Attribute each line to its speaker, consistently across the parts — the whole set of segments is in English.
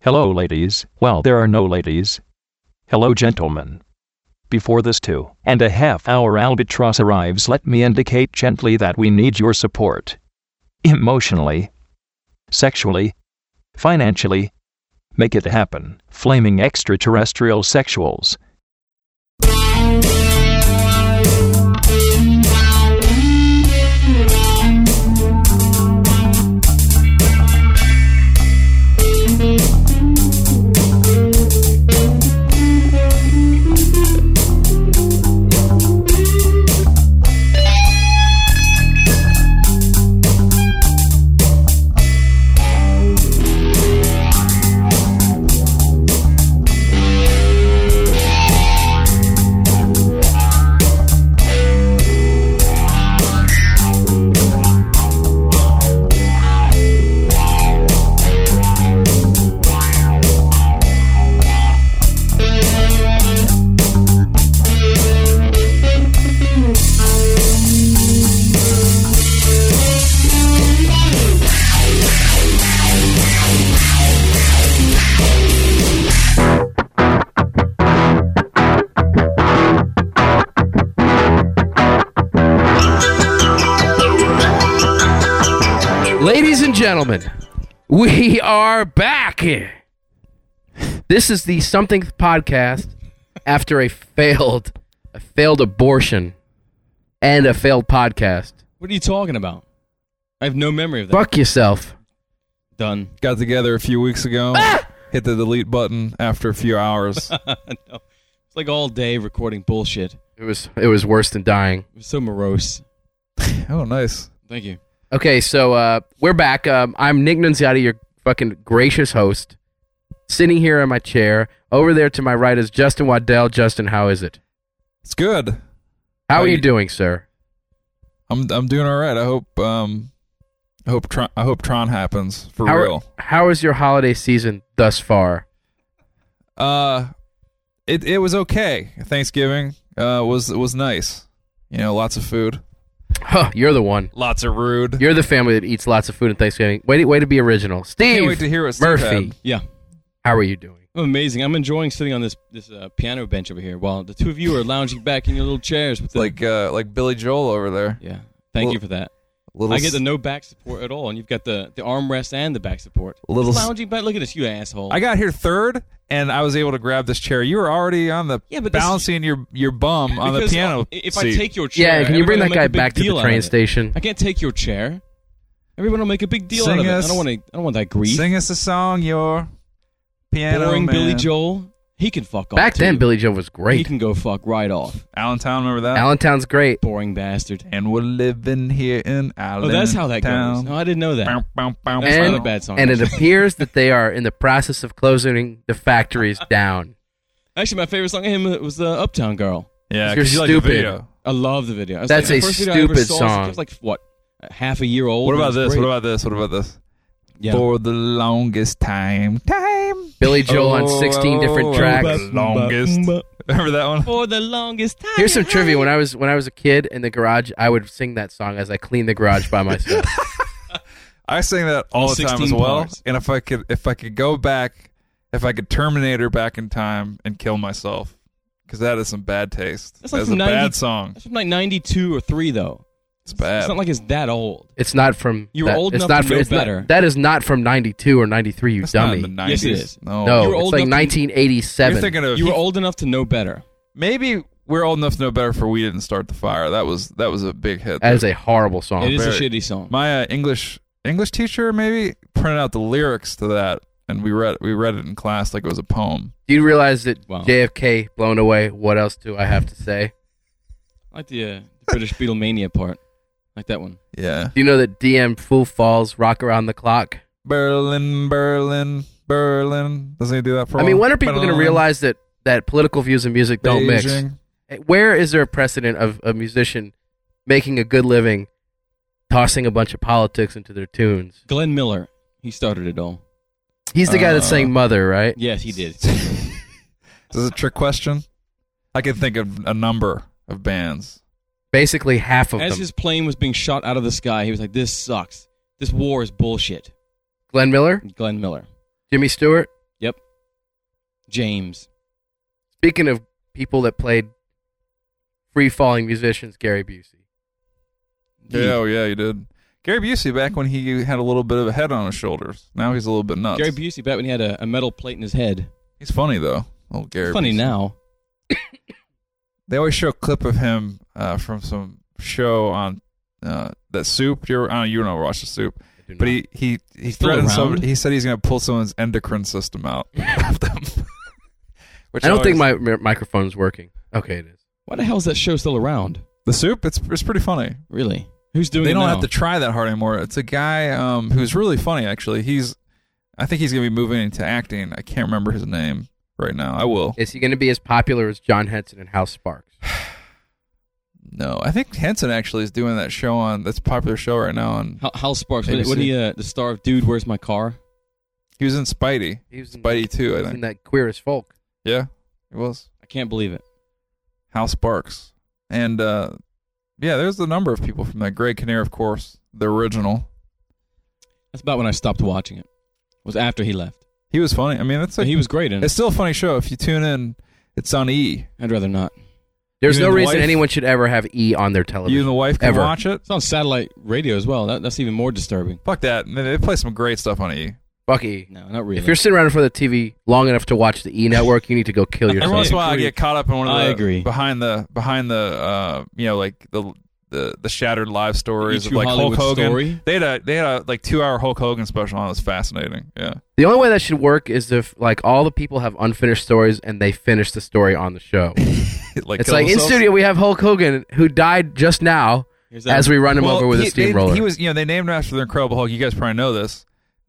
Speaker 1: Hello ladies, well there are no ladies. Hello gentlemen. Before this two and a half hour albatross arrives let me indicate gently that we need your support. Emotionally. Sexually. Financially. Make it happen, flaming extraterrestrial sexuals.
Speaker 2: Ladies and gentlemen, we are back. This is the Something podcast after a failed a failed abortion and a failed podcast.
Speaker 3: What are you talking about? I have no memory of that.
Speaker 2: Fuck yourself.
Speaker 3: Done. Ah!
Speaker 4: Got together a few weeks ago. Hit the delete button after a few hours.
Speaker 3: no. It's like all day recording bullshit.
Speaker 2: It
Speaker 3: It
Speaker 2: was it was worse than dying.
Speaker 3: was so morose.
Speaker 4: oh, nice.
Speaker 3: Thank you.
Speaker 2: Okay, so uh, we're back. Um, I'm Nick Nunziati, your fucking gracious host, sitting here in my chair. Over there to my right is Justin Waddell. Justin, how is it?
Speaker 4: It's good.
Speaker 2: How
Speaker 4: How
Speaker 2: are you
Speaker 4: you-
Speaker 2: doing, sir?
Speaker 4: I'm I'm doing all right. I hope um I hope Tron, I hope Tron happens for
Speaker 2: how,
Speaker 4: real.
Speaker 2: How is your holiday season thus far?
Speaker 4: Uh it it was okay. Thanksgiving uh was was nice. You know, lots of food.
Speaker 2: Huh, you're the one.
Speaker 4: Lots of rude.
Speaker 2: You're the family that eats lots of food at Thanksgiving. Way to, way to be original. Steve
Speaker 4: Can't wait to hear what Steve
Speaker 2: Murphy,
Speaker 4: had.
Speaker 3: Yeah.
Speaker 2: how are you doing?
Speaker 3: I'm amazing. I'm enjoying sitting on this this uh, piano bench over here while the two of you are lounging back in your little chairs with the,
Speaker 4: Like uh like Billy Joel over there.
Speaker 3: Yeah. Thank
Speaker 4: Well,
Speaker 3: you for that.
Speaker 4: Little
Speaker 3: I get the
Speaker 4: s-
Speaker 3: no back support at all, and you've got the, the armrest and the back support.
Speaker 4: Little
Speaker 3: Just
Speaker 4: s-
Speaker 3: lounging back. Look at this, you asshole.
Speaker 4: I got here third and I was able to grab this chair. You were already on the
Speaker 3: Yeah, but this-
Speaker 4: bouncing your your bum on the
Speaker 3: Because, uh,
Speaker 4: piano.
Speaker 3: If I
Speaker 4: seat.
Speaker 3: take your chair,
Speaker 2: yeah, can you bring that
Speaker 3: everyone will
Speaker 2: guy
Speaker 3: make a big
Speaker 2: back to
Speaker 3: deal
Speaker 2: the
Speaker 3: out
Speaker 2: train
Speaker 3: of it.
Speaker 2: station?
Speaker 3: I can't take your chair. Everyone will make a big deal
Speaker 4: Sing
Speaker 3: out of it.
Speaker 4: us-
Speaker 3: I don't want to. I don't want that grief.
Speaker 4: Sing us a song, your piano
Speaker 3: Boring
Speaker 4: man.
Speaker 3: Billy Joel. He can fuck off.
Speaker 2: Back then,
Speaker 3: too.
Speaker 2: Billy Joe was
Speaker 3: He
Speaker 2: great.
Speaker 3: can go fuck right off.
Speaker 4: Allentown, remember that?
Speaker 2: Allentown's great.
Speaker 3: Boring bastard.
Speaker 4: and we're living here in Allentown.
Speaker 3: Oh, that's how that goes. No, I didn't know that.
Speaker 4: Bow, bow, bow,
Speaker 3: That's
Speaker 2: And-
Speaker 3: not a bad song.
Speaker 2: And it appears that they are in the process of closing the factories down.
Speaker 3: Actually, my favorite song of him was the Uptown Girl.
Speaker 4: Yeah,
Speaker 2: You're
Speaker 4: 'cause you like the
Speaker 2: stupid.
Speaker 4: video.
Speaker 3: I love the video. It was
Speaker 2: That's
Speaker 3: like
Speaker 2: a
Speaker 3: the first video I ever
Speaker 2: stupid
Speaker 3: saw since I
Speaker 2: song.
Speaker 3: was like what, a half a year old.
Speaker 4: What
Speaker 3: It
Speaker 4: about
Speaker 3: was
Speaker 4: this?
Speaker 3: great.
Speaker 4: What about this? What about this?
Speaker 3: yeah.
Speaker 4: For the longest time, time.
Speaker 2: Billy Joel on
Speaker 4: Oh,
Speaker 2: 16 different
Speaker 4: oh,
Speaker 2: tracks.
Speaker 4: oh, Longest. Remember that one?
Speaker 3: For the longest time.
Speaker 2: Here's some trivia. When I was when I was a kid in the garage, I would sing that song as I cleaned the garage by myself.
Speaker 4: I sing that all
Speaker 3: All
Speaker 4: the time as
Speaker 3: 16
Speaker 4: well.
Speaker 3: bars.
Speaker 4: And if I could, if I could go back, if I could Terminator back in time and kill myself, because that is some bad taste.
Speaker 3: That's like
Speaker 4: That's
Speaker 3: from
Speaker 4: a
Speaker 3: 90
Speaker 4: bad song.
Speaker 3: That's from like '92 or three though.
Speaker 4: It's bad.
Speaker 3: It's not like it's that old.
Speaker 2: It's not from.
Speaker 3: You were
Speaker 2: that-
Speaker 3: old
Speaker 2: it's
Speaker 3: enough
Speaker 2: not
Speaker 3: to
Speaker 2: from,
Speaker 3: know
Speaker 2: it's not-
Speaker 3: better.
Speaker 2: that is not from 92 or 93, you
Speaker 4: That's not
Speaker 2: dummy.
Speaker 4: in the 90s.
Speaker 3: Yes, it is.
Speaker 4: No,
Speaker 2: no,
Speaker 3: You
Speaker 2: it's
Speaker 3: were Oh, old
Speaker 2: like
Speaker 3: enough to-
Speaker 4: you're
Speaker 2: 1987.
Speaker 4: thinking of
Speaker 3: You were old enough to know better.
Speaker 4: maybe we're old enough to know better for we didn't start the fire. That was that was a big hit.
Speaker 2: that is a horrible song.
Speaker 3: it is a
Speaker 4: very-
Speaker 3: shitty song.
Speaker 4: My uh, English English teacher maybe printed out the lyrics to that, and we read we read it in class like it was a poem.
Speaker 2: Do you realize that
Speaker 3: Wow.
Speaker 2: JFK blown away? What else do I have to say?
Speaker 3: I like the, uh, the British Beatlemania part, like that one.
Speaker 4: Yeah,
Speaker 2: Do you know that DM Fool Falls rock around the clock?
Speaker 4: Berlin, Berlin, Berlin. Doesn't he do that for?
Speaker 2: I
Speaker 4: a
Speaker 2: mean,
Speaker 4: while?
Speaker 2: when are people going to
Speaker 4: Berlin,
Speaker 2: realize that that political views and music don't mix? Eh,
Speaker 4: Beijing.
Speaker 2: Where is there a precedent of a musician making a good living, tossing a bunch of politics into their tunes?
Speaker 3: Glenn Miller. He started it all.
Speaker 2: He's the guy that
Speaker 4: Uh,
Speaker 2: sang "Mother," right?
Speaker 3: Yes, he did.
Speaker 4: Is this a trick question? I can think of a number of bands.
Speaker 2: Basically, half of
Speaker 3: As
Speaker 2: them.
Speaker 3: his plane was being shot out of the sky, he was like, "This sucks. This war is bullshit."
Speaker 2: Glenn Miller,
Speaker 3: Glenn Miller.
Speaker 2: Jimmy Stewart.
Speaker 3: James.
Speaker 2: Speaking of people that played free falling musicians, Gary Busey.
Speaker 4: Yeah, oh yeah, he did. Gary Busey back when he had a little bit of a head on his shoulders. Now he's a little bit nuts.
Speaker 3: Gary Busey back when he had a, a metal plate in his head.
Speaker 4: he's funny though. Oh, Gary.
Speaker 3: Funny
Speaker 4: Busey.
Speaker 3: now.
Speaker 4: They always show a clip of him uh, from some show on uh, that soup. You're I don't, you don't watch the soup,
Speaker 2: I do
Speaker 4: but
Speaker 2: not.
Speaker 4: he he he
Speaker 3: Still
Speaker 4: threatened
Speaker 3: around?
Speaker 4: somebody. He said he's going to pull someone's endocrine system out. Which
Speaker 2: I don't think
Speaker 4: always-
Speaker 2: my mi- microphone's working. Okay, it is.
Speaker 3: Why the hell is that show still around?
Speaker 4: the soup. It's it's pretty funny.
Speaker 3: Really? Who's doing
Speaker 4: they
Speaker 3: it
Speaker 4: don't
Speaker 3: now?
Speaker 4: have to try that hard anymore. It's a guy um, who's really funny, actually. He's, I think he's gonna be moving into acting. I can't remember his name right now. I will.
Speaker 2: Is he going to be as popular as John Henson and House Sparks?
Speaker 4: No, I think Henson actually is doing that show on that's a popular show right now. On
Speaker 3: Hal, Hal Sparks. What,
Speaker 4: ABC.
Speaker 3: what he uh, the star of Dude? Where's my car?
Speaker 4: he was in Spidey,
Speaker 2: He was in,
Speaker 4: Spidey too.
Speaker 2: he was
Speaker 4: I
Speaker 2: in
Speaker 4: think.
Speaker 2: Mm-hmm. that queer as folk.
Speaker 4: Yeah, he was.
Speaker 3: I can't believe it.
Speaker 4: Hal Sparks, and uh, yeah, there's a number of people from that. Greg Kinnear, of course, the original.
Speaker 3: That's about when I stopped watching it. Was after he left.
Speaker 4: He was funny. I mean, that's
Speaker 3: So
Speaker 4: like
Speaker 3: he was great in it.
Speaker 4: it's still a funny show if you tune in. It's on E.
Speaker 3: I'd rather not.
Speaker 2: There's
Speaker 4: You
Speaker 2: no
Speaker 4: and the
Speaker 2: reason
Speaker 4: wife?
Speaker 2: anyone should ever have E on their television.
Speaker 4: You and the wife can
Speaker 2: Ever.
Speaker 4: watch it.
Speaker 3: It's on satellite radio as well. That, that's even more disturbing.
Speaker 4: Fuck that. They- They play some great stuff on E.
Speaker 2: Fuck E.
Speaker 3: No, not really.
Speaker 2: If you're sitting around in front of the TV long enough to watch the E network, you need to go kill
Speaker 4: Every once
Speaker 2: yourself.
Speaker 4: in a while, I
Speaker 3: agree.
Speaker 4: get caught up in one of the
Speaker 3: I agree.
Speaker 4: behind the behind the uh, you know like the the the shattered live stories
Speaker 3: The
Speaker 4: of like
Speaker 3: E Hollywood
Speaker 4: Hulk Hogan.
Speaker 3: story?
Speaker 4: They had a they had a like two hour Hulk Hogan special on. It was fascinating. Yeah,
Speaker 2: The only way that should work is if like all the people have unfinished stories and they finish the story on the show.
Speaker 4: like
Speaker 2: it's
Speaker 4: kill
Speaker 2: like in
Speaker 4: themselves.
Speaker 2: studio we have Hulk Hogan who died just now
Speaker 3: Here's that-
Speaker 2: as we run him
Speaker 4: Well,
Speaker 2: over with
Speaker 4: he-
Speaker 2: a steamroller.
Speaker 4: They, he was you know they named him after the Incredible Hulk. You guys probably know this.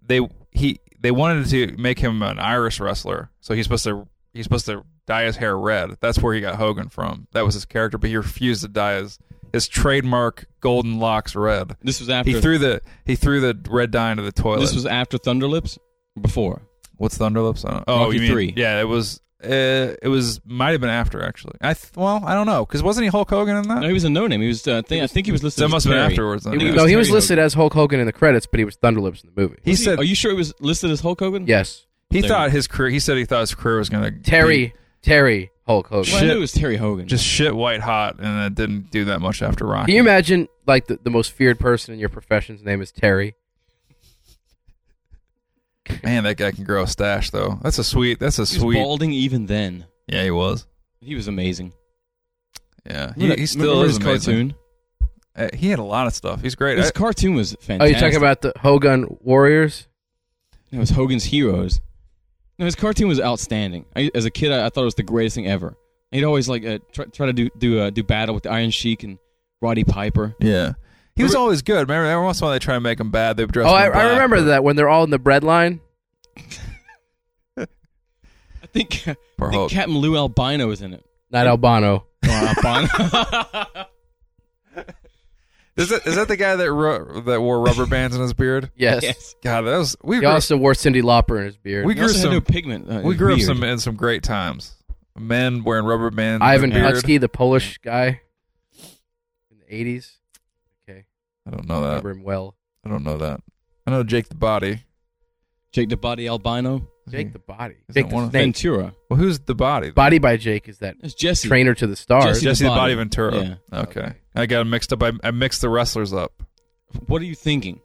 Speaker 4: They he they wanted to make him an Irish wrestler, so he's supposed to he's supposed to dye his hair red. That's where he got Hogan from. That was his character, but he refused to dye his his trademark golden locks red.
Speaker 3: this was after.
Speaker 4: He threw the he threw the red dye into the toilet.
Speaker 3: this was after Thunderlips. Before.
Speaker 4: what's Thunderlips? I don't, oh,
Speaker 3: Rocky
Speaker 4: you mean
Speaker 3: three.
Speaker 4: yeah? It was uh, it was might have been after actually. I th- well I don't know because wasn't he Hulk Hogan in that?
Speaker 3: No, he was a no name. He was. Uh, thing, I think he was listed.
Speaker 4: that
Speaker 3: as
Speaker 4: must have been
Speaker 3: Terry.
Speaker 4: afterwards. Then,
Speaker 3: It
Speaker 4: yeah.
Speaker 3: was-
Speaker 2: no, he
Speaker 3: Terry
Speaker 2: was listed
Speaker 3: Hogan.
Speaker 2: as Hulk Hogan in the credits, but he was Thunderlips in the movie.
Speaker 4: he
Speaker 3: Was
Speaker 4: said
Speaker 3: Are you sure he was listed as Hulk Hogan?
Speaker 2: yes,
Speaker 4: he
Speaker 3: There.
Speaker 4: thought his career. He said he thought his career was gonna
Speaker 2: Terry, Terry Hulk Hogan.
Speaker 3: Well, I knew
Speaker 4: Shit.
Speaker 3: it was Terry Hogan.
Speaker 4: be just shit white hot, and it didn't do that much after Rocky.
Speaker 2: Can you imagine like the, the most feared person in your profession's name is Terry?
Speaker 4: Man, that guy can grow a stash though. That's a sweet. That's a
Speaker 3: he was
Speaker 4: sweet.
Speaker 3: balding even then.
Speaker 4: Yeah, he was.
Speaker 3: He was amazing.
Speaker 4: Yeah, he,
Speaker 3: Remember that-
Speaker 4: he still
Speaker 3: remember
Speaker 4: is
Speaker 3: his
Speaker 4: amazing.
Speaker 3: cartoon.
Speaker 4: Uh, he had a lot of stuff. He's great.
Speaker 3: His
Speaker 4: I,
Speaker 3: cartoon was fantastic.
Speaker 2: Oh, you're talking about the Hogan Warriors?
Speaker 3: No, It was Hogan's Heroes. No, his cartoon was outstanding. I, as a kid, I, I thought it was the greatest thing ever. He'd always like uh, try, try to do do uh, do battle with the Iron Sheik and Roddy Piper.
Speaker 4: yeah, he was
Speaker 3: Remember-
Speaker 4: always good. Remember, every once in a while they try to make him bad. They dress.
Speaker 2: Oh,
Speaker 4: him
Speaker 2: I,
Speaker 4: in black,
Speaker 2: I remember
Speaker 4: but-
Speaker 2: that when they're all in the bread line.
Speaker 3: I think, I
Speaker 4: Poor
Speaker 3: think
Speaker 4: Hulk.
Speaker 3: Captain Lou Albino was in it.
Speaker 2: Not Albano.
Speaker 3: Or Albano.
Speaker 4: Is that is that the guy that ru- that wore rubber bands in his beard?
Speaker 2: Yes.
Speaker 3: yes.
Speaker 4: God, that was we
Speaker 2: He
Speaker 4: grew,
Speaker 2: also wore Cindy Lauper in his beard.
Speaker 4: We
Speaker 3: He
Speaker 4: grew
Speaker 3: also had
Speaker 4: some-
Speaker 3: no pigment. Uh, it
Speaker 4: we
Speaker 3: was
Speaker 4: grew up
Speaker 3: weird.
Speaker 4: some in some great times. Men wearing rubber bands.
Speaker 2: Ivan
Speaker 4: beard.
Speaker 2: Putski, the Polish guy in the 80s. Okay.
Speaker 4: I don't know that.
Speaker 2: Remember him well.
Speaker 4: I don't know that. I know Jake the Body.
Speaker 3: Jake the Body Albino.
Speaker 2: Jake the Body.
Speaker 4: Is
Speaker 2: Jake
Speaker 4: that one
Speaker 2: the
Speaker 4: of-
Speaker 2: Snake.
Speaker 3: Ventura.
Speaker 4: Well, who's the Body?
Speaker 2: Body by Jake is that
Speaker 3: That's Jesse.
Speaker 2: trainer to the stars.
Speaker 3: Jesse-
Speaker 4: Jesse the Body
Speaker 3: Body.
Speaker 4: Ventura. Okay. I got him mixed up. I, I mixed the wrestlers up.
Speaker 3: What are you thinking?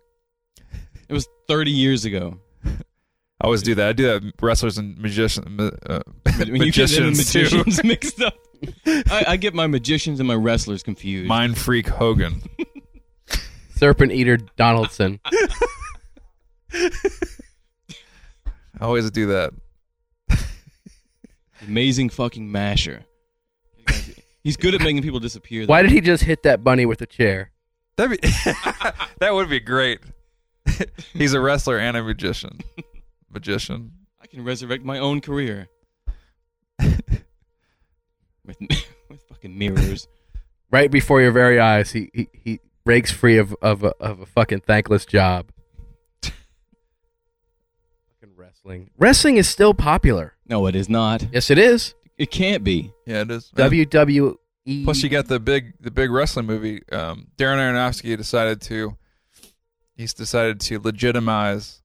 Speaker 3: It was 30 years ago.
Speaker 4: I always do that. I do that. with Wrestlers and magician, ma- uh,
Speaker 3: When you get them and
Speaker 4: magicians too.
Speaker 3: magicians mixed up. I, I get my magicians and my wrestlers confused.
Speaker 4: Mind freak Hogan.
Speaker 2: Serpent Eater Donaldson.
Speaker 4: I always do that.
Speaker 3: Amazing fucking masher. He's good at making people disappear. though.
Speaker 2: Why did he just hit that bunny with a chair?
Speaker 4: That'd be, that would be great. He's a wrestler and a magician. Magician.
Speaker 3: I can resurrect my own career with, with fucking mirrors.
Speaker 2: Right before your very eyes, he he, he breaks free of of a, of a fucking thankless job. fucking wrestling. Wrestling is still popular.
Speaker 3: No, it is not.
Speaker 2: Yes, it is.
Speaker 3: It can't be.
Speaker 4: yeah, it is.
Speaker 2: WWE.
Speaker 4: Plus, you got the big the big wrestling movie. Um, Darren Aronofsky decided to he's decided to legitimize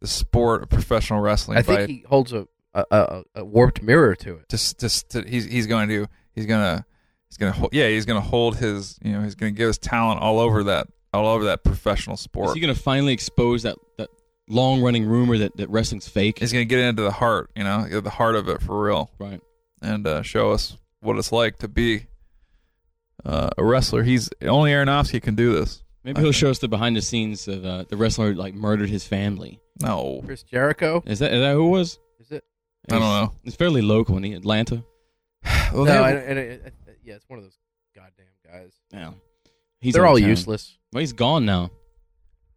Speaker 4: the sport of professional wrestling
Speaker 2: I
Speaker 4: by
Speaker 2: think he holds a a, a, a warped mirror to it.
Speaker 4: just just to, he's he's going to he's gonna he's gonna hold, yeah he's gonna hold his you know he's gonna give his talent all over that all over that professional
Speaker 3: Is
Speaker 4: sport.
Speaker 3: he going to finally expose that, that long running rumor that, that wrestling's fake?
Speaker 4: he's gonna get into the heart, you know, get the heart of it for real,
Speaker 3: right.
Speaker 4: and uh, show us what it's like to be uh, a wrestler. He's only Aronofsky can do this.
Speaker 3: Maybe he'll
Speaker 4: Okay.
Speaker 3: show us the behind the scenes of uh, the wrestler like murdered his family.
Speaker 4: No,
Speaker 2: Chris Jericho
Speaker 3: Is that is that who it was?
Speaker 2: is it?
Speaker 4: I don't know.
Speaker 3: It's fairly local in Atlanta.
Speaker 2: no,
Speaker 4: Well, they-
Speaker 2: I, and it, it- yeah, it's one of those goddamn guys.
Speaker 3: Yeah. He's
Speaker 2: They're
Speaker 3: out of
Speaker 2: all
Speaker 3: town.
Speaker 2: useless.
Speaker 3: Well, he's gone now.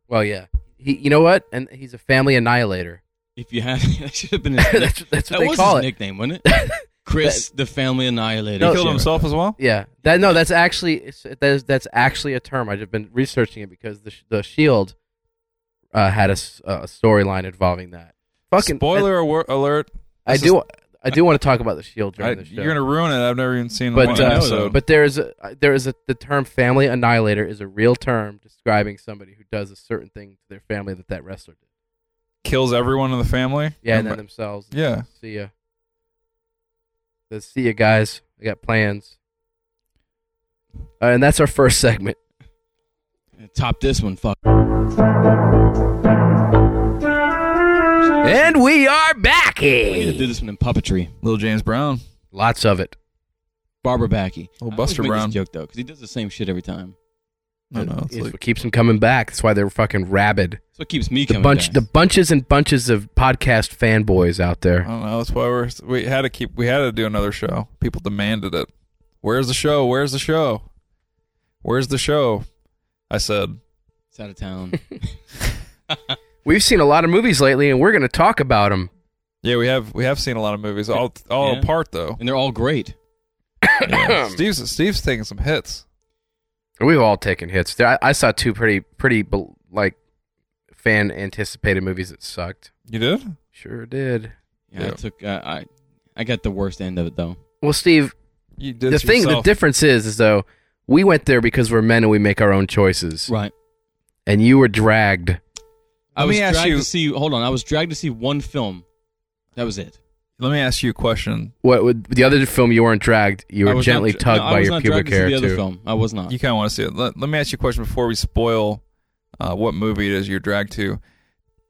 Speaker 2: Well, yeah. He, you know what? And he's a family annihilator.
Speaker 3: If you had, that should have been his,
Speaker 2: that's, that's what
Speaker 3: that
Speaker 2: they
Speaker 3: was
Speaker 2: call
Speaker 3: his
Speaker 2: it.
Speaker 3: nickname, wasn't it? Chris, the family annihilator.
Speaker 4: he
Speaker 2: No,
Speaker 4: killed
Speaker 3: Jericho.
Speaker 4: himself as well.
Speaker 2: Yeah, that no, that's actually it's- that is, that's actually a term. I've been researching it because the sh- the Shield uh, had a, s- uh, a storyline involving that. Fucking
Speaker 4: Spoiler awar- alert!
Speaker 2: I, I
Speaker 4: this
Speaker 2: do I do want to talk about the Shield during
Speaker 4: I,
Speaker 2: the show.
Speaker 4: you're gonna ruin it. I've never even seen the
Speaker 2: But,
Speaker 4: one
Speaker 2: uh,
Speaker 4: episode.
Speaker 2: but there is a there is a the term family annihilator is a real term describing somebody who does a certain thing to their family that that wrestler did.
Speaker 4: kills everyone in the family.
Speaker 2: Yeah, and then themselves.
Speaker 4: yeah.
Speaker 2: See ya. So see ya, guys. I got plans. Uh, and that's our first segment.
Speaker 3: Top this one, fuck.
Speaker 2: And we are back.
Speaker 3: I need to do this one in puppetry.
Speaker 4: Little James Brown,
Speaker 2: Lots of it.
Speaker 3: Barbara Backey.
Speaker 4: little
Speaker 3: I always
Speaker 4: Buster
Speaker 3: make this
Speaker 4: Brown.
Speaker 3: joke though, because he does the same shit every time.
Speaker 4: No, no, it's
Speaker 2: It's
Speaker 4: like
Speaker 2: what keeps them coming back. That's why they're fucking rabid.
Speaker 3: That's what keeps me
Speaker 2: The
Speaker 3: coming
Speaker 2: bunch,
Speaker 3: back.
Speaker 2: the bunches and bunches of podcast fanboys out
Speaker 4: I
Speaker 2: there.
Speaker 4: don't know. That's why we're we had to keep we had to do another show. People demanded it. Where's the show? Where's the show? Where's the show? I said.
Speaker 3: it's out of town.
Speaker 2: We've seen a lot of movies lately, and we're going to talk about them.
Speaker 4: Yeah, we have we have seen a lot of movies. All all
Speaker 3: Yeah.
Speaker 4: apart though.
Speaker 3: and they're all great.
Speaker 4: Yeah. Steve's Steve's taking some hits.
Speaker 2: We've all taken hits. There- I, I saw two pretty, pretty bel- like fan anticipated movies that sucked.
Speaker 4: You did?
Speaker 2: Sure did.
Speaker 3: Yeah, I
Speaker 4: Yeah.
Speaker 3: took. Uh, I I got the worst end of it though.
Speaker 2: Well, Steve,
Speaker 4: You did
Speaker 2: the thing, the difference is, is though we went there because we're men and we make our own choices,
Speaker 3: Right.
Speaker 2: and you were dragged.
Speaker 3: I
Speaker 4: Let
Speaker 3: was
Speaker 4: me ask
Speaker 3: dragged
Speaker 4: you-
Speaker 3: to see. Hold on, I was dragged to see one film. That was it.
Speaker 4: Let me ask you a question.
Speaker 2: What would the other film you weren't dragged? You
Speaker 3: I
Speaker 2: were
Speaker 3: was
Speaker 2: gently
Speaker 3: not,
Speaker 2: tugged
Speaker 3: no, I
Speaker 2: by
Speaker 3: was
Speaker 2: your
Speaker 3: not
Speaker 2: pubic
Speaker 3: dragged to
Speaker 2: hair
Speaker 3: see the other
Speaker 2: too.
Speaker 3: film. I was not.
Speaker 4: You kind of want to see it. Let, let me ask you a question before we spoil uh, what movie it is you're dragged to.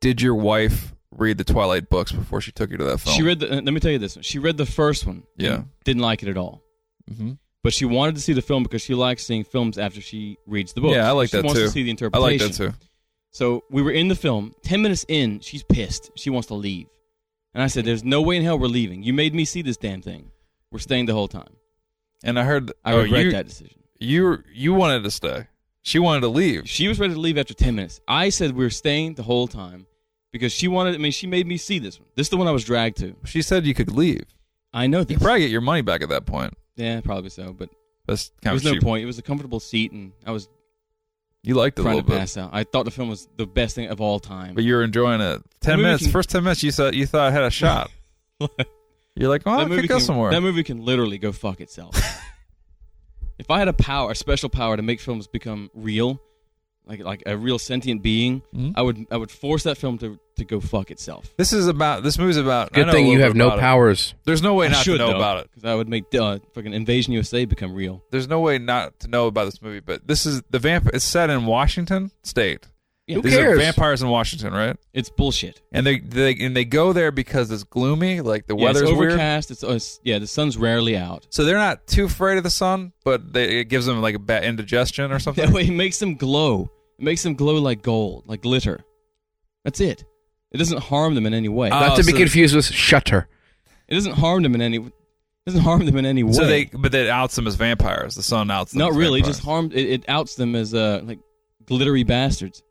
Speaker 4: Did your wife read the Twilight books before she took you to that film?
Speaker 3: She read the. uh, Let me tell you this. One. She read the first one.
Speaker 4: Yeah.
Speaker 3: Didn't like it at all.
Speaker 4: hmm
Speaker 3: But she wanted to see the film because she likes seeing films after she reads the book.
Speaker 4: Yeah, I like
Speaker 3: she
Speaker 4: that
Speaker 3: wants
Speaker 4: too.
Speaker 3: to see the
Speaker 4: I
Speaker 3: interpretation.
Speaker 4: like that too.
Speaker 3: So we were in the film. Ten minutes in, she's pissed. She wants to leave. And I said, "There's no way in hell we're leaving. You made me see this damn thing. We're staying the whole time.
Speaker 4: And I heard
Speaker 3: I
Speaker 4: oh,
Speaker 3: regret
Speaker 4: you,
Speaker 3: that decision."
Speaker 4: You you wanted to stay. She wanted to leave.
Speaker 3: She was ready to leave after 10 minutes. I said we were staying the whole time because she wanted, I mean, she made me see this one. This is the one I was dragged to.
Speaker 4: She said you could leave.
Speaker 3: I know
Speaker 4: You
Speaker 3: this.
Speaker 4: could probably get your money back at that point.
Speaker 3: yeah, probably so, but
Speaker 4: That's
Speaker 3: there
Speaker 4: kind
Speaker 3: was
Speaker 4: of
Speaker 3: no
Speaker 4: cheap.
Speaker 3: point. It was a comfortable seat, and I was
Speaker 4: You liked it a
Speaker 3: trying
Speaker 4: little
Speaker 3: to
Speaker 4: bit,
Speaker 3: pass out. I thought the film was the best thing of all time.
Speaker 4: but you were enjoying it.
Speaker 3: That
Speaker 4: Ten
Speaker 3: movie
Speaker 4: minutes,
Speaker 3: can-
Speaker 4: first ten minutes, you thought you thought I had a shot. You're like, well, I could go
Speaker 3: can,
Speaker 4: somewhere.
Speaker 3: that movie can literally go fuck itself. if I had a power, a special power to make films become real, like like a real sentient being,
Speaker 4: Mhm.
Speaker 3: I would I would force that film to, to go fuck itself.
Speaker 4: this is about. This movie's about. I
Speaker 2: Good
Speaker 4: know a
Speaker 2: thing you
Speaker 4: little
Speaker 2: have
Speaker 4: bit
Speaker 2: no
Speaker 4: about it.
Speaker 2: powers.
Speaker 4: There's no way
Speaker 3: I
Speaker 4: not
Speaker 3: should
Speaker 4: to know about it.
Speaker 3: because I would make uh, fucking Invasion USA become real.
Speaker 4: There's no way not to know about this movie. But this is the vamp. It's set in Washington State.
Speaker 3: Yeah. Who
Speaker 4: These are
Speaker 2: cares?
Speaker 4: vampires in Washington, right?
Speaker 3: It's bullshit.
Speaker 4: And they they and they go there because it's gloomy, like the
Speaker 3: Yeah,
Speaker 4: weather's
Speaker 3: it's
Speaker 4: weird.
Speaker 3: overcast. It's, uh, it's yeah, the sun's rarely out.
Speaker 4: So they're not too afraid of the sun, but they, it gives them like a bad indigestion or something.
Speaker 3: That way, it makes them glow. It makes them glow like gold, like glitter. That's it. It doesn't harm them in any way.
Speaker 4: Uh,
Speaker 2: Not
Speaker 4: Oh,
Speaker 2: to be
Speaker 4: so-
Speaker 2: confused with Shutter.
Speaker 3: it doesn't harm them in any. It doesn't harm them in any way.
Speaker 4: so they, but it outs them as vampires. The sun outs them.
Speaker 3: not
Speaker 4: as
Speaker 3: really. it
Speaker 4: vampires.
Speaker 3: Just harmed. It, it outs them as uh like glittery bastards.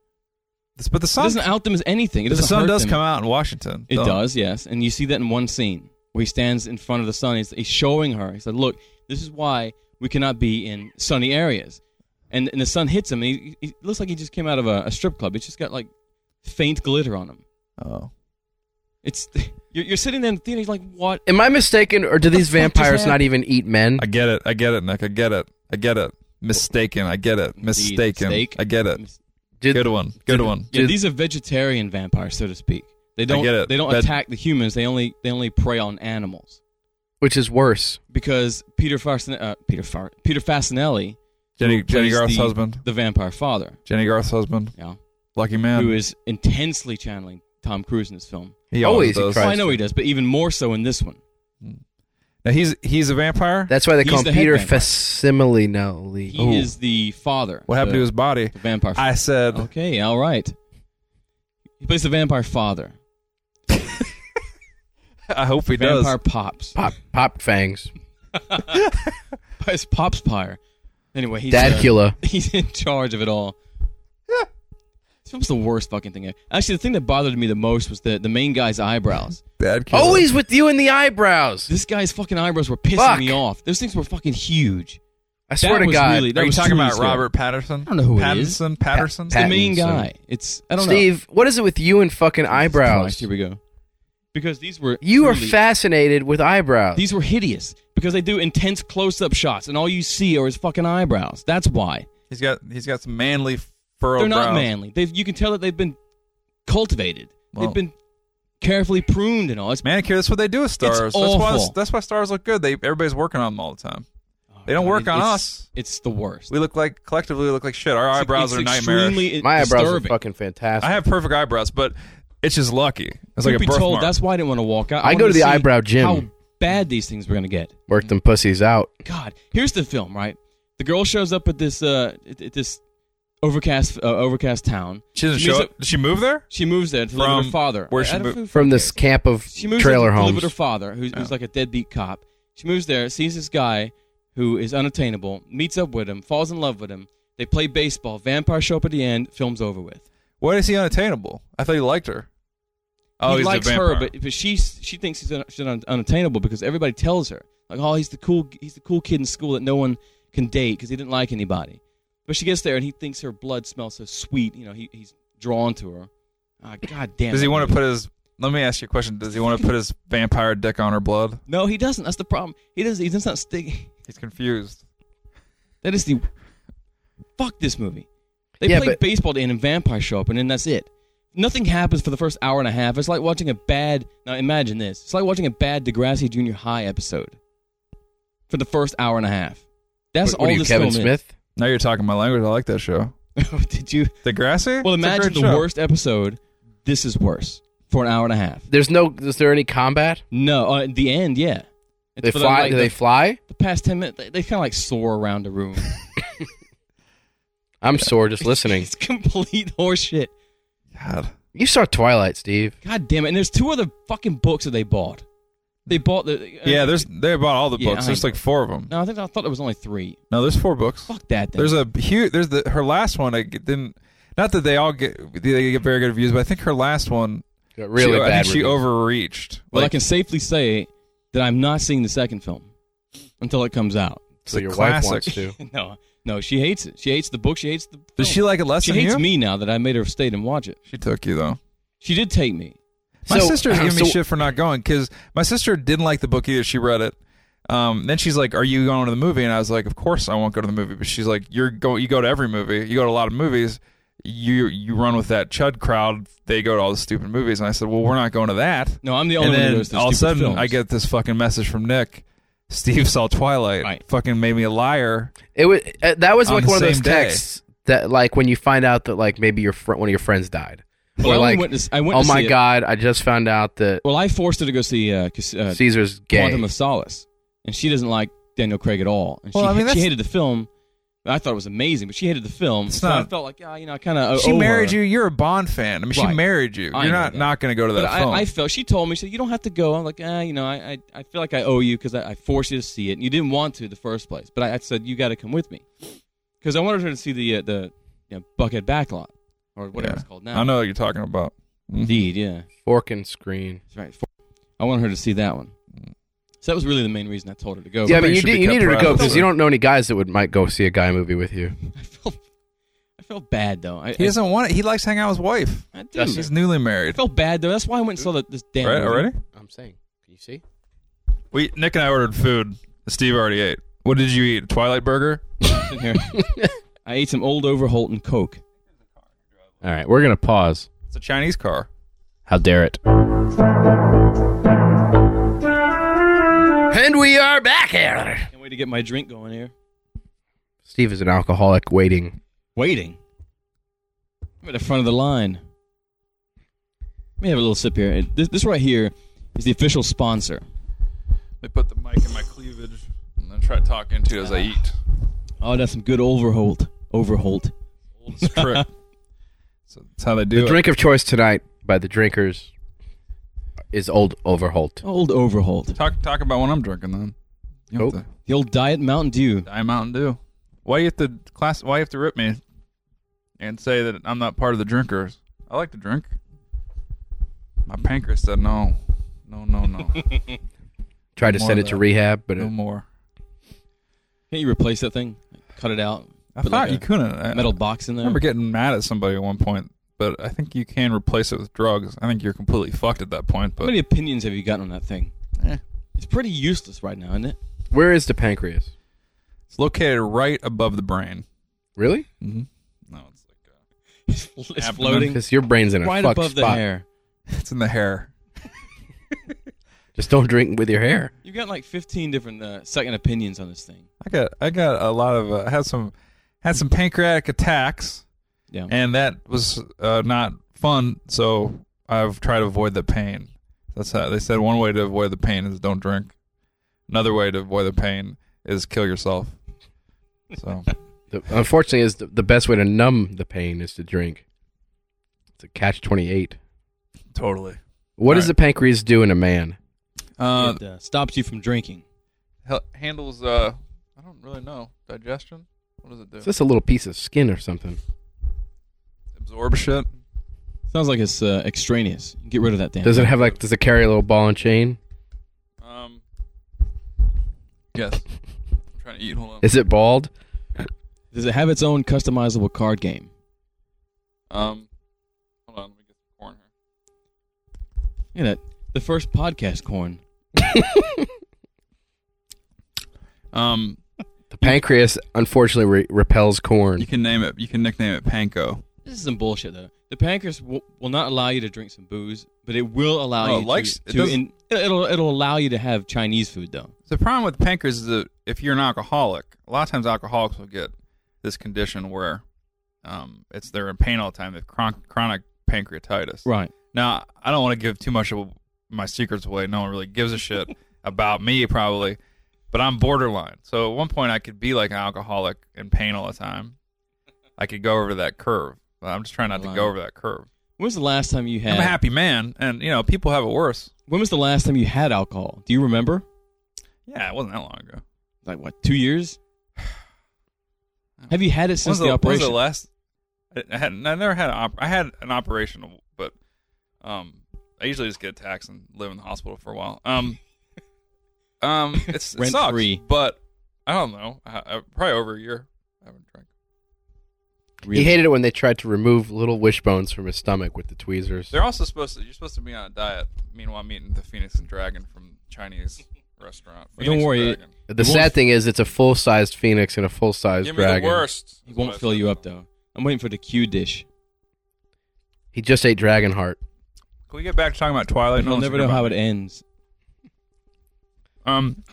Speaker 4: This- But the
Speaker 3: it
Speaker 4: sun,
Speaker 3: doesn't out them as anything. It
Speaker 4: the
Speaker 3: doesn't
Speaker 4: sun
Speaker 3: hurt
Speaker 4: does
Speaker 3: them.
Speaker 4: come out in Washington.
Speaker 3: It
Speaker 4: though.
Speaker 3: does, yes. And you see that in one scene where he stands in front of the sun. He's, he's showing her. He said, "Look, this is why we cannot be in sunny areas." And and the sun hits him. And he, he looks like he just came out of a, a strip club. He's just got like faint glitter on him.
Speaker 4: Oh,
Speaker 3: It's you're, you're sitting there in the theater. You're like, "What?"
Speaker 2: Am I mistaken, or do these
Speaker 3: fuck just
Speaker 2: vampires not
Speaker 3: happened?
Speaker 2: even eat men?
Speaker 4: I get it. I get it, Nick. I get it. I get it. Mistaken. I get it.
Speaker 3: Indeed.
Speaker 4: Mistaken.
Speaker 3: Steak.
Speaker 4: I get it.
Speaker 2: Did,
Speaker 4: Good one. Good one.
Speaker 3: Yeah,
Speaker 2: Did-
Speaker 3: these are vegetarian vampires, so to speak. They don't.
Speaker 4: get it.
Speaker 3: They don't
Speaker 4: That-
Speaker 3: attack the humans. They only they only prey on animals
Speaker 5: which is worse.
Speaker 3: because Peter Farcin, uh, Peter Far, Peter Fasinelli,
Speaker 4: Jenny,
Speaker 3: who
Speaker 4: Jenny
Speaker 3: plays
Speaker 4: Garth's
Speaker 3: the-
Speaker 4: husband.
Speaker 3: the vampire father,
Speaker 4: Jenny Garth's husband.
Speaker 3: yeah,
Speaker 4: Lucky man.
Speaker 3: who is intensely channeling Tom Cruise in this film.
Speaker 4: he
Speaker 5: always
Speaker 4: does.
Speaker 5: Christ.
Speaker 3: Well, I know he does, but even more so in this one.
Speaker 4: Now he's he's a vampire.
Speaker 5: That's why they call
Speaker 3: He's
Speaker 5: him
Speaker 3: the
Speaker 5: Peter
Speaker 3: head vampire.
Speaker 5: Facsimile now.
Speaker 3: He
Speaker 4: Ooh.
Speaker 3: is the father.
Speaker 4: what happened
Speaker 3: the- Oh,
Speaker 4: to his body?
Speaker 3: the vampire? fa-
Speaker 4: I said
Speaker 3: okay, all right. He plays the vampire father.
Speaker 4: I hope he does.
Speaker 3: Vampire pops.
Speaker 5: Pop, pop fangs.
Speaker 3: It's pops pyre. Anyway, he's uh,
Speaker 5: Dadcula.
Speaker 3: he's in charge of it all. this film's the worst fucking thing ever. Actually, the thing that bothered me the most was the, the main guy's eyebrows.
Speaker 4: Bad kid.
Speaker 5: Always with you in the eyebrows.
Speaker 3: This guy's fucking eyebrows were pissing
Speaker 5: Fuck.
Speaker 3: me off. Those things were fucking huge.
Speaker 5: I swear to
Speaker 3: was
Speaker 5: God.
Speaker 3: really- that
Speaker 4: Are you
Speaker 3: was
Speaker 4: talking
Speaker 3: truly
Speaker 4: about
Speaker 3: scary.
Speaker 4: Robert Patterson? I
Speaker 3: don't know who it is.
Speaker 4: Patterson. Patterson.
Speaker 3: It's the main
Speaker 5: Pattinson.
Speaker 3: guy. It's I don't know.
Speaker 5: Steve, what is it with you and fucking
Speaker 3: Christ,
Speaker 5: eyebrows?
Speaker 3: here we go. Because these were
Speaker 5: You are
Speaker 3: truly-
Speaker 5: fascinated with eyebrows.
Speaker 3: These were hideous because they do intense close-up shots, and all you see are his fucking eyebrows. That's why
Speaker 4: He's got he's got some manly furrowed
Speaker 3: they're not
Speaker 4: brows.
Speaker 3: manly. They've, you can tell that they've been cultivated.
Speaker 4: Well.
Speaker 3: they've been carefully pruned and all. It's
Speaker 4: Manicure. That's what they do with stars. that's why
Speaker 3: awful. Oh,
Speaker 4: that's why stars look good. They everybody's working on them all the time. They don't
Speaker 3: God,
Speaker 4: work
Speaker 3: it-
Speaker 4: on
Speaker 3: it's-
Speaker 4: us.
Speaker 3: It's the worst.
Speaker 4: We look like collectively we look like shit. Our eyebrows
Speaker 3: it's
Speaker 4: are nightmarish.
Speaker 3: extremely
Speaker 5: My eyebrows
Speaker 3: disturbing.
Speaker 5: are fucking fantastic.
Speaker 4: I have perfect eyebrows, but it's just lucky. It's
Speaker 3: Truth
Speaker 4: like a
Speaker 3: be
Speaker 4: birthmark.
Speaker 3: told, that's why I didn't want to walk out.
Speaker 5: I go
Speaker 3: wanted
Speaker 5: to the
Speaker 3: see
Speaker 5: eyebrow gym.
Speaker 3: How bad these things were going to get.
Speaker 5: Work them pussies out.
Speaker 3: God, here's the film, right? The girl shows up at this uh, at, at this overcast uh, overcast town.
Speaker 4: she doesn't
Speaker 3: She means
Speaker 4: show.
Speaker 3: that-
Speaker 4: Did she move there?
Speaker 3: She moves there to live with
Speaker 4: From
Speaker 3: her father.
Speaker 4: where
Speaker 3: I-
Speaker 4: she
Speaker 3: I don't
Speaker 4: moved-
Speaker 3: know who
Speaker 5: From
Speaker 3: cares.
Speaker 5: this camp of
Speaker 3: she moves
Speaker 5: trailer
Speaker 3: there to
Speaker 5: homes.
Speaker 3: live with her father, who's, who's
Speaker 4: Yeah.
Speaker 3: like a deadbeat cop. She moves there, sees this guy who is unattainable, meets up with him, falls in love with him. They play baseball. Vampires show up at the end. Film's over with.
Speaker 4: Why is he unattainable? I thought you liked her. Oh,
Speaker 3: he
Speaker 4: he's a
Speaker 3: likes her,
Speaker 4: vampire.
Speaker 3: but but she she thinks he's, un, she's un, unattainable because everybody tells her like, oh, he's the cool he's the cool kid in school that no one can date because he didn't like anybody. But she gets there and he thinks her blood smells so sweet. You know, he, he's drawn to her. Ah, God damn.
Speaker 4: does he
Speaker 3: that
Speaker 4: want
Speaker 3: movie.
Speaker 4: to put his? Let me ask you a question. Does he want to put his vampire dick on her blood?
Speaker 3: No, he doesn't. That's the problem. He does. He does not stick.
Speaker 4: He's confused.
Speaker 3: That is the fuck this movie. They
Speaker 5: Yeah,
Speaker 3: play
Speaker 5: but-
Speaker 3: baseball to end and vampires show up and then that's it. Nothing happens for the first hour and a half. It's like watching a bad now imagine this. It's like watching a bad Degrassi Junior High episode. For the first hour and a half. That's
Speaker 5: What-
Speaker 3: all
Speaker 5: what are you,
Speaker 3: this
Speaker 5: Kevin
Speaker 3: film
Speaker 5: Smith?
Speaker 4: Now you're talking my language. I like that show.
Speaker 3: is. Did you
Speaker 4: Degrassi.
Speaker 3: Well
Speaker 4: It's a
Speaker 3: imagine
Speaker 4: great
Speaker 3: the
Speaker 4: show.
Speaker 3: worst episode. This is worse. For an hour and a half.
Speaker 5: There's no. Is there any combat?
Speaker 3: No, uh, at the end, yeah.
Speaker 5: They
Speaker 3: It's for the,
Speaker 5: fly.
Speaker 3: like,
Speaker 5: do
Speaker 3: the,
Speaker 5: they fly?
Speaker 3: the past ten minutes they, they kinda like soar around the room.
Speaker 5: I'm sore just listening.
Speaker 3: it's complete horseshit.
Speaker 4: God.
Speaker 5: You saw Twilight, Steve.
Speaker 3: God damn it! And there's two other fucking books that they bought. They bought the
Speaker 4: Yeah, there's they bought all the
Speaker 3: Yeah,
Speaker 4: books.
Speaker 3: I
Speaker 4: There's
Speaker 3: know.
Speaker 4: like four of them.
Speaker 3: no. I think I thought there was only three.
Speaker 4: No, there's four books.
Speaker 3: Fuck that. Thing.
Speaker 4: There's a huge. There's the her last one. I g- didn't. Not that they all get they get very good reviews, but I think her last one
Speaker 5: Got Really
Speaker 4: she, I
Speaker 5: bad.
Speaker 4: think she
Speaker 5: reviews.
Speaker 4: overreached.
Speaker 3: well, I
Speaker 4: Like,
Speaker 3: can safely say that I'm not seeing the second film until it comes out.
Speaker 4: it's
Speaker 5: So
Speaker 4: a
Speaker 5: your
Speaker 4: classic.
Speaker 5: wife wants to.
Speaker 3: no, no, she hates it. She hates the book. She hates the. Film.
Speaker 4: Does she like it less
Speaker 3: She
Speaker 4: than
Speaker 3: hates
Speaker 4: you?
Speaker 3: me now that I made her stay and watch it.
Speaker 4: She took you though.
Speaker 3: She did take me.
Speaker 4: My
Speaker 5: So-
Speaker 4: sister's giving
Speaker 5: so-
Speaker 4: me shit for not going because my sister didn't like the book either. She read it. Um, then she's like, "Are you going to the movie?" And I was like, "Of course I won't go to the movie." But she's like, "You're go. You go to every movie. You go to a lot of movies. You you run with that chud crowd. They go to all the stupid movies." And I said, "Well, we're not going to that."
Speaker 3: No, I'm the
Speaker 4: and
Speaker 3: only one
Speaker 4: then
Speaker 3: who knows the
Speaker 4: all of a
Speaker 3: stupid
Speaker 4: sudden,
Speaker 3: films.
Speaker 4: I get this fucking message from Nick. Steve saw Twilight.
Speaker 3: Right.
Speaker 4: Fucking made me a liar.
Speaker 5: It was uh, that was
Speaker 4: On
Speaker 5: like
Speaker 4: the
Speaker 5: one of those
Speaker 4: same day.
Speaker 5: texts that like when you find out that like maybe your fr- one of your friends died.
Speaker 3: Well, I
Speaker 5: or
Speaker 3: only
Speaker 5: like,
Speaker 3: went to s- I went
Speaker 5: oh
Speaker 3: to
Speaker 5: my
Speaker 3: see it.
Speaker 5: god, I just found out that
Speaker 3: Well, I forced her to go see uh, Cas- uh,
Speaker 5: Caesar's gay.
Speaker 3: Quantum of Solace, and she doesn't like Daniel Craig at all. And
Speaker 4: Well,
Speaker 3: she,
Speaker 4: I mean,
Speaker 3: she
Speaker 4: that's-
Speaker 3: hated the film. I thought it was amazing, but she hated the film.
Speaker 4: It's
Speaker 3: so I
Speaker 4: not-
Speaker 3: felt like, yeah, you know, I kind of.
Speaker 4: she married you. You're a Bond fan. I mean, she
Speaker 3: Right.
Speaker 4: married you.
Speaker 3: I
Speaker 4: You're
Speaker 3: know
Speaker 4: not
Speaker 3: that.
Speaker 4: not going to go to that
Speaker 3: But
Speaker 4: film.
Speaker 3: I, I felt she told me she said you don't have to go. I'm like, ah, you know, I I, I feel like I owe you because I, I forced you to see it, and you didn't want to in the first place. But I, I said you got to come with me because I wanted her to see the uh, the you know, Buckhead Backlot or whatever
Speaker 4: Yeah.
Speaker 3: it's called now.
Speaker 4: I know what you're talking about. Mhm.
Speaker 3: Indeed, yeah,
Speaker 5: fork and screen.
Speaker 3: That's right. I wanted her to see that one.
Speaker 4: Mm.
Speaker 3: So that was really the main reason I told her to go.
Speaker 5: yeah, I
Speaker 4: think
Speaker 5: mean
Speaker 4: it
Speaker 5: you,
Speaker 4: should
Speaker 5: did,
Speaker 4: be
Speaker 5: you
Speaker 4: kept
Speaker 5: needed to go
Speaker 4: private.
Speaker 5: because you don't know any guys that would might go see a guy movie with you.
Speaker 3: I felt I felt bad though. I,
Speaker 4: He doesn't want it. He likes hanging out with his wife.
Speaker 3: I, I do.
Speaker 4: She's newly
Speaker 3: I
Speaker 4: married.
Speaker 3: felt bad though. That's why I went and saw the, this damn.
Speaker 4: Right
Speaker 3: movie.
Speaker 4: already?
Speaker 5: I'm saying, can you see?
Speaker 4: We Nick and I ordered food. Steve already ate. What did you eat? Twilight burger.
Speaker 3: Sitting here. I ate some old overholt and coke.
Speaker 5: All right, we're gonna pause.
Speaker 4: It's a Chinese car.
Speaker 6: How dare it?
Speaker 2: And we are back here.
Speaker 3: Can't wait to get my drink going here.
Speaker 2: Steve is an alcoholic waiting.
Speaker 3: Waiting. I'm at the front of the line. Let me have a little sip here. It- This, this right here is the official sponsor.
Speaker 4: They put the mic in my cleavage and then try to talk into it as I eat.
Speaker 3: Oh, that's some good Overholt. Overholt.
Speaker 4: Oldest trick. so that's how they do
Speaker 2: The
Speaker 4: it.
Speaker 2: drink of choice tonight by the drinkers is Old Overholt.
Speaker 3: Old Overholt.
Speaker 4: Talk talk about what I'm drinking then. You have
Speaker 2: Oh.
Speaker 4: to
Speaker 3: The old Diet Mountain Dew.
Speaker 4: die Mountain Dew. Why you have to class? Why you have to rip me and say that I'm not part of the drinkers? I like to drink. My pancreas said no, no, no, no,
Speaker 2: Tried to
Speaker 4: More
Speaker 2: send
Speaker 4: of
Speaker 2: it to
Speaker 4: that.
Speaker 2: rehab, but
Speaker 4: no
Speaker 2: it,
Speaker 4: more.
Speaker 3: Can't you replace that thing? Cut it out.
Speaker 4: I
Speaker 3: Put
Speaker 4: thought
Speaker 3: like a
Speaker 4: you couldn't. I,
Speaker 3: Metal box in
Speaker 4: I
Speaker 3: there.
Speaker 4: remember getting mad at somebody at one point, but I think you can replace it with drugs. I think you're completely fucked at that point.
Speaker 3: How
Speaker 4: But
Speaker 3: many opinions have you gotten on that thing?
Speaker 4: Eh.
Speaker 3: It's pretty useless right now, isn't it?
Speaker 2: where is the pancreas?
Speaker 4: it's located right above the brain.
Speaker 2: Really?
Speaker 4: No, it's like
Speaker 3: It's, it's
Speaker 4: Abdomen.
Speaker 3: floating
Speaker 2: Because your brain's in a
Speaker 3: right
Speaker 2: fuck
Speaker 3: above the
Speaker 2: spot.
Speaker 3: hair.
Speaker 4: uh, it's in the hair.
Speaker 2: Just don't drink with your hair.
Speaker 3: You've got like 15 different uh, second opinions on this thing.
Speaker 4: I got I got a lot of uh, had some had some pancreatic attacks,
Speaker 3: Yeah.
Speaker 4: and that was uh, not fun. So I've tried to avoid the pain. That's how they said one way to avoid the pain is don't drink. Another way to avoid the pain is kill yourself. So
Speaker 2: The, unfortunately, is the, the best way to numb the pain is to drink. It's a catch twenty eight.
Speaker 4: totally.
Speaker 2: What
Speaker 4: All
Speaker 2: does
Speaker 4: right.
Speaker 2: the pancreas do in a man?
Speaker 4: Uh,
Speaker 3: it uh, stops you from drinking.
Speaker 4: hel- handles. Uh, I don't really know digestion. What does it do?
Speaker 2: It's just a little piece of skin or something.
Speaker 4: Absorb shit.
Speaker 3: Sounds like it's uh, extraneous. Get rid of that damn.
Speaker 2: Does it have like? Does it carry a little ball and chain?
Speaker 4: Um. Yes. I'm trying to eat. Hold on.
Speaker 2: Is it bald?
Speaker 3: Does it have its own customizable card game?
Speaker 4: Um. Hold on. Let me get some corn here.
Speaker 3: Look at that. The first podcast corn.
Speaker 4: Um,
Speaker 2: The pancreas unfortunately re- repels corn.
Speaker 4: you can name it. You can nickname it Panko.
Speaker 3: This is some bullshit, though. The pancreas w- will not allow you to drink some booze, but it will allow
Speaker 4: Oh,
Speaker 3: you
Speaker 4: it likes-
Speaker 3: to.
Speaker 4: it
Speaker 3: to
Speaker 4: doesn't-
Speaker 3: in- it'll it'll allow you to have Chinese food, though.
Speaker 4: The problem with pancreas is that if you're an alcoholic, a lot of times alcoholics will get this condition where, um, it's they're in pain all the time. They have chron- chronic pancreatitis.
Speaker 3: Right.
Speaker 4: Now, I don't want to give too much of my secrets away. No one really gives a shit about me, probably, but I'm borderline. So at one point, I could be like an alcoholic in pain all the time. I could go over that curve. But I'm just trying not to
Speaker 3: Wow.
Speaker 4: go over that curve.
Speaker 3: When was the last time you had?
Speaker 4: I'm a happy man, and you know people have it worse.
Speaker 3: When was the last time you had alcohol? Do you remember?
Speaker 4: Yeah, it wasn't that long ago.
Speaker 3: Like what? Two years? Have you had it since
Speaker 4: When's
Speaker 3: the,
Speaker 4: when's
Speaker 3: operation?
Speaker 4: the last? I- I, had, I never had an op, I had an operation, but um, I usually just get attacks and live in the hospital for a while. Um, um, it's it
Speaker 3: Rent
Speaker 4: sucks,
Speaker 3: free.
Speaker 4: but I don't know. I, I, probably over a year. I haven't drank.
Speaker 3: Really?
Speaker 2: He hated it when they tried to remove little wishbones from his stomach with the tweezers.
Speaker 4: They're also supposed to. You're supposed to be on a diet. Meanwhile, I'm eating the Phoenix and Dragon from Chinese restaurant.
Speaker 3: Well, don't
Speaker 4: Phoenix and
Speaker 3: worry,
Speaker 4: Dragon.
Speaker 2: The
Speaker 3: It won't-
Speaker 2: sad thing is, it's a full sized phoenix and a full sized
Speaker 4: Give
Speaker 2: dragon.
Speaker 4: me the worst.
Speaker 3: He
Speaker 4: is
Speaker 3: won't
Speaker 4: what I
Speaker 3: fill
Speaker 4: said.
Speaker 3: you up though. I'm waiting for the Q dish.
Speaker 2: He just ate dragon heart.
Speaker 4: Can we get back to talking about Twilight?
Speaker 3: I'll
Speaker 4: one's
Speaker 3: never
Speaker 4: heard
Speaker 3: know
Speaker 4: about
Speaker 3: how it ends.
Speaker 4: Um,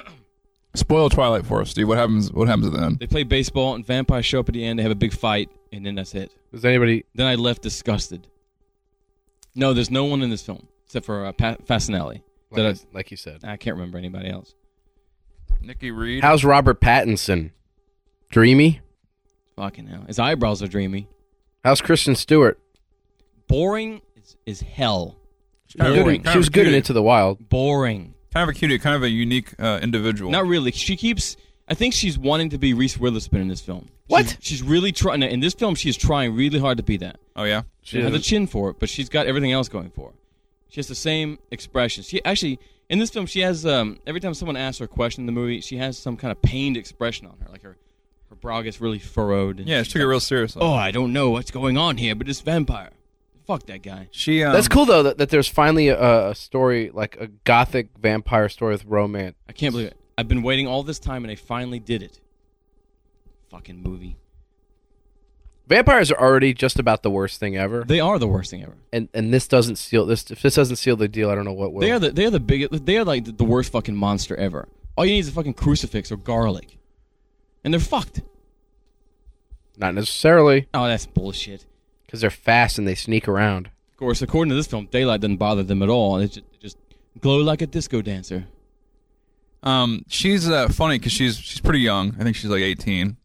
Speaker 4: spoil Twilight for us, Steve. What happens? What happens at the end?
Speaker 3: They play baseball and vampires show up at the end. They have a big fight, and then that's it.
Speaker 2: Does anybody?
Speaker 3: Then I left disgusted. No, there's no one in this film except for uh, pa- Fasinelli.
Speaker 2: Like,
Speaker 3: That
Speaker 2: I- like you said,
Speaker 3: I, I can't remember anybody else.
Speaker 4: Nikki Reed.
Speaker 2: how's Robert Pattinson? Dreamy.
Speaker 3: Fucking hell, his eyebrows are dreamy.
Speaker 2: How's Kristen Stewart?
Speaker 3: Boring is, is hell.
Speaker 4: Kind of-
Speaker 2: Good-
Speaker 4: kind
Speaker 2: She was
Speaker 4: of
Speaker 2: good in
Speaker 4: cutie.
Speaker 2: Into the Wild.
Speaker 3: Boring.
Speaker 4: Kind of a cutie, kind of a unique uh, individual.
Speaker 3: Not really. She keeps. I think she's wanting to be Reese Witherspoon in this film.
Speaker 2: What?
Speaker 3: She's, she's really trying. In this film, she's trying really hard to be that.
Speaker 4: oh yeah,
Speaker 3: She doesn't have the chin for it, but she's got everything else going for her. She has the same expression. She actually in this film, she has um, every time someone asks her a question in the movie, she has some kind of pained expression on her, like her her brow gets really furrowed. And
Speaker 4: yeah.
Speaker 3: she's
Speaker 4: She took it
Speaker 3: like,
Speaker 4: real seriously.
Speaker 3: Oh, I don't know what's going on here, but this vampire. Fuck that guy.
Speaker 4: she. Um,
Speaker 2: That's cool though that, that there's finally a, a story like a gothic vampire story with romance.
Speaker 3: I can't believe it. I've been waiting all this time, and they finally did it. Fucking movie.
Speaker 5: Vampires are already just about the worst thing ever,
Speaker 3: They are the worst thing ever.
Speaker 5: and and this doesn't seal this. If this doesn't seal the deal, I don't know what will.
Speaker 3: They are the they are the biggest. They are like the, the worst fucking monster ever. All you need is a fucking crucifix or garlic, and they're fucked.
Speaker 5: Not necessarily
Speaker 3: Oh, that's bullshit.
Speaker 5: because they're fast and they sneak around.
Speaker 3: Of course, according to this film, daylight doesn't bother them at all. They just, just glow like a disco dancer.
Speaker 4: Um, she's uh, funny because she's she's pretty young. I think she's like 18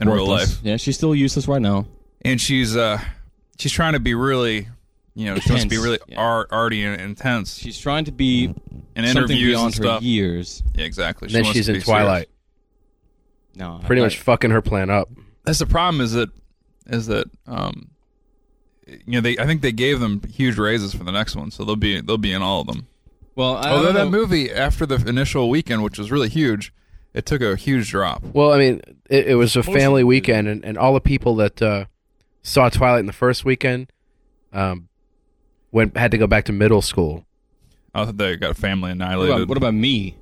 Speaker 4: in real life,
Speaker 3: Worthless. Yeah, she's still useless right now.
Speaker 4: and she's uh she's trying to be really, you know, she wants to be
Speaker 3: Intense,
Speaker 4: really
Speaker 3: yeah.
Speaker 4: ar- arty and intense.
Speaker 3: She's trying to be
Speaker 4: and
Speaker 3: something
Speaker 4: Mm. interviews
Speaker 3: beyond
Speaker 4: and
Speaker 3: her
Speaker 4: stuff.
Speaker 3: years.
Speaker 4: Yeah, exactly.
Speaker 5: then
Speaker 4: wants
Speaker 5: she's
Speaker 4: to
Speaker 5: in
Speaker 4: be
Speaker 5: Twilight,
Speaker 4: serious.
Speaker 3: No,
Speaker 5: pretty
Speaker 3: I-
Speaker 5: much fucking her plan up.
Speaker 4: That's the problem. Is that is that um, you know they I think they gave them huge raises for the next one, so they'll be they'll be in all of them.
Speaker 3: Well, I
Speaker 4: Although
Speaker 3: don't
Speaker 4: that
Speaker 3: know.
Speaker 4: movie after the initial weekend, which was really huge, it took a huge drop.
Speaker 5: Well, I mean, it, it was a
Speaker 3: course
Speaker 5: family
Speaker 3: it did.
Speaker 5: weekend, and, and all the people that uh, saw Twilight in the first weekend, um, went had to go back to middle school.
Speaker 4: I thought they got family
Speaker 3: What
Speaker 4: annihilated.
Speaker 3: about, what about me?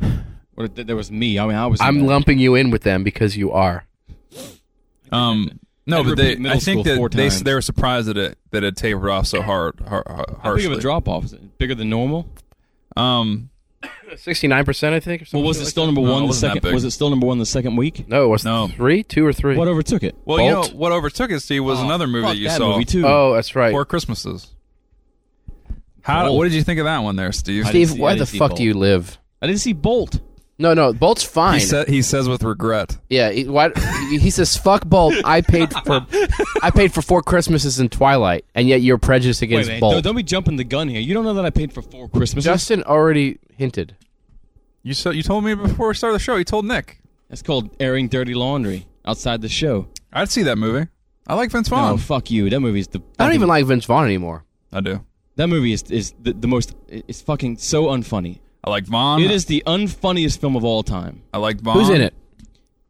Speaker 3: What if th- there was me? I mean, I was. in
Speaker 5: I'm
Speaker 3: that.
Speaker 5: lumping you in with them because you are.
Speaker 4: Um, no,
Speaker 3: I'd
Speaker 4: but they.
Speaker 3: repeat middle
Speaker 4: I think
Speaker 3: school four
Speaker 4: that they
Speaker 3: times.
Speaker 4: they were surprised that it that it tapered off so hard, har- har-
Speaker 3: How
Speaker 4: harshly.
Speaker 3: big of a drop off? Is it bigger than normal?
Speaker 4: Um,
Speaker 5: Sixty nine percent, I think. Or
Speaker 3: Well,
Speaker 5: something
Speaker 3: was it
Speaker 5: like
Speaker 3: still number
Speaker 4: No,
Speaker 3: one
Speaker 4: it
Speaker 3: the
Speaker 4: wasn't that
Speaker 3: second?
Speaker 4: big.
Speaker 3: Was it still number one the second week?
Speaker 5: that. no, it was
Speaker 4: No.
Speaker 5: three, two or three.
Speaker 3: What overtook it?
Speaker 4: well,
Speaker 5: Bolt?
Speaker 4: you know what overtook it, Steve, was
Speaker 3: Oh,
Speaker 4: another movie
Speaker 3: fuck
Speaker 4: you
Speaker 3: that
Speaker 4: saw,
Speaker 3: Movie too.
Speaker 5: oh, that's right.
Speaker 4: Four Christmases. How?
Speaker 3: Bolt.
Speaker 4: What did you think of that one, there, Steve?
Speaker 3: Oh. I didn't
Speaker 2: Steve,
Speaker 3: see- I
Speaker 2: why
Speaker 3: didn't
Speaker 2: the
Speaker 3: see
Speaker 2: fuck
Speaker 3: Bolt.
Speaker 2: do you live?
Speaker 3: I didn't see Bolt.
Speaker 2: No, no, Bolt's fine.
Speaker 4: He, sa- he says with regret.
Speaker 2: yeah, he, why, he he says fuck Bolt. I paid for I paid for four Christmases and Twilight, and yet you're prejudiced
Speaker 3: Wait,
Speaker 2: against
Speaker 3: man,
Speaker 2: Bolt.
Speaker 3: don't, don't be jumping the gun here. You don't know that I paid for four Christmases.
Speaker 2: Justin already hinted.
Speaker 4: You said you told me before we started the show. You told Nick.
Speaker 3: That's called airing dirty laundry outside the show.
Speaker 4: I'd see that movie. I like Vince
Speaker 3: Oh,
Speaker 4: Vaughn.
Speaker 3: fuck you. That movie is the.
Speaker 2: I don't even like Vince Vaughn anymore.
Speaker 4: I do.
Speaker 3: That movie is is the, the most. It's fucking so unfunny.
Speaker 4: I like Vaughn.
Speaker 3: It is the unfunniest film of all time.
Speaker 4: I like Vaughn.
Speaker 2: Who's in it?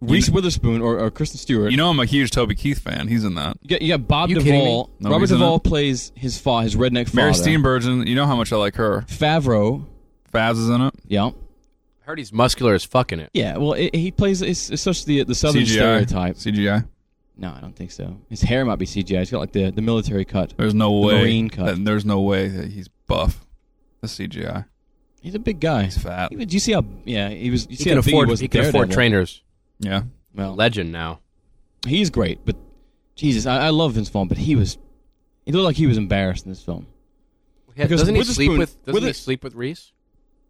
Speaker 3: Reese Witherspoon or, or Kristen Stewart.
Speaker 4: You know, I'm a huge Toby Keith fan. He's in that.
Speaker 3: You got, you got Bob
Speaker 2: You kidding
Speaker 3: Duvall.
Speaker 4: me? No,
Speaker 3: Robert
Speaker 4: he's in
Speaker 3: Duvall
Speaker 4: it.
Speaker 3: plays his fa- his redneck
Speaker 4: Mary
Speaker 3: father.
Speaker 4: Steenburgen. You know how much I like her.
Speaker 3: Favreau.
Speaker 4: Faz is in it.
Speaker 3: Yeah.
Speaker 2: I heard he's muscular as fucking it.
Speaker 3: Yeah. Well, it, he plays. It's, it's such the the southern
Speaker 4: CGI.
Speaker 3: stereotype.
Speaker 4: CGI.
Speaker 3: No, I don't think so. His hair might be CGI. He's got like the, the military cut.
Speaker 4: There's no way.
Speaker 3: Marine cut.
Speaker 4: that- there's no way that he's buff. The CGI.
Speaker 3: He's a big guy.
Speaker 4: He's fat.
Speaker 3: He, did you see how? Yeah, he was. You
Speaker 2: He
Speaker 3: see
Speaker 2: can
Speaker 3: how big
Speaker 2: afford
Speaker 3: he was. in
Speaker 2: he can afford
Speaker 3: Daredevil?
Speaker 2: trainers.
Speaker 4: Yeah.
Speaker 3: Well,
Speaker 2: Legend now.
Speaker 3: he's great, but Jesus, I, I love Vince Vaughn, but he was. He looked like he was embarrassed in this film. Because
Speaker 2: doesn't he sleep
Speaker 3: Witherspoon-
Speaker 2: with doesn't he
Speaker 3: Wither-
Speaker 2: sleep with Reese?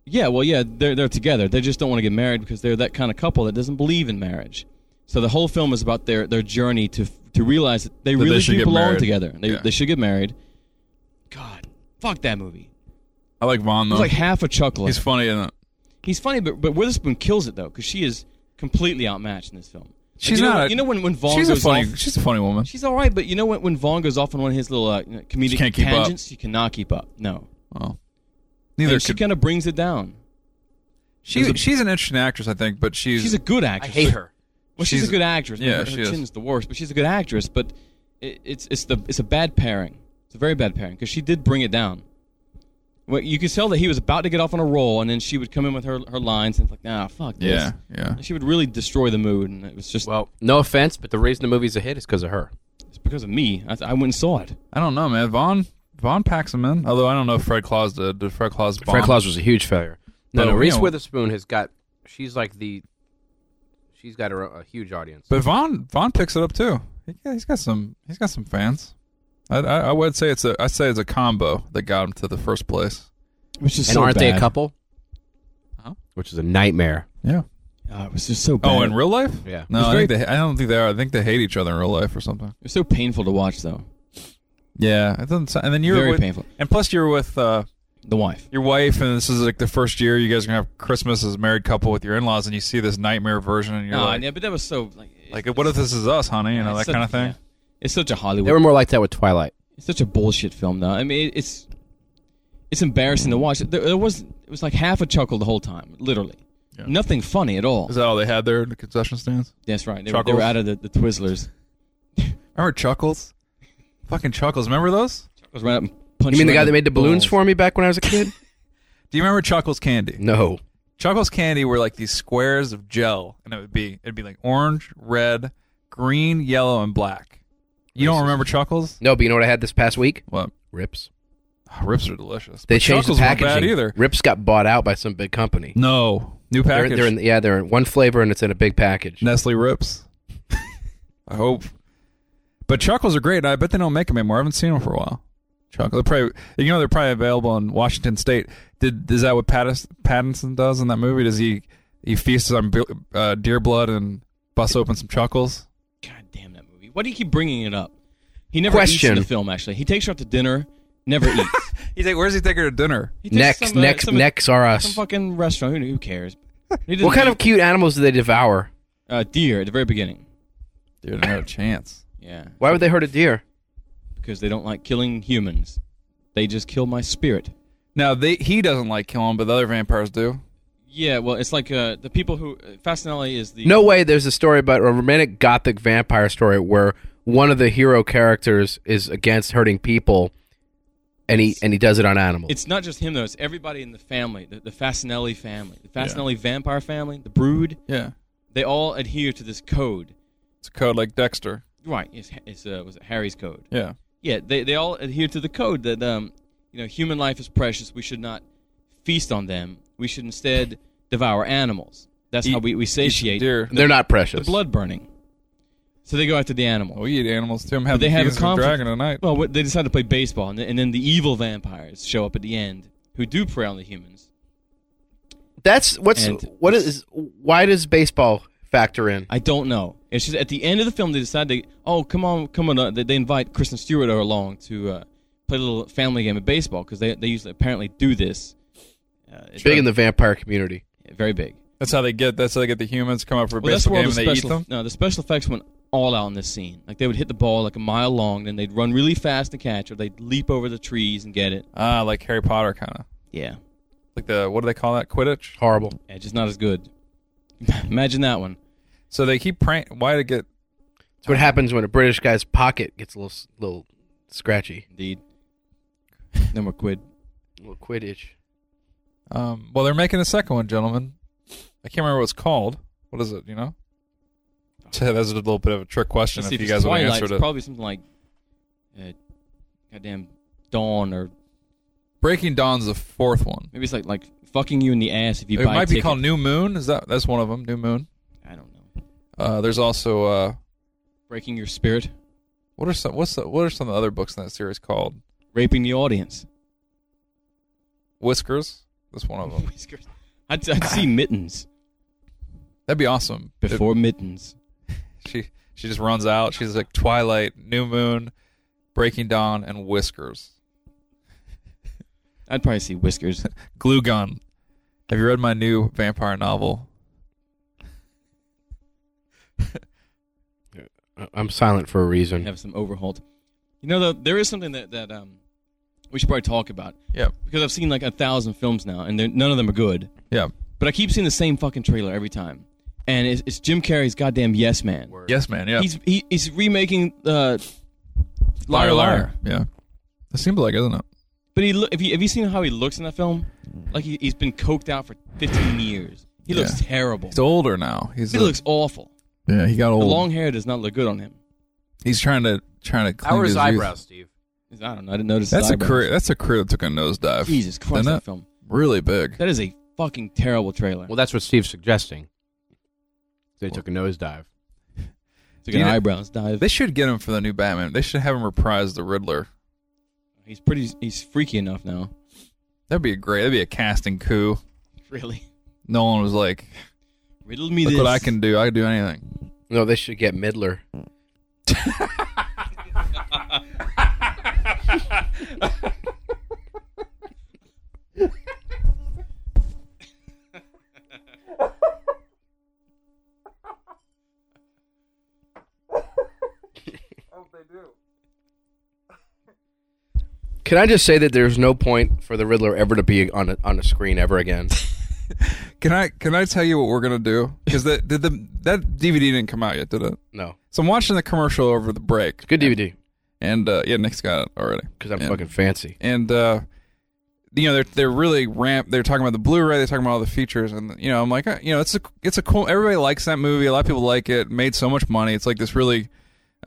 Speaker 3: Yeah, well, yeah, they're they're together. They just don't want to get married because they're that kind of couple that doesn't believe in marriage. So the whole film is about their their journey to to realize that they
Speaker 4: That they
Speaker 3: really
Speaker 4: should
Speaker 3: do
Speaker 4: get
Speaker 3: belong
Speaker 4: married.
Speaker 3: together. They
Speaker 4: Yeah.
Speaker 3: they should get married. God, fuck that movie.
Speaker 4: I like Vaughn
Speaker 3: It was
Speaker 4: though.
Speaker 3: like half a chuckle.
Speaker 4: he's funny in it.
Speaker 3: He's funny, but but Witherspoon kills it though because she is completely outmatched in this film. Like,
Speaker 4: She's
Speaker 3: you know,
Speaker 4: not a-
Speaker 3: you know when when Vaughn
Speaker 4: She's a
Speaker 3: goes
Speaker 4: funny.
Speaker 3: off,
Speaker 4: She's a funny woman.
Speaker 3: she's all right, but you know when when Vaughn goes off on one of his little uh, you know, comedic
Speaker 4: She can't keep up.
Speaker 3: tangents, she cannot keep up. No,
Speaker 4: Well, neither
Speaker 3: And she
Speaker 4: could.
Speaker 3: kind of brings it down.
Speaker 4: She, she's an interesting actress, I think, but she's,
Speaker 3: She's a good
Speaker 2: I
Speaker 3: actress.
Speaker 2: hate her.
Speaker 3: Well, she's,
Speaker 4: She's-
Speaker 3: a good actress.
Speaker 4: yeah,
Speaker 3: her, her
Speaker 4: she is.
Speaker 3: chin's the worst, but she's a good actress. But it, it's it's the it's a bad pairing. It's a very bad pairing because she did bring it down. Well, you could tell that he was about to get off on a roll, and then she would come in with her her lines and it's like, nah, fuck
Speaker 4: yeah,
Speaker 3: this.
Speaker 4: yeah.
Speaker 3: And She would really destroy the mood, and it was just
Speaker 2: Well, no offense, but the reason the movie's a hit is because of her.
Speaker 3: it's because of me. I, I went and saw it.
Speaker 4: I don't know, man. Vaughn Vaughn packs him in. Although I don't know if Fred Claus did. Did Fred Claus? Vaughn?
Speaker 2: Fred Claus was a huge failure. No,
Speaker 4: But,
Speaker 2: no,
Speaker 4: you
Speaker 2: Reese
Speaker 4: know-
Speaker 2: Witherspoon has got. She's like the. She's got her, a huge audience.
Speaker 4: But Vaughn Vaughn picks it up too. He, yeah, he's got some. He's got some fans. I, I, I would say it's a. I say it's a combo that got him to the first place.
Speaker 3: Which is
Speaker 2: and
Speaker 3: so
Speaker 2: aren't they a
Speaker 3: bad.
Speaker 2: couple?
Speaker 4: Huh?
Speaker 2: Which is a nightmare.
Speaker 4: Yeah.
Speaker 3: Oh, it was just so bad.
Speaker 4: Oh, in real life?
Speaker 2: Yeah.
Speaker 4: No,
Speaker 3: It's
Speaker 4: I,
Speaker 3: very-
Speaker 4: think they, I don't think they are. I think they hate each other in real life or something.
Speaker 3: it was so painful to watch, though.
Speaker 4: Yeah. It doesn't. sound- And then you're
Speaker 3: Very
Speaker 4: with,
Speaker 3: painful.
Speaker 4: And plus, you're with uh,
Speaker 3: The wife.
Speaker 4: your wife, and this is like the first year you guys are gonna have Christmas as a married couple with your in-laws, and you see this nightmare version, and you're
Speaker 3: No,
Speaker 4: like,
Speaker 3: yeah, but that was so like
Speaker 4: like, what if this is us, honey? You know that
Speaker 3: it's
Speaker 4: kind
Speaker 3: such-
Speaker 4: of thing.
Speaker 3: yeah. It's such a
Speaker 2: They
Speaker 3: Hollywood
Speaker 2: were more like that with Twilight.
Speaker 3: It's such a bullshit film, though. I mean, it, it's it's embarrassing to watch. There, there was it was like half a chuckle the whole time, literally.
Speaker 4: Yeah.
Speaker 3: Nothing funny at all.
Speaker 4: Is that all they had there in the concession stands?
Speaker 3: That's right. They were, they
Speaker 4: Chuckles?
Speaker 3: were out of the, the Twizzlers.
Speaker 4: Remember Chuckles? Fucking Chuckles. Remember those?
Speaker 3: Chuckles ran up and
Speaker 5: You
Speaker 3: punched
Speaker 5: mean the
Speaker 3: him
Speaker 5: guy
Speaker 3: right
Speaker 5: that
Speaker 3: in
Speaker 5: made the balloons
Speaker 3: balls.
Speaker 5: for me back when I was a kid?
Speaker 4: Do you remember Chuckles candy?
Speaker 5: no.
Speaker 4: Chuckles candy were like these squares of gel, and it would be it'd be like orange, red, green, yellow, and black. You don't remember Chuckles?
Speaker 5: No, but you know what I had this past week?
Speaker 4: What?
Speaker 5: Rips.
Speaker 4: Ah, rips are delicious.
Speaker 5: They
Speaker 4: But
Speaker 5: changed
Speaker 4: Chuckles
Speaker 5: the
Speaker 4: weren't
Speaker 5: packaging.
Speaker 4: bad either.
Speaker 5: Rips got bought out by some big company.
Speaker 4: No, new
Speaker 5: They're,
Speaker 4: package.
Speaker 5: they're in, yeah, they're in one flavor and it's in a big package.
Speaker 4: Nestle rips. I hope. But Chuckles are great. and I bet they don't make them anymore. I haven't seen them for a while. Chuckles, they're probably you know they're probably available in Washington State. Did is that what Pattis, Pattinson does in that movie? Does he he feasts on bu- uh, deer blood and busts open some Chuckles?
Speaker 3: God damn that movie. Why do you keep bringing it up? He never
Speaker 5: Question.
Speaker 3: eats in the film, actually. He takes her out to dinner, never eats.
Speaker 4: He's like, where's he take her to dinner?
Speaker 3: He takes
Speaker 5: Necks,
Speaker 3: some, uh,
Speaker 5: necks,
Speaker 3: some-
Speaker 5: necks are
Speaker 3: Some
Speaker 5: us.
Speaker 3: fucking restaurant. Who, who cares? He didn't
Speaker 5: What kind
Speaker 3: eat,
Speaker 5: of cute animals do they devour?
Speaker 3: uh, deer at the very beginning?
Speaker 4: Dude, I had a chance.
Speaker 3: Yeah,
Speaker 5: Why would they hurt a deer?
Speaker 3: because they don't like killing humans. They just kill my spirit.
Speaker 4: Now they he doesn't like killing, but the other vampires do.
Speaker 3: Yeah, well, it's like uh, the people who Fascinelli is the
Speaker 5: No way. There's a story about a romantic gothic vampire story where one of the hero characters is against hurting people, and he and he does it on animals.
Speaker 3: It's not just him though. It's everybody in the family, the, the Fascinelli family, the Fascinelli vampire family, the Brood.
Speaker 4: Yeah,
Speaker 3: They all adhere to this code.
Speaker 4: it's a code like Dexter.
Speaker 3: Right? It's, it's uh, was it Harry's code?
Speaker 4: Yeah,
Speaker 3: Yeah, they, they all adhere to the code that um, you know human life is precious. We should not feast on them. We should instead devour animals. That's
Speaker 4: Eat-
Speaker 3: how we, we satiate
Speaker 4: deer.
Speaker 5: They're not precious.
Speaker 3: the blood burning. So they go after the
Speaker 5: Oh,
Speaker 3: animal.
Speaker 4: We eat animals too. I'm
Speaker 3: But
Speaker 4: having
Speaker 3: they have a
Speaker 4: feelings of
Speaker 3: conflict.
Speaker 4: dragon tonight.
Speaker 3: Well, what- they decide to play baseball, and, then- and then the evil vampires show up at the end who do prey on the humans.
Speaker 5: That's what's
Speaker 3: And-
Speaker 5: what is why does baseball factor in?
Speaker 3: I don't know. It's just at the end of the film they decide they oh come on come on uh, they, they invite Kristen Stewart along to uh, play a little family game of baseball because they they usually apparently do this. Uh, it's
Speaker 5: Big in the vampire community.
Speaker 3: very big.
Speaker 4: That's how they get. That's how they get the humans come up for a
Speaker 3: Well, that's
Speaker 4: baseball
Speaker 3: where all
Speaker 4: game
Speaker 3: the
Speaker 4: and they eat
Speaker 3: special
Speaker 4: them.
Speaker 3: no the special effects went all out in this scene. Like they would hit the ball like a mile long, then they'd run really fast to catch, or they'd leap over the trees and get it.
Speaker 4: Ah, like Harry Potter kind of.
Speaker 3: Yeah,
Speaker 4: Like the what do they call that? Quidditch.
Speaker 5: Horrible.
Speaker 3: yeah just not as good. Imagine that one.
Speaker 4: So they keep praying. Why to get?
Speaker 5: It's what happens when a British guy's pocket gets a little s- little scratchy,
Speaker 3: Indeed. No more quid.
Speaker 5: a little quid itch.
Speaker 4: Um, well, they're making a second one, gentlemen. I can't remember what it's called. What is it? You know. That's a little bit of a trick question.
Speaker 3: Let's
Speaker 4: If
Speaker 3: see
Speaker 4: you
Speaker 3: if
Speaker 4: guys
Speaker 3: it's
Speaker 4: want to
Speaker 3: Twilight,
Speaker 4: answer
Speaker 3: it's
Speaker 4: it.
Speaker 3: probably something like, uh, goddamn dawn, or
Speaker 4: Breaking Dawn's the fourth one.
Speaker 3: maybe it's like like fucking you in the ass if you
Speaker 4: It
Speaker 3: buy. a
Speaker 4: might be
Speaker 3: ticket.
Speaker 4: called New Moon. Is that that's one of them? New Moon.
Speaker 3: I don't know.
Speaker 4: Uh, there's also uh,
Speaker 3: Breaking your spirit,
Speaker 4: what are some what's the, what are some of the other books in that series called?
Speaker 3: raping the audience. Whiskers.
Speaker 4: Whiskers. That's one of them.
Speaker 3: I'd, I'd see mittens
Speaker 4: That'd be awesome. If
Speaker 3: before mittens.
Speaker 4: she she just runs out. She's like Twilight, New Moon, Breaking Dawn, and Whiskers.
Speaker 3: I'd probably see whiskers.
Speaker 4: Glue Gun. Have you read my new vampire novel?
Speaker 5: I- I'm silent for a
Speaker 3: and
Speaker 5: reason.
Speaker 3: have some overhauled. You know, though, there is something that that um, we should probably talk about.
Speaker 4: Yeah.
Speaker 3: Because I've seen like a thousand films now, and they're- none of them are good.
Speaker 4: Yeah.
Speaker 3: But I keep seeing the same fucking trailer every time, and it's, it's Jim Carrey's goddamn Yes Man.
Speaker 4: Yes, man. Yeah.
Speaker 3: He's he, he's remaking uh, Liar Liar.
Speaker 4: Yeah. It seems like, isn't it?
Speaker 3: But he look. Have you have you seen how he looks in that film?
Speaker 4: Mm.
Speaker 3: Like he, he's been coked out for 15 years. He looks terrible.
Speaker 4: He's older now. He's
Speaker 3: He
Speaker 4: a-
Speaker 3: looks awful.
Speaker 4: Yeah, he got
Speaker 3: The
Speaker 4: old.
Speaker 3: long hair does not look good on him.
Speaker 4: he's trying to trying to clean
Speaker 2: How are his
Speaker 4: youth.
Speaker 2: eyebrows, Steve?
Speaker 3: I don't know. I didn't notice. his
Speaker 4: That's a
Speaker 3: eyebrows.
Speaker 4: career. That's a career that took a nosedive.
Speaker 3: Jesus Christ,
Speaker 4: Didn't
Speaker 3: that
Speaker 4: it?
Speaker 3: film.
Speaker 4: Really big.
Speaker 3: That is a fucking terrible trailer.
Speaker 2: Well, that's what Steve's suggesting. They took a nosedive.
Speaker 3: Took
Speaker 4: Do
Speaker 3: an
Speaker 4: you know-
Speaker 3: eyebrows dive.
Speaker 4: They should get him for the new Batman. They should have him reprise the Riddler.
Speaker 3: He's pretty. He's freaky enough now.
Speaker 4: That'd be a great. That'd be a casting coup.
Speaker 3: Really.
Speaker 4: Nolan was like,
Speaker 3: Riddle me
Speaker 4: "Look
Speaker 3: this.
Speaker 4: what I can do. I can do anything."
Speaker 5: No, they should get Midler. Can I just say that there's no point for the Riddler ever to be on a, on a screen ever again?
Speaker 4: Can I can I tell you what we're gonna do? Because that did the that DVD didn't come out yet, did it?
Speaker 5: No,
Speaker 4: So I'm watching the commercial over the break,
Speaker 5: good DVD
Speaker 4: and uh, yeah, Nick's got it already.
Speaker 5: because I'm
Speaker 4: Yeah.
Speaker 5: fucking fancy.
Speaker 4: And uh, you know they're they're really ramp. They're talking about the Blu-ray. They're talking about all the features, and you know I'm like, uh, you know, it's a it's a cool. Everybody likes that movie. A lot of people like it. Made so much money. It's like this really,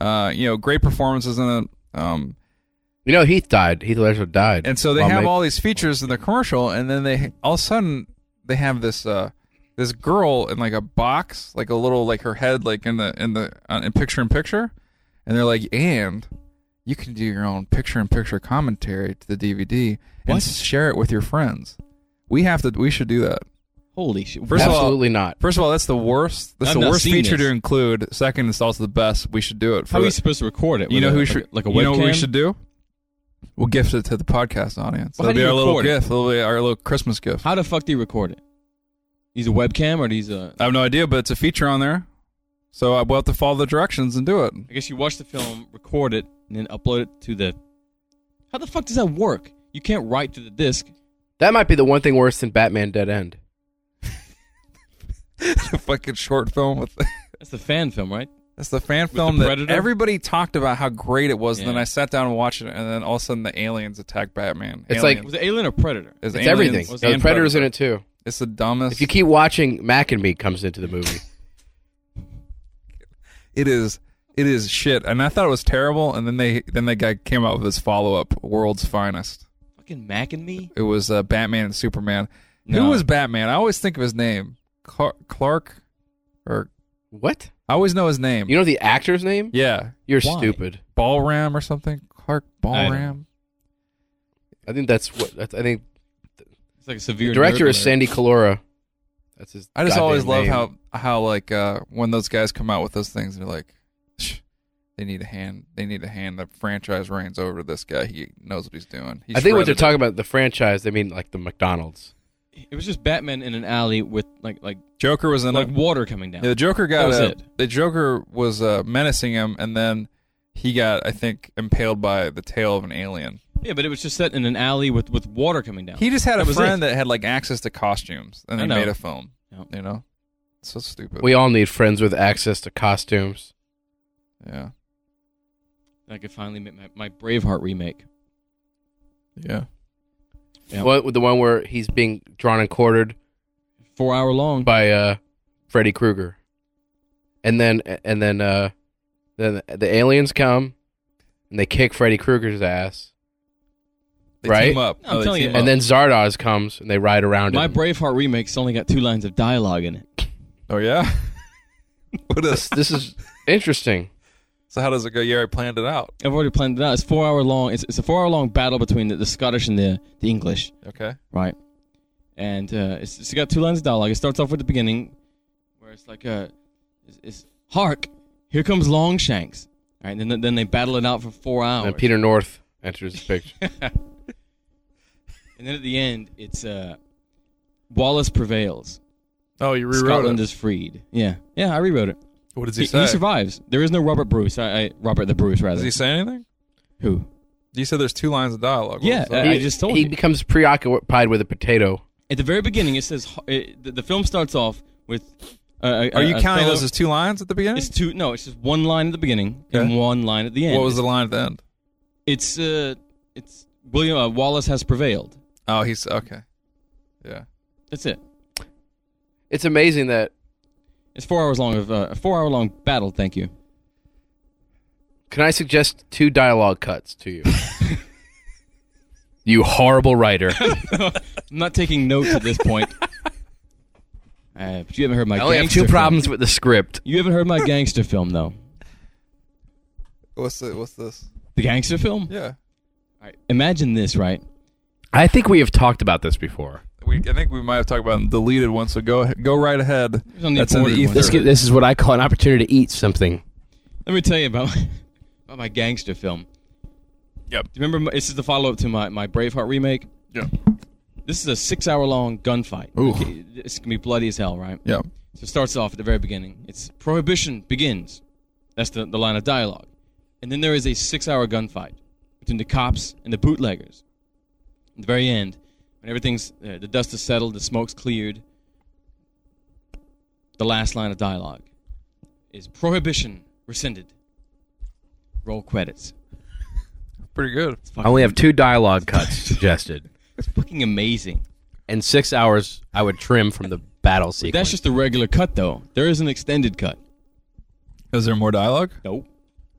Speaker 4: uh, you know, great performances in it. Um,
Speaker 5: You know, Heath died. Heath Ledger died.
Speaker 4: and so they
Speaker 5: While
Speaker 4: have
Speaker 5: make-
Speaker 4: all these features in the commercial, and then they all of a sudden they have this uh this girl in like a box, like a little like her head, like in the in the uh, in picture in picture, and they're like, and you can do your own picture in picture commentary to the DVD
Speaker 3: What?
Speaker 4: and share it with your friends. We have to. We should do that.
Speaker 3: Holy shit!
Speaker 4: First of all-
Speaker 5: Absolutely not.
Speaker 4: First of all, that's the worst. That's
Speaker 3: I've
Speaker 4: the
Speaker 3: not
Speaker 4: worst
Speaker 3: seen
Speaker 4: feature
Speaker 3: this.
Speaker 4: to include. Second, it's also the best. We should do it. For
Speaker 3: how are you
Speaker 4: the-
Speaker 3: supposed to record it?
Speaker 4: you
Speaker 3: With
Speaker 4: know
Speaker 3: a-
Speaker 4: who
Speaker 3: like
Speaker 4: should
Speaker 3: a- like a webcam?
Speaker 4: You know what we should do? We'll gift it to the podcast audience.
Speaker 3: Well, how
Speaker 4: That'll
Speaker 3: do
Speaker 4: be
Speaker 3: you
Speaker 4: our little
Speaker 3: record it?
Speaker 4: gift. That'll be our little Christmas gift.
Speaker 3: How the fuck do you record it? He's a webcam or he's a.
Speaker 4: I have no idea, but it's a feature on there, so I will have to follow the directions and do it.
Speaker 3: I guess you watch the film, record it, and then upload it to the. How the fuck does that work? You can't write to the disc.
Speaker 5: That might be the one thing worse than Batman Dead End.
Speaker 4: the fucking short film with
Speaker 3: That's the fan film, right?
Speaker 4: that's the fan
Speaker 3: the
Speaker 4: film that
Speaker 3: Predator?
Speaker 4: everybody talked about how great it was. And
Speaker 3: Yeah.
Speaker 4: then I sat down and watched it, and then all of a sudden the aliens attack Batman.
Speaker 5: It's like-
Speaker 3: Was it Alien or Predator?
Speaker 4: It's
Speaker 5: It's
Speaker 4: aliens
Speaker 5: everything.
Speaker 4: and
Speaker 5: The Predator's in it too.
Speaker 4: It's the dumbest.
Speaker 5: If you keep watching, Mac and Me comes into the movie.
Speaker 4: it is it is shit and i thought it was terrible and then they then that guy came out with his follow-up world's finest
Speaker 3: Fucking Mac and me.
Speaker 4: it was uh, batman and superman
Speaker 3: No.
Speaker 4: who was batman i always think of his name Car- clark or
Speaker 5: what?
Speaker 4: i always know his name
Speaker 5: You know the actor's name?
Speaker 4: yeah
Speaker 5: You're
Speaker 3: Why?
Speaker 5: stupid.
Speaker 4: ballram or something clark
Speaker 3: I
Speaker 4: ballram
Speaker 5: I think that's what that's, I think.
Speaker 3: It's like a
Speaker 5: The
Speaker 3: severe.
Speaker 5: director
Speaker 3: nerd
Speaker 5: is
Speaker 3: alert.
Speaker 5: Sandy Calora. That's his.
Speaker 4: i just
Speaker 5: goddamn
Speaker 4: always love
Speaker 5: name.
Speaker 4: how how like uh when those guys come out with those things they're like "Shh, they need a hand they need a hand the franchise reigns over to this guy he knows what he's doing He's
Speaker 5: I think what they're
Speaker 4: shredded it.
Speaker 5: talking about the franchise. They mean like the McDonald's.
Speaker 3: It was just Batman in an alley with like like
Speaker 4: joker was in
Speaker 3: like
Speaker 4: like
Speaker 3: water coming down.
Speaker 4: Yeah, the Joker got
Speaker 3: was
Speaker 4: uh,
Speaker 3: it.
Speaker 4: the Joker was uh, menacing him, and then he got, I think, impaled by the tail of an alien.
Speaker 3: Yeah, but it was just set in an alley with with water coming down.
Speaker 4: He just had
Speaker 3: That
Speaker 4: a
Speaker 3: was
Speaker 4: friend that had like access to costumes, and
Speaker 3: I
Speaker 4: they
Speaker 3: know.
Speaker 4: made a film.
Speaker 3: Yeah.
Speaker 4: You know, so stupid.
Speaker 5: We all need friends with access to costumes.
Speaker 4: yeah,
Speaker 3: I could finally make my, my Braveheart remake.
Speaker 4: yeah.
Speaker 3: Yeah.
Speaker 5: What the one where he's being drawn and quartered
Speaker 3: Four hour long.
Speaker 5: by uh, Freddy Krueger, and then and then uh, then the aliens come and they kick Freddy Krueger's ass,
Speaker 4: They
Speaker 5: Right?
Speaker 4: team up.
Speaker 3: No, I'm
Speaker 4: they
Speaker 3: telling you.
Speaker 4: team up.
Speaker 5: and then Zardoz comes and they ride around
Speaker 3: my
Speaker 5: him.
Speaker 3: Braveheart remake's only got two lines of dialogue in it.
Speaker 4: oh yeah. what is?
Speaker 5: this is interesting.
Speaker 4: So how does it go? Yeah, I planned it out.
Speaker 3: I've already planned it out. It's four hour long. It's, it's a four hour long battle between the, the Scottish and the, the English,
Speaker 4: Okay.
Speaker 3: right? And uh, it's, it's got two lines of dialogue. It starts off with the beginning, where it's like, uh, it's, it's hark, here comes Longshanks, right? And then then they battle it out for four hours.
Speaker 5: And Peter North enters the picture.
Speaker 3: And then at the end, it's uh, Wallace prevails.
Speaker 4: Oh, you rewrote
Speaker 3: Scotland
Speaker 4: it.
Speaker 3: is freed. Yeah, yeah, I rewrote it.
Speaker 4: what does he,
Speaker 3: He,
Speaker 4: say?
Speaker 3: he survives. There is no Robert Bruce. I, I Robert the Bruce rather.
Speaker 4: Does he say anything?
Speaker 3: Who?
Speaker 4: You said there's two lines of dialogue. What
Speaker 3: Yeah,
Speaker 4: was that?
Speaker 3: I uh, just told
Speaker 5: he
Speaker 3: you.
Speaker 5: becomes preoccupied with a potato.
Speaker 3: At the very beginning, it says har- it, the, the film starts off with. Uh, a-
Speaker 4: Are you
Speaker 3: a
Speaker 4: counting
Speaker 3: fellow-
Speaker 4: those as two lines at the beginning?
Speaker 3: It's two. No, it's just one line at the beginning
Speaker 4: Okay.
Speaker 3: and one line at the end.
Speaker 4: What was the line at the end?
Speaker 3: It's uh, it's William uh, Wallace has prevailed.
Speaker 4: Oh, he's okay. Yeah.
Speaker 3: That's it.
Speaker 5: It's amazing that
Speaker 3: It's four hours long of uh, a four hour long battle. Thank you.
Speaker 5: Can I suggest two dialogue cuts to you? you horrible writer.
Speaker 3: I'm not taking notes at this point. Uh, but you haven't heard my.
Speaker 5: I only have
Speaker 3: gangster
Speaker 5: two
Speaker 3: film.
Speaker 5: problems with the script.
Speaker 3: You haven't heard my gangster film though.
Speaker 4: What's the, what's this?
Speaker 3: The gangster film.
Speaker 4: Yeah.
Speaker 3: All right, Imagine this, right?
Speaker 5: I think we have talked about this before.
Speaker 4: We, I think we might have talked about the deleted one, so go go right ahead.
Speaker 3: was on the
Speaker 4: That's in the
Speaker 3: aborted one. Let's
Speaker 4: ether.
Speaker 2: This,
Speaker 3: get-
Speaker 2: gi- this is what I call an opportunity to eat something.
Speaker 3: Let me tell you about my, about my gangster film.
Speaker 4: Yep.
Speaker 3: Do you remember? my- This is the follow up to my, my Braveheart remake.
Speaker 4: Yeah.
Speaker 3: This is a six hour long gunfight.
Speaker 4: Ooh.
Speaker 3: Okay, It's gonna be bloody as hell, right?
Speaker 4: Yeah.
Speaker 3: So it starts off at the very beginning. It's prohibition begins. That's the, the line of dialogue. And then there is a six hour gunfight between the cops and the bootleggers. At the very end, when everything's uh, the dust is settled, the smoke's cleared, the last line of dialogue is prohibition rescinded. Roll credits.
Speaker 4: Pretty good.
Speaker 2: I only have two dialogue cuts suggested.
Speaker 3: It's fucking amazing.
Speaker 7: and six hours I would trim from the battle sequence.
Speaker 3: That's just the regular cut, though. There is an extended cut.
Speaker 4: Is there more dialogue?
Speaker 3: Nope.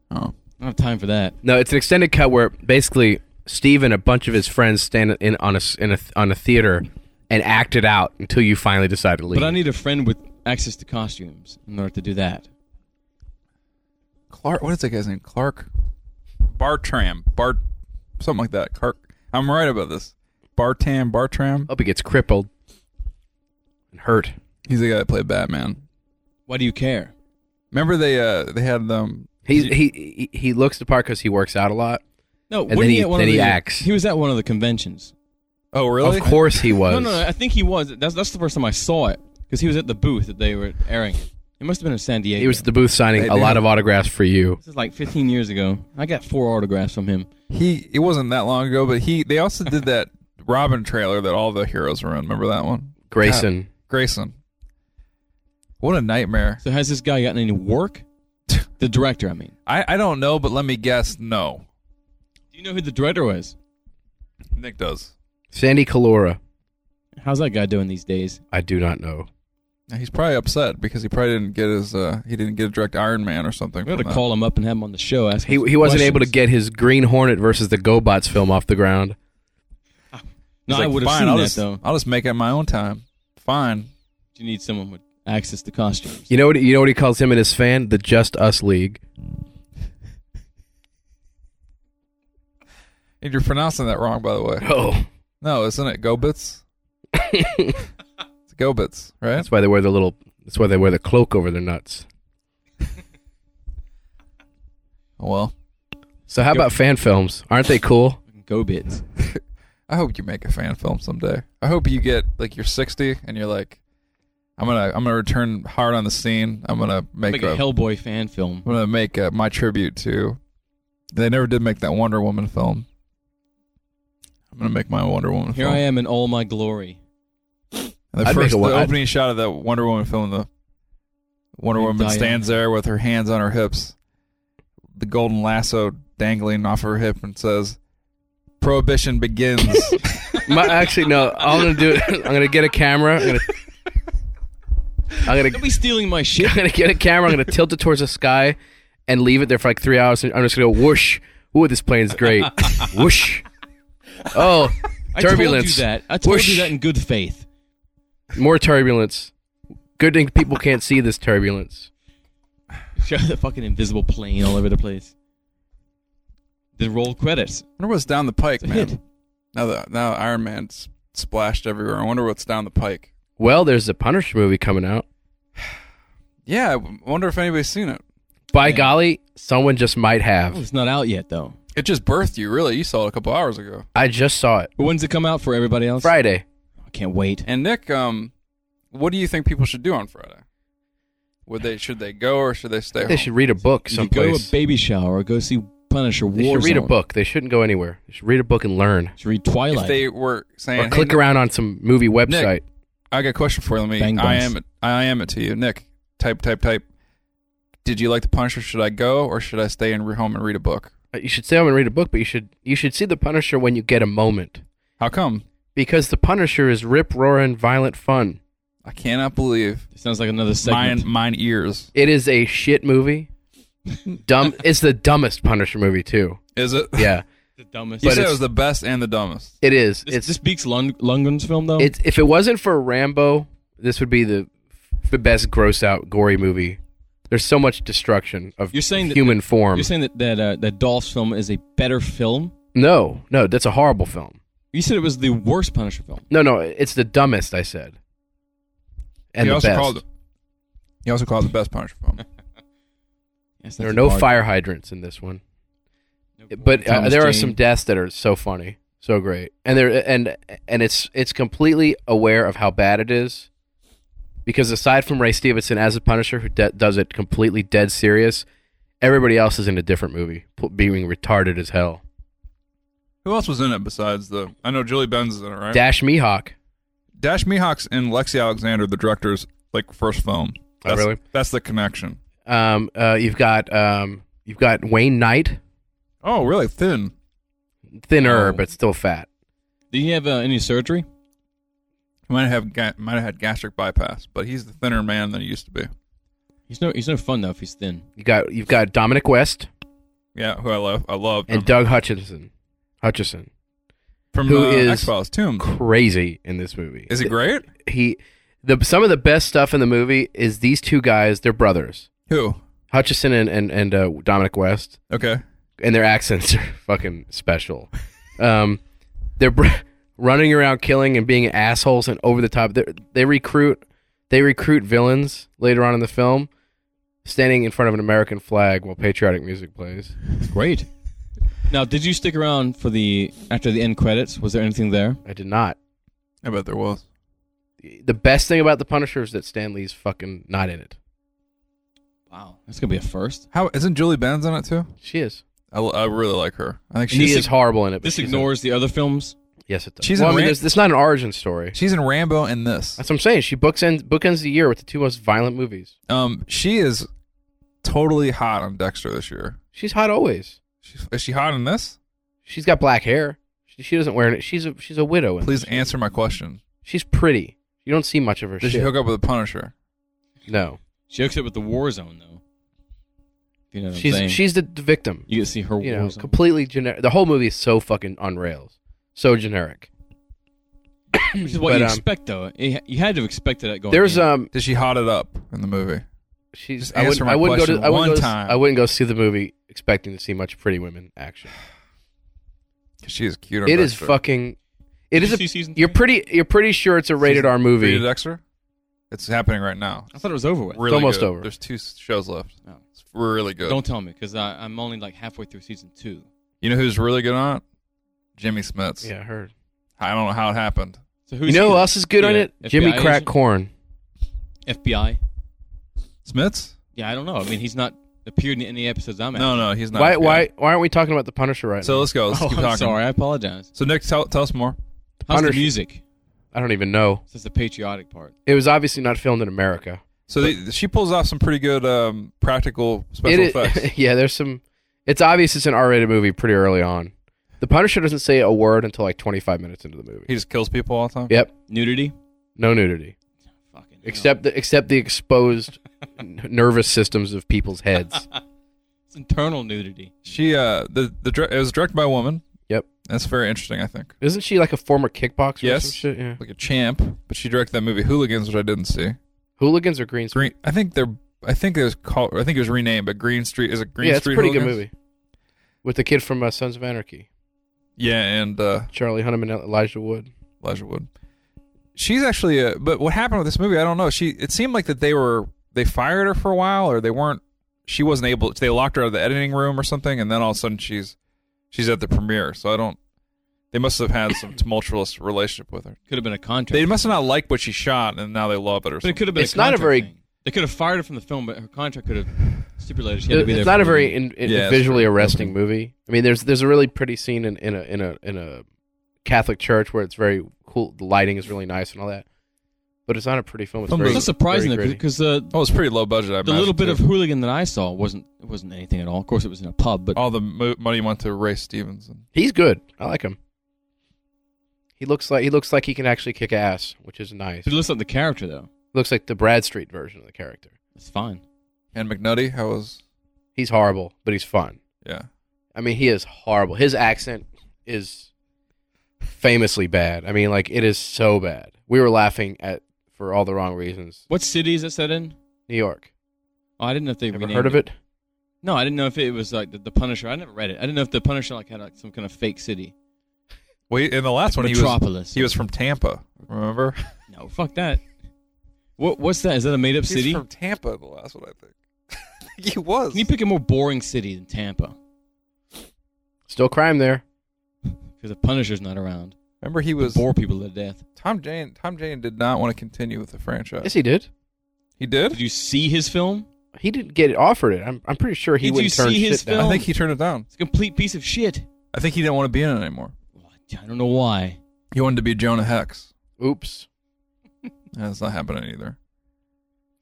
Speaker 4: Oh.
Speaker 3: I don't have time for that.
Speaker 2: No, it's an extended cut where basically Steve and a bunch of his friends stand in on a s- in a th- on a theater and act it out until you finally decide to leave.
Speaker 3: But I need a friend with access to costumes in order to do that.
Speaker 4: Clark. What is that guy's name? Clark Bartram. Bart. Something like that. Clark. I'm right about this. Bartam. Bartram.
Speaker 2: hope he gets crippled and hurt.
Speaker 4: He's the guy that played Batman.
Speaker 3: Why do you care?
Speaker 4: Remember they uh they had them.
Speaker 2: He he he, he looks the part because he works out a lot.
Speaker 3: No,
Speaker 2: And
Speaker 3: wasn't
Speaker 2: then
Speaker 3: he,
Speaker 2: he-
Speaker 3: at one
Speaker 2: then
Speaker 3: of
Speaker 2: he
Speaker 3: the,
Speaker 2: acts.
Speaker 3: He was at one of the conventions.
Speaker 4: Oh really?
Speaker 2: Of course he was.
Speaker 3: No, no, no, I think he was. That's that's the first time I saw it because he was at the booth that they were airing it. It must have been in San Diego.
Speaker 2: He was at the booth signing
Speaker 4: They
Speaker 2: a
Speaker 4: do.
Speaker 2: lot of autographs for you.
Speaker 3: This is like 15 years ago. I got four autographs from him.
Speaker 4: He. It wasn't that long ago, but he. They also did that Robin trailer that all the heroes were in. Remember that one?
Speaker 2: Grayson.
Speaker 4: Grayson. What a nightmare.
Speaker 3: So has this guy gotten any work? the director, I mean.
Speaker 4: I I don't know, but let me guess. No.
Speaker 3: Do you know who the director was?
Speaker 4: Nick does.
Speaker 2: Sandy Calora.
Speaker 3: How's that guy doing these days?
Speaker 2: I do not know.
Speaker 4: He's probably upset because he probably didn't get his uh he didn't get a direct Iron Man or something.
Speaker 3: We got to
Speaker 4: from that.
Speaker 3: call him up and have him on the show. Ask
Speaker 2: He
Speaker 3: him
Speaker 2: he wasn't able to
Speaker 3: questions.
Speaker 2: get his Green Hornet versus the GoBots film off the ground.
Speaker 3: No,
Speaker 4: He's
Speaker 3: I
Speaker 4: like,
Speaker 3: would have
Speaker 4: "Fine,
Speaker 3: seen
Speaker 4: I'll
Speaker 3: that
Speaker 4: just,
Speaker 3: though.
Speaker 4: I'll just make it my own time. Fine.
Speaker 3: You need someone with access to costumes.
Speaker 2: You know what you know what he calls him and his fan? The Just Us League.
Speaker 4: And you're pronouncing that wrong, by the way.
Speaker 2: Oh.
Speaker 4: No, isn't it Gobits? it's Gobits, right?
Speaker 2: That's why they wear the little that's why they wear the cloak over their nuts.
Speaker 4: Oh, well,
Speaker 2: So how about fan films? Aren't they cool?
Speaker 3: Go bits.
Speaker 4: I hope you make a fan film someday. I hope you get like you're 60 and you're like, I'm gonna I'm gonna return hard on the scene. I'm gonna make,
Speaker 3: Like
Speaker 4: a,
Speaker 3: a Hellboy fan film.
Speaker 4: I'm gonna make uh my tribute to. They never did make that Wonder Woman film. I'm gonna make my Wonder Woman
Speaker 3: Here
Speaker 4: film.
Speaker 3: I am in all my glory.
Speaker 4: And the
Speaker 2: I'd make
Speaker 4: first,
Speaker 2: a
Speaker 4: the
Speaker 2: wa- I'd-
Speaker 4: opening shot of that Wonder Woman film, the Wonder
Speaker 3: Like
Speaker 4: Woman
Speaker 3: Diane.
Speaker 4: stands there with her hands on her hips, the golden lasso dangling off her hip, and says, "Prohibition begins."
Speaker 2: My, actually no, all I'm gonna do I'm gonna get a camera, I'm gonna I'm gonna
Speaker 3: Don't be stealing my shit.
Speaker 2: I'm gonna get a camera. I'm gonna tilt it towards the sky and leave it there for like three hours. And I'm just gonna go whoosh. Ooh, this plane's great. whoosh. Oh,
Speaker 3: I told
Speaker 2: turbulence.
Speaker 3: you that. I told you
Speaker 2: Whoosh.
Speaker 3: that in good faith.
Speaker 2: More turbulence. Good thing people can't see this turbulence.
Speaker 3: Show the fucking invisible plane all over the place. Then roll credits.
Speaker 4: I wonder what's down the pike,
Speaker 3: It's a hit.
Speaker 4: man. Now that now Iron Man's splashed everywhere, I wonder what's down the pike.
Speaker 2: Well, there's a Punisher movie coming out.
Speaker 4: Yeah, I w- wonder if anybody's seen it.
Speaker 2: By
Speaker 3: Yeah.
Speaker 2: golly, someone just might
Speaker 3: Oh,
Speaker 2: have.
Speaker 3: it's not out yet though.
Speaker 4: It just birthed you, really. You saw it a couple hours ago.
Speaker 2: I just saw it
Speaker 3: But when's it come out for everybody else?
Speaker 2: Friday.
Speaker 3: I can't wait.
Speaker 4: And Nick, um, what do you think people should do on Friday? Would they should they go or should they stay home?
Speaker 2: They should read a book
Speaker 3: You go to a
Speaker 2: someplace.
Speaker 3: baby shower or go see Punisher
Speaker 2: They
Speaker 3: Warzone.
Speaker 2: should read a book. They shouldn't go anywhere. They should read a book and learn,
Speaker 3: You should read
Speaker 4: if
Speaker 3: Twilight.
Speaker 4: they were saying,
Speaker 2: or
Speaker 4: "Hey,
Speaker 2: click
Speaker 4: Nick,
Speaker 2: around on some movie website.
Speaker 4: I got a question for you. Let me.
Speaker 3: Bang
Speaker 4: I
Speaker 3: bongs.
Speaker 4: am it. I am it to you, Nick. Type, type, type. Did you like the Punisher? Should I go or should I stay in re- home and read a book?
Speaker 2: Uh, You should stay home and read a book, but you should you should see the Punisher when you get a moment.
Speaker 4: How come?
Speaker 2: Because the Punisher is rip roaring violent fun.
Speaker 4: I cannot believe
Speaker 3: It sounds like another segment.
Speaker 4: mine mine ears.
Speaker 2: It is a shit movie. Dumb it's the dumbest Punisher movie too.
Speaker 4: Is it?
Speaker 2: Yeah.
Speaker 3: the dumbest.
Speaker 4: You
Speaker 2: But
Speaker 4: said
Speaker 2: it's-
Speaker 4: it was the best and the dumbest.
Speaker 2: It is.
Speaker 3: This,
Speaker 2: it's
Speaker 3: this beaks Lund- Lundgren's film though.
Speaker 2: it's if it wasn't for Rambo, this would be the the best gross out gory movie. There's so much destruction of
Speaker 3: You're saying that-
Speaker 2: human form.
Speaker 3: You're saying that that uh, that Dolph's film is a better film.
Speaker 2: no, no, that's a horrible film.
Speaker 3: You said it was the worst Punisher film.
Speaker 2: No, no, it's the dumbest I said. And
Speaker 4: he
Speaker 2: the
Speaker 4: also
Speaker 2: best.
Speaker 4: called. He also called it the best Punisher film.
Speaker 3: Yes,
Speaker 2: there
Speaker 3: that's
Speaker 2: are
Speaker 3: a
Speaker 2: no
Speaker 3: hard-
Speaker 2: fire hydrants in this one.
Speaker 3: no-
Speaker 2: but uh,
Speaker 3: Thomas
Speaker 2: there are
Speaker 3: Jane.
Speaker 2: some deaths that are so funny, so great, and there and and it's it's completely aware of how bad it is, because aside from Ray Stevenson as a Punisher, who de- does it completely dead serious, everybody else is in a different movie, p- being retarded as hell.
Speaker 4: Who else was in it besides the? I know Julie Benz is in it, right?
Speaker 2: Dash Mihawk,
Speaker 4: Dash Mihawk's in Lexi Alexander, the director's like first film.
Speaker 2: Oh,
Speaker 4: That's,
Speaker 2: really?
Speaker 4: That's the connection.
Speaker 2: um, uh, you've got um, you've got Wayne Knight,
Speaker 4: Oh, really thin.
Speaker 2: thinner
Speaker 3: Oh.
Speaker 2: but still fat.
Speaker 3: Did he have uh, any surgery?
Speaker 4: He might have ga- might have had gastric bypass, but he's the thinner man than he used to be.
Speaker 3: He's no he's no fun though if he's thin.
Speaker 2: You got you've got Dominic West
Speaker 4: Yeah, who I love. I love
Speaker 2: and Doug Hutchinson. Hutchison,
Speaker 4: from
Speaker 2: who
Speaker 4: uh,
Speaker 2: is-
Speaker 4: X Files Tomb.
Speaker 2: crazy in this movie.
Speaker 4: Is he great?
Speaker 2: He the some of the best stuff in the movie is these two guys. They're brothers,
Speaker 4: Who?
Speaker 2: Hutchison and and, and uh, Dominic West,
Speaker 4: Okay.
Speaker 2: and their accents are fucking special. Um, they're br- running around killing and being assholes and over the top. They're, they recruit they recruit villains later on in the film, standing in front of an American flag while patriotic music plays.
Speaker 3: Great. Now, did you stick around for the after the end credits? Was there anything there?
Speaker 2: I did not.
Speaker 4: I bet there was.
Speaker 2: The best thing about the Punisher is that Stan Lee's fucking not in it.
Speaker 3: Wow, that's gonna be a first.
Speaker 4: How isn't Julie Benz in it too?
Speaker 2: She is.
Speaker 4: I, l- I really like her. I think
Speaker 2: She
Speaker 4: she's
Speaker 2: is horrible in it. but
Speaker 3: This
Speaker 2: she's in-
Speaker 3: ignores the other films.
Speaker 2: yes, it does.
Speaker 4: She's
Speaker 2: well,
Speaker 4: in
Speaker 2: I mean,
Speaker 4: Ran-
Speaker 2: it's, it's not an origin story.
Speaker 4: she's in Rambo and this.
Speaker 2: That's what I'm saying. She books end, bookends the year with the two most violent movies.
Speaker 4: Um, she is totally hot on Dexter this year.
Speaker 2: She's hot always.
Speaker 4: She's, is she hot in this?
Speaker 2: She's got black hair. She, she doesn't wear it. She's a she's a widow. In
Speaker 4: Please
Speaker 2: this.
Speaker 4: answer my question.
Speaker 2: She's pretty. You don't see much of her.
Speaker 4: Did she
Speaker 2: shit.
Speaker 4: hook up with the Punisher?
Speaker 2: No.
Speaker 3: She hooks up with the war zone though. If you know what
Speaker 2: She's
Speaker 3: I'm saying.
Speaker 2: she's the, the victim.
Speaker 3: you get to see her
Speaker 2: You
Speaker 3: war
Speaker 2: know,
Speaker 3: zone.
Speaker 2: completely generic. The whole movie is so fucking on rails. So generic.
Speaker 3: Which is what
Speaker 2: but,
Speaker 3: you
Speaker 2: um,
Speaker 3: expect though. You you had to expect that going.
Speaker 2: There's
Speaker 3: in.
Speaker 2: um
Speaker 4: Did she hot it up in the movie?
Speaker 2: she's
Speaker 4: Just
Speaker 2: I wouldn't,
Speaker 4: answer my
Speaker 2: I wouldn't go to
Speaker 4: question
Speaker 2: I wouldn't
Speaker 4: one
Speaker 2: go, s-
Speaker 4: time.
Speaker 2: I wouldn't go see the movie expecting to see much pretty women action.
Speaker 4: 'Cause she is cute. On
Speaker 2: It is
Speaker 4: Dexter.
Speaker 2: fucking it
Speaker 3: Did
Speaker 2: is
Speaker 3: you
Speaker 2: a
Speaker 3: see season
Speaker 2: you're
Speaker 3: three?
Speaker 2: pretty you're pretty sure it's a rated R
Speaker 4: Are you
Speaker 2: movie.
Speaker 4: Dexter. It's happening right now.
Speaker 3: I thought it was over with.
Speaker 4: Really
Speaker 2: almost
Speaker 4: good.
Speaker 2: over.
Speaker 4: There's two s- shows left.
Speaker 3: No.
Speaker 4: It's really good.
Speaker 3: Don't tell me because I'm only like halfway through season two.
Speaker 4: You know who's really good on it? Jimmy Smits.
Speaker 2: Yeah, I heard.
Speaker 4: I don't know how it happened.
Speaker 3: So
Speaker 2: You
Speaker 3: who's
Speaker 2: know
Speaker 3: he?
Speaker 2: who else is good on
Speaker 3: Yeah,
Speaker 2: it? Jimmy
Speaker 3: FBI
Speaker 2: Crack
Speaker 3: agent?
Speaker 2: Corn.
Speaker 3: FBI.
Speaker 4: Smits?
Speaker 3: Yeah, I don't know. I mean, he's not appeared in any episodes I'm at.
Speaker 4: No, no, he's not.
Speaker 2: Why
Speaker 4: Yeah.
Speaker 2: why why aren't we talking about the Punisher right
Speaker 4: So
Speaker 2: now?
Speaker 4: let's go. Let's
Speaker 3: Oh,
Speaker 4: keep
Speaker 3: I'm
Speaker 4: talking.
Speaker 3: sorry. I apologize.
Speaker 4: So Nick, tell, tell us more.
Speaker 3: How's
Speaker 2: Punisher.
Speaker 3: the music?
Speaker 2: I don't even know.
Speaker 3: This is the patriotic part.
Speaker 2: It was obviously not filmed in America.
Speaker 4: So the, she pulls off some pretty good um, practical special
Speaker 2: It i-
Speaker 4: effects.
Speaker 2: yeah, there's some. It's obvious it's an R-rated movie pretty early on. The Punisher doesn't say a word until like 25 minutes into the movie.
Speaker 4: he just kills people all the time.
Speaker 2: Yep,
Speaker 3: Nudity.
Speaker 2: no nudity
Speaker 3: Fucking. hell.
Speaker 2: except the, except the exposed n- nervous systems of people's heads.
Speaker 3: It's internal nudity.
Speaker 4: She uh the the dir- it was directed by a woman.
Speaker 2: Yep.
Speaker 4: That's very interesting. I think
Speaker 2: Isn't she like a former kickboxer? Or
Speaker 4: Yes.
Speaker 2: some shit? Yeah.
Speaker 4: like a champ, but she directed that movie Hooligans, which I didn't see.
Speaker 2: Hooligans or Green Street?
Speaker 4: Green. I think they're. I think it was called. I think it was renamed, but Green Street is it Green
Speaker 2: yeah, it's a
Speaker 4: Street?
Speaker 2: pretty good movie.
Speaker 4: Hooligans?
Speaker 2: With the kid from uh, Sons of Anarchy,
Speaker 4: Yeah, and uh,
Speaker 2: Charlie Hunnam and Elijah Wood.
Speaker 4: Elijah Wood. She's actually a, but what happened with this movie, I don't know. She it seemed like that they were they fired her for a while or they weren't she wasn't able they locked her out of the editing room or something and then all of a sudden she's she's at the premiere. So I don't they must have had some tumultuous relationship with her.
Speaker 3: Could have been a contract.
Speaker 4: They must have not liked what she shot and now they love it
Speaker 3: but
Speaker 4: or
Speaker 3: it
Speaker 4: something.
Speaker 3: could have been.
Speaker 2: It's
Speaker 3: a
Speaker 2: not a
Speaker 3: contract
Speaker 2: very-
Speaker 3: Thing. They could have fired her from the film, but her contract could have stipulated she had to be there.
Speaker 2: It's not
Speaker 3: for
Speaker 2: a
Speaker 3: the
Speaker 2: very
Speaker 3: movie.
Speaker 2: in, in-
Speaker 4: Yeah, that's
Speaker 2: visually
Speaker 4: true.
Speaker 2: arresting movie. I mean, there's there's a really pretty scene in, in a in a in a Catholic church where it's very cool. The lighting is really nice and all that, but it's not a pretty film. It's
Speaker 4: Some
Speaker 2: very,
Speaker 4: movies-
Speaker 3: It's not surprising
Speaker 2: very gritty.
Speaker 3: because the
Speaker 4: Oh, it's pretty low budget. I
Speaker 3: uh, the
Speaker 4: imagine,
Speaker 3: little bit
Speaker 4: too.
Speaker 3: of hooligan that I saw wasn't it wasn't anything at all. Of course, it was in a pub, but
Speaker 2: Oh.
Speaker 4: all the mo- money went to Ray Stevenson.
Speaker 2: he's good. I like him. He looks like he looks like he can actually kick ass, which is nice.
Speaker 3: it looks like the character though.
Speaker 2: Looks like the Bradstreet version of the character.
Speaker 3: It's fine.
Speaker 4: And McNutty, how was
Speaker 2: He's horrible, but he's fun.
Speaker 4: yeah.
Speaker 2: I mean, he is horrible. His accent is famously bad. I mean, like it is so bad. We were laughing at for all the wrong reasons.
Speaker 3: What city is it set in?
Speaker 2: New York.
Speaker 3: Oh, I didn't know if they
Speaker 2: Ever
Speaker 3: renamed
Speaker 2: heard of it?
Speaker 3: No, I didn't know if it was like the, the Punisher. I never read it. I didn't know if the Punisher like had like some kind of fake city.
Speaker 4: Well, he- in the last one he was
Speaker 3: Metropolis.
Speaker 4: he was from Tampa. Remember?
Speaker 3: No, fuck that. What what's that? Is that a made up city?
Speaker 4: He's from Tampa. The last one, I think. I think he was.
Speaker 3: Can you pick a more boring city than Tampa?
Speaker 2: Still crime there.
Speaker 3: Because the Punisher's not around.
Speaker 4: Remember, he was
Speaker 3: Bore people to death.
Speaker 4: Tom Jane. Tom Jane did not want to continue with the franchise.
Speaker 2: Yes, he did.
Speaker 4: he
Speaker 3: Did
Speaker 4: did.
Speaker 3: you see his film?
Speaker 2: He didn't get offered it. I'm, I'm pretty sure he
Speaker 3: Did
Speaker 2: wouldn't
Speaker 3: you
Speaker 2: turn
Speaker 3: see
Speaker 2: shit
Speaker 3: his
Speaker 4: I
Speaker 2: down.
Speaker 3: film?
Speaker 4: think he turned it down.
Speaker 3: It's a complete piece of shit.
Speaker 4: I think he didn't want to be in it anymore.
Speaker 3: Well, I don't know why.
Speaker 4: He wanted to be Jonah Hex.
Speaker 2: Oops.
Speaker 4: That's not happening either.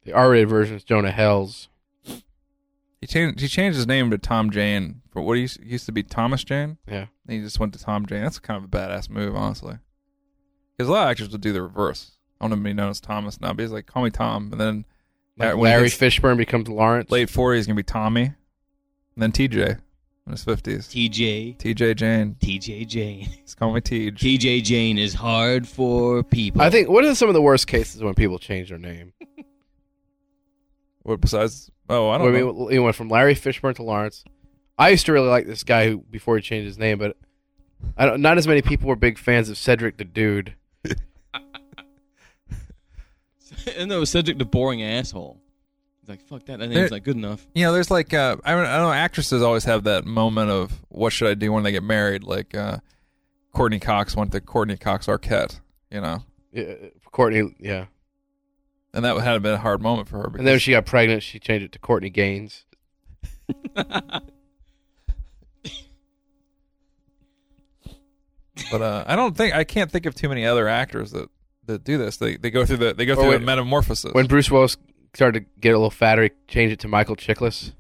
Speaker 2: The R-rated version is Jonah Hells.
Speaker 4: He changed he changed his name to Tom Jane for what he used, he used to be Thomas Jane.
Speaker 2: Yeah.
Speaker 4: And he just went to Tom Jane. That's kind of a badass move, honestly. Because a lot of actors would do the reverse. I want him to be known as Thomas now, but he's like, call me Tom. And then
Speaker 2: Like
Speaker 4: uh, when he
Speaker 2: Larry
Speaker 4: hits
Speaker 2: Fishburne becomes Lawrence.
Speaker 4: late 40s, he's going to be Tommy. And then TJ in his 50s.
Speaker 3: TJ.
Speaker 4: TJ Jane.
Speaker 3: TJ Jane.
Speaker 4: He's calling me TJ.
Speaker 3: TJ Jane is hard for people.
Speaker 2: I think what are some of the worst cases when people change their name?
Speaker 4: What besides? Oh, I don't
Speaker 2: When
Speaker 4: know.
Speaker 2: we- He went from Larry Fishburne to Lawrence. I used to really like this guy who, before he changed his name, but I don't, not as many people were big fans of Cedric the Dude.
Speaker 3: and that was Cedric the boring asshole. He's like, fuck that. That name's not good enough.
Speaker 4: you know, there's like uh, I, don't- I don't know actresses always have that moment of what should I do when they get married. Like uh, Courtney Cox went to Courtney Cox Arquette, you know,
Speaker 2: Yeah, uh, Courtney, yeah.
Speaker 4: and that had been a hard moment for her. Because,
Speaker 2: And then when she got pregnant, she changed it to Courtney Gaines.
Speaker 4: but uh, I don't think I can't think of too many other actors that, that do this. They they go through the they go
Speaker 2: Or
Speaker 4: through
Speaker 2: when-
Speaker 4: the metamorphosis.
Speaker 2: When Bruce Willis started to get a little fatter, he changed it to Michael Chiklis.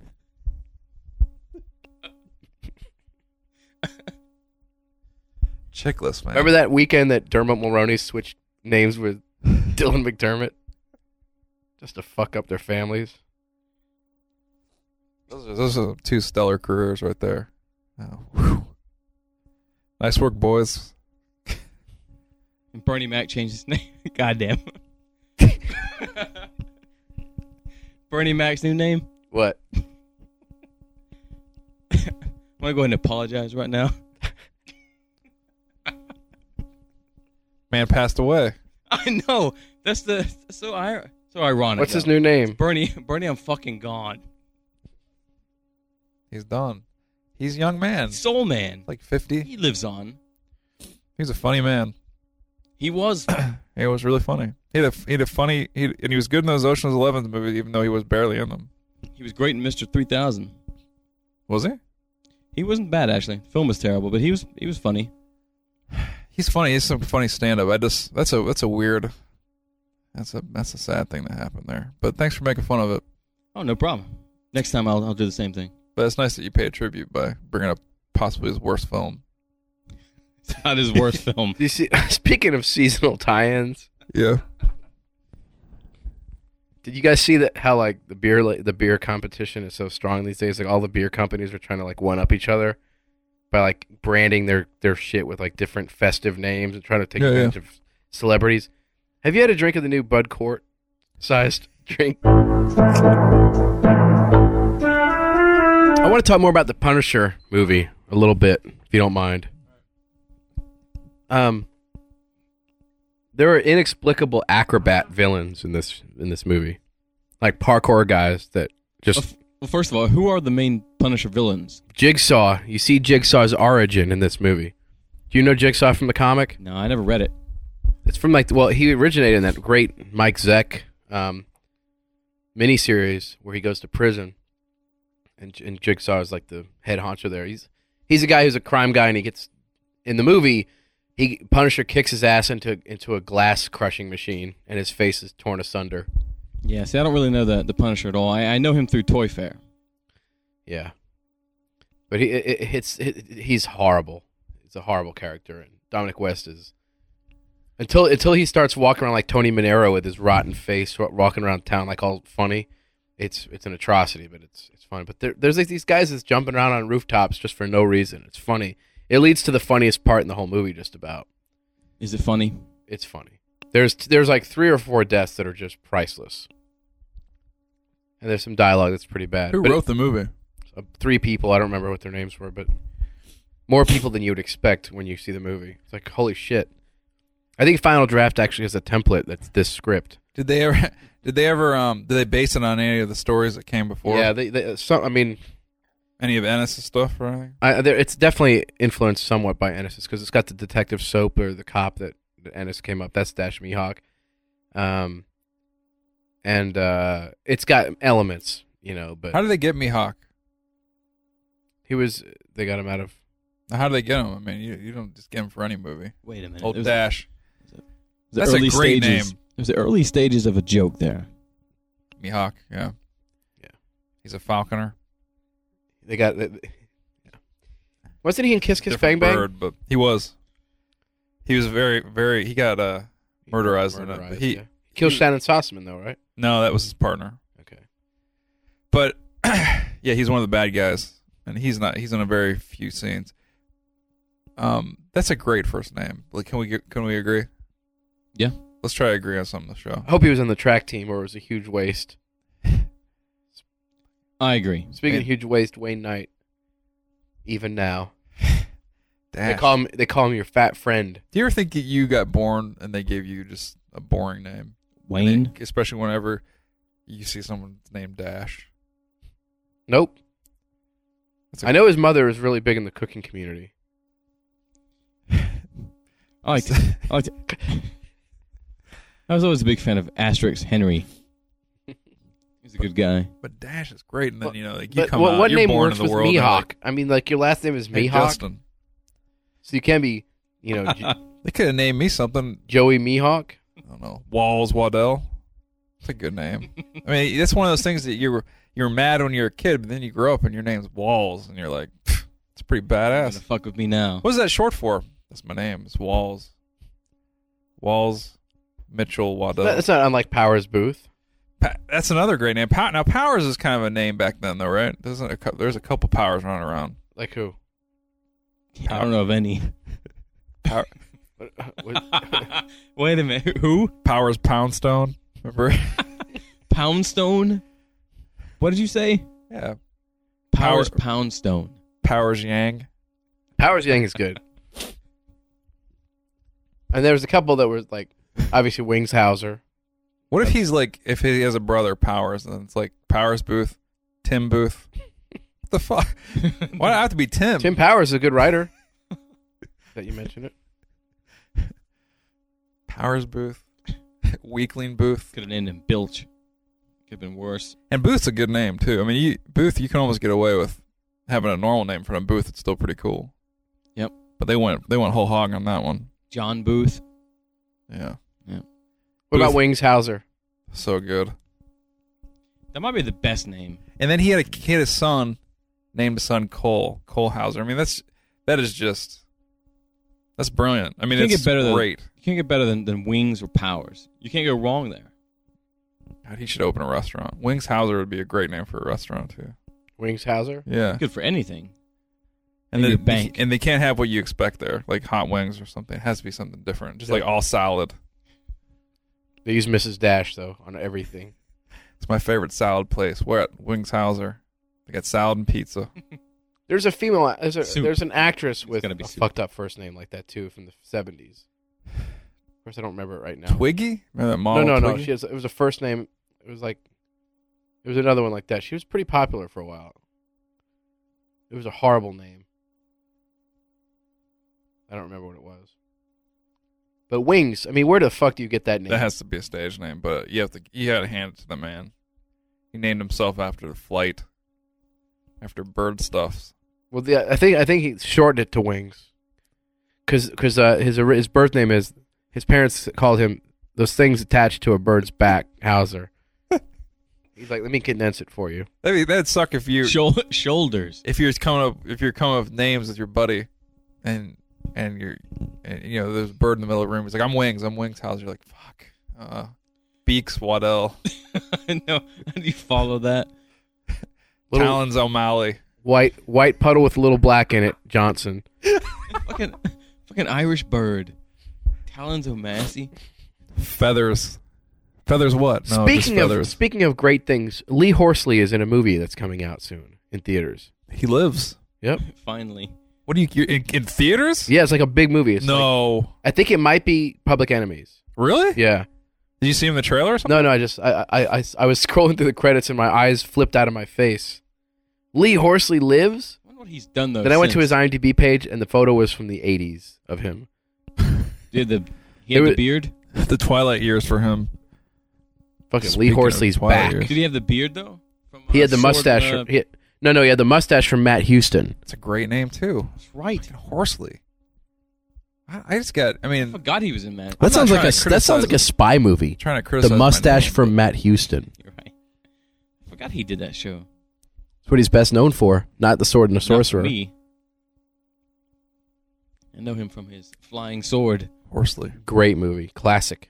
Speaker 4: Chickless man.
Speaker 2: Remember that weekend that Dermot Mulroney switched names with Dylan McDermott? Just to fuck up their families.
Speaker 4: Those are, those are two stellar careers right there. Oh, whew. Nice work, boys.
Speaker 3: And Bernie Mac changed his name. Goddamn. Bernie Mac's new name.
Speaker 2: What?
Speaker 3: I'm gonna go ahead and apologize right now.
Speaker 4: Man passed away.
Speaker 3: I know. That's the that's so ir- so ironic.
Speaker 2: What's his
Speaker 3: though.
Speaker 2: new name?
Speaker 3: Bernie. Bernie, I'm fucking gone.
Speaker 4: He's done. He's a young man,
Speaker 3: Soul Man.
Speaker 4: like fifty.
Speaker 3: He lives on.
Speaker 4: He's a funny man.
Speaker 3: He was.
Speaker 4: It was really funny. He had a, he had a funny, he, and he was good in those Ocean's Eleven movies, even though he was barely in them.
Speaker 3: he was great in Mr. 3000.
Speaker 4: Was he?
Speaker 3: He wasn't bad actually. The film was terrible, but he was he was funny.
Speaker 4: He's funny. He's some funny stand-up. I just that's a that's a weird, that's a that's a sad thing that happened there. But thanks for making fun of it.
Speaker 3: Oh no problem. Next time I'll I'll do the same thing.
Speaker 4: But it's nice that you pay a tribute by bringing up possibly his worst film.
Speaker 3: It's not his worst film.
Speaker 2: Do you see, speaking of seasonal tie-ins,
Speaker 4: Yeah.
Speaker 2: did you guys see that how like the beer like, the beer competition is so strong these days? Like all the beer companies are trying to like one up each other by like branding their their shit with like different festive names and trying to take
Speaker 4: Yeah, yeah.
Speaker 2: advantage of celebrities. Have you had a drink of the new Bud Court sized drink? I want to talk more about the Punisher movie a little bit, if you don't mind. Um, there are inexplicable acrobat villains in this in this movie, like parkour guys that
Speaker 3: Well,
Speaker 2: just
Speaker 3: f- well, first of all, who are the main Punisher villains?
Speaker 2: Jigsaw. You see Jigsaw's origin in this movie. Do you know Jigsaw from the comic?
Speaker 3: No, I never read it.
Speaker 2: It's from like well, he originated in that great Mike Zeck um, miniseries where he goes to prison, and and Jigsaw is like the head honcho there. He's he's a guy who's a crime guy, and he gets in the movie. He Punisher kicks his ass into into a glass crushing machine, and his face is torn asunder.
Speaker 3: Yeah, see, I don't really know the the Punisher at all. I, I know him through Toy Fair.
Speaker 2: Yeah, but he it, it, it's it, he's horrible. He's a horrible character, and Dominic West is until until he starts walking around like Tony Monero with his rotten face, wa- walking around town like all funny. It's it's an atrocity, but it's it's funny. But there, there's like these guys that's jumping around on rooftops just for no reason. It's funny. It leads to the funniest part in the whole movie. Just about
Speaker 3: Is it funny?
Speaker 2: it's funny. There's there's like three or four deaths that are just priceless, and there's some dialogue that's pretty bad.
Speaker 4: Who
Speaker 2: But it-
Speaker 4: wrote the movie?
Speaker 2: uh, three people. I don't remember what their names were, but more people than you would expect when you see the movie. It's like holy shit. I think Final Draft actually has a template that's this script.
Speaker 4: Did they ever? Did they ever? Um, did they base it on any of the stories that came before?
Speaker 2: yeah, they, they, some. I mean,
Speaker 4: Any of Ennis's stuff or anything?
Speaker 2: I, there, it's definitely influenced somewhat by Ennis's because it's got the detective soap or the cop that, that Ennis came up. That's Dash Mihawk, um, and uh, it's got elements, you know. But
Speaker 4: How did they get Mihawk?
Speaker 2: he was they got him out of
Speaker 4: How do they get him? I mean, you, you don't just get him for any movie.
Speaker 3: Wait a minute.
Speaker 4: Old
Speaker 3: It was-
Speaker 4: Dash,
Speaker 3: it was the
Speaker 4: Oh, That's a
Speaker 3: early
Speaker 4: great
Speaker 3: stages.
Speaker 4: name.
Speaker 3: It was the early stages of a joke there.
Speaker 4: Mihawk, yeah,
Speaker 2: Yeah.
Speaker 4: He's a falconer.
Speaker 2: They got. They, wasn't he in Kiss Kiss Bang
Speaker 4: different
Speaker 2: Bang?
Speaker 4: bird, but he was. He was very, very. He got uh, murderized. in it, but he
Speaker 2: yeah. killed Shannon Sossaman though, right?
Speaker 4: no, that was his partner.
Speaker 2: Okay.
Speaker 4: But yeah, he's one of the bad guys, and he's not. He's in a very few scenes. Um, that's a great first name. Like, can we get, can we agree?
Speaker 3: Yeah.
Speaker 4: Let's try to agree on something. The show.
Speaker 2: I hope he was on the track team, or it was a huge waste.
Speaker 3: I agree.
Speaker 2: Speaking of
Speaker 4: Yeah.
Speaker 2: huge waste, Wayne Knight. Even now, they
Speaker 4: Dash.
Speaker 2: call him. They call him your fat friend.
Speaker 4: Do you ever think that you got born and they gave you just a boring name? And they-
Speaker 3: Wayne.
Speaker 4: especially whenever you see someone named Dash.
Speaker 2: Nope.
Speaker 4: That's a-
Speaker 2: I know his mother is really big in the cooking community.
Speaker 3: I liked,
Speaker 2: uh,
Speaker 3: I liked I was always a big fan of Asterix Henry. He's a good guy.
Speaker 4: But Dash is great, and then
Speaker 2: But-
Speaker 4: you know, like you
Speaker 2: But
Speaker 4: come
Speaker 2: what,
Speaker 4: out,
Speaker 2: what
Speaker 4: you're
Speaker 2: name
Speaker 4: born
Speaker 2: works
Speaker 4: in
Speaker 2: with
Speaker 4: the world. and they're
Speaker 2: Mihawk?
Speaker 4: like,
Speaker 2: I mean, like your last name is
Speaker 4: hey,
Speaker 2: Mihawk,
Speaker 4: Justin.
Speaker 2: so you can be, you know, J-
Speaker 4: They could have named me something.
Speaker 2: Joey Mihawk.
Speaker 4: I don't know. Walls Waddell. That's a good name. I mean, that's one of those things that you were you're mad when you're a kid, but then you grow up and your name's Walls, and you're like, "Pfft, it's pretty
Speaker 3: You're gonna
Speaker 4: badass.
Speaker 3: fuck with me now.
Speaker 4: What's that short for? That's my name. It's Walls. Walls Mitchell Waddell.
Speaker 2: That's not unlike Powers Booth.
Speaker 4: Pa- that's another great name. Pow- now Powers is kind of a name back then, though, right? There's a cou- there's a couple Powers running around.
Speaker 2: Like who?
Speaker 3: I don't know of any.
Speaker 4: Pow-
Speaker 2: What, what-
Speaker 3: Wait a minute. Who?
Speaker 4: Powers Poundstone, remember?
Speaker 3: Poundstone? What did you say?
Speaker 4: yeah,
Speaker 3: Powers
Speaker 4: Power-
Speaker 3: Poundstone.
Speaker 4: Powers Yang.
Speaker 2: Powers Yang is good. And there was a couple that were like, obviously Wingshauser.
Speaker 4: What if he's like if he has a brother Powers, and it's like Powers Booth, Tim Booth? What the fuck? Why do I have to be Tim?
Speaker 2: Tim Powers is a good writer. that you mentioned it.
Speaker 4: Powers Booth, Weakling Booth,
Speaker 3: Could have named him Bilch. Could have been worse.
Speaker 4: and Booth's a good name too. I mean, you, Booth, you can almost get away with having a normal name for a Booth. It's still pretty cool.
Speaker 3: Yep.
Speaker 4: But they went they went whole hog on that one.
Speaker 3: John Booth.
Speaker 4: Yeah,
Speaker 2: What about
Speaker 4: Booth.
Speaker 2: Wingshauser?
Speaker 4: so good.
Speaker 3: That might be the best name.
Speaker 4: And then he had a he had a son named his son Cole Cole Hauser. I mean, that's that is just that's brilliant. I mean,
Speaker 3: Can't
Speaker 4: it's
Speaker 3: get better than-
Speaker 4: great.
Speaker 3: You can't get better than, than Wings or Powers. You can't go wrong there.
Speaker 4: God, he should open a restaurant. Wings Hauser would be a great name for a restaurant too.
Speaker 2: Wingshauser?
Speaker 4: Yeah,
Speaker 3: Good for anything.
Speaker 4: and
Speaker 3: maybe
Speaker 4: then
Speaker 3: a bank.
Speaker 4: and they can't have what you expect there, like hot wings or something. It has to be something different, just like all salad.
Speaker 2: They use Mrs. Dash though on everything.
Speaker 4: It's my favorite salad place. We're at Wings Hauser. They got salad and pizza.
Speaker 2: There's a female. There's, a,
Speaker 3: Soup.
Speaker 2: there's an actress with
Speaker 3: gotta
Speaker 2: a
Speaker 3: be soup.
Speaker 2: fucked up first name like that too from the 70s. Of course, I don't remember it right now.
Speaker 4: Twiggy? Remember that
Speaker 2: no,
Speaker 4: model?
Speaker 2: no, no.
Speaker 4: Twiggy?
Speaker 2: She has, it was a first name. It was like it was another one like that. She was pretty popular for a while. It was a horrible name. I don't remember what it was. But wings. I mean, where the fuck do you get that name?
Speaker 4: That has to be a stage name, but you have to you gotta hand it to the man. He named himself after the flight. After bird stuffs.
Speaker 2: well, yeah, I think I think he shortened it to wings, because uh, his ori- his birth name is his parents called him those things attached to a bird's back, Hauser. He's like, let me condense it for you.
Speaker 4: That'd, be, that'd suck if you
Speaker 3: Shoul- shoulders.
Speaker 4: if you're coming up if you're coming up with names with your buddy and and you're and, you know, there's a bird in the middle of the room, he's like, I'm Wings, I'm Wings House. You're like, fuck. Uh Beaks Waddell.
Speaker 3: no, how do you follow that?
Speaker 2: Little-
Speaker 4: Talons O'Malley.
Speaker 2: White white puddle with a little black in it, Johnson.
Speaker 3: fucking, fucking Irish bird. Talons O'Massey.
Speaker 4: Feathers. Feathers what? No, just
Speaker 2: speaking of
Speaker 4: feathers.
Speaker 2: speaking of great things, Lee Horsley is in a movie that's coming out soon in theaters.
Speaker 4: He lives.
Speaker 2: Yep.
Speaker 3: Finally.
Speaker 4: What do you you're in, in theaters?
Speaker 2: Yeah, it's like a big movie. It's like-
Speaker 4: no.
Speaker 2: I think it might be Public Enemies.
Speaker 4: really?
Speaker 2: Yeah.
Speaker 4: Did you see him in the trailer or something?
Speaker 2: No, no. I just I I, I, I was scrolling through the credits and my eyes flipped out of my face. Lee Horsley lives.
Speaker 3: I wonder what he's done though.
Speaker 2: Then I went to his
Speaker 3: since.
Speaker 2: IMDb page and the photo was from the '80s of him.
Speaker 3: He had the, he
Speaker 2: It
Speaker 3: had the
Speaker 2: was-
Speaker 3: beard.
Speaker 4: The twilight years for him.
Speaker 2: Fucking
Speaker 4: Speaking
Speaker 2: Lee
Speaker 4: of
Speaker 2: Horsley's
Speaker 4: Twilight
Speaker 2: back.
Speaker 4: Years.
Speaker 3: Did he have the beard though? From,
Speaker 2: He
Speaker 3: uh,
Speaker 2: had the
Speaker 3: Sword,
Speaker 2: mustache.
Speaker 3: uh,
Speaker 2: from- he had- no, no. He had the mustache from Matt Houston.
Speaker 4: It's a great name too.
Speaker 3: that's right.
Speaker 4: Fucking Horsley. I, I just got. I
Speaker 3: I
Speaker 4: mean,
Speaker 3: forgot he was in that.
Speaker 4: I'm not trying to criticize him.
Speaker 2: spy movie.
Speaker 4: trying to criticize my name.
Speaker 2: Matt Houston.
Speaker 3: You're right. I forgot he did that show.
Speaker 2: It's what he's best known for, not the sword and the
Speaker 3: Not
Speaker 2: sorcerer.
Speaker 3: me. I know him from his flying sword.
Speaker 4: Horsley.
Speaker 2: Great movie, classic.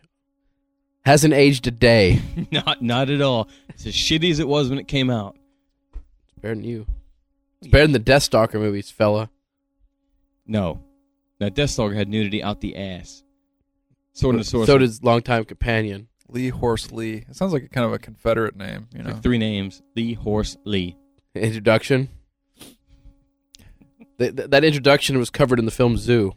Speaker 2: Hasn't aged a day.
Speaker 3: not not at all. It's as shitty as it was when it came out.
Speaker 2: Better than you. It's better than the Death Stalker movies, fella.
Speaker 3: No. Now Deathstalker had nudity out the ass. Sword and the sorcerer.
Speaker 2: So does longtime companion.
Speaker 4: Lee Horsley. It sounds like a kind of a Confederate name, you
Speaker 3: It's
Speaker 4: know.
Speaker 3: like three names. Lee Horse Lee.
Speaker 2: Introduction. Th- th- that introduction was covered in the film Zoo.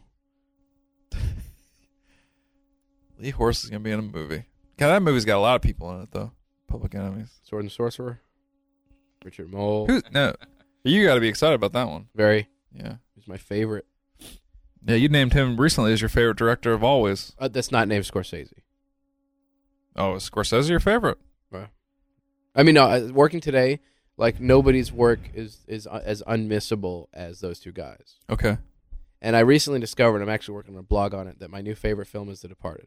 Speaker 4: Lee Horsley's gonna be in a movie. God, that movie's got a lot of people in it though. Public Enemies.
Speaker 2: Sword and Sorcerer. Richard Mole.
Speaker 4: Who's no? You got to be excited about that one.
Speaker 2: Very.
Speaker 4: Yeah.
Speaker 2: He's my favorite.
Speaker 4: Yeah, you named him recently as your favorite director of always.
Speaker 2: Uh, that's not named Scorsese.
Speaker 4: Oh, is Scorsese your favorite?
Speaker 2: I mean, no, uh, working today, like nobody's work is is uh, as unmissable as those two guys.
Speaker 4: Okay.
Speaker 2: And I recently discovered, I'm actually working on a blog on it, that my new favorite film is The Departed.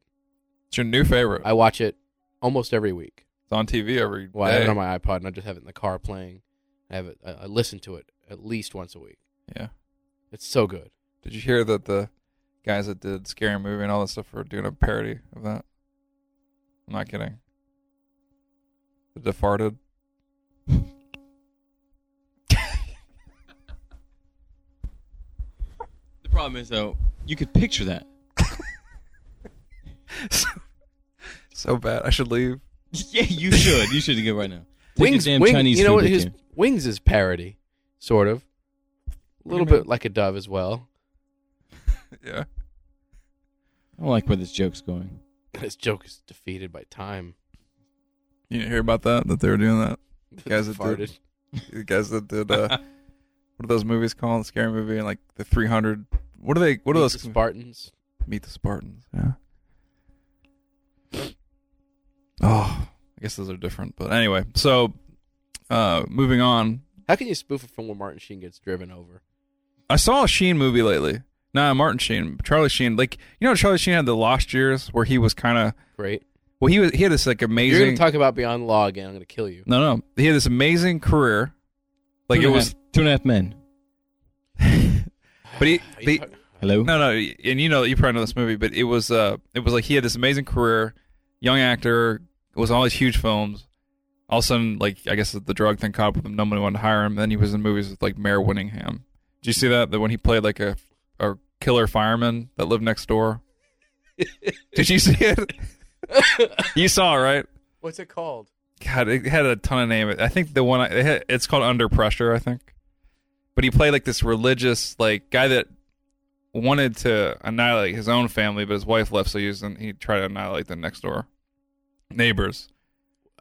Speaker 4: It's your new favorite.
Speaker 2: I watch it almost every week.
Speaker 4: It's on TV every day.
Speaker 2: Well, I have it on my iPod, and I just have it in the car playing. I have it. I, I listen to it at least once a week.
Speaker 4: yeah.
Speaker 2: It's so good.
Speaker 4: Did you hear that the guys that did Scary Movie and all that stuff were doing a parody of that? I'm not kidding. The Departed.
Speaker 3: The problem is though, you could picture that.
Speaker 4: So bad. I should leave.
Speaker 3: yeah, you should. You should go right now. Take
Speaker 2: Wings,
Speaker 3: your damn
Speaker 2: Wing-
Speaker 3: Chinese
Speaker 2: you know
Speaker 3: food
Speaker 2: what?
Speaker 3: with
Speaker 2: His
Speaker 3: you.
Speaker 2: Wings is parody, sort of. A little
Speaker 4: do you
Speaker 2: bit like a dove as well.
Speaker 4: Yeah.
Speaker 3: I don't like where this joke's going.
Speaker 2: This joke is defeated by time.
Speaker 4: You didn't hear about that? That they were doing that? Guys, it did.
Speaker 2: Farted.
Speaker 4: The guys that did uh what are those movies called? The Scary Movie and like the 300. What are they? What are
Speaker 2: Meet
Speaker 4: those?
Speaker 2: the Spartans?
Speaker 4: Meet the Spartans. Yeah. Oh, I guess those are different. But anyway, so uh moving on.
Speaker 2: How can you spoof a film where Martin Sheen gets driven over?
Speaker 4: I saw a Sheen movie lately. Nah, Martin Sheen, Charlie Sheen. Like you know, Charlie Sheen had the Lost Years where he was kind of
Speaker 2: Great.
Speaker 4: well. He was he had this like
Speaker 2: You're going
Speaker 4: amazing.
Speaker 2: to talk about Beyond the Law again. I'm going to kill you.
Speaker 4: no, no, he had this amazing career. Like
Speaker 3: Two
Speaker 4: it
Speaker 3: and a
Speaker 4: was,
Speaker 3: half- two and a half men.
Speaker 4: but he,
Speaker 2: Are you
Speaker 4: the,
Speaker 2: talk-
Speaker 3: Hello?
Speaker 4: no, no, and you know you probably know this movie, but it was uh, it was like he had this amazing career, young actor, was in all these huge films. All of a sudden, like I guess the drug thing caught up with him. Nobody wanted to hire him. Then he was in movies with like Mayor Winningham. Did you see that? That when he played like a a killer fireman that lived next door. Did you see it? you saw it, right?
Speaker 2: What's it called?
Speaker 4: God, it had a ton of name. I think the one I, it had, it's called Under Pressure. I think, but he played like this religious like guy that wanted to annihilate his own family, but his wife left, so he was in, he tried to annihilate the next door neighbors.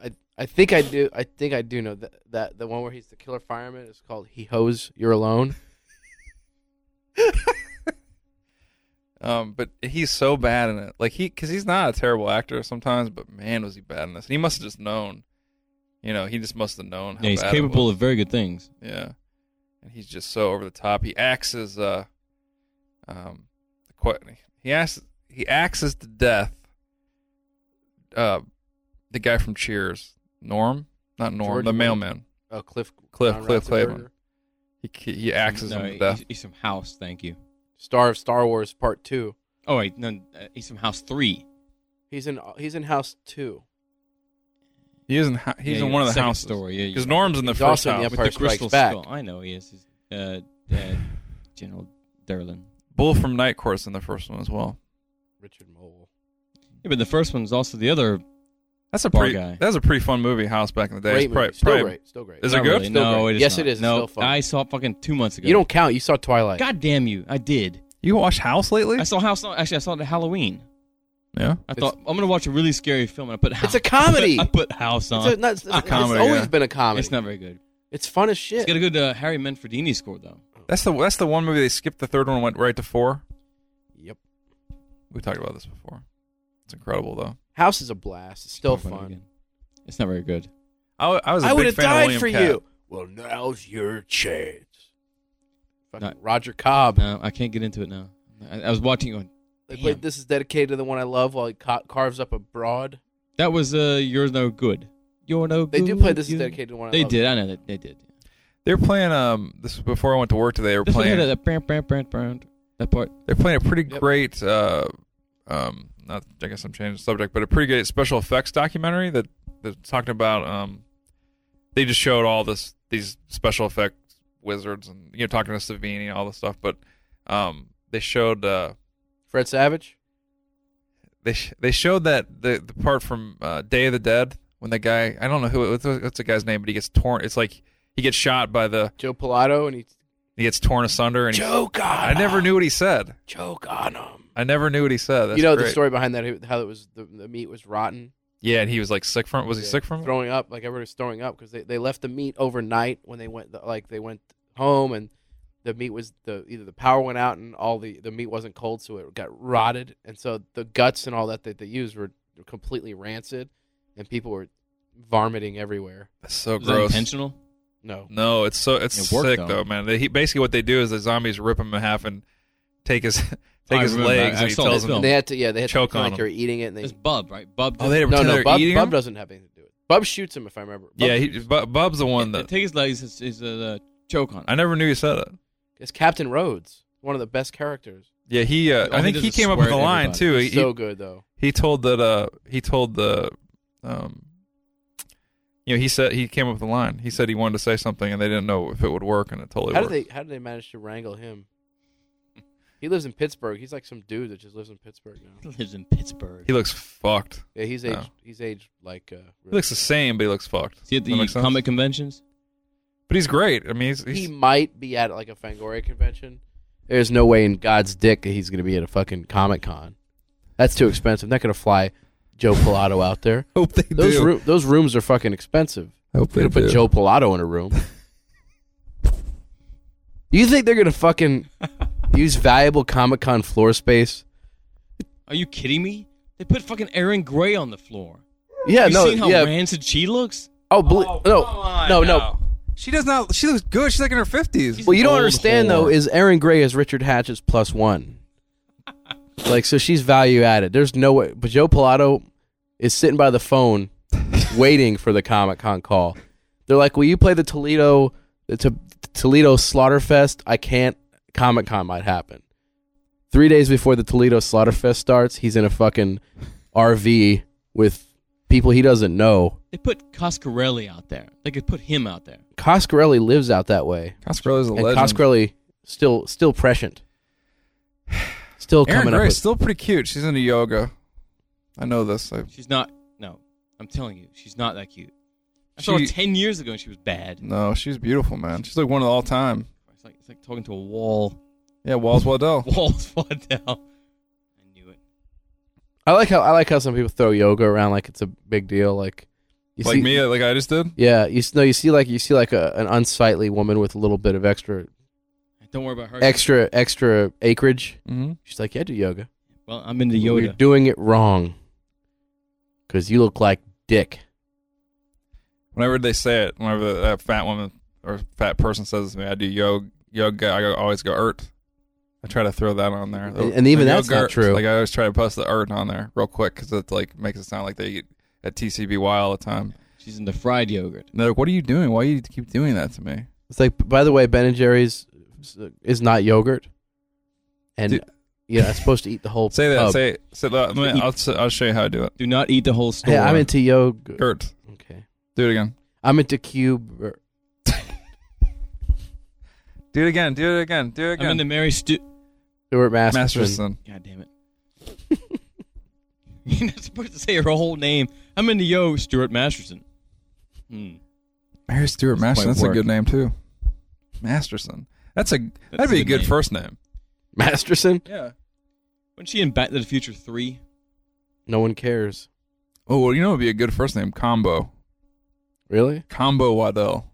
Speaker 2: I, I think I do. I think I do know that, that the one where he's the killer fireman is called "He Hoes You're Alone."
Speaker 4: Um, but he's so bad in it, like he because he's not a terrible actor sometimes, but man, was he bad in this? And he must have just known, you know, he just must have known. How
Speaker 3: Yeah, he's
Speaker 4: bad it
Speaker 3: capable
Speaker 4: was.
Speaker 3: of very good things.
Speaker 4: Yeah, and he's just so over the top. He acts as uh, um, quite, he acts he acts as to death. Uh, the guy from Cheers, Norm, not Norm,
Speaker 2: George
Speaker 4: the
Speaker 2: Norm.
Speaker 4: mailman.
Speaker 2: Oh, Cliff.
Speaker 4: Cliff-
Speaker 2: John
Speaker 4: Cliff
Speaker 2: Ratzenberger,
Speaker 4: Clavin. He he acts as
Speaker 3: no,
Speaker 4: him to
Speaker 3: he's,
Speaker 4: death.
Speaker 3: he's from House, thank you.
Speaker 2: star of Star Wars Part Two.
Speaker 3: Oh, wait, no, uh, he's from House 3.
Speaker 2: He's in. He's in House Two.
Speaker 4: He isn't. He's
Speaker 3: Yeah,
Speaker 4: in one of the
Speaker 3: second
Speaker 4: houses.
Speaker 3: story, yeah, you're
Speaker 4: Because
Speaker 3: right.
Speaker 4: Norm's in the
Speaker 2: He's
Speaker 4: first
Speaker 2: also in the
Speaker 4: house.
Speaker 2: upper-
Speaker 3: With
Speaker 2: Empire
Speaker 3: the
Speaker 2: Strikes
Speaker 3: crystal
Speaker 2: Back.
Speaker 3: skull. I know he is. He's, uh, uh, General Derlin.
Speaker 4: Bull from Night Court's in the first one as well.
Speaker 2: Richard Mole.
Speaker 3: Yeah, but the first one's also the other.
Speaker 4: That's a
Speaker 3: Bar
Speaker 4: pretty.
Speaker 3: guy.
Speaker 4: That's a pretty fun movie. House back in the day.
Speaker 2: Great movie.
Speaker 4: It's probably-
Speaker 2: Still
Speaker 4: probably-
Speaker 2: great. Still great.
Speaker 4: Is it
Speaker 3: Not
Speaker 4: good?
Speaker 3: really, No,
Speaker 2: Still
Speaker 3: it is
Speaker 2: Yes,
Speaker 3: not.
Speaker 2: it is. It's
Speaker 3: No,
Speaker 2: still fun.
Speaker 3: I saw it fucking two months ago.
Speaker 2: you don't count. You saw Twilight.
Speaker 3: God damn you! I did.
Speaker 4: You watch House lately?
Speaker 3: I saw House. Actually, I saw it at Halloween.
Speaker 4: yeah.
Speaker 3: I
Speaker 2: It's-
Speaker 3: thought I'm gonna watch a really scary film, and I put House.
Speaker 2: a comedy.
Speaker 3: I put House
Speaker 2: It's,
Speaker 3: on.
Speaker 2: a, not, it's, it's
Speaker 4: comedy,
Speaker 2: always
Speaker 4: yeah.
Speaker 2: been a comedy.
Speaker 3: It's not very good.
Speaker 2: It's fun as
Speaker 3: It's
Speaker 2: shit.
Speaker 3: got a good uh, Harry Manfredini score though.
Speaker 4: That's the that's the one movie they skipped the third one and went right to four.
Speaker 2: Yep.
Speaker 4: We talked about this before. It's incredible though.
Speaker 2: House is a blast. It's still
Speaker 3: Can't find it
Speaker 2: fun.
Speaker 3: again. It's not very good.
Speaker 4: I, w- I was a
Speaker 2: I would
Speaker 4: big
Speaker 2: have
Speaker 4: fan of
Speaker 2: died
Speaker 4: William
Speaker 2: for
Speaker 4: Cat.
Speaker 2: you. Well, now's your chance. Fucking
Speaker 3: Not-
Speaker 2: Roger Cobb.
Speaker 3: No, I can't get into it now. I, I was watching it. Going,
Speaker 2: They played
Speaker 3: Damn.
Speaker 2: "This Is Dedicated to the One I Love" while he ca- carves up a broad.
Speaker 3: that was uh, you're no good. You're no
Speaker 2: They
Speaker 3: good.
Speaker 2: do play "This Is
Speaker 3: you-
Speaker 2: Dedicated to the One I
Speaker 3: They
Speaker 2: Love."
Speaker 3: did. I know that they did.
Speaker 4: They were playing um this was before I went to work today. They were
Speaker 3: This one
Speaker 4: playing
Speaker 3: here, that brand, brand, brand, brand. That part.
Speaker 4: they're playing a pretty
Speaker 2: Yep.
Speaker 4: great uh um not I guess I'm changing the subject, but a pretty great special effects documentary that that talked about um they just showed all this these special effect wizards and you know talking to Savini and all this stuff, but um they showed uh
Speaker 2: Fred Savage.
Speaker 4: they sh- they showed that the the part from uh, Day of the Dead when the guy I don't know who it- what's, what's the guy's name, but he gets torn. It's like he gets shot by the
Speaker 2: Joe Pilato and he
Speaker 4: he gets torn asunder and he,
Speaker 2: choke on.
Speaker 4: I never knew what he said.
Speaker 2: choke on him.
Speaker 4: I never knew what he said. That's
Speaker 2: you know the
Speaker 4: great.
Speaker 2: story behind that? How it was the, the meat was rotten.
Speaker 4: Yeah, and he was like sick from. Was he
Speaker 2: Yeah,
Speaker 4: sick from? it?
Speaker 2: throwing up? Like everybody was throwing up because they, they left the meat overnight when they went like they went home and the meat was the either the power went out and all the the meat wasn't cold so it got rotted and so the guts and all that that they used were completely rancid and people were vomiting everywhere.
Speaker 4: That's so
Speaker 3: Was that
Speaker 4: gross.
Speaker 3: intentional?
Speaker 2: No,
Speaker 4: No, it's so it's
Speaker 3: It worked,
Speaker 4: sick
Speaker 3: though.
Speaker 4: though, man. They, he, basically, what they do is the zombies rip him in half and take his take
Speaker 3: I
Speaker 4: his
Speaker 3: remember.
Speaker 4: legs.
Speaker 3: I
Speaker 4: and he
Speaker 3: saw
Speaker 4: tells
Speaker 3: that
Speaker 4: him,
Speaker 2: and they had to yeah they had
Speaker 4: Choke
Speaker 2: to pretend
Speaker 4: on
Speaker 2: like they were eating it and they
Speaker 3: It's Bub, right? Bub.
Speaker 4: Oh, they didn't
Speaker 2: no
Speaker 4: pretend
Speaker 2: no
Speaker 4: they're
Speaker 2: Bub,
Speaker 4: eating
Speaker 2: Bub
Speaker 4: him?
Speaker 2: doesn't have anything to do with it. Bub shoots him if I remember. Bub
Speaker 4: Yeah, he,
Speaker 2: shoots him.
Speaker 4: Bu- Bub's the one
Speaker 3: They
Speaker 4: that
Speaker 3: take his legs is, is uh, the choke on.
Speaker 4: I never knew he said it.
Speaker 2: it's Captain Rhodes, one of the best characters.
Speaker 4: Yeah, he. Uh,
Speaker 3: All
Speaker 4: I
Speaker 3: he
Speaker 4: think
Speaker 3: does
Speaker 4: he
Speaker 3: is
Speaker 4: came up
Speaker 3: swear
Speaker 4: with a
Speaker 3: at
Speaker 4: line
Speaker 3: everybody.
Speaker 4: too. He-
Speaker 2: so good though.
Speaker 4: he told that uh he told the um you know he said he came up with a line he said he wanted to say something and they didn't know if it would work and it totally
Speaker 2: How
Speaker 4: worked
Speaker 2: did they how did they manage to wrangle him? He lives in Pittsburgh. He's like some dude that just lives in Pittsburgh now.
Speaker 3: He lives in Pittsburgh.
Speaker 4: he looks fucked
Speaker 2: Yeah, he's
Speaker 4: Oh.
Speaker 2: aged he's aged like uh
Speaker 4: he looks the same but he looks fucked
Speaker 3: Is he at
Speaker 4: That makes
Speaker 3: the
Speaker 4: sense.
Speaker 3: comic conventions?
Speaker 4: but he's great i mean he's, he's
Speaker 2: he might be at like a Fangoria convention. There's no way in God's dick that he's gonna be at a fucking Comic Con. That's too expensive. Not gonna fly Joe Pilato out there.
Speaker 4: hope they
Speaker 2: Those
Speaker 4: do
Speaker 2: roo- those rooms are fucking expensive.
Speaker 4: hope
Speaker 2: They're gonna
Speaker 4: they
Speaker 2: put
Speaker 4: do.
Speaker 2: Joe Pilato in a room. you think they're gonna fucking use valuable Comic Con floor space?
Speaker 3: Are you kidding me? They put fucking Aaron Gray on the floor.
Speaker 2: Yeah,
Speaker 3: Have you
Speaker 2: no,
Speaker 3: seen how
Speaker 2: yeah.
Speaker 3: rancid she looks?
Speaker 2: oh, belie- no, no, no,
Speaker 4: she does not she looks good she's like in her 50s
Speaker 2: Well, you don't
Speaker 3: Old
Speaker 2: understand though
Speaker 3: whore.
Speaker 2: is Aaron Gray is Richard Hatch's plus one. like so, she's value added. There's no way, but Joe Pilato is sitting by the phone, waiting for the Comic Con call. They're like, "Will you play the Toledo, the to- Toledo Slaughterfest?" I can't. Comic Con might happen. Three days before the Toledo Slaughterfest starts, he's in a fucking RV with people he doesn't know.
Speaker 3: They put Coscarelli out there. They could put him out there.
Speaker 2: Coscarelli lives out that way.
Speaker 4: Coscarelli's a
Speaker 2: and
Speaker 4: legend
Speaker 2: Coscarelli still still prescient, still
Speaker 4: Aaron
Speaker 2: coming up.
Speaker 4: Gray's
Speaker 2: With,
Speaker 4: still pretty cute she's into yoga I know this I,
Speaker 3: She's not. No, I'm telling you, she's not that cute. I saw her
Speaker 4: She-
Speaker 3: ten years ago and she was bad.
Speaker 4: no she's beautiful man she's like one of the all time
Speaker 3: It's like it's like talking to a wall.
Speaker 4: yeah Walls Waddell
Speaker 3: Walls fall down. I knew it.
Speaker 2: I like how I like how some people throw yoga around like it's a big deal. Like you
Speaker 4: like
Speaker 2: see,
Speaker 4: me like I just did
Speaker 2: yeah. You s- no, you see like you see like a, an unsightly woman with a little bit of extra
Speaker 3: Don't worry about her.
Speaker 2: extra extra acreage.
Speaker 4: mm-hmm.
Speaker 2: She's like, yeah, I do yoga.
Speaker 3: Well, I'm into
Speaker 2: You're
Speaker 3: yoga.
Speaker 2: doing it wrong because you look like dick.
Speaker 4: Whenever they say it, whenever that fat woman or fat person says to me, I do yoga, yoga I always go ert. I try to throw that on there.
Speaker 2: And- and even
Speaker 4: Like,
Speaker 2: that's not
Speaker 4: yogurt.
Speaker 2: true.
Speaker 4: Like I always try to post the ert on there real quick because it like makes it sound like they eat at TCBY all the time.
Speaker 3: She's into fried yogurt.
Speaker 4: And they're like, "What are you doing? Why you keep doing that to me?"
Speaker 2: It's like, by the way, Ben and Jerry's is not yogurt, and
Speaker 4: Dude.
Speaker 2: yeah, I'm supposed to eat the whole.
Speaker 4: Say that.
Speaker 2: tub.
Speaker 4: Say say that. Let me-
Speaker 3: Eat.
Speaker 4: I'll s- I'll show you how I do it.
Speaker 3: Do not eat the whole store.
Speaker 2: hey, I'm into yoga.
Speaker 4: Ert.
Speaker 2: Okay.
Speaker 4: Do it again.
Speaker 2: I'm into cube.
Speaker 4: Do it again. Do it again. Do it
Speaker 3: I'm into
Speaker 4: again.
Speaker 3: Mary Stu.
Speaker 2: Stuart Masterson.
Speaker 4: Masterson.
Speaker 3: God damn it. You're not supposed to say her whole name. I'm into yo, Stuart Masterson. Hmm.
Speaker 4: Mary Stuart Masterson.
Speaker 3: might
Speaker 4: That's a
Speaker 3: work.
Speaker 4: good name too. Masterson. That's a that'd
Speaker 3: That's
Speaker 4: be
Speaker 3: a
Speaker 4: a
Speaker 3: good
Speaker 4: good
Speaker 3: name.
Speaker 4: first name.
Speaker 2: Masterson.
Speaker 4: Yeah.
Speaker 3: Wasn't she in Back to the Future 3?
Speaker 2: No one cares.
Speaker 4: Oh, well, you know, it'd be a good first name, Combo.
Speaker 2: Really?
Speaker 4: Combo Waddell.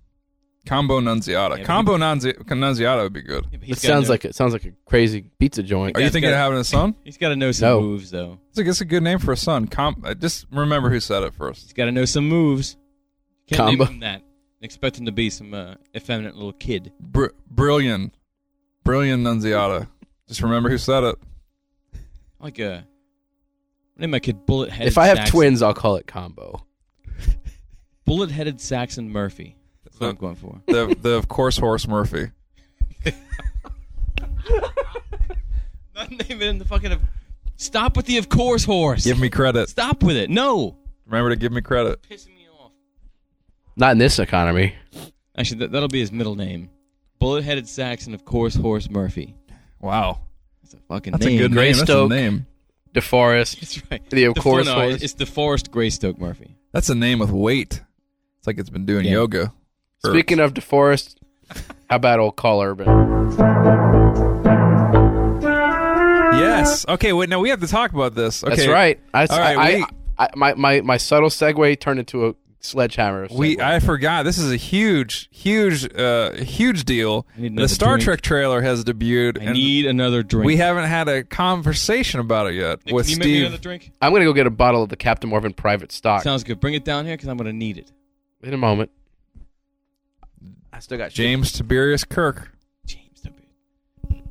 Speaker 4: Combo Nunziata.
Speaker 3: Yeah,
Speaker 4: Combo Nunzi- Nunziata would be good.
Speaker 3: Yeah, but
Speaker 2: It
Speaker 3: he's
Speaker 2: sounds
Speaker 3: gotta know-
Speaker 2: like it sounds like a crazy pizza joint.
Speaker 4: Are you
Speaker 3: That's
Speaker 4: thinking
Speaker 3: good.
Speaker 4: of having a son?
Speaker 3: He's got to know some
Speaker 2: No.
Speaker 3: moves, though.
Speaker 4: It's a, it's a good name for a son. Com- uh, just remember who said it first.
Speaker 3: He's got to know some moves. Can't
Speaker 2: Combo.
Speaker 3: name him that. Expect him to be some uh, effeminate little kid.
Speaker 4: Br- brilliant. Brilliant Nunziata. just remember who said it.
Speaker 3: Like uh, a. Name my kid Bullet Headed
Speaker 2: If I have
Speaker 3: Saxon.
Speaker 2: twins, I'll call it combo.
Speaker 3: Bullet Headed Saxon Murphy. That's what I'm going for.
Speaker 4: the the of course horse Murphy.
Speaker 3: Not naming him the fucking. Stop with the of course horse.
Speaker 4: Give me credit.
Speaker 3: Stop with it. No.
Speaker 4: Remember to give me credit.
Speaker 3: Pissing me off.
Speaker 5: Not in this economy.
Speaker 3: Actually, that, that'll be his middle name. Bullet-headed Saxon, of course, Horse Murphy.
Speaker 4: Wow,
Speaker 3: That's a fucking
Speaker 4: that's
Speaker 3: name.
Speaker 4: a good name. That's a
Speaker 5: Greystoke.
Speaker 4: name.
Speaker 5: DeForest.
Speaker 3: That's right.
Speaker 5: The of course
Speaker 3: no,
Speaker 5: horse.
Speaker 3: It's the Forest Greystoke Murphy.
Speaker 4: That's a name with weight. It's like it's been doing
Speaker 3: Yeah.
Speaker 4: yoga. Or-
Speaker 2: Speaking of DeForest, how about old Carl Urban?
Speaker 4: yes. Okay. Wait. Now we have to talk about this. Okay.
Speaker 2: That's right. I,
Speaker 4: All right,
Speaker 2: I-
Speaker 4: we-
Speaker 2: I- I- my, my, my subtle segue turned into a sledgehammer.
Speaker 4: We
Speaker 2: segue.
Speaker 4: I forgot. This is a huge, huge, uh, huge deal.
Speaker 3: I need
Speaker 4: The
Speaker 3: another
Speaker 4: Star
Speaker 3: drink.
Speaker 4: Trek trailer has debuted.
Speaker 3: I need another drink.
Speaker 4: We haven't had a conversation about it yet
Speaker 3: Nick,
Speaker 4: with
Speaker 3: can you make me
Speaker 4: Steve.
Speaker 3: another drink?
Speaker 2: I'm going to go get a bottle of the Captain Morgan private stock
Speaker 3: Sounds good. Bring it down here because I'm going to need it.
Speaker 2: in a moment. I still got shit.
Speaker 4: James Tiberius Kirk.
Speaker 3: James W.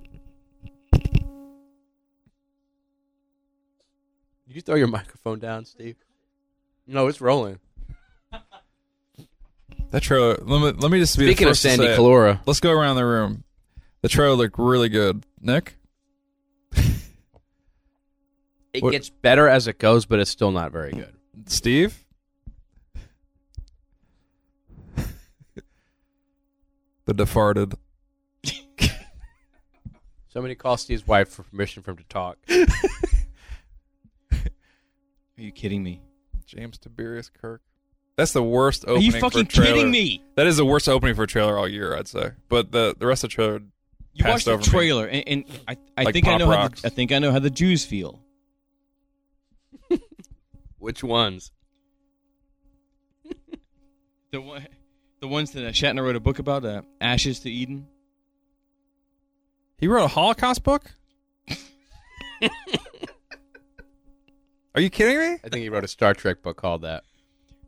Speaker 2: Did you throw your microphone down, Steve? No, it's rolling.
Speaker 4: That trailer. Let me let me just be the
Speaker 2: Speaking of
Speaker 4: first to
Speaker 2: Sandy
Speaker 4: say it.
Speaker 2: Kalora,
Speaker 4: Let's go around the room. The trailer looked really good. Nick,
Speaker 2: it
Speaker 4: What-
Speaker 2: gets better as it goes, but it's still not very good.
Speaker 4: Steve. the defarted.
Speaker 2: Somebody call Steve's wife for permission for him to talk.
Speaker 3: Are you kidding me?
Speaker 4: James Tiberius Kirk. That's the worst
Speaker 3: Are
Speaker 4: opening.
Speaker 3: you
Speaker 4: for a
Speaker 3: fucking
Speaker 4: trailer.
Speaker 3: kidding me?
Speaker 4: That is the worst opening for a trailer all year, I'd say. But the the rest of the trailer,
Speaker 3: You watched
Speaker 4: Passed
Speaker 3: the
Speaker 4: over me.
Speaker 3: trailer, and, and I, I
Speaker 4: Like
Speaker 3: think I
Speaker 4: Pop
Speaker 3: know. How
Speaker 4: Rocks.
Speaker 3: the, I think I know how the Jews feel.
Speaker 2: Which ones?
Speaker 3: The one, the ones that uh, Shatner wrote a book about, uh, Ashes to Eden.
Speaker 4: he wrote a Holocaust book. Are you kidding me?
Speaker 2: I think he wrote a Star Trek book called that.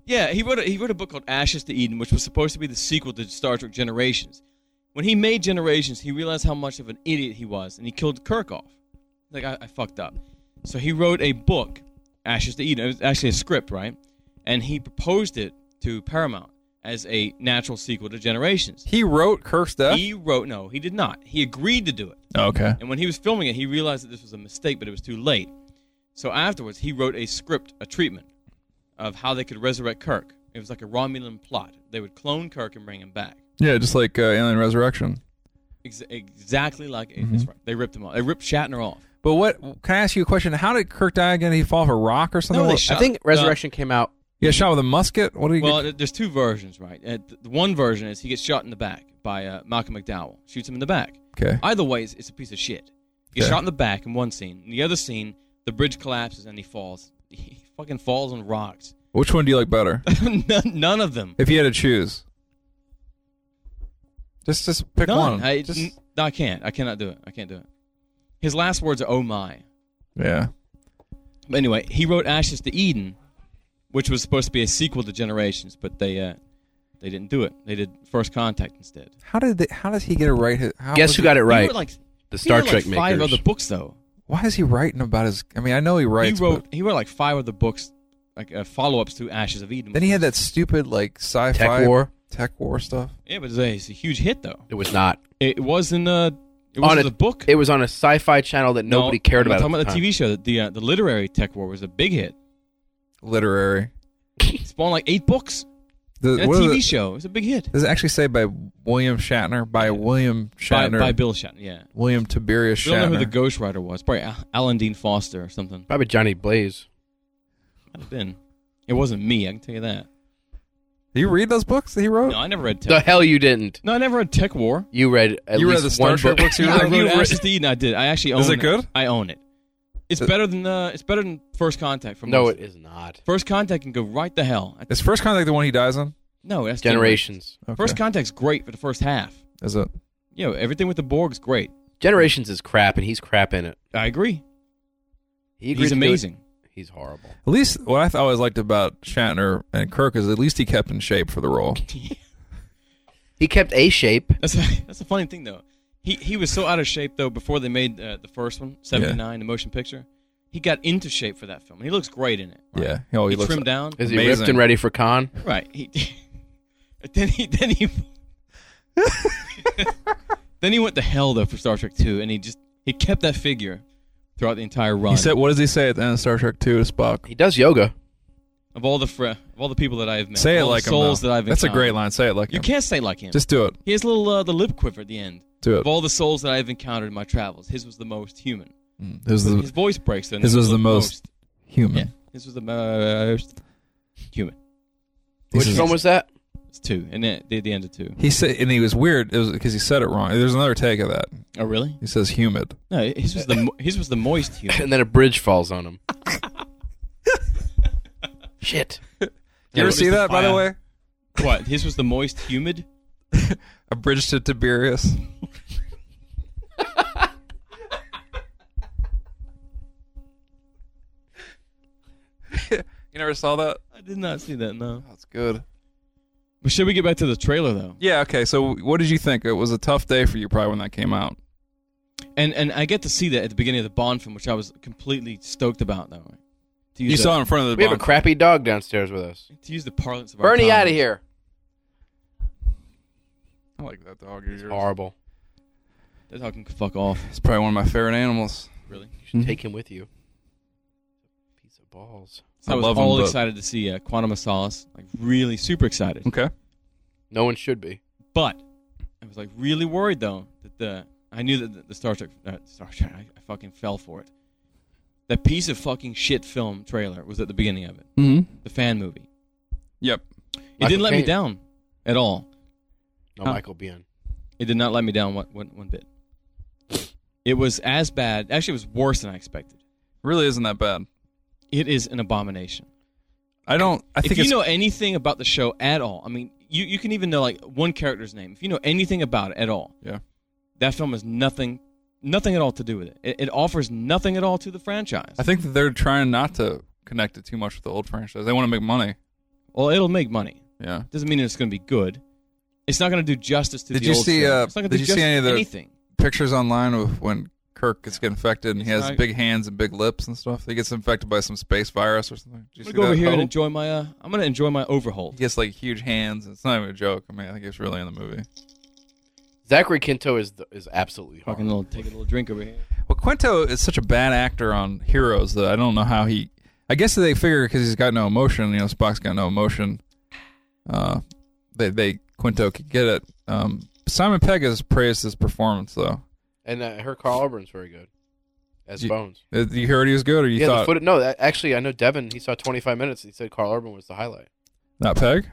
Speaker 3: Yeah, he wrote a, he wrote a book called Ashes to Eden, which was supposed to be the sequel to Star Trek Generations. When he made Generations, he realized how much of an idiot he was, and he killed Kirk off. Like I, I fucked up. So he wrote a book, Ashes to Eden. It was actually a script, right? And he proposed it to Paramount as a natural sequel to Generations.
Speaker 4: He wrote Kirk's death.
Speaker 3: He wrote no, he did not. He agreed to do it.
Speaker 4: Oh, okay.
Speaker 3: And when he was filming it, he realized that this was a mistake, but it was too late. So afterwards, he wrote a script, a treatment of how they could resurrect Kirk. It was like a Romulan plot. They would clone Kirk and bring him back.
Speaker 4: Yeah, just like uh, Alien Resurrection.
Speaker 3: Ex- exactly like that's right. They ripped him off. They ripped Shatner off.
Speaker 4: But what? Can I ask you a question? How did Kirk die again? Did he fall off a rock or something?
Speaker 3: No, they
Speaker 4: What-
Speaker 3: shot-
Speaker 2: I think
Speaker 3: Uh,
Speaker 2: Resurrection came out.
Speaker 4: yeah, shot with a musket. What did he?
Speaker 3: Well,
Speaker 4: get?
Speaker 3: th- there's two versions, right? Uh, th- the one version is he gets shot in the back by uh, Malcolm McDowell. Shoots him in the back.
Speaker 4: Okay.
Speaker 3: Either way, it's, it's a piece of shit. He gets
Speaker 4: Yeah.
Speaker 3: shot in the back in one scene. In the other scene, the bridge collapses and he falls. He fucking falls on rocks.
Speaker 4: Which one do you like better?
Speaker 3: none, none of them.
Speaker 4: if you had to choose, just just pick
Speaker 3: None.
Speaker 4: one.
Speaker 3: I,
Speaker 4: Just-
Speaker 3: n- no, I can't. I cannot do it. I can't do it. His last words are "Oh my."
Speaker 4: yeah.
Speaker 3: But anyway, he wrote "Ashes to Eden," which was supposed to be a sequel to Generations, but they uh, they didn't do it. They did First Contact instead.
Speaker 4: How did they, how does he get it right? How
Speaker 2: Guess
Speaker 4: was
Speaker 2: who
Speaker 4: he-
Speaker 2: got it
Speaker 3: He
Speaker 2: right?
Speaker 3: wrote like
Speaker 2: The
Speaker 3: he
Speaker 2: Star
Speaker 3: wrote,
Speaker 2: Trek
Speaker 3: like five
Speaker 2: makers.
Speaker 3: other books though.
Speaker 4: Why is he writing about his? I mean, I know he writes.
Speaker 3: he
Speaker 4: but-
Speaker 3: wrote he wrote like five other books, like uh, follow-ups to Ashes of Eden.
Speaker 4: Then he had that stupid like sci-fi
Speaker 2: Tech War.
Speaker 4: tech war stuff.
Speaker 3: Yeah, but it's a, it's a huge hit though.
Speaker 2: It was not.
Speaker 3: It wasn't uh, it
Speaker 2: On
Speaker 3: wasn't
Speaker 2: a-
Speaker 3: the book.
Speaker 2: It was on a sci-fi channel that
Speaker 3: No,
Speaker 2: nobody cared
Speaker 3: I'm not
Speaker 2: about.
Speaker 3: Talking about the TV show, the the, uh, the literary tech war was a big hit.
Speaker 4: Literary.
Speaker 3: It spawned like eight books.
Speaker 4: The,
Speaker 3: That
Speaker 4: what is
Speaker 3: TV
Speaker 4: it-
Speaker 3: show is a big hit.
Speaker 4: Does it actually say by William Shatner? By William
Speaker 3: By,
Speaker 4: Shatner.
Speaker 3: by Bill Shatner, yeah.
Speaker 4: William Tiberius
Speaker 3: We don't know who the
Speaker 4: Shatner.
Speaker 3: ghostwriter was. Probably Al- Alan Dean Foster or something.
Speaker 2: Probably Johnny Blaze.
Speaker 3: Might have been. It wasn't me, I can tell you that.
Speaker 4: Do you read those books that he wrote?
Speaker 3: No, I never read
Speaker 2: The
Speaker 3: Tech
Speaker 2: hell you didn't.
Speaker 3: No, I never read Tech War.
Speaker 2: You read at
Speaker 4: You read
Speaker 2: least
Speaker 4: the Star
Speaker 2: one
Speaker 4: Trek
Speaker 2: book.
Speaker 4: books
Speaker 3: I
Speaker 4: you read?
Speaker 3: reviewed
Speaker 4: You read-
Speaker 3: Ashes to Eden, I did. I actually own
Speaker 4: Is it good?
Speaker 3: I own it. It's
Speaker 4: Is-
Speaker 3: better than uh, it's better than First Contact from
Speaker 2: No,
Speaker 3: us.
Speaker 2: it is not.
Speaker 3: First Contact can go right the hell. I-
Speaker 4: Is first contact the one he dies in?
Speaker 3: no, that's
Speaker 2: Generations.
Speaker 4: Okay.
Speaker 3: First Contact's great for the first half.
Speaker 4: is it?
Speaker 3: You know, everything with the Borg's great.
Speaker 2: Generations is crap, and he's crap in it.
Speaker 3: I agree.
Speaker 2: He agreed
Speaker 3: He's
Speaker 2: to do it.
Speaker 3: amazing.
Speaker 2: He's horrible.
Speaker 4: At least what I th- always liked about Shatner and Kirk is at least he kept in shape for the role.
Speaker 2: He kept a shape.
Speaker 3: That's a, that's a funny thing though. He he was so out of shape though before they made uh, the first one, 79, the motion picture. He got into shape for that film. He looks great in it. right?
Speaker 4: Yeah. Oh, he
Speaker 3: He,
Speaker 4: looks
Speaker 3: trimmed down.
Speaker 2: Is he
Speaker 4: Amazing.
Speaker 2: ripped and ready for con?
Speaker 3: Right. He Then he then he then he went to hell though for Star Trek Two, and he just he kept that figure throughout the entire run.
Speaker 4: He said, "What does he say at the end of Star Trek Two to Spock?"
Speaker 2: He does yoga.
Speaker 3: of all the fr- of all the people that I've met,
Speaker 4: Say it
Speaker 3: all
Speaker 4: like
Speaker 3: the souls
Speaker 4: him. though.
Speaker 3: that I've
Speaker 4: That's a
Speaker 3: encountered.
Speaker 4: great line. Say it like
Speaker 3: You
Speaker 4: him.
Speaker 3: can't say like him.
Speaker 4: Just do it.
Speaker 3: he has a little uh, the lip quiver at the end.
Speaker 4: Do
Speaker 3: Of
Speaker 4: it.
Speaker 3: all the souls that I've encountered in my travels, his was the most human.
Speaker 4: Mm. This is
Speaker 3: His voice breaks. Then
Speaker 4: his
Speaker 3: This
Speaker 4: was the most- human.
Speaker 3: Yeah. His was the most human.
Speaker 4: This
Speaker 2: Which
Speaker 4: is-
Speaker 2: film was that?
Speaker 3: It's two, and then the, the end of two.
Speaker 4: He said, and he was weird because he said it wrong. There's another take of that.
Speaker 3: Oh, really?
Speaker 4: He says humid.
Speaker 3: No, his was the mo- his was the moist human.
Speaker 2: And then a bridge falls on him. Shit.
Speaker 4: You ever
Speaker 3: what
Speaker 4: see
Speaker 3: is the
Speaker 4: that, by the
Speaker 3: fire?
Speaker 4: way?
Speaker 3: what? His was the moist humid.
Speaker 4: A bridge to Tiberias. you never saw that?
Speaker 3: I did not see that. No.
Speaker 4: That's good.
Speaker 3: But should we get back to the trailer though?
Speaker 4: Yeah. Okay. So, what did you think? It was a tough day for you, probably when that came out.
Speaker 3: And and I get to see that at the beginning of the Bond film, which I was completely stoked about though. To
Speaker 4: You
Speaker 3: the,
Speaker 4: saw it in front of the.
Speaker 2: We have a
Speaker 4: bomb-
Speaker 2: crappy dog downstairs with us.
Speaker 3: to use the parlance of our
Speaker 2: Bernie
Speaker 3: time.
Speaker 2: out of here.
Speaker 4: I like that dog. of yours.
Speaker 2: Horrible.
Speaker 3: That dog can fuck off.
Speaker 4: It's probably one of my favorite animals.
Speaker 3: Really?
Speaker 2: You should
Speaker 4: Mhm.
Speaker 2: take him with you. Piece of balls.
Speaker 3: So
Speaker 4: I
Speaker 3: I, was
Speaker 4: love him,
Speaker 3: all
Speaker 4: but-
Speaker 3: excited to see uh, Quantum of Solace. Like really super excited.
Speaker 4: Okay.
Speaker 2: No one should be.
Speaker 3: But I was like really worried though that the I knew that the, the Star Trek uh, Star Trek I, I fucking fell for it. That piece of fucking shit film trailer was at the beginning of it.
Speaker 4: Mm-hmm.
Speaker 3: The fan movie.
Speaker 4: Yep.
Speaker 3: It
Speaker 2: Michael
Speaker 3: didn't let me
Speaker 2: Caine.
Speaker 3: down at all.
Speaker 2: No
Speaker 3: Huh.
Speaker 2: Michael Biehn.
Speaker 3: It did not let me down one, one, one bit. It was as bad. Actually, it was worse than I expected.
Speaker 4: Really isn't that bad.
Speaker 3: It is an abomination.
Speaker 4: I don't. I think
Speaker 3: if you
Speaker 4: it's
Speaker 3: know anything about the show at all, I mean, you, you can even know like one character's name. If you know anything about it at all,
Speaker 4: Yeah.
Speaker 3: that film has nothing, nothing at all to do with it. It, it offers nothing at all to the franchise.
Speaker 4: I think that they're trying not to connect it too much with the old franchise. They want to make money.
Speaker 3: well, it'll make money.
Speaker 4: Yeah.
Speaker 3: Doesn't mean it's going to be good. It's not going to do justice to
Speaker 4: Did
Speaker 3: the
Speaker 4: you
Speaker 3: old
Speaker 4: see,
Speaker 3: show.
Speaker 4: uh,
Speaker 3: It's not gonna
Speaker 4: did
Speaker 3: do
Speaker 4: you see
Speaker 3: justice
Speaker 4: any of
Speaker 3: to
Speaker 4: the-
Speaker 3: anything.
Speaker 4: Pictures online of when Kirk gets infected and he
Speaker 3: He's
Speaker 4: has
Speaker 3: not-
Speaker 4: big hands and big lips and stuff. He gets infected by some space virus or something. Did you
Speaker 3: I'm going to
Speaker 4: see
Speaker 3: go over
Speaker 4: that
Speaker 3: here and
Speaker 4: photo?
Speaker 3: enjoy my. Uh, I'm going to enjoy my overhaul.
Speaker 4: He gets like huge hands. It's not even a joke. I mean, I think it's really in the movie.
Speaker 2: Zachary Quinto is the, is absolutely
Speaker 3: Fucking
Speaker 2: horrible.
Speaker 3: little, take a little drink over here.
Speaker 4: Well, Quinto is such a bad actor on Heroes that I don't know how he. I guess they figure because he's got no emotion. You know, Spock's got no emotion. Uh, they they Quinto could get it. Um, Simon Pegg has praised his performance though.
Speaker 2: And uh, her Carl Auburn's very good. As
Speaker 4: You-
Speaker 2: Bones.
Speaker 4: Uh, You heard he was good, or you
Speaker 2: yeah,
Speaker 4: thought
Speaker 2: the foot. No, that, actually, I know Devin. He saw 25 minutes. He said Carl Urban was the highlight.
Speaker 4: not Peg?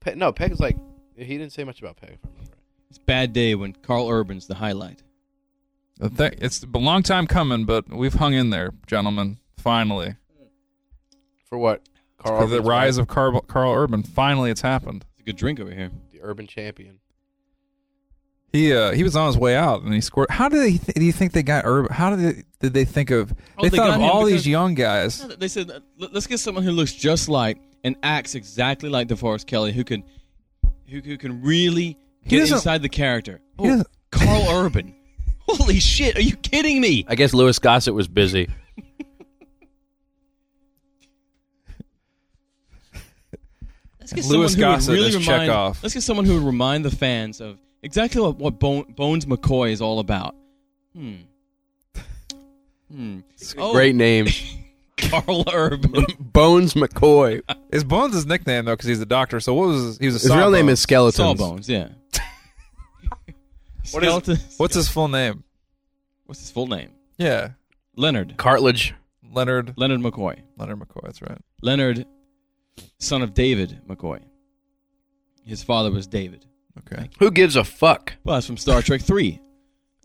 Speaker 2: Pe- no, Peg is like he didn't say much about Peg. If I remember right.
Speaker 3: It's a bad day when Carl Urban's the highlight.
Speaker 4: The thi- It's a long time coming, but we've hung in there, gentlemen. Finally,
Speaker 2: For what? Carl
Speaker 4: For the
Speaker 2: Urban's
Speaker 4: rise
Speaker 2: wife,
Speaker 4: of Carl, Carl Urban. Finally, it's happened.
Speaker 3: It's a good drink over here.
Speaker 2: the Urban champion.
Speaker 4: He uh, he was on his way out, and he scored. How did they? Th- do you think they got Urban? How did they? Did they think of?
Speaker 3: Oh,
Speaker 4: they,
Speaker 3: they
Speaker 4: thought
Speaker 3: got
Speaker 4: of
Speaker 3: him
Speaker 4: all
Speaker 3: because-
Speaker 4: these young guys.
Speaker 3: They said, "Let- let's get someone who looks just like and acts exactly like DeForest Kelly, who can, who, who can really
Speaker 4: He
Speaker 3: get
Speaker 4: doesn't-
Speaker 3: inside the character. Oh,
Speaker 4: he doesn't-
Speaker 3: Carl Urban. Holy shit! Are you kidding me?
Speaker 8: I guess Lewis Gossett was busy.
Speaker 3: Let's get
Speaker 4: Louis
Speaker 3: someone who would
Speaker 4: Gossett
Speaker 3: really
Speaker 4: is
Speaker 3: remind.
Speaker 4: Chekhov.
Speaker 3: Let's get someone who would remind the fans of exactly what, what Bo- Bones McCoy is all about. Hmm. Hmm. Oh,
Speaker 2: Great name,
Speaker 3: Carl Urban.
Speaker 2: Bones McCoy.
Speaker 4: His Bones his nickname though, because he's a doctor. So what was his, he was a
Speaker 8: His real name
Speaker 4: sawbone.
Speaker 8: is Skeletons.
Speaker 3: Sawbones. Yeah.
Speaker 4: What is-
Speaker 3: Skeleton-
Speaker 4: What's his full name?
Speaker 3: What's his full name?
Speaker 4: Yeah,
Speaker 3: Leonard.
Speaker 2: Cartilage.
Speaker 4: Leonard
Speaker 3: Leonard McCoy.
Speaker 4: Leonard McCoy. That's right.
Speaker 3: Leonard, son of David McCoy. His father was David.
Speaker 4: Okay.
Speaker 2: Who gives a fuck?
Speaker 3: Well, that's from Star Trek Three.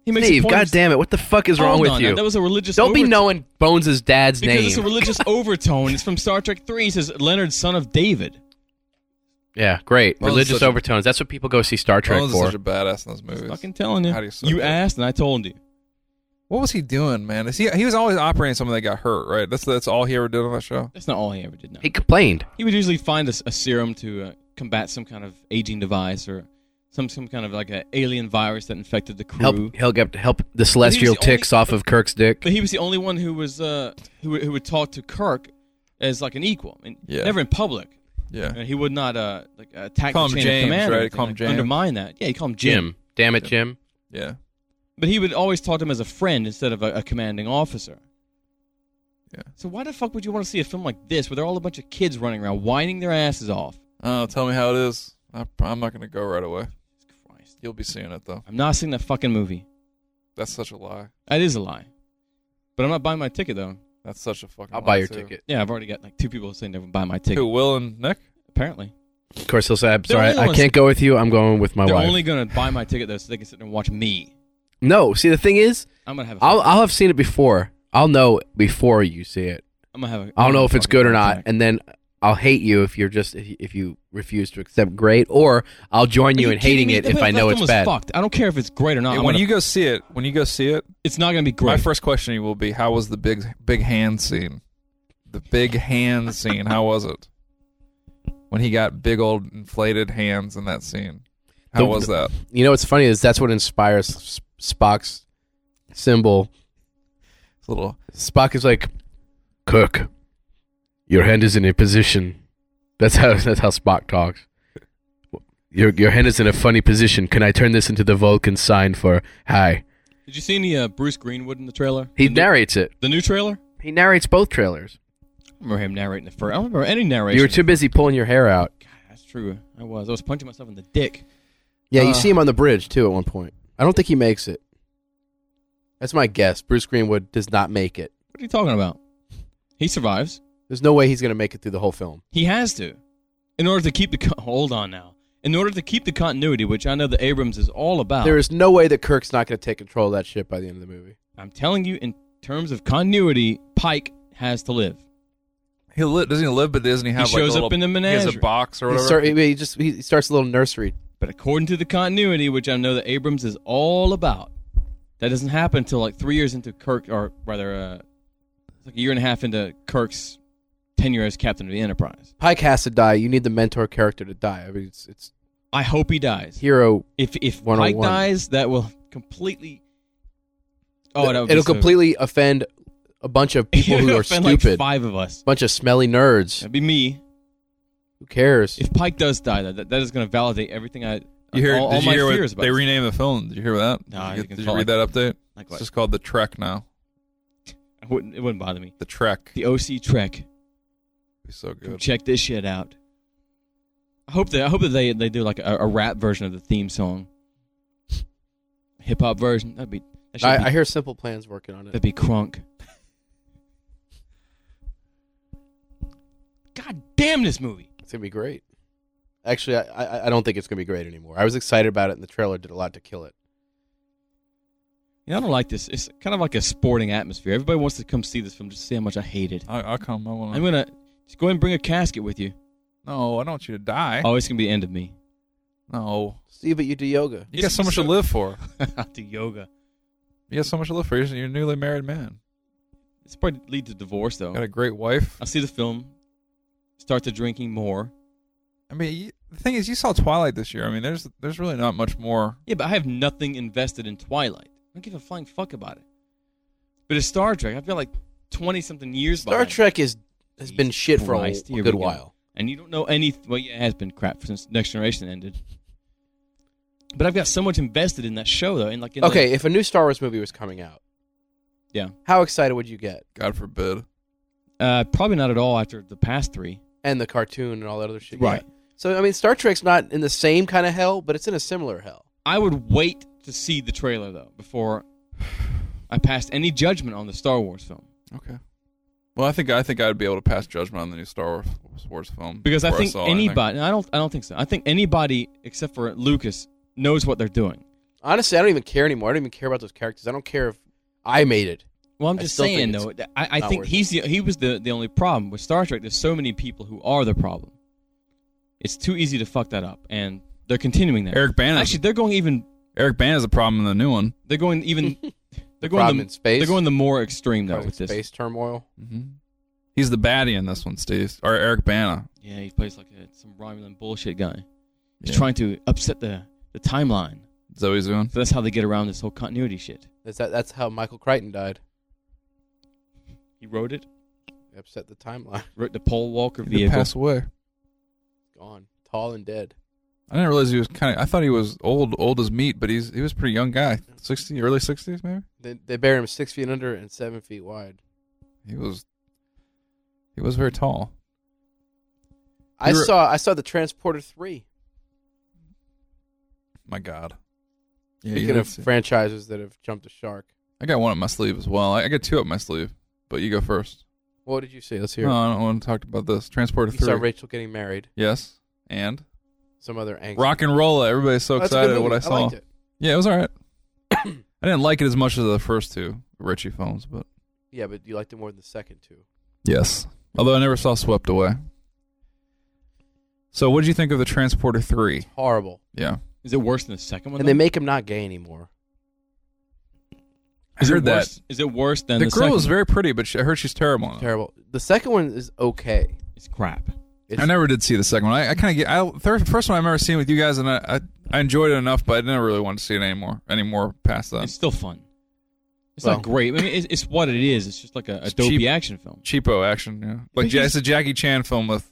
Speaker 3: He makes a
Speaker 2: Steve,
Speaker 3: point of-
Speaker 2: God damn it! What the fuck is wrong
Speaker 3: Hold
Speaker 2: with
Speaker 3: on,
Speaker 2: you?
Speaker 3: That was a religious.
Speaker 2: Don't be
Speaker 3: overtone-
Speaker 2: knowing Bones' dad's
Speaker 3: Because
Speaker 2: name.
Speaker 3: it's a religious overtone. It's from Star Trek Three. It says Leonard, son of David.
Speaker 2: yeah, great.
Speaker 4: Bones is
Speaker 2: religious
Speaker 4: such a-
Speaker 2: overtones. That's what people go see Star Trek
Speaker 4: Bones is
Speaker 2: for.
Speaker 4: such a badass in those movies.
Speaker 3: Fucking telling you.
Speaker 4: How do you suck
Speaker 3: you
Speaker 4: it?
Speaker 3: asked, and I told you.
Speaker 4: What was he doing, man? Is he he was always operating someone that got hurt, right? That's that's all he ever did on that show.
Speaker 3: That's not all he ever did. No.
Speaker 2: He complained.
Speaker 3: He would usually find a, s- a serum to uh, combat some kind of aging device or some some kind of like an alien virus that infected the crew.
Speaker 2: Help, help, get- help the celestial
Speaker 3: the only-
Speaker 2: ticks off of Kirk's dick.
Speaker 3: But he was the only one who was uh, who who would talk to Kirk as like an equal, and
Speaker 4: Yeah.
Speaker 3: never in public.
Speaker 4: Yeah.
Speaker 3: And he would not uh, like attack
Speaker 4: Call
Speaker 3: the
Speaker 4: him
Speaker 3: chain
Speaker 4: James,
Speaker 3: of command. or
Speaker 4: right?
Speaker 3: anything,
Speaker 4: Call him
Speaker 3: like,
Speaker 4: James.
Speaker 3: Undermine that. Yeah, he called him Jim.
Speaker 5: Jim. Damn it, Jim.
Speaker 4: Yeah.
Speaker 3: But he would always talk to him as a friend instead of a, a commanding officer.
Speaker 4: Yeah.
Speaker 3: So why the fuck would you want to see a film like this where they're all a bunch of kids running around whining their asses off?
Speaker 4: Oh, tell me how it is. I, I'm not going to go right away.
Speaker 3: Jesus Christ.
Speaker 4: You'll be seeing it though.
Speaker 3: I'm not seeing that fucking movie.
Speaker 4: That's such a lie.
Speaker 3: That is a lie. But I'm not buying my ticket though.
Speaker 4: That's such a fucking.
Speaker 2: I'll
Speaker 4: lie,
Speaker 2: buy your
Speaker 4: too.
Speaker 2: ticket.
Speaker 3: Yeah, I've already got like two people saying they would buy my ticket.
Speaker 4: Who? Will and
Speaker 3: Uh,
Speaker 4: Nick?
Speaker 3: Apparently,
Speaker 2: Of course, he'll say, "I'm
Speaker 3: They're
Speaker 2: sorry,
Speaker 3: only the
Speaker 2: I
Speaker 3: ones-
Speaker 2: can't go with you. I'm going with my
Speaker 3: they're
Speaker 2: wife."
Speaker 3: only gonna buy my ticket though so they can sit there and watch me.
Speaker 2: No, see, the thing is,
Speaker 3: I'm gonna have. A,
Speaker 2: I'll I'll have seen it before. I'll know before you see it.
Speaker 3: I'm gonna have. A,
Speaker 2: I don't know if
Speaker 3: fucking
Speaker 2: it's good or
Speaker 3: heart
Speaker 2: not,
Speaker 3: attack.
Speaker 2: and then I'll hate you if you're just if you, if you refuse to accept great, or I'll join you
Speaker 3: Are
Speaker 2: in
Speaker 3: kidding
Speaker 2: hating
Speaker 3: me?
Speaker 2: it
Speaker 3: That
Speaker 2: if I
Speaker 3: film-
Speaker 2: know
Speaker 3: that
Speaker 2: it's
Speaker 3: film is
Speaker 2: bad.
Speaker 3: Fucked. I don't care if it's great or not.
Speaker 4: Yeah,
Speaker 3: I'm
Speaker 4: when
Speaker 3: gonna-
Speaker 4: you go see it, when you go see it,
Speaker 3: it's not gonna be great.
Speaker 4: my first question will be, how was the big big hand scene? The big hand scene. How was it? When he got big old inflated hands in that scene. How
Speaker 2: The-
Speaker 4: was that?
Speaker 2: You know what's funny is that's what inspires S- Spock's symbol.
Speaker 4: It's a little.
Speaker 2: Spock is like, Kirk, your hand is in a position. That's how that's how Spock talks. Your your hand is in a funny position. Can I turn this into the Vulcan sign for hi?
Speaker 3: Did you see any uh, Bruce Greenwood in the trailer?
Speaker 2: He
Speaker 3: the, new-
Speaker 2: narrates it.
Speaker 3: the new trailer.
Speaker 2: He narrates both trailers.
Speaker 3: I remember him narrating the first. I don't remember any narration.
Speaker 2: You were too busy pulling your hair out.
Speaker 3: God, that's true. I was. I was punching myself in the dick.
Speaker 2: Yeah, you
Speaker 3: Uh,
Speaker 2: see him on the bridge too at one point. I don't think he makes it. That's my guess. Bruce Greenwood does not make it.
Speaker 3: What are you talking about? He survives.
Speaker 2: There's no way he's going to make it through the whole film.
Speaker 3: He has to, in order to keep the. Con- Hold on now. In order to keep the continuity, which I know the Abrams is all about.
Speaker 2: There is no way that Kirk's not going to take control of that ship by the end of the movie.
Speaker 3: I'm telling you, in terms of continuity, Pike has to live.
Speaker 4: He li- doesn't he live, but doesn't he have like
Speaker 3: shows
Speaker 4: a
Speaker 3: up
Speaker 4: little,
Speaker 3: in the
Speaker 4: He has
Speaker 3: menagerie.
Speaker 4: a box or
Speaker 2: He,
Speaker 4: whatever.
Speaker 2: start, he just he starts a little nursery.
Speaker 3: But according to the continuity, which I know that Abrams is all about, that doesn't happen until like three years into Kirk, or rather, uh, it's like a year and a half into Kirk's tenure as captain of the Enterprise.
Speaker 2: Pike has to die. You need the mentor character to die. I mean, it's it's
Speaker 3: I hope he dies.
Speaker 2: hero.
Speaker 3: If if Pike
Speaker 2: 101.
Speaker 3: dies, that will completely. Oh, that would be
Speaker 2: it'll
Speaker 3: so-
Speaker 2: completely offend a bunch of people
Speaker 3: It'll
Speaker 2: who are
Speaker 3: offend,
Speaker 2: stupid.
Speaker 3: Like five of us.
Speaker 2: bunch of smelly nerds.
Speaker 3: That'd be me.
Speaker 2: Who cares?
Speaker 3: If Pike does die, that that, that is going to validate everything I.
Speaker 4: you hear?
Speaker 3: all, all
Speaker 4: did you
Speaker 3: my
Speaker 4: hear
Speaker 3: fears
Speaker 4: what,
Speaker 3: about
Speaker 4: they
Speaker 3: this.
Speaker 4: renamed the film? Did you hear that?
Speaker 3: Nah, you
Speaker 4: did you,
Speaker 3: can
Speaker 4: get- did you
Speaker 3: tell
Speaker 4: read
Speaker 3: I-
Speaker 4: that update?
Speaker 3: Like
Speaker 4: It's
Speaker 3: what?
Speaker 4: just called the Trek now.
Speaker 3: I wouldn't, it wouldn't bother me.
Speaker 4: The Trek.
Speaker 3: The OC Trek.
Speaker 4: It's so
Speaker 3: Come
Speaker 4: good.
Speaker 3: check this shit out. I hope that I hope that they, they do like a, a rap version of the theme song, hip hop version. That'd be that should
Speaker 2: I,
Speaker 3: be,
Speaker 2: I hear Simple Plans working on it.
Speaker 3: that'd be crunk. God damn this movie!
Speaker 2: It's gonna be great. Actually, I, I I don't think it's gonna be great anymore. I was excited about it, and the trailer did a lot to kill it.
Speaker 3: You know, I don't like this. It's kind of like a sporting atmosphere. Everybody wants to come see this film just to see how much I hate it.
Speaker 4: I, I'll come. I want to.
Speaker 3: I'm gonna just go ahead and bring a casket with you.
Speaker 4: No, I don't want you to die.
Speaker 3: Oh, it's gonna be the end of me.
Speaker 4: No.
Speaker 2: See, but you do yoga.
Speaker 4: You got so much to live for.
Speaker 3: I'll do yoga.
Speaker 4: You got so much to live for. You're you're a newly married man.
Speaker 3: It's probably lead to divorce though.
Speaker 4: Got a great wife.
Speaker 3: I'll see the film, start to drinking more.
Speaker 4: I mean, you, the thing is, you saw Twilight this year. I mean, there's there's really not much more.
Speaker 3: Yeah, but I have nothing invested in Twilight. I don't give a flying fuck about it. But it's Star Trek. I've got like twenty something years.
Speaker 2: Star
Speaker 3: behind.
Speaker 2: Trek is has been
Speaker 3: Jesus
Speaker 2: shit for a,
Speaker 3: Christ,
Speaker 2: a
Speaker 3: here
Speaker 2: good
Speaker 3: we go.
Speaker 2: while.
Speaker 3: and you don't know any. Well, yeah, it has been crap since Next Generation ended. But I've got so much invested in that show though, and like in
Speaker 2: Okay, if a new Star Wars movie was coming out,
Speaker 3: Yeah.
Speaker 2: how excited would you get?
Speaker 4: God forbid.
Speaker 3: the- uh, probably not at all after the past three.
Speaker 2: And the cartoon and all that other shit,
Speaker 3: Right.
Speaker 2: yeah. So I mean, Star Trek's not in the same kind of hell, but it's in a similar hell.
Speaker 3: I would wait to see the trailer though before I passed any judgment on the Star Wars film
Speaker 4: Okay. Well, I think I think I'd be able to pass judgment on the new Star Wars, Wars film
Speaker 3: because I
Speaker 4: before
Speaker 3: think
Speaker 4: saw anything.
Speaker 3: anybody. I don't. I don't think so. I think anybody except for Lucas knows what they're doing.
Speaker 2: Honestly, I don't even care anymore. I don't even care about those characters. I don't care if I made it.
Speaker 3: Well, I'm
Speaker 2: I
Speaker 3: just
Speaker 2: still think
Speaker 3: saying
Speaker 2: it's
Speaker 3: though. that- I, I
Speaker 2: not
Speaker 3: think
Speaker 2: worth
Speaker 3: he's the, he was the the only problem with Star Trek. There's so many people who are the problem. It's too easy to fuck that up, and they're continuing that.
Speaker 4: Eric Bana.
Speaker 3: Actually, they're going even.
Speaker 4: Eric Bana is a problem in the new one.
Speaker 3: They're going even. They're going
Speaker 2: problem
Speaker 3: the,
Speaker 2: in space.
Speaker 3: They're going the more extreme though
Speaker 2: Probably
Speaker 3: with this.
Speaker 2: space turmoil.
Speaker 4: Mm-hmm. He's the baddie in this one, Steve, or Eric Bana.
Speaker 3: Yeah, he plays like a, some Romulan bullshit guy. He's
Speaker 4: Yeah.
Speaker 3: trying to upset the the timeline.
Speaker 4: Is that what he's doing?
Speaker 3: So that's how they get around this whole continuity shit.
Speaker 2: That's that, that's how Michael Crichton died.
Speaker 3: He wrote it.
Speaker 2: Upset the timeline.
Speaker 3: Wrote the Paul Walker
Speaker 4: He did
Speaker 3: vehicle.
Speaker 4: pass away.
Speaker 2: tall and dead.
Speaker 4: I didn't realize he was kind of. I thought he was old, old as meat, but he's he was a pretty young guy, sixty, early sixties maybe.
Speaker 2: They, they bury him six feet under and seven feet wide.
Speaker 4: He was. He was very tall.
Speaker 2: I
Speaker 4: You were-
Speaker 2: saw I saw the Transporter Three.
Speaker 4: My God. Yeah, you
Speaker 2: Speaking of
Speaker 4: did see-
Speaker 2: franchises that have jumped a shark,
Speaker 4: I got one up my sleeve as well. I, I got two up my sleeve, but you go first.
Speaker 2: what did you see? Let's hear.
Speaker 4: No, I don't want to talk about this. Uh, Transporter
Speaker 2: you saw
Speaker 4: three.
Speaker 2: Rachel getting married.
Speaker 4: yes, and
Speaker 2: Some other angle.
Speaker 4: rock and roll. Everybody's so
Speaker 2: That's a good
Speaker 4: excited at what
Speaker 2: movie.
Speaker 4: I saw.
Speaker 2: liked it.
Speaker 4: Yeah, it was all right. I didn't like it as much as the first two Richie films, but
Speaker 2: Yeah, but you liked it more than the second two.
Speaker 4: yes. Although I never saw Swept Away. So, what did you think of the Transporter Three?
Speaker 2: Horrible.
Speaker 4: Yeah,
Speaker 3: Is it worse than the second one?
Speaker 2: And they
Speaker 3: though?
Speaker 2: make him not gay anymore.
Speaker 4: I
Speaker 3: Is it
Speaker 4: heard that.
Speaker 3: worse- Is it worse than
Speaker 4: the,
Speaker 3: the,
Speaker 4: girl
Speaker 3: second
Speaker 4: is very pretty, but she, I heard she's terrible. in it.
Speaker 2: Terrible. The second one is okay.
Speaker 3: one? It's crap.
Speaker 2: It's,
Speaker 4: I never did see the second one. I, I kind of get. I, third, first one I remember seeing with you guys, and I, I I enjoyed it enough, but I didn't really want to see it anymore anymore past that.
Speaker 3: It's still fun. It's
Speaker 2: Well-
Speaker 3: not great. I mean, it's, it's what it is. It's just like a, a
Speaker 4: It's
Speaker 3: dopey
Speaker 4: cheap.
Speaker 3: action film.
Speaker 4: Cheapo action, yeah. Like
Speaker 3: he's-
Speaker 4: it's a Jackie Chan film with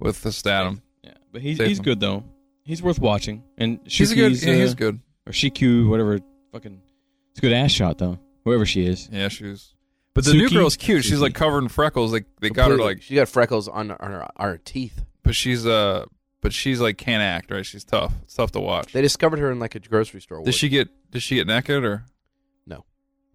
Speaker 4: with the Statham.
Speaker 3: Yeah, but he's
Speaker 4: Save
Speaker 3: he's
Speaker 4: him.
Speaker 3: good though. He's worth watching. And
Speaker 4: She's a good.
Speaker 3: Shuki's,
Speaker 4: yeah, he's
Speaker 3: uh,
Speaker 4: good.
Speaker 3: or Shiku, whatever. Fucking, it's a good ass shot though. Whoever she is.
Speaker 4: Yeah, she was. But the new
Speaker 3: Suki-
Speaker 4: girl's cute. She's
Speaker 3: Suki.
Speaker 4: like covered in freckles. Like they got her
Speaker 2: completely-
Speaker 4: like,
Speaker 2: she got freckles on on her, on her teeth.
Speaker 4: but she's uh, but she's like can't act right. She's tough. It's tough to watch.
Speaker 2: They discovered her in like a grocery store.
Speaker 4: Did
Speaker 2: ward.
Speaker 4: she get? Did she get naked or?
Speaker 2: No.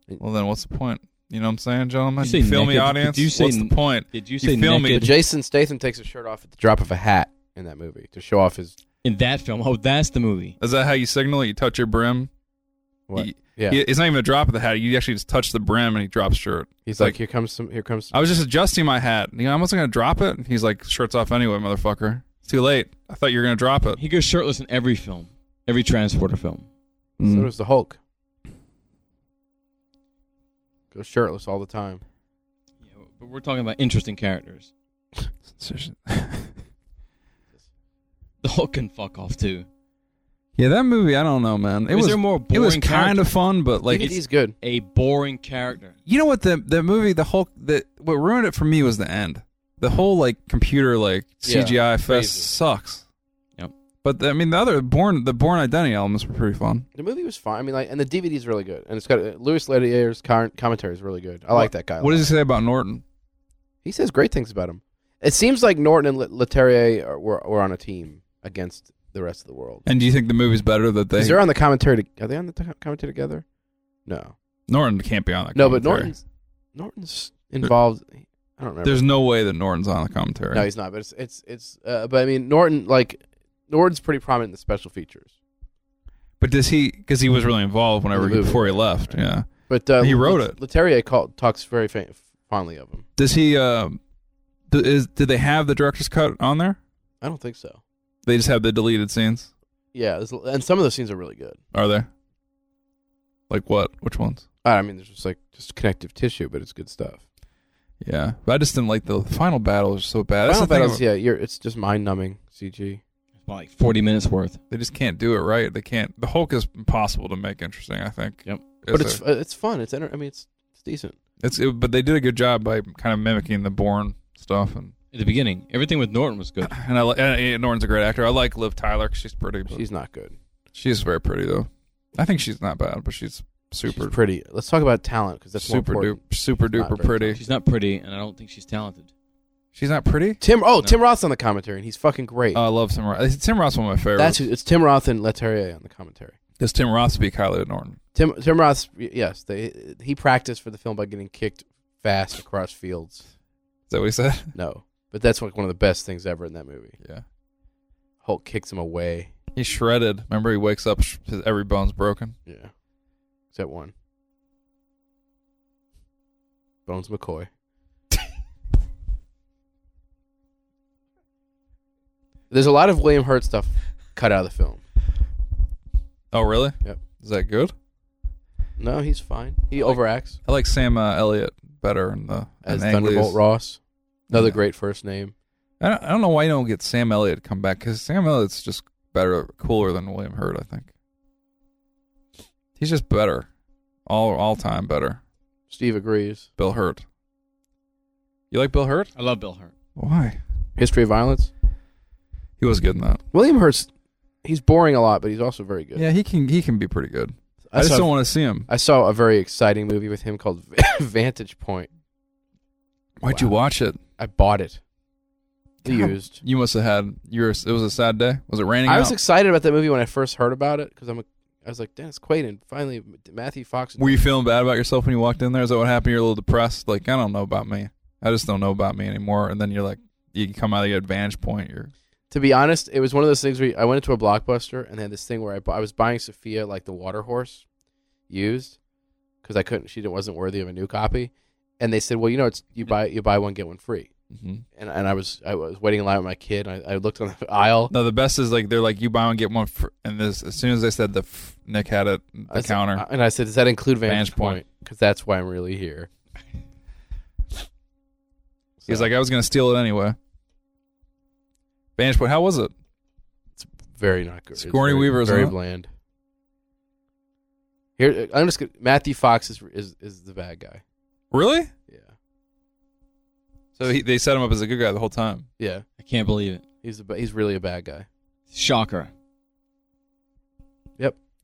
Speaker 4: Well, then what's the point? You know what I'm saying, gentlemen?
Speaker 3: Did you
Speaker 4: You
Speaker 3: say
Speaker 4: feel me,
Speaker 3: naked?
Speaker 4: audience?
Speaker 3: Did you say
Speaker 4: what's the
Speaker 3: n-
Speaker 4: point?
Speaker 3: Did you
Speaker 4: You
Speaker 3: say
Speaker 4: feel
Speaker 2: But
Speaker 4: me,
Speaker 3: naked
Speaker 2: Jason Statham takes his shirt off at the drop of a hat in that movie to show off his.
Speaker 3: in that film? Oh, that's the movie.
Speaker 4: Is that how you signal? You touch your brim.
Speaker 2: What?
Speaker 4: He-
Speaker 2: yeah,
Speaker 4: He- it's not even a drop of the hat. You actually just touch the brim and he drops shirt.
Speaker 2: he's
Speaker 4: like-
Speaker 2: like, here comes some, here comes. Some.
Speaker 4: I was just adjusting my hat. You know, I wasn't gonna drop it. And he's like, shirt's off anyway, motherfucker. It's too late. I thought you were gonna drop it.
Speaker 3: He goes shirtless in every film, every transporter film.
Speaker 4: Mm-hmm.
Speaker 3: mm.
Speaker 2: So does the Hulk. Goes shirtless all the time.
Speaker 3: Yeah, but we're talking about interesting characters. The Hulk can fuck off too.
Speaker 4: yeah, that movie. I don't know, man. It
Speaker 3: Is
Speaker 4: was
Speaker 3: there more
Speaker 4: it
Speaker 3: boring
Speaker 4: was kind
Speaker 3: character?
Speaker 4: of fun, but like
Speaker 2: Like he's good.
Speaker 3: A boring character.
Speaker 4: you know what the the movie the Hulk the what ruined it for me was the end. The whole like computer like
Speaker 2: Yeah,
Speaker 4: CGI fest
Speaker 2: crazy.
Speaker 4: sucks.
Speaker 3: Yep.
Speaker 4: But I mean the other born the born identity elements were pretty fun.
Speaker 2: The movie was fine. I mean, like, and the DVD is really good, and it's got uh, Louis Ledier's car- commentary is really good. I like that guy. a
Speaker 4: What
Speaker 2: lot.
Speaker 4: does he say about Norton?
Speaker 2: He says great things about him. It seems like Norton and Le- Leterrier are, were, were on a team against the rest of the world.
Speaker 4: And do you think the movie's better that they
Speaker 2: Because they're on the commentary. To- are they on the t- commentary together? No,
Speaker 4: Norton can't be on that?
Speaker 2: no. But
Speaker 4: commentary.
Speaker 2: Norton's Norton's involved. I don't remember.
Speaker 4: There's no way that Norton's on the commentary.
Speaker 2: no, he's not. But it's it's it's. Uh, but I mean, Norton like Norton's pretty prominent in the special features.
Speaker 4: But does he? Because he was really involved whenever
Speaker 2: In the
Speaker 4: he,
Speaker 2: movie.
Speaker 4: before he left. Yeah.
Speaker 2: But uh,
Speaker 4: He wrote it.
Speaker 2: Leterrier called, talks very fa- fondly of him.
Speaker 4: Does he? Uh, d- is did they have the director's cut on there?
Speaker 2: I don't think so.
Speaker 4: They just have the deleted scenes.
Speaker 2: Yeah, there's- and some of those scenes are really good.
Speaker 4: Are they? Like what? Which ones?
Speaker 2: I mean, there's just like just connective tissue, but it's good stuff.
Speaker 4: Yeah, but I just didn't like the final battle was so bad. That's
Speaker 2: Final
Speaker 4: the thing
Speaker 2: Battles,
Speaker 4: about-
Speaker 2: yeah, you're, it's just mind numbing CG.
Speaker 3: It's about like forty minutes worth.
Speaker 4: They just can't do it right. They can't. The Hulk is impossible to make interesting. I think.
Speaker 3: Yep.
Speaker 2: But
Speaker 4: a-
Speaker 2: it's uh, it's fun. It's enter- I mean, it's it's decent.
Speaker 4: it's it, but they did a good job by kind of mimicking the Bourne stuff and
Speaker 3: At the beginning, everything with Norton was good.
Speaker 4: and I li- and, and Norton's a great actor. I like Liv Tyler 'cause she's pretty. But
Speaker 2: She's not good.
Speaker 4: She's very pretty though. I think she's not bad, but she's super
Speaker 2: Super pretty. Let's talk about talent because that's
Speaker 4: super
Speaker 2: more
Speaker 4: duper
Speaker 2: important. She's not
Speaker 4: super duper
Speaker 2: very
Speaker 4: pretty.
Speaker 3: She's not pretty, and I don't think she's talented.
Speaker 4: She's not pretty.
Speaker 2: Tim. Oh,
Speaker 3: No.
Speaker 2: Tim Roth's on the commentary, and he's fucking great.
Speaker 4: Oh, I love Tim Roth. Tim Roth's one of my favorites.
Speaker 2: that's who, it's Tim Roth and Leterrier on the commentary.
Speaker 4: Does Tim Roth speak highly of Norton?
Speaker 2: Tim Tim Roth. Yes, they he practiced for the film by getting kicked fast across fields.
Speaker 4: Is that what he said?
Speaker 2: No, but that's like one of the best things ever in that movie.
Speaker 4: Yeah.
Speaker 2: Hulk kicks him away.
Speaker 4: He's shredded. Remember, he wakes up, sh- his every bone's broken.
Speaker 2: Yeah, except one. Bones McCoy. There's a lot of William Hurt stuff cut out of the film.
Speaker 4: Oh, really?
Speaker 2: Yep.
Speaker 4: Is that good?
Speaker 2: No, he's fine. He overacts
Speaker 4: I like Sam uh, Elliott better in the
Speaker 2: as
Speaker 4: in Ang Lee's.
Speaker 2: Thunderbolt Ross. Another
Speaker 4: Yeah.
Speaker 2: great first name.
Speaker 4: I don't, I don't know why you don't get Sam Elliott to come back because Sam Elliott's just better, cooler than William Hurt. I think he's just better, all all time better.
Speaker 2: Steve agrees.
Speaker 4: Bill Hurt. You like Bill Hurt?
Speaker 3: I love Bill Hurt.
Speaker 4: Why?
Speaker 2: History of Violence.
Speaker 4: He was good in that.
Speaker 2: William Hurst, he's boring a lot, but he's also very good.
Speaker 4: Yeah, he can he can be pretty good. I,
Speaker 2: I,
Speaker 4: just
Speaker 2: saw,
Speaker 4: don't want to see him.
Speaker 2: I saw a very exciting movie with him called Vantage Point.
Speaker 4: Why'd you
Speaker 2: Wow.
Speaker 4: watch it?
Speaker 2: I bought it. It's
Speaker 4: God.
Speaker 2: Used.
Speaker 4: You must have had your. It was a sad day. Was it raining?
Speaker 2: I was
Speaker 4: out?
Speaker 2: excited about that movie when I first heard about it because I'm a, I was like Dennis Quaid and finally Matthew Fox.
Speaker 4: Were you feeling bad about yourself when you walked in there? Is that what happened? You're a little depressed. Like I don't know about me. I just don't know about me anymore. And then you're like, you come out of your advantage point. You're
Speaker 2: to be honest, it was one of those things where you- I went into a blockbuster and they had this thing where I, bu- I was buying Sophia like the water horse used because I couldn't. She didn't- wasn't worthy of a new copy, and they said, "Well, you know, it's you buy you buy one get one free."
Speaker 4: mm-hmm.
Speaker 2: And and I was I was waiting in line with my kid. And I, I looked on the aisle.
Speaker 4: no. The best is like they're like you buy one get one. Fr-. And this as soon as they said the f- Nick had it the
Speaker 2: I said-
Speaker 4: counter.
Speaker 2: I- and I said, "Does that include Vantage
Speaker 4: Vantage
Speaker 2: Point?
Speaker 4: Point.
Speaker 2: Because that's why I'm really here."
Speaker 4: He's
Speaker 2: So,
Speaker 4: like I was gonna steal it anyway. Vantage point. How was it?
Speaker 2: very not good. It's
Speaker 4: Sigourney
Speaker 2: very-
Speaker 4: Weaver is
Speaker 2: very
Speaker 4: in it?
Speaker 2: bland. Here, I'm just gonna, Matthew Fox is, is is the bad guy.
Speaker 4: Really?
Speaker 2: Yeah,
Speaker 4: So he, they set him up as a good guy the whole time.
Speaker 2: yeah.
Speaker 3: I can't believe it.
Speaker 2: He's a, ba- he's really a bad guy.
Speaker 3: Shocker.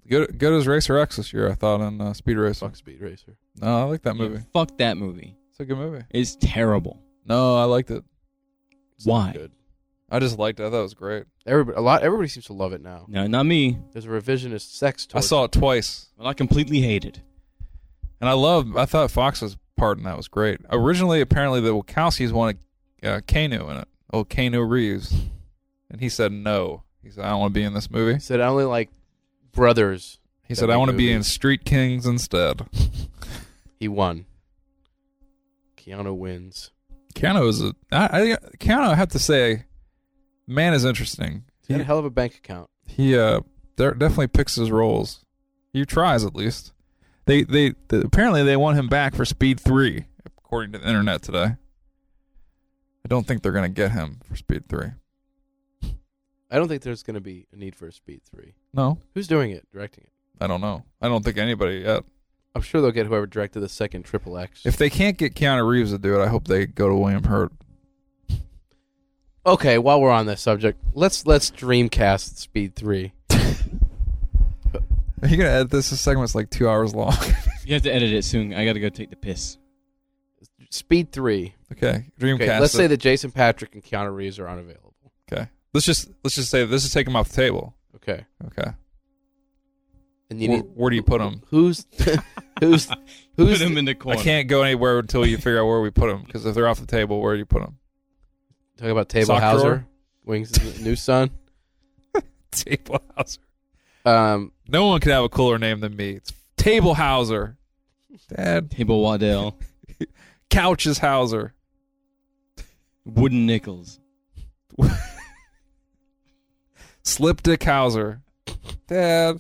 Speaker 4: Good, good as Racer X this year, I thought, on uh, Speed Racer.
Speaker 2: Fuck Speed Racer.
Speaker 4: No, I like that
Speaker 3: Yeah,
Speaker 4: movie.
Speaker 3: fuck that movie.
Speaker 4: It's a good movie.
Speaker 3: It's terrible.
Speaker 4: No, I liked it.
Speaker 2: It's not
Speaker 3: Why?
Speaker 2: Good.
Speaker 4: I just liked it. I thought it was great.
Speaker 2: Everybody, a lot. Everybody seems to love it now.
Speaker 3: No, not me.
Speaker 2: There's a revisionist sex.
Speaker 4: I
Speaker 2: towards
Speaker 4: saw it twice,
Speaker 3: Well, I completely hate it.
Speaker 4: and I love. I thought Fox's part in that was great. Originally, apparently, the Wachowskis wanted uh, Kanu in it. Old Kanu Reeves, and he said no. He said I don't want to be in this
Speaker 2: He
Speaker 4: movie.
Speaker 2: said I only like brothers.
Speaker 4: He
Speaker 2: That
Speaker 4: said I want to be in
Speaker 2: movie.
Speaker 4: Street Kings instead.
Speaker 2: He won. Keanu wins.
Speaker 4: Kanu is a. I, I Kanu. I have to say, man is interesting.
Speaker 2: He's got
Speaker 4: He-
Speaker 2: a hell of a bank account.
Speaker 4: he uh de- definitely picks his roles. He tries at least. They they the, apparently they want him back for Speed Three, according to the internet today. I don't think they're gonna get him for Speed Three.
Speaker 2: I don't think there's going to be a need for a Speed Three.
Speaker 4: No,
Speaker 2: Who's doing it? Directing it?
Speaker 4: I don't know. I don't think anybody yet.
Speaker 2: I'm sure they'll get whoever directed the second Triple X.
Speaker 4: If they can't get Keanu Reeves to do it, I hope they go to William Hurt.
Speaker 2: okay, while we're on this subject, let's let's Dreamcast Speed Three.
Speaker 4: Are you gonna edit this? This segment's like two hours long.
Speaker 3: You have to edit it soon. I gotta go take the piss.
Speaker 2: Speed Three.
Speaker 4: okay, Dreamcast.
Speaker 2: Okay, let's
Speaker 4: it.
Speaker 2: say that Jason Patrick and Keanu Reeves are unavailable.
Speaker 4: Okay, let's just let's just say this is take him off the table.
Speaker 2: Okay,
Speaker 4: Okay,
Speaker 2: and you
Speaker 4: where,
Speaker 2: need
Speaker 4: where do you put him?
Speaker 2: Who's who's who's
Speaker 3: Put him in the corner.
Speaker 4: I can't go anywhere until you figure out where we put him. Because if they're off the table, where do you put him?
Speaker 2: talking about Table
Speaker 4: Sock
Speaker 2: Hauser,
Speaker 4: drawer?
Speaker 2: Wings' is the new son.
Speaker 4: Table Hauser.
Speaker 2: Um,
Speaker 4: No one could have a cooler name than me. It's Table Hauser. Dad,
Speaker 3: Table Waddell,
Speaker 4: couches Hauser.
Speaker 3: Wooden Nichols,
Speaker 4: Slip Dick Hauser. Dad,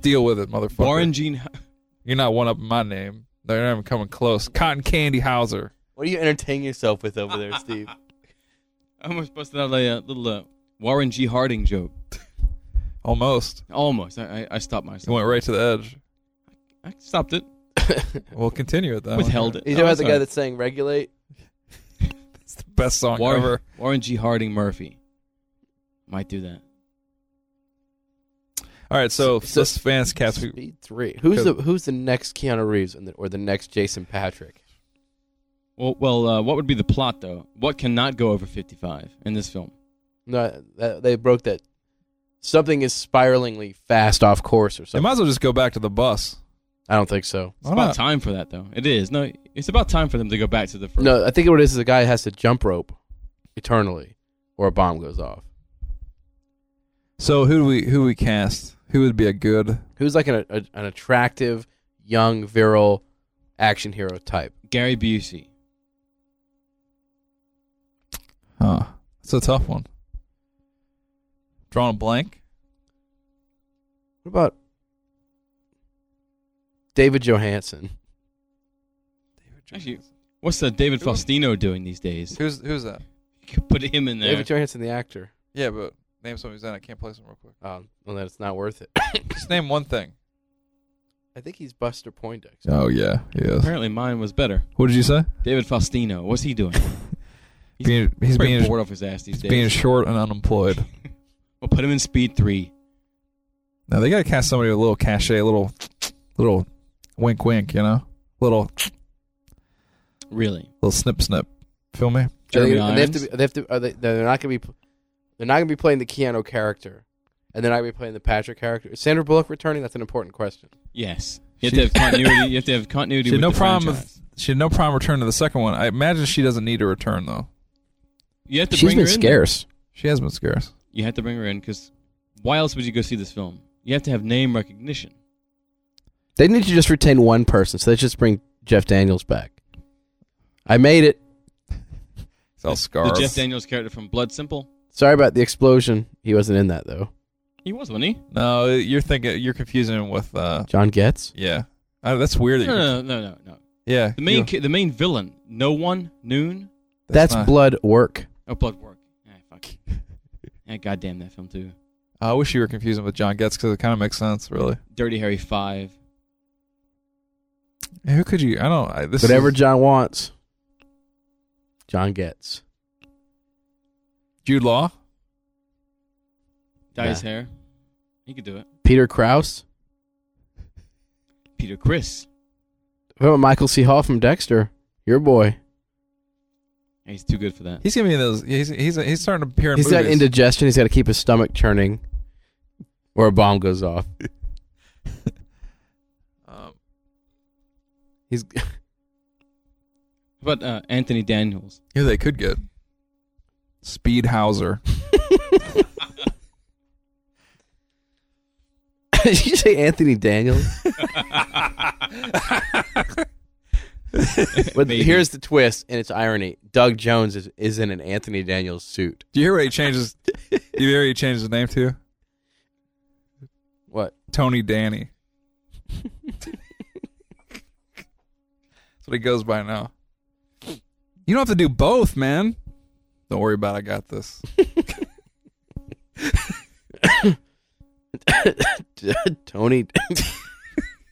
Speaker 4: deal with it, motherfucker.
Speaker 3: Warren Jean.
Speaker 4: You're not one up in my name. They're not even coming close. Cotton Candy Hauser.
Speaker 2: what are you entertaining yourself with over there, Steve?
Speaker 3: I'm almost supposed to have a uh, little uh, Warren G. Harding joke.
Speaker 4: Almost.
Speaker 3: Almost. I, I, I stopped
Speaker 4: You
Speaker 3: myself.
Speaker 4: went right to the edge.
Speaker 3: I stopped it.
Speaker 4: We'll continue with that.
Speaker 3: Withheld
Speaker 4: one.
Speaker 3: it.
Speaker 2: You
Speaker 3: Oh,
Speaker 2: know about the
Speaker 3: sorry.
Speaker 2: guy that's saying regulate?
Speaker 4: It's the best song
Speaker 3: Warren,
Speaker 4: ever.
Speaker 3: Warren G. Harding Murphy. Might do that.
Speaker 4: All right, so,
Speaker 2: So-
Speaker 4: this fans cast. We,
Speaker 2: Speed three. Who's the who's the next Keanu Reeves and the, or the next Jason Patrick?
Speaker 3: Well, well uh, what would be the plot though? What cannot go over 55 in this film?
Speaker 2: No, that, they broke that. Something is spiralingly fast off course or
Speaker 4: they
Speaker 2: something.
Speaker 4: might as well just go back to the bus.
Speaker 2: I don't think so.
Speaker 3: It's about time for that though. It is. No, it's about time for them to go back to the first.
Speaker 2: No, I think what it is is the guy has to jump rope eternally, or a bomb goes off.
Speaker 4: So who do we who we cast? Who would be a good?
Speaker 2: Who's like an a, an attractive, young, virile action hero type?
Speaker 3: Gary Busey.
Speaker 4: Huh. It's a tough one. Drawing a blank.
Speaker 2: What about David Johansen?
Speaker 3: Actually, what's the David Faustino doing these days?
Speaker 4: Who's who's that?
Speaker 3: You could put him in there.
Speaker 2: David Johansen, the actor.
Speaker 4: Yeah, but name somebody's in. I can't place him real quick.
Speaker 2: Oh, well, then it's not worth it.
Speaker 4: Just name one thing.
Speaker 2: I think he's Buster Poindexter.
Speaker 4: Oh yeah, yes.
Speaker 3: Apparently, mine was better.
Speaker 4: What did you say?
Speaker 3: David Faustino. What's he doing? He's
Speaker 4: being he's
Speaker 3: He's
Speaker 4: being
Speaker 3: bored off his ass these
Speaker 4: he's
Speaker 3: days.
Speaker 4: being short and unemployed.
Speaker 3: we'll put him in Speed Three.
Speaker 4: Now they got to cast somebody with a little cachet, a little little wink wink, you know, little
Speaker 3: Really?
Speaker 4: little snip snip. Feel me?
Speaker 2: they,
Speaker 3: Jeremy
Speaker 2: they have to.
Speaker 3: Irons?
Speaker 2: Be, they have to. Are they, they're not gonna be. pl- They're not gonna be playing the Keanu character, and they're not gonna be playing the Patrick character. Is Sandra Bullock returning? That's an important question.
Speaker 3: Yes. You have to have continuity. You have to have continuity.
Speaker 4: She had
Speaker 3: with
Speaker 4: no
Speaker 3: the
Speaker 4: problem with-
Speaker 3: franchise.
Speaker 4: She had no problem returning to the second one. I imagine she doesn't need to return though.
Speaker 3: You have to
Speaker 8: She's
Speaker 3: bring
Speaker 8: been
Speaker 3: her in.
Speaker 8: scarce.
Speaker 4: She has been scarce.
Speaker 3: You have to bring her in because why else would you go see this film? You have to have name recognition.
Speaker 2: They need to just retain one person, so let's just bring Jeff Daniels back. I made it.
Speaker 4: It's all scarred.
Speaker 3: The Jeff Daniels character from Blood Simple.
Speaker 2: Sorry about the explosion. He wasn't in that though.
Speaker 3: He was, wasn't he?
Speaker 4: No, you're thinking you're confusing him with uh
Speaker 2: John Getz.
Speaker 4: yeah. Uh, that's weird. That
Speaker 3: No, no,
Speaker 4: you're,
Speaker 3: no, no, no.
Speaker 4: Yeah,
Speaker 3: The main,
Speaker 4: you-
Speaker 3: ki- the main villain. No one. Noon.
Speaker 2: That's,
Speaker 4: not-
Speaker 2: blood work.
Speaker 3: Oh, Blood Work. Ah, fuck. ah, goddamn that film too.
Speaker 4: I wish you were confusing with John Getz because it kind of makes sense, really.
Speaker 3: Dirty Harry Five.
Speaker 4: Hey, Who could you? I don't. I, this
Speaker 2: Whatever
Speaker 4: is-
Speaker 2: John wants, John gets.
Speaker 4: Jude Law.
Speaker 3: Dye his
Speaker 2: Yeah.
Speaker 3: hair. He could do it.
Speaker 2: Peter Krause.
Speaker 3: Peter Chris.
Speaker 2: What about Michael C. Hall from Dexter? Your boy.
Speaker 3: He's too good for that.
Speaker 4: He's gonna be in those. yeah, He's he's he's starting to appear in
Speaker 2: He's got
Speaker 4: movies.
Speaker 2: indigestion. He's got to keep his stomach churning, or a bomb goes off.
Speaker 4: um,
Speaker 2: He's
Speaker 3: How about uh, Anthony Daniels?
Speaker 4: yeah, they could get Speed Hauser.
Speaker 2: Did you say Anthony Daniels? But
Speaker 3: Maybe.
Speaker 2: here's the twist, and it's irony. Doug Jones is, is in an Anthony Daniels suit.
Speaker 4: Do you hear what he changes? do you hear what he changed his name to?
Speaker 2: What?
Speaker 4: Tony Danny. That's what he goes by now. You don't have to do both, man. Don't worry about. it. I got this.
Speaker 2: Tony.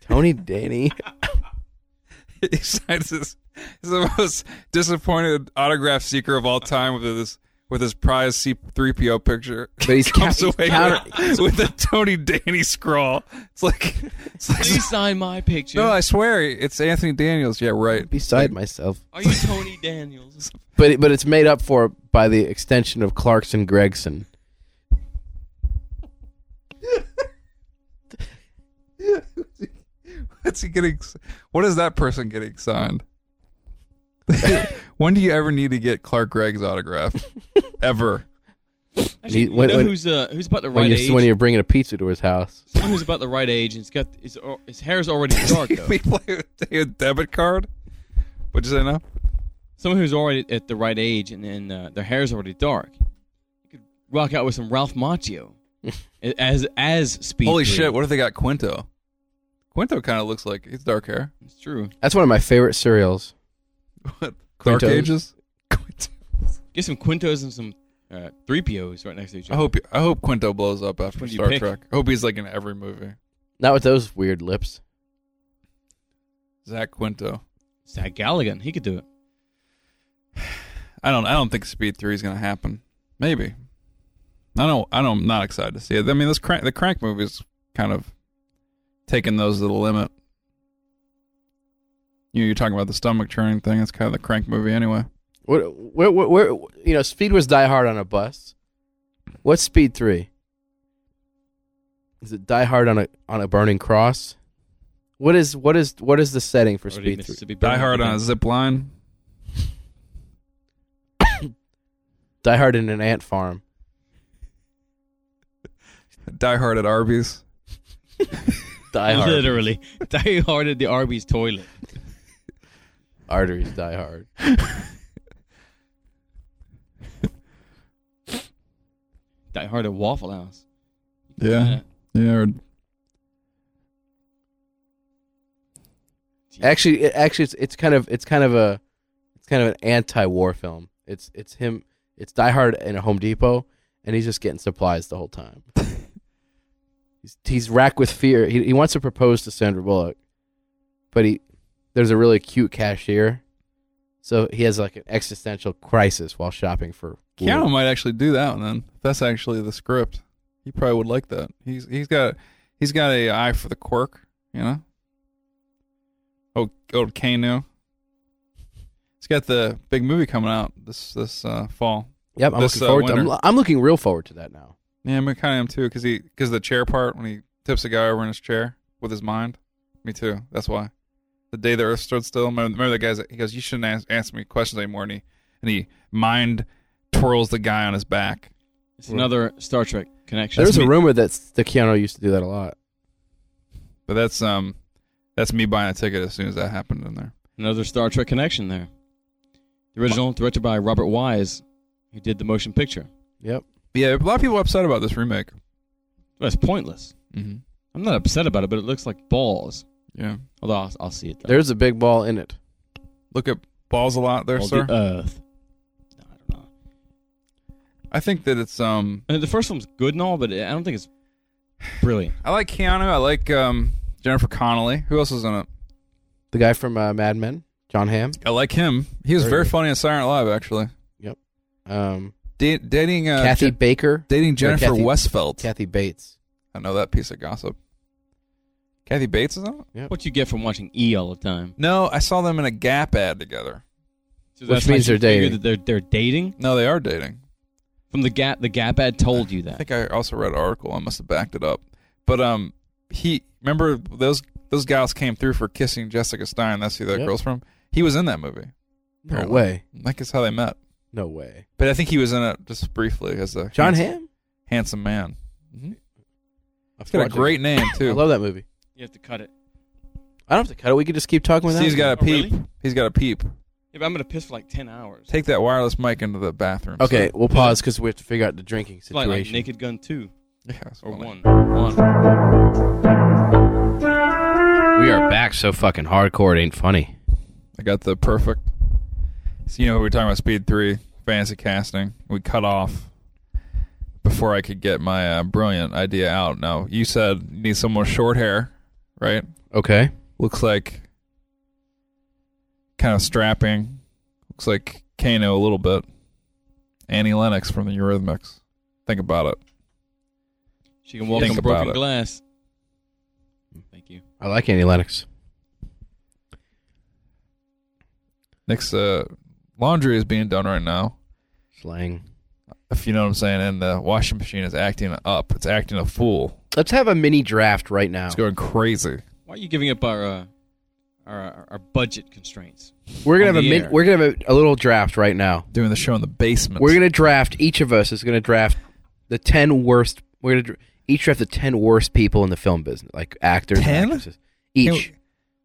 Speaker 2: Tony Danny.
Speaker 4: he signs his, he's the most disappointed autograph seeker of all time with his with his prize C three PO picture.
Speaker 2: But he's
Speaker 4: comes
Speaker 2: ca- he's
Speaker 4: away
Speaker 2: counter-
Speaker 4: with, with a Tony Danny scrawl. It's like it's like
Speaker 3: Please sign my picture.
Speaker 4: no, I swear it's Anthony Daniels. Yeah, right.
Speaker 2: Beside myself.
Speaker 3: Are you Tony Daniels?
Speaker 2: But it- but it's made up for by the extension of Clarkson Gregson.
Speaker 4: What's he getting? What is that person getting signed? when do you ever need to get Clark Gregg's autograph? ever?
Speaker 3: Actually,
Speaker 2: He- when-
Speaker 3: you know
Speaker 2: when-
Speaker 3: who's uh, who's about the
Speaker 2: When
Speaker 3: right age?
Speaker 2: you're, when you're bringing a pizza to his house.
Speaker 3: Someone who's about the right age and he's got his, or- his hair's already dark though.
Speaker 4: we play with a debit card. What'd you say now?
Speaker 3: Someone who's already at the right age and, and uh, their hair's already dark. You could rock out with some Ralph Macchio as as speed.
Speaker 4: Holy
Speaker 3: three.
Speaker 4: shit! What if they got Quinto? Quinto kind of looks like he's dark hair.
Speaker 3: It's true.
Speaker 2: That's one of my favorite cereals.
Speaker 4: What? Dark
Speaker 2: Quinto.
Speaker 4: Ages.
Speaker 3: Get some Quintos and some uh, three POs right next to each
Speaker 4: I
Speaker 3: other.
Speaker 4: hope I hope Quinto blows up after
Speaker 3: What do you
Speaker 4: Star
Speaker 3: pick?
Speaker 4: Trek. I hope he's like in every movie.
Speaker 2: Not with those weird lips.
Speaker 4: Zach Quinto.
Speaker 3: Zach Galligan, he could do it.
Speaker 4: I don't I don't think Speed Three is gonna happen. Maybe. I don't I don't I'm not excited to see it. I mean this crank the crank movie's kind of taking those to the limit. You you're talking about the stomach churning thing, it's kind of the crank movie anyway.
Speaker 2: What? Where? Where? where you know, Speed was Die Hard on a bus. What's Speed Three? Is it Die Hard on a on a burning cross? What is what is what is the setting for
Speaker 3: Already
Speaker 2: Speed Three?
Speaker 3: Mississippi
Speaker 4: Die
Speaker 3: Burning.
Speaker 4: Hard on a zip line.
Speaker 2: Die Hard in an ant farm.
Speaker 4: Die Hard at Arby's.
Speaker 2: Die Hard
Speaker 3: Literally. Die Hard at the Arby's toilet.
Speaker 2: arteries. Die Hard.
Speaker 3: Die Hard at Waffle House.
Speaker 4: Yeah. Yeah. Or
Speaker 2: Actually, it, actually, it's it's kind of it's kind of a it's kind of an anti-war film. It's it's him. It's Die Hard in a Home Depot, and he's just getting supplies the whole time. he's he's racked with fear. He he wants to propose to Sandra Bullock, but he there's a really cute cashier, So he has like an existential crisis while shopping for. wood.
Speaker 4: Keanu might actually do that one then. If that's actually the script. He probably would like that. He's he's got he's got a eye for the quirk, you know. Oh, old Kano. He's got the big movie coming out this this uh, fall.
Speaker 2: Yep, I'm
Speaker 4: this,
Speaker 2: looking
Speaker 4: uh,
Speaker 2: forward. to, I'm,
Speaker 4: winter.
Speaker 2: lo- I'm looking real forward to that now.
Speaker 4: Yeah, I mean, kind of am too, because he because the chair part when he tips a guy over in his chair with his mind. Me too. That's why. The day the Earth stood still. Remember, remember the guys? He goes, "You shouldn't ask, ask me questions anymore." And he and he mind twirls the guy on his back.
Speaker 3: It's another Star Trek connection.
Speaker 2: There's a
Speaker 3: me.
Speaker 2: rumor that the Keanu used to do that a lot.
Speaker 4: But that's um, that's me buying a ticket as soon as that happened in there.
Speaker 3: Another Star Trek connection there. The original, directed by Robert Wise, who did the motion picture.
Speaker 2: Yep.
Speaker 4: But yeah, a lot of people are upset about this remake.
Speaker 3: That's pointless.
Speaker 4: Mm-hmm.
Speaker 3: I'm not upset about it, but it looks like balls.
Speaker 4: Yeah,
Speaker 3: Although I'll, I'll see it. Though.
Speaker 2: There's a big ball in it.
Speaker 4: look at balls a lot there,
Speaker 3: All
Speaker 4: sir.
Speaker 3: the Earth. No, I don't know.
Speaker 4: I think that it's um,
Speaker 3: And the first one's good and all, but I don't think it's brilliant.
Speaker 4: I like Keanu. I like um, Jennifer Connelly. Who else was in it?
Speaker 2: The guy from uh, Mad Men, John Hamm.
Speaker 4: I like him. He was
Speaker 2: Very
Speaker 4: very
Speaker 2: good.
Speaker 4: funny in Silent Live, actually.
Speaker 2: Um,
Speaker 4: Da- dating uh,
Speaker 2: Kathy
Speaker 4: Je-
Speaker 2: Baker.
Speaker 4: dating Jennifer
Speaker 2: Kathy-
Speaker 4: Westfeld.
Speaker 2: Kathy Bates.
Speaker 4: I know that piece of gossip. Kathy Bates is on it.
Speaker 3: What you get from watching E all the time.
Speaker 4: No, I saw them in a Gap ad together.
Speaker 3: So
Speaker 2: Which
Speaker 3: how
Speaker 2: means
Speaker 3: you
Speaker 2: they're
Speaker 3: figure
Speaker 2: dating.
Speaker 3: That they're, they're dating
Speaker 4: No, they are dating.
Speaker 3: from the Gap. The Gap ad told you
Speaker 4: I
Speaker 3: that.
Speaker 4: think I also read an article. I must have backed it up. But um, he remember those those gals came through for kissing Jessica Stein. That's who that
Speaker 2: Yep.
Speaker 4: girl's from. He was in that movie.
Speaker 2: No
Speaker 4: Apparently.
Speaker 2: way.
Speaker 4: Like is how they met.
Speaker 2: No way.
Speaker 4: But I think he was in it just briefly as a
Speaker 2: John
Speaker 4: hands-
Speaker 2: Hamm.
Speaker 4: handsome man. He's got a great name
Speaker 2: I
Speaker 4: too.
Speaker 2: love that movie.
Speaker 3: You have to cut it.
Speaker 2: I don't have to cut it. We could just keep talking without.
Speaker 4: Steve's
Speaker 2: it.
Speaker 4: got a
Speaker 3: Oh, really?
Speaker 4: peep. He's got a peep.
Speaker 3: Yeah, but I'm gonna piss for like ten hours.
Speaker 4: Take that wireless mic into the bathroom.
Speaker 2: Okay,
Speaker 4: sir.
Speaker 2: we'll pause because we have to figure out the drinking
Speaker 3: It's like,
Speaker 2: situation.
Speaker 3: like Naked Gun two
Speaker 4: Yeah, that's
Speaker 2: Oh,
Speaker 3: or
Speaker 4: funny.
Speaker 3: one. One.
Speaker 5: We are back so fucking hardcore it ain't funny.
Speaker 4: I got the perfect. So, you know, we were talking about Speed 3, fantasy casting. We cut off before I could get my uh, brilliant idea out. Now, you said you need someone with short hair, right?
Speaker 5: Okay.
Speaker 4: Looks like kind of strapping. Looks like Kano a little bit. Annie Lennox from the Eurythmics. Think about it.
Speaker 3: She can walk
Speaker 4: Think
Speaker 3: on
Speaker 4: about
Speaker 3: broken
Speaker 4: it. Mm.
Speaker 3: glass. Thank you.
Speaker 5: I like Annie Lennox.
Speaker 4: Nick's uh, laundry is being done right now,
Speaker 5: Slang.
Speaker 4: if you know what I'm saying, and the washing machine is acting up. It's acting a fool.
Speaker 5: Let's have a mini draft right now.
Speaker 4: It's going crazy.
Speaker 3: Why are you giving up our uh, our, our our budget constraints?
Speaker 5: We're
Speaker 3: on
Speaker 5: gonna have a
Speaker 3: the
Speaker 5: min-
Speaker 3: air.
Speaker 5: we're gonna have a, a little draft right now.
Speaker 4: doing the show in the basement.
Speaker 5: We're gonna draft. Each of us is gonna draft the ten worst. We're gonna dr- each draft the ten worst people in the film business, like actors. and
Speaker 4: 10?
Speaker 5: actresses. Each.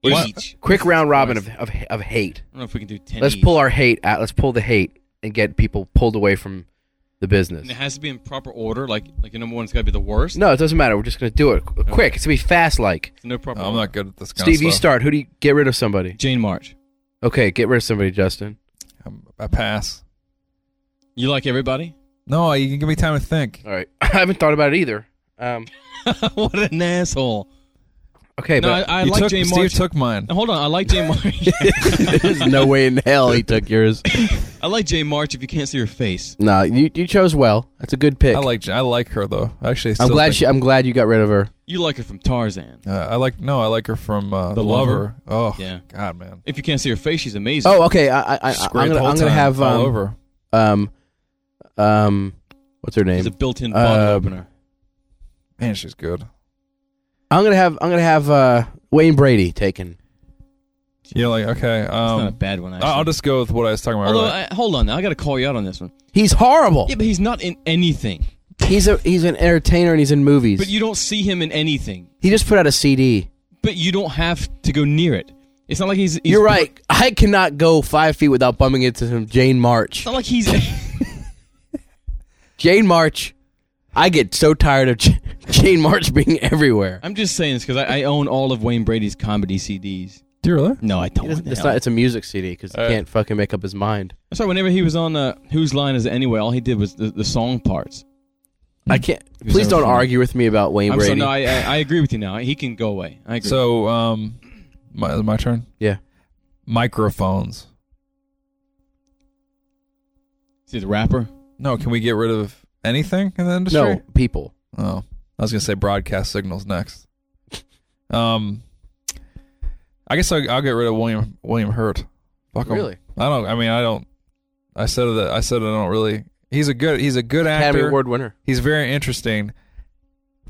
Speaker 4: What?
Speaker 3: Each.
Speaker 5: Quick round robin of,
Speaker 3: I
Speaker 5: of of hate.
Speaker 3: don't know if we can do ten.
Speaker 5: Let's
Speaker 3: each.
Speaker 5: pull our hate out. Let's pull the hate and get people pulled away from the business.
Speaker 3: And it has to be in proper order. Like like your number one's got to be the worst.
Speaker 5: No, it doesn't matter. We're just gonna do it qu- quick. It's gonna be fast. Like
Speaker 3: It's no proper.
Speaker 4: No, Oh, I'm
Speaker 3: order.
Speaker 4: not good at this kind
Speaker 5: Steve, you
Speaker 4: of stuff.
Speaker 5: start. Who do you get rid of? Somebody.
Speaker 3: Jane March.
Speaker 5: Okay, get rid of somebody, Justin.
Speaker 4: I'm- I pass.
Speaker 3: You like everybody?
Speaker 4: No, you can give me time to think.
Speaker 5: All right. I haven't thought about it either. Um,
Speaker 3: what an asshole.
Speaker 5: okay,
Speaker 3: no,
Speaker 5: but
Speaker 3: I, I
Speaker 4: You
Speaker 3: like
Speaker 4: took-
Speaker 3: Jane
Speaker 4: Steve
Speaker 3: March.
Speaker 4: took mine.
Speaker 3: Now, hold on, I like Jane March.
Speaker 2: There's no way in hell he took yours.
Speaker 3: I like Jane March if you can't see her face.
Speaker 2: No, you, you chose well. That's a good pick.
Speaker 4: I like I like her though. Actually,
Speaker 2: I'm
Speaker 4: I still
Speaker 2: glad
Speaker 4: think-
Speaker 2: she. I'm glad you got rid of her.
Speaker 3: You like her from Tarzan.
Speaker 4: Uh, I like no, I like her from uh,
Speaker 3: The Lover?
Speaker 4: Oh,
Speaker 3: Yeah.
Speaker 4: God, man.
Speaker 3: If you can't see her face, she's amazing.
Speaker 2: Oh, okay. I, I, I,
Speaker 4: She's
Speaker 2: I'm
Speaker 4: great
Speaker 2: gonna,
Speaker 4: the whole
Speaker 2: I'm gonna
Speaker 4: time,
Speaker 2: have um,
Speaker 4: all over.
Speaker 2: um, um, what's her
Speaker 3: she's
Speaker 2: name?
Speaker 3: a built-in
Speaker 2: Uh,
Speaker 3: bottle opener.
Speaker 4: Man, she's good.
Speaker 2: I'm gonna have. I'm gonna have uh, Wayne Brady taken.
Speaker 4: You're like okay.
Speaker 3: It's
Speaker 4: Um,
Speaker 3: not a bad one. Actually.
Speaker 4: I- I'll just go with what I was talking about.
Speaker 3: Although,
Speaker 4: earlier.
Speaker 3: I, hold on, now, I got to call you out on this one.
Speaker 2: He's horrible.
Speaker 3: Yeah, but he's not in anything.
Speaker 2: He's a. He's an entertainer and he's in movies.
Speaker 3: But you don't see him in anything.
Speaker 2: he just put out a CD.
Speaker 3: But you don't have to go near it. It's not like he's. he's
Speaker 2: You're right. I cannot go five feet without bumping into some Jane March.
Speaker 3: It's not like he's.
Speaker 2: Jane March. I get so tired of J- Jane March being everywhere.
Speaker 3: I'm just saying this because I, I own all of Wayne Brady's comedy CDs.
Speaker 4: Do you really?
Speaker 3: No, I
Speaker 2: He
Speaker 3: don't.
Speaker 2: doesn't-
Speaker 3: That's
Speaker 2: It's not. It's a music CD because he
Speaker 4: Uh,
Speaker 2: can't fucking make up his mind.
Speaker 3: Sorry, whenever he was on uh, Whose Line Is It Anyway, all he did was the, the song parts.
Speaker 2: I can't.
Speaker 3: He's
Speaker 2: Please
Speaker 3: never
Speaker 2: don't
Speaker 3: funny.
Speaker 2: argue with me about Wayne
Speaker 3: Hmm. I'm
Speaker 2: Brady.
Speaker 3: so, no, I, I, I agree with you now. He can go away. I agree.
Speaker 4: So, um, my is it my turn.
Speaker 2: Yeah.
Speaker 4: Microphones.
Speaker 3: See the rapper?
Speaker 4: No, can we get rid of anything in the industry?
Speaker 2: No, people.
Speaker 4: Oh, I was gonna say broadcast signals next. Um, I guess I'll, I'll get rid of William William Hurt. Fuck him.
Speaker 2: Really?
Speaker 4: I don't. I mean, I don't. I said that. I said I don't really. He's a good. He's a good
Speaker 2: Academy
Speaker 4: actor.
Speaker 2: Award winner.
Speaker 4: He's very interesting.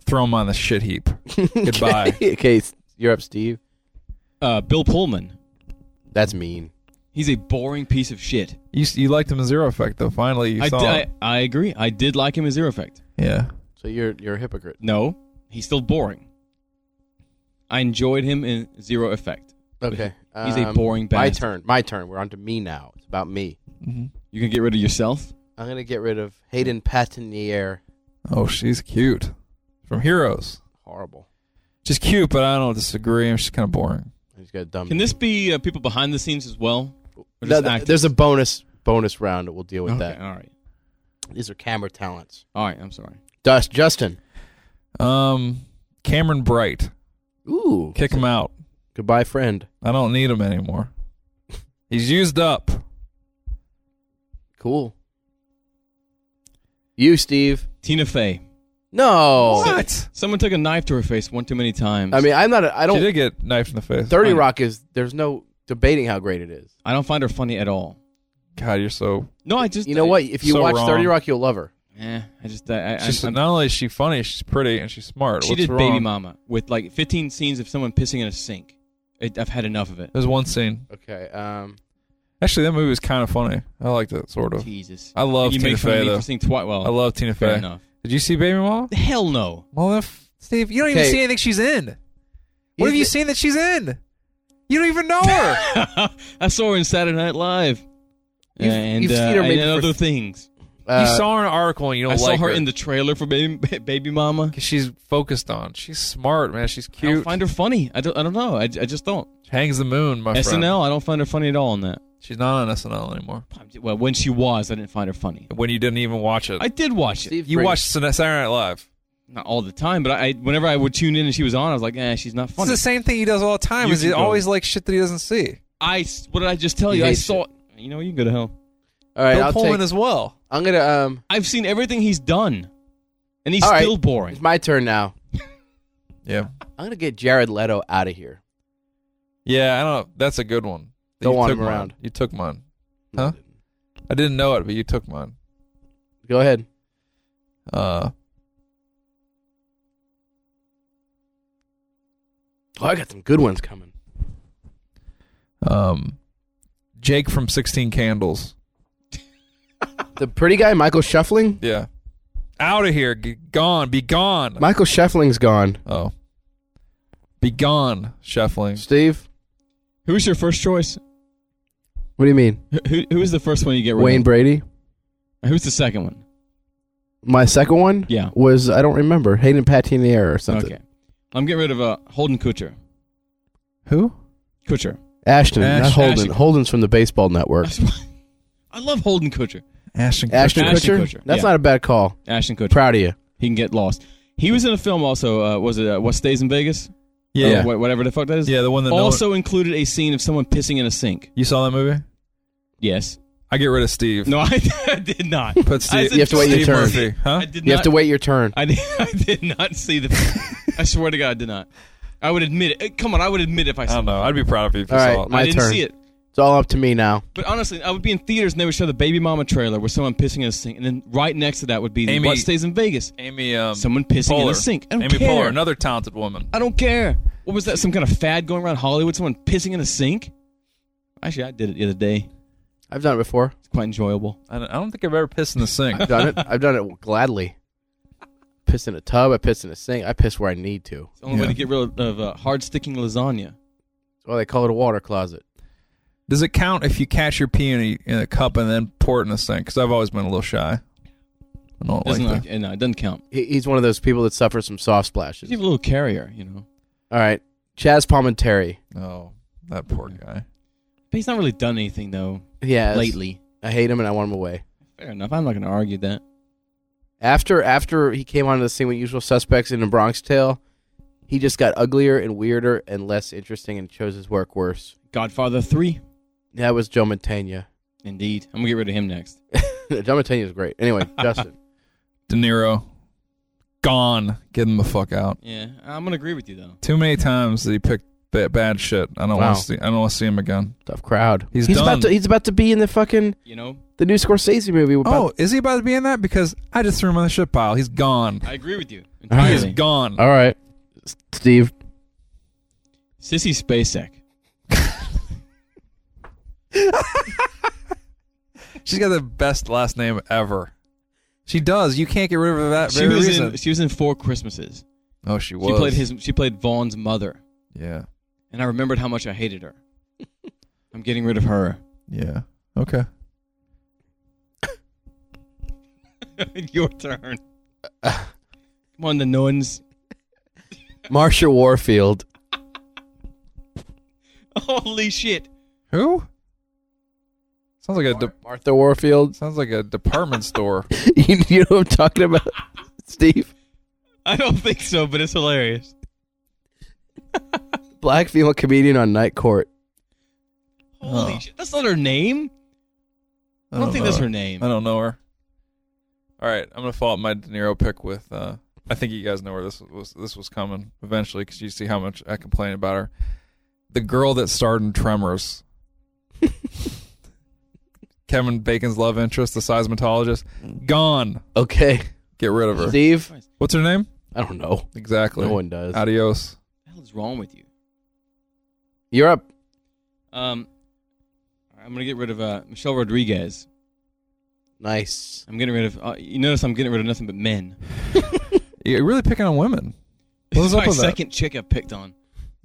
Speaker 4: Throw him on the shit heap. Goodbye.
Speaker 2: okay, you're up, Steve.
Speaker 3: Uh, Bill Pullman.
Speaker 2: That's mean.
Speaker 3: He's a boring piece of shit.
Speaker 4: You s- you liked him in Zero Effect though. Finally, you
Speaker 3: I,
Speaker 4: saw.
Speaker 3: di-
Speaker 4: him.
Speaker 3: I, I agree. I did like him in Zero Effect.
Speaker 4: Yeah.
Speaker 2: So you're you're a hypocrite.
Speaker 3: No, he's still boring. I enjoyed him in Zero Effect.
Speaker 2: Okay. um,
Speaker 3: He's a boring
Speaker 2: My
Speaker 3: bastard.
Speaker 2: turn. My turn. We're on to me now. It's about me.
Speaker 4: Mm-hmm.
Speaker 3: You can get rid of yourself.
Speaker 2: I'm gonna get rid of Hayden Patinier.
Speaker 4: Oh, she's cute. From Heroes.
Speaker 2: Horrible.
Speaker 4: She's cute, but I don't disagree. I'm just kind of boring.
Speaker 2: He's got a dumb.
Speaker 3: Can this be uh, people behind the scenes as well? Or
Speaker 2: Th-
Speaker 3: just
Speaker 2: th-
Speaker 3: actors?
Speaker 2: there's a bonus bonus round that we'll deal with
Speaker 3: Okay,
Speaker 2: that.
Speaker 3: All right.
Speaker 2: These are camera talents.
Speaker 3: All right. I'm sorry.
Speaker 2: Dust Justin.
Speaker 4: Um, Cameron Bright.
Speaker 2: Ooh.
Speaker 4: Kick him out.
Speaker 2: Goodbye, friend.
Speaker 4: I don't need him anymore. He's used up.
Speaker 2: Cool. You, Steve.
Speaker 3: Tina Fey.
Speaker 2: No.
Speaker 4: What?
Speaker 3: Someone took a knife to her face one too many times.
Speaker 2: I mean, I'm not. A, I
Speaker 4: She
Speaker 2: don't.
Speaker 4: did get knifed in the face. Oh
Speaker 2: Thirty
Speaker 3: fine.
Speaker 2: Rock is. There's no debating how great it is.
Speaker 3: I don't find her funny at all.
Speaker 4: God, you're so.
Speaker 3: No, I just
Speaker 2: You know what? If you
Speaker 4: So
Speaker 2: watch
Speaker 4: wrong.
Speaker 2: Thirty Rock, you'll love her.
Speaker 3: Eh, I just I, I,
Speaker 4: She's,
Speaker 3: I'm-
Speaker 4: not only is she funny, she's pretty and she's smart.
Speaker 3: she
Speaker 4: What's
Speaker 3: did
Speaker 4: wrong?
Speaker 3: Baby Mama with like 15 scenes of someone pissing in a sink. It, I've had enough of it.
Speaker 4: There's one scene.
Speaker 2: Okay. Um.
Speaker 4: Actually, that movie was kind of funny. I liked it, sort of.
Speaker 3: Jesus.
Speaker 4: I love
Speaker 3: you
Speaker 4: Tina
Speaker 3: make fun
Speaker 4: Fey
Speaker 3: of me
Speaker 4: though.
Speaker 3: for seeing twice. Well,
Speaker 4: I love Tina
Speaker 3: fair
Speaker 4: Fey.
Speaker 3: enough.
Speaker 4: Did you see Baby Mama?
Speaker 3: Hell no.
Speaker 4: Well, if, Steve, you don't
Speaker 2: even Okay. see
Speaker 4: anything she's in.
Speaker 2: What have you
Speaker 4: seen that she's in? You don't even know her.
Speaker 3: I saw her in Saturday Night Live.
Speaker 2: You've-
Speaker 3: and
Speaker 2: you've
Speaker 3: uh,
Speaker 2: seen her
Speaker 3: and
Speaker 2: maybe for-
Speaker 3: other things.
Speaker 2: Uh,
Speaker 4: you saw her in an article and you
Speaker 3: I
Speaker 4: don't
Speaker 3: saw
Speaker 4: like
Speaker 3: her, in the trailer for Baby Baby Mama.
Speaker 4: 'Cause she's focused on. She's smart, man. She's
Speaker 3: I
Speaker 4: cute.
Speaker 3: don't find her funny. I don't, I don't know. I, I just don't.
Speaker 4: Hangs the moon, my
Speaker 3: SNL,
Speaker 4: friend.
Speaker 3: I don't find her funny at all in that.
Speaker 4: She's not on SNL anymore.
Speaker 3: Well, when she was, I didn't find her funny.
Speaker 4: When you didn't even watch it,
Speaker 3: I did watch it.
Speaker 2: Steve
Speaker 4: you
Speaker 2: Briggs.
Speaker 4: watched Saturday Night Live.
Speaker 3: Not all the time, but I, I whenever I would tune in and she was on, I was like, eh, she's not
Speaker 4: It's
Speaker 3: funny.
Speaker 4: the same thing he does all the time.
Speaker 3: You
Speaker 4: Is he
Speaker 3: can go.
Speaker 4: always like shit that he doesn't see?
Speaker 3: I s- what did I just tell
Speaker 2: He
Speaker 3: you? I
Speaker 2: hates
Speaker 3: saw. You know, you can go to hell.
Speaker 2: All right.
Speaker 4: Bill
Speaker 2: I'll
Speaker 4: Pullman
Speaker 2: take,
Speaker 4: as well.
Speaker 2: I'm gonna. Um.
Speaker 3: I've seen everything he's done, and he's
Speaker 2: All right.
Speaker 3: still
Speaker 2: It's
Speaker 3: boring.
Speaker 2: my turn now.
Speaker 4: Yeah,
Speaker 2: I'm gonna get Jared Leto out of here.
Speaker 4: yeah. I don't. That's a good one.
Speaker 2: Don't
Speaker 4: You
Speaker 2: want
Speaker 4: took
Speaker 2: him
Speaker 4: mine.
Speaker 2: around.
Speaker 4: You took mine. Huh? I didn't know it, but you took mine.
Speaker 2: Go ahead.
Speaker 4: Uh,
Speaker 2: Oh, I got some good ones coming.
Speaker 4: um, Jake from Sixteen Candles.
Speaker 2: The pretty guy, Michael Shuffling.
Speaker 4: Yeah, out of here. G- gone. Be gone.
Speaker 2: Michael Shuffling's gone.
Speaker 4: oh, be gone, Sheffling.
Speaker 2: Steve,
Speaker 3: Who was your first choice?
Speaker 2: what do you mean?
Speaker 3: Who- Who who was the first one you get rid
Speaker 2: Wayne
Speaker 3: of?
Speaker 2: Brady.
Speaker 3: Who's the second one?
Speaker 2: My second one
Speaker 3: Yeah.
Speaker 2: was I don't remember Hayden Patinier or something.
Speaker 3: Okay. I'm getting rid of uh, Holden Kutcher.
Speaker 2: Who?
Speaker 3: Kutcher.
Speaker 2: Ashton, not
Speaker 4: Ash-
Speaker 2: Holden.
Speaker 3: Ashton.
Speaker 2: Holden's from the Baseball Network.
Speaker 3: That's why- I love Holden Kutcher.
Speaker 4: Ashton.
Speaker 2: Ashton,
Speaker 3: Ashton
Speaker 2: Kutcher.
Speaker 3: Kutcher,
Speaker 2: That's
Speaker 3: yeah.
Speaker 2: not a bad call.
Speaker 3: Ashton Kutcher.
Speaker 2: Proud of you.
Speaker 3: He can get lost. He was in a film also. Uh, was it uh, What Stays in Vegas?
Speaker 4: Yeah,
Speaker 2: Oh,
Speaker 3: Or wha- whatever the fuck that is.
Speaker 4: yeah. The one that no one-
Speaker 3: also included a scene of someone pissing in a sink.
Speaker 4: you saw that movie.
Speaker 3: Yes.
Speaker 4: I get rid of Steve.
Speaker 3: No, I, I did not.
Speaker 4: Put
Speaker 3: I
Speaker 4: Steve.
Speaker 3: said
Speaker 2: You have to wait your
Speaker 4: Steve
Speaker 2: turn.
Speaker 4: Murphy, huh?
Speaker 3: I did
Speaker 2: You
Speaker 3: not,
Speaker 2: have to wait your turn.
Speaker 3: I did, I did not see the. I swear to God, I did not. I would admit it. Eh, Come on, I would admit if I
Speaker 4: I
Speaker 3: saw.
Speaker 4: don't know. I'd be proud of you if you
Speaker 2: All right,
Speaker 4: saw it.
Speaker 2: my
Speaker 3: I didn't
Speaker 2: turn.
Speaker 3: see it.
Speaker 2: It's all up to me now.
Speaker 3: But honestly, I would be in theaters and they would show the Baby Mama trailer with someone pissing in a sink, and then right next to that would be the
Speaker 4: Amy-
Speaker 3: What Stays in Vegas.
Speaker 4: Amy, um,
Speaker 3: Someone pissing in a
Speaker 4: Poehler.
Speaker 3: sink. I don't
Speaker 4: Amy
Speaker 3: care.
Speaker 4: Poehler, another talented woman.
Speaker 3: I don't care. What was that? Some kind of fad going around Hollywood? Someone pissing in a sink? Actually, I did it the other day.
Speaker 2: I've done it before.
Speaker 3: It's quite enjoyable.
Speaker 4: I don't, I don't think I've ever pissed in the sink.
Speaker 2: I've done it. I've done it gladly. Piss in a tub. I piss in a sink. I piss where I need to.
Speaker 3: It's the only way to
Speaker 4: Yeah.
Speaker 3: get rid of uh, hard sticking lasagna.
Speaker 2: Well, they call it a water closet.
Speaker 4: Does it count if you catch your pee in a, in a cup and then pour it in a sink? Because I've always been a little shy. I don't like
Speaker 3: Doesn't
Speaker 4: that.
Speaker 3: like, eh, no, it doesn't count.
Speaker 2: He, he's one of those people that suffers from soft
Speaker 3: Just
Speaker 2: splashes.
Speaker 3: give a little carrier, you know.
Speaker 2: All right, Chaz Palminteri.
Speaker 4: Oh, that poor guy.
Speaker 3: But he's not really done anything though
Speaker 2: Yeah,
Speaker 3: lately.
Speaker 2: I hate him and I want him away.
Speaker 3: Fair enough. I'm not going to argue that.
Speaker 2: After after he came onto the scene with Usual Suspects and The Bronx Tale, he just got uglier and weirder and less interesting and chose his work worse.
Speaker 3: Godfather three,
Speaker 2: That was Joe Mantegna.
Speaker 3: indeed. I'm gonna get rid of him next.
Speaker 2: John Mulaney is great. Anyway, Justin.
Speaker 4: De Niro, gone. Get him the fuck out.
Speaker 3: Yeah, I'm gonna agree with you though.
Speaker 4: Too many times that he picked ba- bad shit. I don't
Speaker 2: Wow.
Speaker 4: want to see. I don't want to see him again.
Speaker 2: Tough crowd.
Speaker 4: He's done.
Speaker 2: about to he's about to be in the fucking
Speaker 3: You know,
Speaker 2: the new Scorsese movie. with
Speaker 4: Oh, is he about to be in that? Because I just threw him on the shit pile. He's gone.
Speaker 3: I agree with you.
Speaker 2: right.
Speaker 4: He is
Speaker 3: Entirely.
Speaker 4: gone.
Speaker 2: All right. S- Steve.
Speaker 3: Sissy Spacek.
Speaker 4: She's got the best last name ever. She does. You can't get rid of that
Speaker 3: She
Speaker 4: very
Speaker 3: was
Speaker 4: reason.
Speaker 3: in. She was in Four Christmases.
Speaker 4: oh, she was.
Speaker 3: She played his. She played Vaughn's mother,
Speaker 4: Yeah.
Speaker 3: and I remembered how much I hated her. I'm getting rid of her.
Speaker 4: Yeah. Okay.
Speaker 3: Your turn. Come on, the nuns.
Speaker 8: Marsha Warfield.
Speaker 3: Holy shit!
Speaker 4: Who? Sounds like a de-
Speaker 2: Martha Warfield.
Speaker 4: sounds like a department store.
Speaker 2: you know what I'm talking about? Steve.
Speaker 3: I don't think so, but it's hilarious.
Speaker 2: Black female comedian on Night Court.
Speaker 3: Holy
Speaker 4: Oh.
Speaker 3: shit! That's not her name. I don't, think
Speaker 4: know
Speaker 3: that's her name.
Speaker 4: I don't know her. All right, I'm gonna follow up my De Niro pick with. Uh, I think you guys know where this was. This was coming eventually because you see how much I complain about her. The girl that starred in Tremors, Kevin Bacon's love interest, the seismologist, gone.
Speaker 2: Okay.
Speaker 4: Get rid of her.
Speaker 2: Steve.
Speaker 4: What's her name?
Speaker 2: I don't know.
Speaker 4: Exactly.
Speaker 2: No one does.
Speaker 4: Adios.
Speaker 3: What the hell is wrong with you?
Speaker 2: You're up.
Speaker 3: Um, I'm gonna get rid of uh, Michelle Rodriguez.
Speaker 2: Nice.
Speaker 3: I'm getting rid of. Uh, you notice I'm getting rid of nothing but men.
Speaker 4: You're really picking on women.
Speaker 3: This
Speaker 4: What's
Speaker 3: is
Speaker 4: up
Speaker 3: my
Speaker 4: with that?
Speaker 3: second chick I've picked on.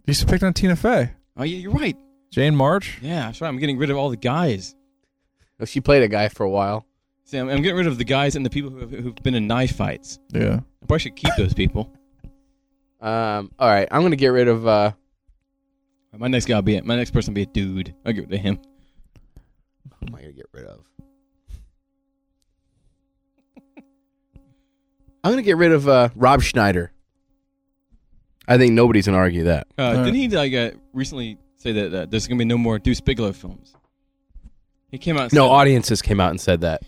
Speaker 4: You should pick on Tina Fey,
Speaker 3: Oh yeah, you're right.
Speaker 4: Jane March.
Speaker 3: Yeah, that's right. I'm getting rid of all the guys.
Speaker 2: Oh, She played a guy for a while.
Speaker 3: See, I'm, I'm getting rid of the guys and the people who have, who've been in knife fights.
Speaker 4: Yeah.
Speaker 3: I probably should keep those people.
Speaker 2: Um. All right. I'm gonna get rid of. uh
Speaker 3: My next guy will be it. My next person will be a dude. I'll get rid of him.
Speaker 2: Who am I gonna get rid of? I'm gonna get rid of uh Rob Schneider. I think nobody's gonna argue that.
Speaker 3: Uh,
Speaker 4: Alright.
Speaker 3: Didn't he like uh, recently say that uh, there's gonna be no more Deuce Bigelow films? He came out. and
Speaker 2: No,
Speaker 3: said-
Speaker 2: audiences came out and said that.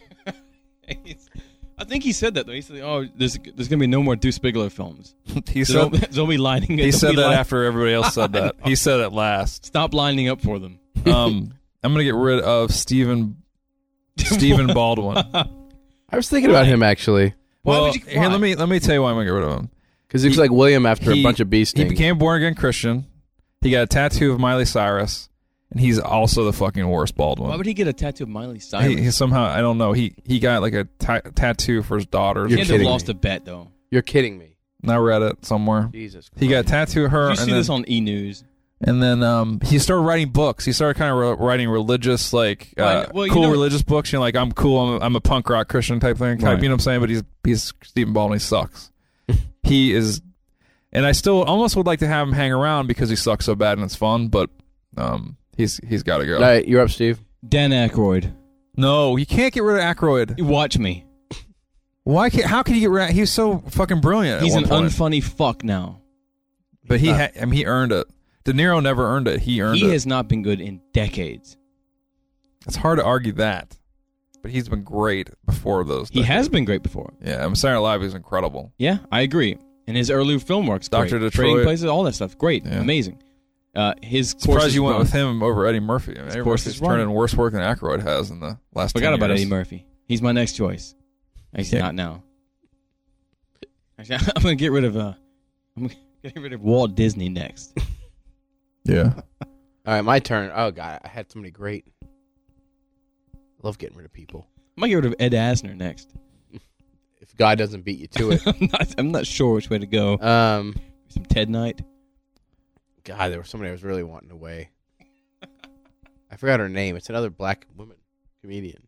Speaker 3: I think he said that though. He said, "Oh, there's there's gonna be no more Deuce Bigelow films.
Speaker 4: he
Speaker 3: They'll,
Speaker 4: said.
Speaker 3: they'll be lining.
Speaker 4: He
Speaker 3: they'll
Speaker 4: said
Speaker 3: be
Speaker 4: that
Speaker 3: lin-
Speaker 4: after everybody else said that. He said it last.
Speaker 3: Stop lining up for them.
Speaker 4: Um, I'm gonna get rid of Stephen Stephen Baldwin.
Speaker 2: I was thinking about him actually
Speaker 3: Why
Speaker 4: well,
Speaker 3: would you-
Speaker 4: here,
Speaker 3: why?
Speaker 4: let me let me tell you why I'm gonna get rid of him.
Speaker 2: because he was
Speaker 4: He-
Speaker 2: like William after
Speaker 4: he-
Speaker 2: a bunch of beast.
Speaker 4: He became born again Christian. He got a tattoo of Miley Cyrus, and he's also the fucking worst Baldwin.
Speaker 3: Why would he get a tattoo of Miley Cyrus?
Speaker 4: he, he somehow I don't know. He he got like a ta- tattoo for his daughter.
Speaker 2: You're
Speaker 3: He had to have
Speaker 2: kidding
Speaker 3: lost
Speaker 2: me.
Speaker 3: a bet though.
Speaker 2: You're kidding me.
Speaker 4: And I read it somewhere.
Speaker 2: Jesus. Christ.
Speaker 4: He got a tattoo of
Speaker 3: Did
Speaker 4: her,
Speaker 3: you
Speaker 4: and
Speaker 3: see
Speaker 4: then,
Speaker 3: this on E News?
Speaker 4: and then um he started writing books. He started kind of re- writing religious like uh,
Speaker 3: Well, I know- well, you
Speaker 4: cool
Speaker 3: know-
Speaker 4: religious books. You know, like I'm cool. I'm a, I'm a punk rock Christian type thing. Type,
Speaker 3: Right.
Speaker 4: You know what I'm saying? But he's he's Stephen Baldwin. He sucks. he is, and I still almost would like to have him hang around because he sucks so bad and it's fun. But um, he's he's got to go.
Speaker 2: All right, you're up, Steve.
Speaker 3: Dan Aykroyd.
Speaker 4: no, you can't get rid of Aykroyd.
Speaker 3: Watch me.
Speaker 4: Why can't? How can you get rid? of He's so fucking brilliant. at
Speaker 3: He's
Speaker 4: one
Speaker 3: an
Speaker 4: point.
Speaker 3: unfunny fuck now.
Speaker 4: But he
Speaker 2: He's
Speaker 4: ha- I mean, he earned it. De Niro never earned it. He earned
Speaker 3: He
Speaker 4: it.
Speaker 3: has not been good in decades.
Speaker 4: it's hard to argue that. But he's been great before those.
Speaker 3: He
Speaker 4: decades.
Speaker 3: has been great before.
Speaker 4: Yeah, I'm Saturday Night Live is incredible.
Speaker 3: Yeah, I agree. And his early film works, great.
Speaker 4: Dr. Detroit.
Speaker 3: Trading Places, all that stuff, great,
Speaker 4: Yeah.
Speaker 3: amazing. Uh, his course
Speaker 4: Surprised
Speaker 3: is
Speaker 4: you went
Speaker 3: wrong.
Speaker 4: with him over Eddie Murphy. I mean, Eddie
Speaker 3: course
Speaker 4: Murphy's
Speaker 3: is wrong.
Speaker 4: turned in worse work than Aykroyd has in the last.
Speaker 3: Forgot
Speaker 4: 10
Speaker 3: about
Speaker 4: years.
Speaker 3: Eddie Murphy. He's my next choice. Actually,
Speaker 4: Yeah.
Speaker 3: not now. Actually, I'm gonna get rid of uh, I'm getting rid of Walt Disney next.
Speaker 4: Yeah,
Speaker 2: All right, my turn. Oh god, I had so many great. Love getting rid of people.
Speaker 3: I might get rid of Ed Asner next.
Speaker 2: If God doesn't beat you to it.
Speaker 3: I'm not, I'm not sure which way to go.
Speaker 2: um.
Speaker 3: Some Ted Knight.
Speaker 2: God, there was somebody I was really wanting away. I forgot her name. It's another black woman comedian.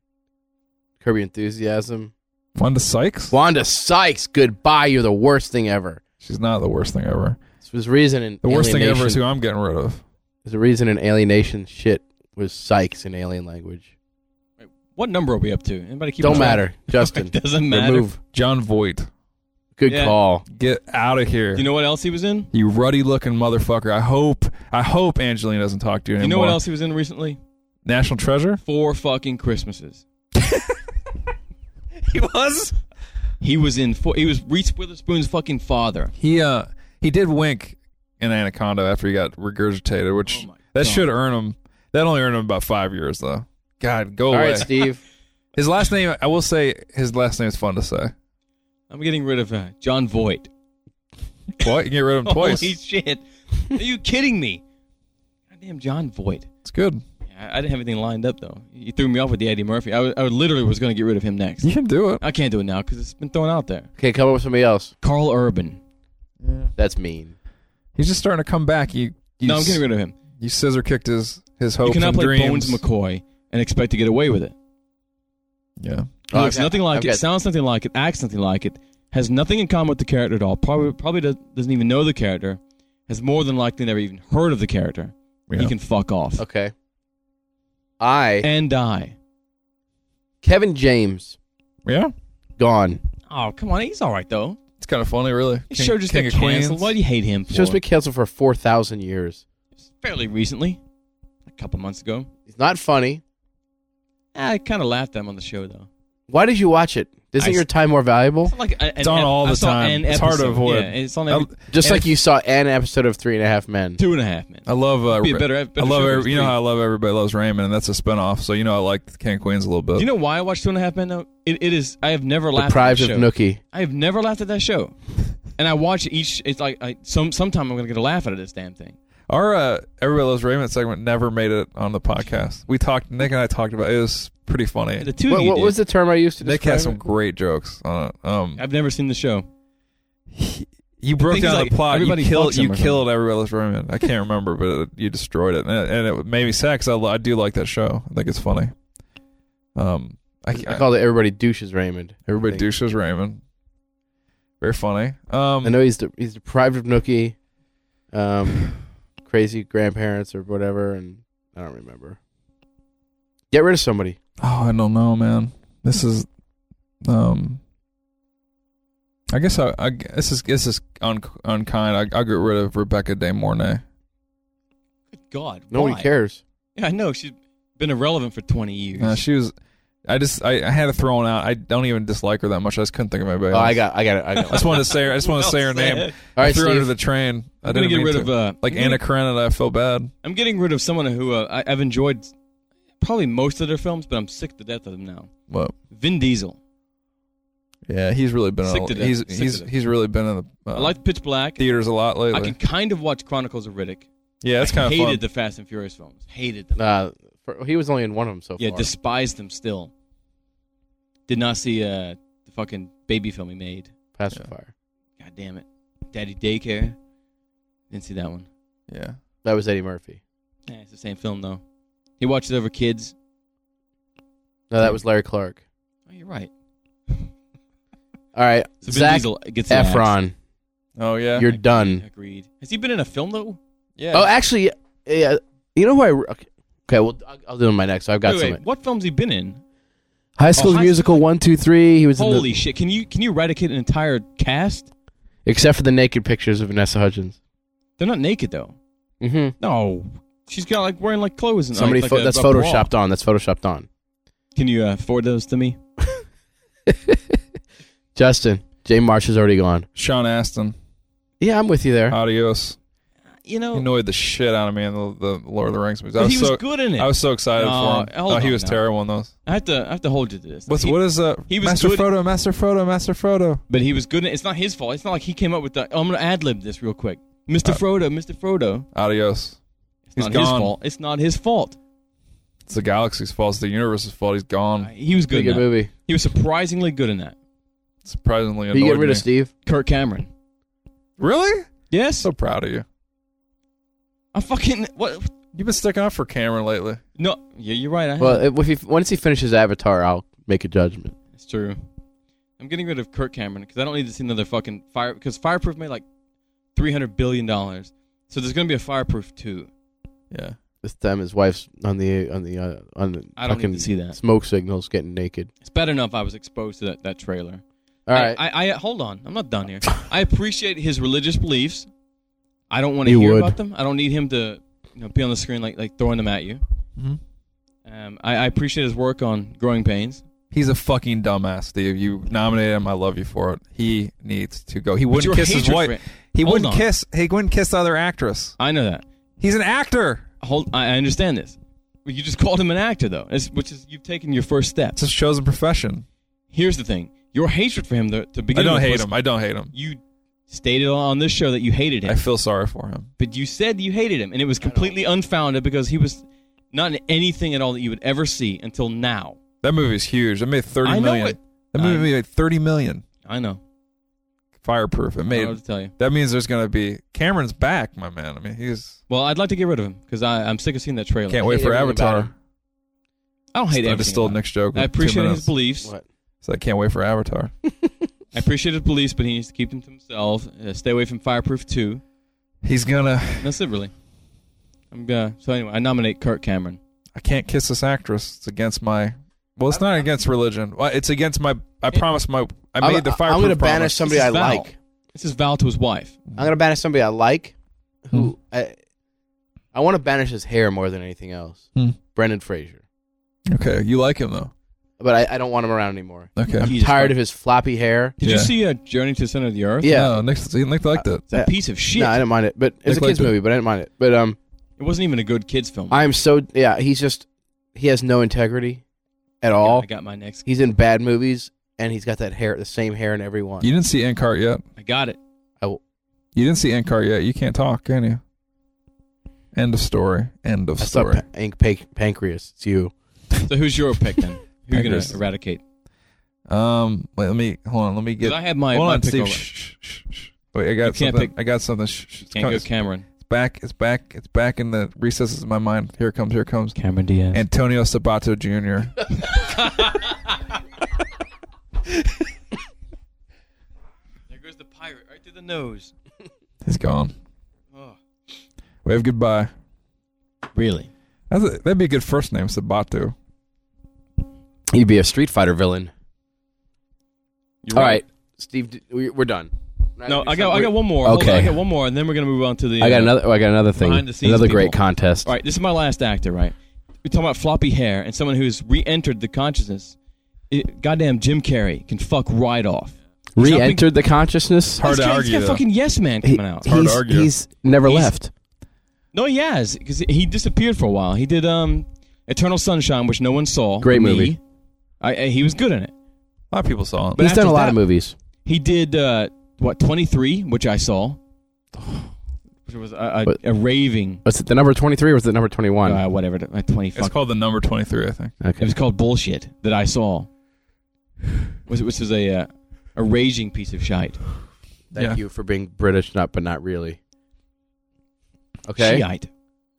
Speaker 2: Kirby Enthusiasm.
Speaker 4: Wanda Sykes.
Speaker 2: Wanda Sykes. Goodbye. You're the worst thing ever.
Speaker 4: She's not the worst thing ever.
Speaker 2: This was reason in
Speaker 4: The worst thing ever is
Speaker 2: Alienation-
Speaker 4: who I'm getting rid of.
Speaker 2: there's a reason in alienation shit was Sykes in alien language.
Speaker 3: What number are we up to? Anybody keep
Speaker 2: Don't
Speaker 3: track?
Speaker 2: matter, Justin.
Speaker 3: It doesn't matter.
Speaker 2: Remove.
Speaker 4: John Voight,
Speaker 2: Good
Speaker 3: Yeah.
Speaker 2: call.
Speaker 4: get out of here.
Speaker 3: Do you know what else he was in?
Speaker 4: You ruddy looking motherfucker. I hope I hope Angelina doesn't talk to you
Speaker 3: Do you
Speaker 4: anymore.
Speaker 3: know what else he was in recently?
Speaker 4: National Treasure.
Speaker 3: Four fucking Christmases.
Speaker 4: he was.
Speaker 3: He was in. Fo- he was Reese Witherspoon's fucking father.
Speaker 4: He uh he did wink in Anaconda after he got regurgitated, which
Speaker 3: Oh my
Speaker 4: that
Speaker 3: God.
Speaker 4: should earn him. That only earned him about five years though. God, go
Speaker 2: All
Speaker 4: away.
Speaker 2: right, Steve.
Speaker 4: His last name, I will say, his last name is fun to say.
Speaker 3: I'm getting rid of uh, John Voight.
Speaker 4: What? You get rid of him twice.
Speaker 3: Holy shit! Are you kidding me? Goddamn John Voight.
Speaker 4: It's good.
Speaker 3: I, I didn't have anything lined up though. You threw me off with the Eddie Murphy. I was- I literally was going to get rid of him next.
Speaker 4: You can do it.
Speaker 3: I can't do it now because it's been thrown out there.
Speaker 2: Okay, come up with somebody else.
Speaker 3: Carl Urban.
Speaker 2: That's mean.
Speaker 4: He's just starting to come back. You, you
Speaker 3: No, I'm getting rid of him.
Speaker 4: You scissor kicked his his hopes
Speaker 3: you cannot
Speaker 4: and
Speaker 3: play
Speaker 4: dreams.
Speaker 3: Bones McCoy and expect to get away with it.
Speaker 4: yeah.
Speaker 3: He looks
Speaker 2: Okay.
Speaker 3: nothing
Speaker 2: Oh,
Speaker 3: like
Speaker 2: I've
Speaker 3: it.
Speaker 2: got-
Speaker 3: Sounds nothing like it. Acts nothing like it. Has nothing in common with the character at all. Probably probably does, doesn't even know the character. Has more than likely never even heard of the character.
Speaker 4: yeah.
Speaker 3: He can fuck off
Speaker 2: Okay. I
Speaker 3: and die.
Speaker 2: Kevin James
Speaker 4: yeah.
Speaker 2: gone.
Speaker 3: Oh come on, he's all right though.
Speaker 4: It's kind of funny, really.
Speaker 3: He sure just got canceled. Why do you hate him for?
Speaker 2: He's supposed to be canceled for four thousand years.
Speaker 3: fairly recently, a couple months ago.
Speaker 2: It's not funny.
Speaker 3: Eh, I kind of laughed at him on the show though.
Speaker 2: Why did you watch it? Isn't
Speaker 3: I-
Speaker 2: your time more valuable?
Speaker 3: It's, not like a-
Speaker 4: It's
Speaker 3: an
Speaker 4: on
Speaker 3: ep-
Speaker 4: all
Speaker 3: I
Speaker 4: the
Speaker 3: saw
Speaker 4: time.
Speaker 3: an
Speaker 4: It's hard to
Speaker 3: episode.
Speaker 4: avoid.
Speaker 3: Yeah, it's on every
Speaker 2: Just
Speaker 3: and
Speaker 2: like you saw an episode of Three and a Half Men.
Speaker 3: two and a half minutes.
Speaker 4: I love. Uh,
Speaker 3: Be a better, better
Speaker 4: I
Speaker 3: show if
Speaker 4: love.
Speaker 3: it was
Speaker 4: Every, you know
Speaker 3: three.
Speaker 4: how I love everybody loves Raymond, and that's a spinoff. So you know I like King of Queens a little bit.
Speaker 3: Do you know why I watched Two and a Half Men? Though it, it is, I have never laughed.
Speaker 2: Deprived
Speaker 3: at
Speaker 2: of
Speaker 3: that show.
Speaker 2: Nookie.
Speaker 3: I have never laughed at that show, and I watch each. It's like I, some sometime I'm gonna get a laugh out of this damn thing.
Speaker 4: Our uh, Everybody Loves Raymond segment never made it on the podcast. We talked. Nick and I talked about it. It was pretty funny.
Speaker 3: The two
Speaker 2: What,
Speaker 3: of you
Speaker 2: what
Speaker 3: did.
Speaker 2: was the term I used to
Speaker 4: Nick
Speaker 2: describe
Speaker 4: has some
Speaker 2: it?
Speaker 4: great jokes on it. Um,
Speaker 3: I've never seen the show.
Speaker 4: you broke
Speaker 3: thing is,
Speaker 4: down
Speaker 3: like,
Speaker 4: the plot. You
Speaker 3: everybody
Speaker 4: killed.
Speaker 3: fucks him
Speaker 4: You
Speaker 3: or something.
Speaker 4: killed Everybody Loves Raymond. I can't remember, but it, you destroyed it, and it, and it made me sad because I, lo- I do like that show. I think it's funny. Um, I,
Speaker 2: I called it everybody douches Raymond.
Speaker 4: everybody
Speaker 2: think.
Speaker 4: douches Raymond. Very funny. Um,
Speaker 2: I know he's de- he's deprived of Nookie, um, crazy grandparents or whatever, and I don't remember. Get rid of somebody.
Speaker 4: Oh, I don't know, man. This is, um, I guess I, I this is this is un, unkind. I, I'll get rid of Rebecca De Mornay.
Speaker 3: Good God,
Speaker 2: Nobody
Speaker 3: why?
Speaker 2: cares.
Speaker 3: Yeah, I know she's been irrelevant for 20 years.
Speaker 4: Uh, she was. I just I, I had it thrown out. I don't even dislike her that much. I just couldn't think of anybody.
Speaker 2: Oh, I
Speaker 4: else.
Speaker 2: got, I got it. I got
Speaker 4: I
Speaker 2: it.
Speaker 4: just wanted to say. her- I just want to
Speaker 3: Well
Speaker 4: say her
Speaker 3: said.
Speaker 4: name.
Speaker 2: All
Speaker 4: I
Speaker 2: right,
Speaker 4: threw her under
Speaker 2: Steve.
Speaker 4: the train. I
Speaker 3: I'm
Speaker 4: didn't
Speaker 3: gonna get
Speaker 4: mean
Speaker 3: rid
Speaker 4: to.
Speaker 3: of uh,
Speaker 4: like
Speaker 3: I'm gonna-
Speaker 4: Anna Karenina. I feel bad.
Speaker 3: I'm getting rid of someone who uh, I, I've enjoyed probably most of their films, but I'm sick to death of them now.
Speaker 4: But
Speaker 3: Vin Diesel.
Speaker 4: yeah, he's really been.
Speaker 3: Sick
Speaker 4: in
Speaker 3: to
Speaker 4: a,
Speaker 3: death.
Speaker 4: he's
Speaker 3: Sick to
Speaker 4: he's
Speaker 3: death.
Speaker 4: he's really been in the uh,
Speaker 3: I like Pitch Black.
Speaker 4: theaters a lot
Speaker 3: I
Speaker 4: lately.
Speaker 3: can kind of watch Chronicles of Riddick.
Speaker 4: yeah, that's
Speaker 3: I
Speaker 4: kind of
Speaker 3: hated
Speaker 4: fun.
Speaker 3: the Fast and Furious films. Hated them.
Speaker 2: Uh, for, he was only in one of them so
Speaker 3: yeah,
Speaker 2: far.
Speaker 3: despised them still. Did not see uh, the fucking baby film he made.
Speaker 2: Pacifier.
Speaker 3: God damn it. Daddy Daycare. Didn't see that one.
Speaker 4: yeah,
Speaker 2: That was Eddie Murphy.
Speaker 3: Yeah, it's the same film though. He watched it over kids.
Speaker 2: No, that was Larry Clark.
Speaker 3: Oh, you're right.
Speaker 2: All right,
Speaker 3: So Vin
Speaker 2: Zach
Speaker 3: Diesel gets an axe.
Speaker 2: Efron,
Speaker 4: oh yeah,
Speaker 2: you're done.
Speaker 3: Agreed. Has he been in a film though?
Speaker 4: yeah.
Speaker 2: Oh, actually, yeah, you know who I? re- Okay, okay well, I'll, I'll do it in my next. So I've got
Speaker 3: wait,
Speaker 2: some.
Speaker 3: wait, what films he been in?
Speaker 2: High School
Speaker 3: High School-
Speaker 2: Musical one, two, three. He was in the,
Speaker 3: Holy shit! Can you can you eradicate an entire cast?
Speaker 2: except for the naked pictures of Vanessa Hudgens.
Speaker 3: They're not naked though.
Speaker 2: Mm-hmm.
Speaker 3: No, she's got like wearing like clothes and
Speaker 2: Somebody
Speaker 3: like,
Speaker 2: pho-
Speaker 3: a-
Speaker 2: that's
Speaker 3: a bra.
Speaker 2: photoshopped on. That's photoshopped on.
Speaker 3: Can you uh, forward those to me?
Speaker 2: Justin, Jay Marsh is already gone.
Speaker 4: Sean Astin.
Speaker 2: Yeah, I'm with you there.
Speaker 3: Uh,
Speaker 4: Adios.
Speaker 3: You know,
Speaker 4: He annoyed the shit out of me in the, the Lord of the Rings movies. I
Speaker 3: Oh. but
Speaker 4: was,
Speaker 3: he was
Speaker 4: so
Speaker 3: good in it.
Speaker 4: I
Speaker 3: I,
Speaker 4: was so excited
Speaker 3: No,
Speaker 4: for him.
Speaker 3: hold
Speaker 4: Oh, he
Speaker 3: on
Speaker 4: was
Speaker 3: now.
Speaker 4: terrible in those.
Speaker 3: have to I have to hold you to this.
Speaker 4: What's
Speaker 3: He-
Speaker 4: what is uh,
Speaker 3: he was
Speaker 4: Master
Speaker 3: good-
Speaker 4: Frodo? Master Frodo? Master Frodo?
Speaker 3: But he was good. In, it's not his fault. It's not like he came up with the. Oh, I'm gonna ad lib this real quick. Mr.
Speaker 4: Uh,
Speaker 3: Frodo, Mr. Frodo.
Speaker 4: Adios.
Speaker 3: It's
Speaker 4: he's
Speaker 3: not his
Speaker 4: gone.
Speaker 3: fault. It's not his fault.
Speaker 4: It's the galaxy's fault. It's the universe's fault. He's
Speaker 3: Uh,
Speaker 4: gone.
Speaker 3: He was good.
Speaker 2: Pretty
Speaker 3: In
Speaker 2: good
Speaker 3: that.
Speaker 2: movie.
Speaker 3: He was surprisingly good in that.
Speaker 4: Surprisingly
Speaker 2: Did you get
Speaker 4: annoyed
Speaker 2: rid
Speaker 4: me.
Speaker 2: of Steve?
Speaker 3: Kirk Cameron.
Speaker 4: Really?
Speaker 3: Yes.
Speaker 4: So proud of you.
Speaker 3: I fucking what?
Speaker 4: You've been sticking up for Cameron lately.
Speaker 3: No. Yeah, you're right. I have.
Speaker 2: Well, if he, once he finishes Avatar, I'll make a judgment.
Speaker 3: It's true. I'm getting rid of Kirk Cameron because I don't need to see another fucking fire. Because Fireproof made like 300 billion dollars, so there's gonna be a Fireproof two.
Speaker 4: Yeah.
Speaker 2: This time, his wife's on the on the uh, on the
Speaker 3: I don't need
Speaker 2: fucking
Speaker 3: to see that.
Speaker 2: smoke signals, getting naked.
Speaker 3: It's bad enough I was exposed to that, that trailer.
Speaker 2: All right,
Speaker 3: I, I, I hold on. I'm not done here. I appreciate his religious beliefs. I don't want to
Speaker 2: You
Speaker 3: hear
Speaker 2: would.
Speaker 3: about them. I don't need him to you know, be on Mm-hmm. the screen like like throwing them at you.
Speaker 4: Mhm.
Speaker 3: Um, I, I appreciate his work on Growing Pains.
Speaker 4: He's a fucking dumbass, Steve. You nominated him. I love you for it. He needs to go. He
Speaker 3: But your
Speaker 4: wouldn't kiss his
Speaker 3: hatred
Speaker 4: wife.
Speaker 3: for it-
Speaker 4: He
Speaker 3: Hold
Speaker 4: wouldn't
Speaker 3: on.
Speaker 4: kiss. He wouldn't kiss the other actress.
Speaker 3: I know that.
Speaker 4: He's an actor.
Speaker 3: Hold, I I understand this. But You just called him an actor, though, it's- which is you've taken your first step.
Speaker 4: It's his chosen profession.
Speaker 3: Here's the thing: your hatred for him to, to
Speaker 4: I
Speaker 3: begin
Speaker 4: don't
Speaker 3: with
Speaker 4: hate
Speaker 3: was-
Speaker 4: him. I don't hate him.
Speaker 3: You stated on this show that you hated him,
Speaker 4: I feel sorry for him.
Speaker 3: but you said you hated him, and it was completely unfounded because he was not in anything at all that you would ever see until now.
Speaker 4: That movie's huge. It made thirty
Speaker 3: I
Speaker 4: million.
Speaker 3: know it.
Speaker 4: That movie
Speaker 3: I-
Speaker 4: made thirty million.
Speaker 3: I know.
Speaker 4: Fireproof.
Speaker 3: I
Speaker 4: It
Speaker 3: don't know
Speaker 4: made.
Speaker 3: what to tell you.
Speaker 4: That means there's gonna be Cameron's back, my man. I mean, he's
Speaker 3: Well, I'd like to get rid of him because I'm sick of seeing that trailer.
Speaker 4: can't wait
Speaker 2: hate
Speaker 4: for
Speaker 2: everything about
Speaker 4: Avatar.
Speaker 2: him.
Speaker 3: I don't hate
Speaker 4: I
Speaker 3: everything.
Speaker 4: just stole
Speaker 3: about
Speaker 4: Nick's joke.
Speaker 3: him. I
Speaker 4: with two
Speaker 3: appreciate his
Speaker 4: minutes.
Speaker 3: beliefs.
Speaker 2: What?
Speaker 4: So I can't wait for Avatar.
Speaker 3: I appreciate his beliefs, but he needs to keep them to himself. Uh, stay away from Fireproof Two.
Speaker 4: He's gonna.
Speaker 3: And That's it, really. I'm uh, so anyway. I nominate Kurt Cameron.
Speaker 4: I can't kiss this actress. It's against my. Well, it's not against religion. Well, It's against my. I promised my. I made
Speaker 2: I'm,
Speaker 4: the fireproof
Speaker 2: I'm gonna
Speaker 4: promise.
Speaker 2: banish somebody
Speaker 3: This
Speaker 2: I
Speaker 3: is Val.
Speaker 2: like.
Speaker 3: This is Val to his wife.
Speaker 2: I'm gonna banish somebody I like. Who I, I want to banish his hair more than anything else.
Speaker 4: Hmm.
Speaker 2: Brendan Fraser,
Speaker 4: Okay, you like him though. but
Speaker 2: but I, I don't want him around anymore.
Speaker 4: Okay.
Speaker 2: I'm
Speaker 3: Jesus
Speaker 2: tired
Speaker 3: Christ.
Speaker 2: of his floppy hair.
Speaker 3: Did you
Speaker 4: Yeah.
Speaker 3: see uh, Journey to the Center of the Earth?
Speaker 2: Yeah,
Speaker 4: No, Nick, see, Nick liked it.
Speaker 3: It's a piece of shit.
Speaker 2: no, I didn't mind it, but it was
Speaker 4: Nick
Speaker 2: a kids
Speaker 4: liked it.
Speaker 2: movie, but I didn't mind it. But um,
Speaker 3: It wasn't even a good kids film.
Speaker 2: I'm so yeah. He's just he has no integrity at
Speaker 3: Yeah,
Speaker 2: all.
Speaker 3: I got my next.
Speaker 2: He's in bad movies, and he's got that hair, the same hair in every
Speaker 3: Uh,
Speaker 2: one.
Speaker 4: You didn't see Inkart yet.
Speaker 3: I got it.
Speaker 4: You didn't see Inkart yet. You can't talk, can you? End of story. End of
Speaker 2: I saw
Speaker 4: story.
Speaker 2: pa- ink pa- pancreas. It's you.
Speaker 3: So who's your pick then? Who you gonna
Speaker 4: Pancreas.
Speaker 3: eradicate?
Speaker 4: Um, wait, let me hold on. Let me
Speaker 3: Because
Speaker 4: get.
Speaker 3: I had my,
Speaker 4: hold
Speaker 3: my
Speaker 4: on,
Speaker 3: pick
Speaker 4: Steve.
Speaker 3: already.
Speaker 4: Shh, shh, shh, shh. Wait, I got
Speaker 3: You can't
Speaker 4: something.
Speaker 3: pick-
Speaker 4: I got something. Shh, shh. It's,
Speaker 3: Can't
Speaker 4: coming-
Speaker 3: go
Speaker 4: it's
Speaker 3: Cameron.
Speaker 4: back. It's back. It's back in the recesses of my mind. Here it comes. Here it comes.
Speaker 3: Cameron Diaz.
Speaker 4: Antonio Sabato Jr.
Speaker 3: there goes the pirate right through the nose.
Speaker 4: He's gone.
Speaker 3: Oh.
Speaker 4: Wave goodbye.
Speaker 3: Really?
Speaker 4: That's a, that'd be a good first name, Sabato.
Speaker 2: He'd be a Street Fighter villain.
Speaker 3: You're
Speaker 2: All right, Steve, d- we- we're done.
Speaker 3: No, I got I got one more. Hold on,
Speaker 9: Okay.
Speaker 3: I got one more, and then we're gonna move on to the.
Speaker 9: I got
Speaker 3: uh,
Speaker 9: another.
Speaker 2: oh,
Speaker 9: I got another thing.
Speaker 3: Behind the scenes
Speaker 9: Another great
Speaker 3: people.
Speaker 9: contest.
Speaker 3: All right, this is my last actor, right? We're talking about floppy hair and someone who's re-entered the consciousness. It, goddamn, Jim Carrey can fuck right off. He's not big-
Speaker 9: Re-entered the consciousness.
Speaker 4: Hard
Speaker 3: This
Speaker 4: to
Speaker 3: guy-
Speaker 4: argue,
Speaker 3: He's
Speaker 4: though.
Speaker 3: got fucking yes man
Speaker 9: He-
Speaker 3: coming out.
Speaker 4: hard to
Speaker 9: he's,
Speaker 4: argue.
Speaker 9: he's never
Speaker 3: He's-
Speaker 9: left.
Speaker 3: No, he has because he disappeared for a while. He did um, Eternal Sunshine, which no one saw.
Speaker 9: Great
Speaker 3: Me.
Speaker 9: movie.
Speaker 3: I, I- he was good in it.
Speaker 4: A lot of people saw it.
Speaker 3: But
Speaker 9: he's done
Speaker 3: after
Speaker 9: a lot
Speaker 3: that-
Speaker 9: of movies.
Speaker 3: He did uh, what Twenty Three, which I saw, which was a,
Speaker 9: But-
Speaker 3: a, a raving
Speaker 9: Was it the number twenty-three or was it the number twenty-one?
Speaker 3: uh, whatever uh, twenty.
Speaker 4: It's
Speaker 3: Fuck.
Speaker 4: called the number twenty three, I think.
Speaker 3: It was called bullshit that I saw. Was which was a uh, a raging piece of shite.
Speaker 2: Thank
Speaker 4: Yeah.
Speaker 2: you for being British, not but not really. Okay.
Speaker 3: Shite.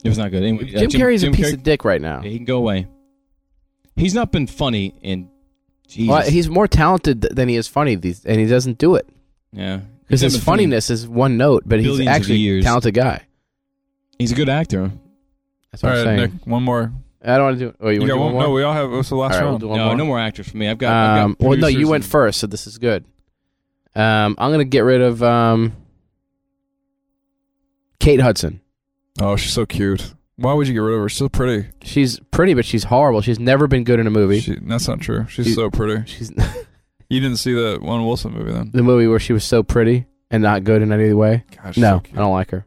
Speaker 3: It was not good. Anyway, uh,
Speaker 2: Jim Carrey's
Speaker 3: Jim
Speaker 2: a piece
Speaker 3: Carrey-
Speaker 2: of dick right now.
Speaker 3: Yeah, he can go away. He's not been funny in. Jesus.
Speaker 2: Well, he's more talented th- than he is funny, these, and he doesn't do it
Speaker 3: yeah.
Speaker 2: because
Speaker 3: He's not
Speaker 2: his
Speaker 3: been funny.
Speaker 2: funniness is one note, but he's
Speaker 3: Billions of
Speaker 2: actually a
Speaker 3: years.
Speaker 2: talented guy.
Speaker 3: He's a good actor.
Speaker 2: That's
Speaker 4: All
Speaker 2: what I'm
Speaker 4: right,
Speaker 2: saying.
Speaker 4: Nick, one more.
Speaker 2: I don't want to do. Oh, you, want
Speaker 4: You
Speaker 2: to
Speaker 4: got
Speaker 2: do
Speaker 4: one,
Speaker 2: one more?
Speaker 4: No, we all have. What's the last
Speaker 2: All right, we'll
Speaker 4: round?
Speaker 2: do one
Speaker 3: no,
Speaker 2: more.
Speaker 3: no more actors for me. I've got. I've got
Speaker 2: Um, well, no,
Speaker 3: producers
Speaker 2: you went
Speaker 3: and-
Speaker 2: first, so this is good. Um, I'm gonna get rid of um, Kate Hudson.
Speaker 4: Oh, she's so cute. Why would you get rid of her? She's so pretty.
Speaker 2: She's pretty, but she's horrible. She's never been good in a movie.
Speaker 4: She, that's not true. She's
Speaker 2: She-
Speaker 4: so pretty.
Speaker 2: She's
Speaker 4: You didn't see the one Wilson movie then?
Speaker 2: the movie where she was so pretty and not good in any way.
Speaker 4: Gosh, she's so
Speaker 2: No,
Speaker 4: cute.
Speaker 2: I don't like her.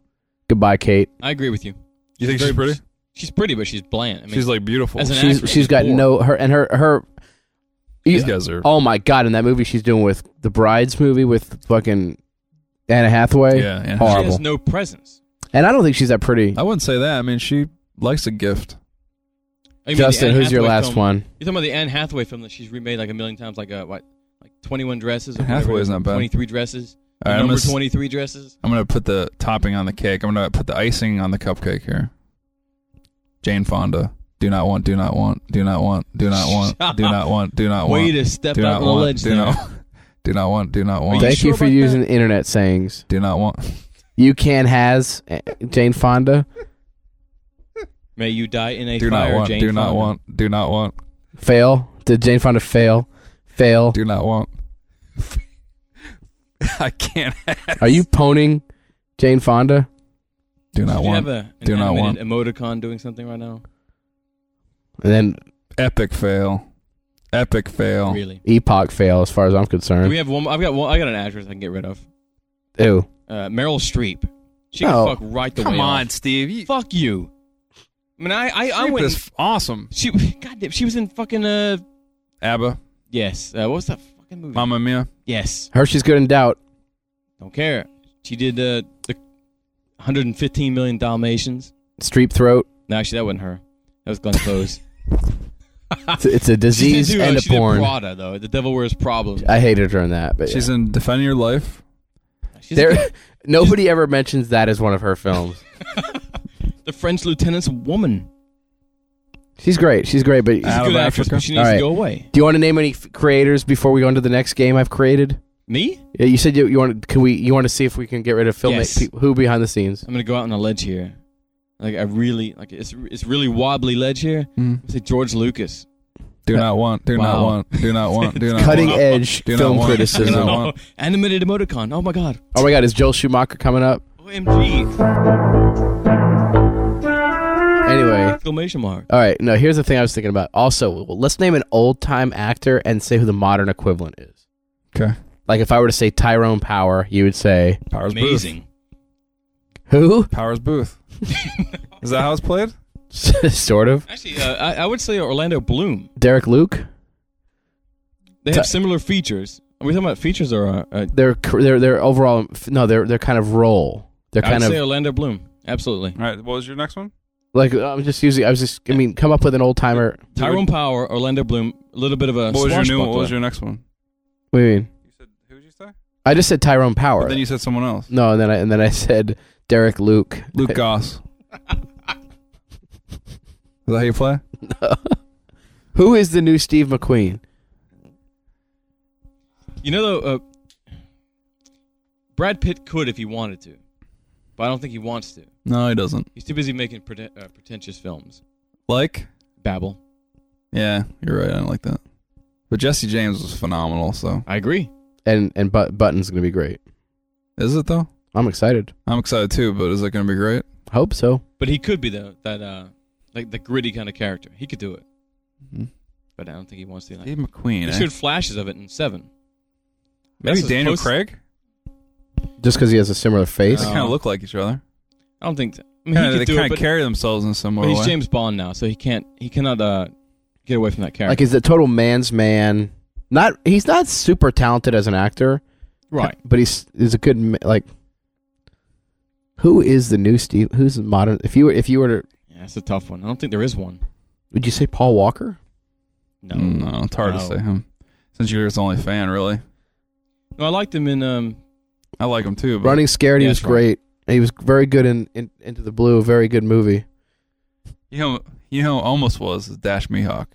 Speaker 2: Goodbye, Kate.
Speaker 3: I agree with you.
Speaker 4: You think she's
Speaker 3: very-
Speaker 4: pretty?
Speaker 3: She's pretty, but she's bland. I mean,
Speaker 4: she's like beautiful.
Speaker 3: as an
Speaker 2: She's
Speaker 3: actress,
Speaker 2: she's got
Speaker 3: poor.
Speaker 2: no her and her her.
Speaker 4: These guys are.
Speaker 2: Oh my god! In that movie she's doing with the Brides movie with fucking Anna Hathaway.
Speaker 4: yeah, yeah.
Speaker 2: Hard.
Speaker 3: She
Speaker 2: horrible.
Speaker 3: has no presence.
Speaker 2: And I don't think she's that pretty.
Speaker 4: I wouldn't say that. I mean, she likes a gift.
Speaker 3: I mean, the
Speaker 2: Justin,
Speaker 3: Anne
Speaker 2: who's your
Speaker 3: Hathaway
Speaker 2: last
Speaker 3: film-
Speaker 2: one?
Speaker 3: You're talking about the Anne Hathaway film that she's remade like a million times, like uh, what, like 21 dresses. Or
Speaker 4: Anne Hathaway's
Speaker 3: whatever,
Speaker 4: not bad.
Speaker 3: 23 dresses.
Speaker 4: All right, I'm
Speaker 3: number
Speaker 4: gonna, s-
Speaker 3: 23 dresses.
Speaker 4: I'm gonna put the topping on the cake. I'm gonna put the icing on the cupcake here. Jane Fonda. Do not want. Do not want. Do not want. Do not want. Do not want. Do not want.
Speaker 3: Way to step
Speaker 4: do
Speaker 3: out on
Speaker 4: not
Speaker 3: the
Speaker 4: want.
Speaker 3: ledge
Speaker 4: Do
Speaker 3: there.
Speaker 4: not. Do not want. Do not want.
Speaker 3: you
Speaker 2: Thank you,
Speaker 3: sure
Speaker 2: for
Speaker 3: about that?
Speaker 2: using internet sayings.
Speaker 4: Do not want.
Speaker 2: You can has eh, Jane Fonda.
Speaker 3: May you die in a
Speaker 4: Do
Speaker 3: fire,
Speaker 4: not want.
Speaker 3: Jane
Speaker 4: Do not
Speaker 3: Fonda.
Speaker 4: want. Do not want.
Speaker 2: Fail. Did Jane Fonda fail? Fail.
Speaker 4: Do not want. I can't.
Speaker 2: Are you poning Jane Fonda?
Speaker 4: Do not
Speaker 3: Do you have
Speaker 4: want.
Speaker 3: a, an
Speaker 4: Do not
Speaker 3: animated emoticon doing something right now?
Speaker 2: And then
Speaker 4: Epic fail. Epic fail.
Speaker 3: Really.
Speaker 2: Epoch fail, as far as I'm
Speaker 3: Do
Speaker 2: concerned.
Speaker 3: we have one? I've got one. I got an actress I can get rid of.
Speaker 2: Ew.
Speaker 3: Uh, Meryl Streep. She
Speaker 2: No.
Speaker 3: can fuck right the way
Speaker 4: Come on,
Speaker 3: off.
Speaker 4: Steve. You,
Speaker 3: Fuck you. I mean, I I, I
Speaker 4: Sleep
Speaker 3: went.
Speaker 4: is f- awesome.
Speaker 3: She goddamn. She was in fucking uh.
Speaker 4: ABBA,
Speaker 3: Yes. Uh, what was that fucking movie?
Speaker 4: Mamma Mia.
Speaker 3: Yes.
Speaker 2: Hershey's good in doubt.
Speaker 3: Don't care. She did uh, the 115 million Dalmatians.
Speaker 2: Streep throat.
Speaker 3: No, actually, that wasn't her. That was Glenn Close.
Speaker 2: It's, it's a
Speaker 3: She did
Speaker 2: disease
Speaker 3: do-
Speaker 2: and a
Speaker 3: she did
Speaker 2: porn.
Speaker 3: Prada though. The Devil Wears Problems.
Speaker 2: I hated her in that, but
Speaker 4: She's
Speaker 2: yeah.
Speaker 4: in Defend Your Life.
Speaker 3: She's
Speaker 2: there.
Speaker 3: like
Speaker 2: nobody ever mentions that as one of her films.
Speaker 3: the French lieutenant's woman.
Speaker 2: She's great. She's great. But
Speaker 3: She's a
Speaker 4: Out
Speaker 3: good
Speaker 4: of
Speaker 3: actress,
Speaker 4: Africa.
Speaker 3: but she needs
Speaker 2: Alright.
Speaker 3: to go away.
Speaker 2: do you want to name any f- creators before we go into the next game I've created?
Speaker 3: Me?
Speaker 2: Yeah, you said you, you want. Can we? You want to see if we can get rid of film?
Speaker 3: Yes.
Speaker 2: pe- who behind the scenes?
Speaker 3: I'm gonna go out on a ledge here. Like I really like it's it's really wobbly ledge here.
Speaker 2: Hmm.
Speaker 4: Mm.
Speaker 3: I say George Lucas.
Speaker 4: Do not want. Do not
Speaker 3: Wow.
Speaker 4: want. Do not want. Do not
Speaker 3: Uh,
Speaker 2: Cutting
Speaker 4: want.
Speaker 2: edge
Speaker 4: Do not
Speaker 2: film
Speaker 4: want- do not
Speaker 2: criticism.
Speaker 4: want- No.
Speaker 3: Animated emoticon. Oh my god.
Speaker 2: Oh my God! Is Joel Schumacher coming up?
Speaker 3: OMG.
Speaker 2: Anyway,
Speaker 3: Exclamation mark.
Speaker 2: all right. No, here's the thing I was thinking about. Also, well, let's name an old time actor and say who the modern equivalent is.
Speaker 4: Okay.
Speaker 2: Like if I were to say Tyrone Power, you would say
Speaker 4: Powers Booth.
Speaker 3: Amazing.
Speaker 2: who?
Speaker 4: Powers Booth. Is that how it's played?
Speaker 2: sort of.
Speaker 3: Actually, uh, I, I would say Orlando Bloom.
Speaker 2: Derek Luke.
Speaker 3: They have similar features. Are we talking about features or uh, uh,
Speaker 2: Their cr- their their overall no, their their kind of role. They're
Speaker 3: I would
Speaker 2: kind of
Speaker 3: say Orlando Bloom. Absolutely.
Speaker 4: All right. What was your next one?
Speaker 2: like I'm just using. I was just. I mean, come up with an old timer.
Speaker 3: Tyrone Power, Orlando Bloom, a little bit of a
Speaker 4: What was your new?
Speaker 3: swashbuckler.
Speaker 4: What was your next one?
Speaker 2: What do you mean?
Speaker 4: You said who did you say?
Speaker 2: I just said Tyrone
Speaker 4: But
Speaker 2: Power.
Speaker 4: then you said someone else.
Speaker 2: no, and then I and then I said Derek Luke.
Speaker 4: Luke Goss. Is that how you play?
Speaker 2: Who is the new Steve McQueen?
Speaker 3: You know, though, uh, Brad Pitt could if he wanted to, but I don't think he wants to.
Speaker 4: No, he doesn't.
Speaker 3: He's too busy making prete- uh, pretentious films.
Speaker 4: Like?
Speaker 3: Babel.
Speaker 4: Yeah, you're right. I don't like that. But Jesse James was phenomenal. So
Speaker 3: I agree.
Speaker 2: And and but Button's gonna be great.
Speaker 4: is it though?
Speaker 2: I'm excited.
Speaker 4: I'm excited too. But is it going to be great?
Speaker 2: Hope so.
Speaker 3: But he could be the that uh, like the gritty kind of character. He could do it, but I don't think he wants to. Like,
Speaker 4: Steve Mm-hmm. McQueen.
Speaker 3: he
Speaker 4: eh?
Speaker 3: showed flashes of it in Seven.
Speaker 4: Maybe
Speaker 3: That's as
Speaker 4: Daniel
Speaker 3: close-
Speaker 4: Craig.
Speaker 2: Just because he has a similar face.
Speaker 4: They kind of look like each other.
Speaker 3: I don't think. Th- I mean,
Speaker 4: Kinda,
Speaker 3: he
Speaker 4: they
Speaker 3: could do
Speaker 4: kind
Speaker 3: it,
Speaker 4: of
Speaker 3: but,
Speaker 4: carry themselves in a
Speaker 3: but
Speaker 4: similar
Speaker 3: he's
Speaker 4: way.
Speaker 3: James Bond now, so he can't. He cannot uh, get away from that character.
Speaker 2: Like he's a total man's man. Not he's not super talented as an actor,
Speaker 3: right.
Speaker 2: But he's he's a good ma- like. Who is the new Steve? Who's the modern? If you were if you were to
Speaker 3: Yeah, that's a tough one. I don't think there is one.
Speaker 2: would you say Paul Walker?
Speaker 3: No.
Speaker 4: Mm, No, it's hard to
Speaker 3: No.
Speaker 4: say him. Since you're his only fan, really.
Speaker 3: No, I liked him in um,
Speaker 4: I like him too. But
Speaker 2: Running scared, he
Speaker 3: Yeah,
Speaker 2: was
Speaker 3: that's right.
Speaker 2: great. He was very good in, in Into the Blue. a Very good movie.
Speaker 4: You know, you know, who almost was is Dash Mihawk.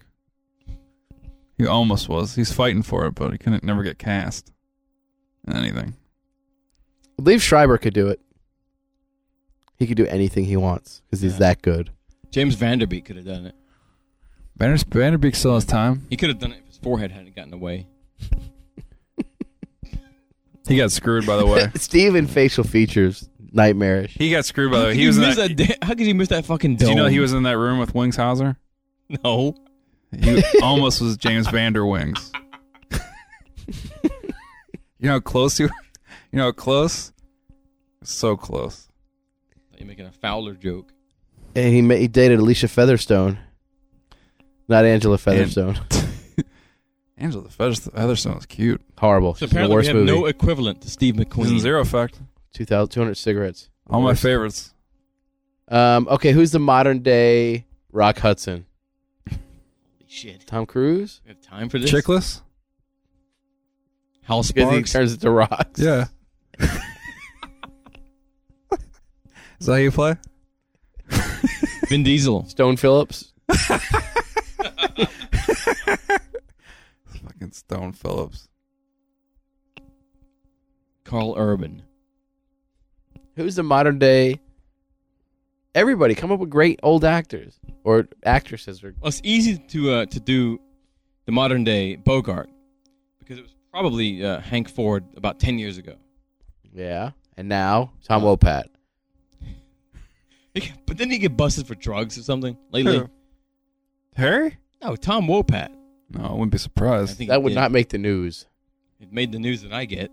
Speaker 4: He almost was. He's fighting for it, but he couldn't never get cast in anything.
Speaker 2: I believe Schreiber could do it. He could do anything he wants because he's
Speaker 3: Yeah.
Speaker 2: that good.
Speaker 3: James Vanderbeek could have done it.
Speaker 4: Banner Vanderbeek still has time.
Speaker 3: He could have done it if his forehead hadn't gotten away.
Speaker 4: He got screwed, by the way.
Speaker 2: Steve in facial features, nightmarish.
Speaker 4: he got screwed, by the way.
Speaker 3: How could
Speaker 4: He
Speaker 3: you
Speaker 4: was in
Speaker 3: miss
Speaker 4: that.
Speaker 3: that da- how could you miss that fucking
Speaker 4: Did
Speaker 3: dome?
Speaker 4: you know he was in that room with Wings Hauser?
Speaker 3: no.
Speaker 4: He almost was James Vander Wings. you know how close you. You know how close. So close.
Speaker 3: You're making a Fowler joke.
Speaker 2: And he ma- he dated Alicia Featherstone, not Angela Featherstone.
Speaker 4: Angela the Feather- Featherstone was cute.
Speaker 2: Horrible.
Speaker 3: So
Speaker 2: She's in the
Speaker 3: apparently we
Speaker 2: worst
Speaker 3: have
Speaker 2: movie.
Speaker 3: no e- equivalent to Steve
Speaker 4: He's in
Speaker 3: McQueen.
Speaker 4: Zero Effect.
Speaker 2: 2000, 200 cigarettes.
Speaker 4: All my
Speaker 2: Worst.
Speaker 4: favorites.
Speaker 2: Um, okay, who's the modern day Rock Hudson?
Speaker 3: Holy shit.
Speaker 2: Tom Cruise?
Speaker 3: We have time for this.
Speaker 4: Chickless.
Speaker 3: House
Speaker 2: Because he
Speaker 3: Sparks.
Speaker 2: turns into rocks.
Speaker 4: Yeah. Is that how you play?
Speaker 3: Vin Diesel.
Speaker 2: Stone Phillips?
Speaker 4: Fucking Stone Phillips.
Speaker 3: Carl Urban.
Speaker 2: Who's the modern day? Everybody, come up with great old actors or actresses. Or
Speaker 3: Well, it's easy to uh, to do the modern day Bogart because it was probably uh, Hank Ford about 10 years ago.
Speaker 2: yeah, and now Tom Wopat.
Speaker 3: He- But didn't he get busted for drugs or something lately?
Speaker 4: Harry?
Speaker 3: No, Tom Wopat.
Speaker 4: No, I wouldn't be
Speaker 3: I
Speaker 4: surprised.
Speaker 3: think it
Speaker 8: That would
Speaker 3: did.
Speaker 8: not make the news.
Speaker 3: It made the news that I get.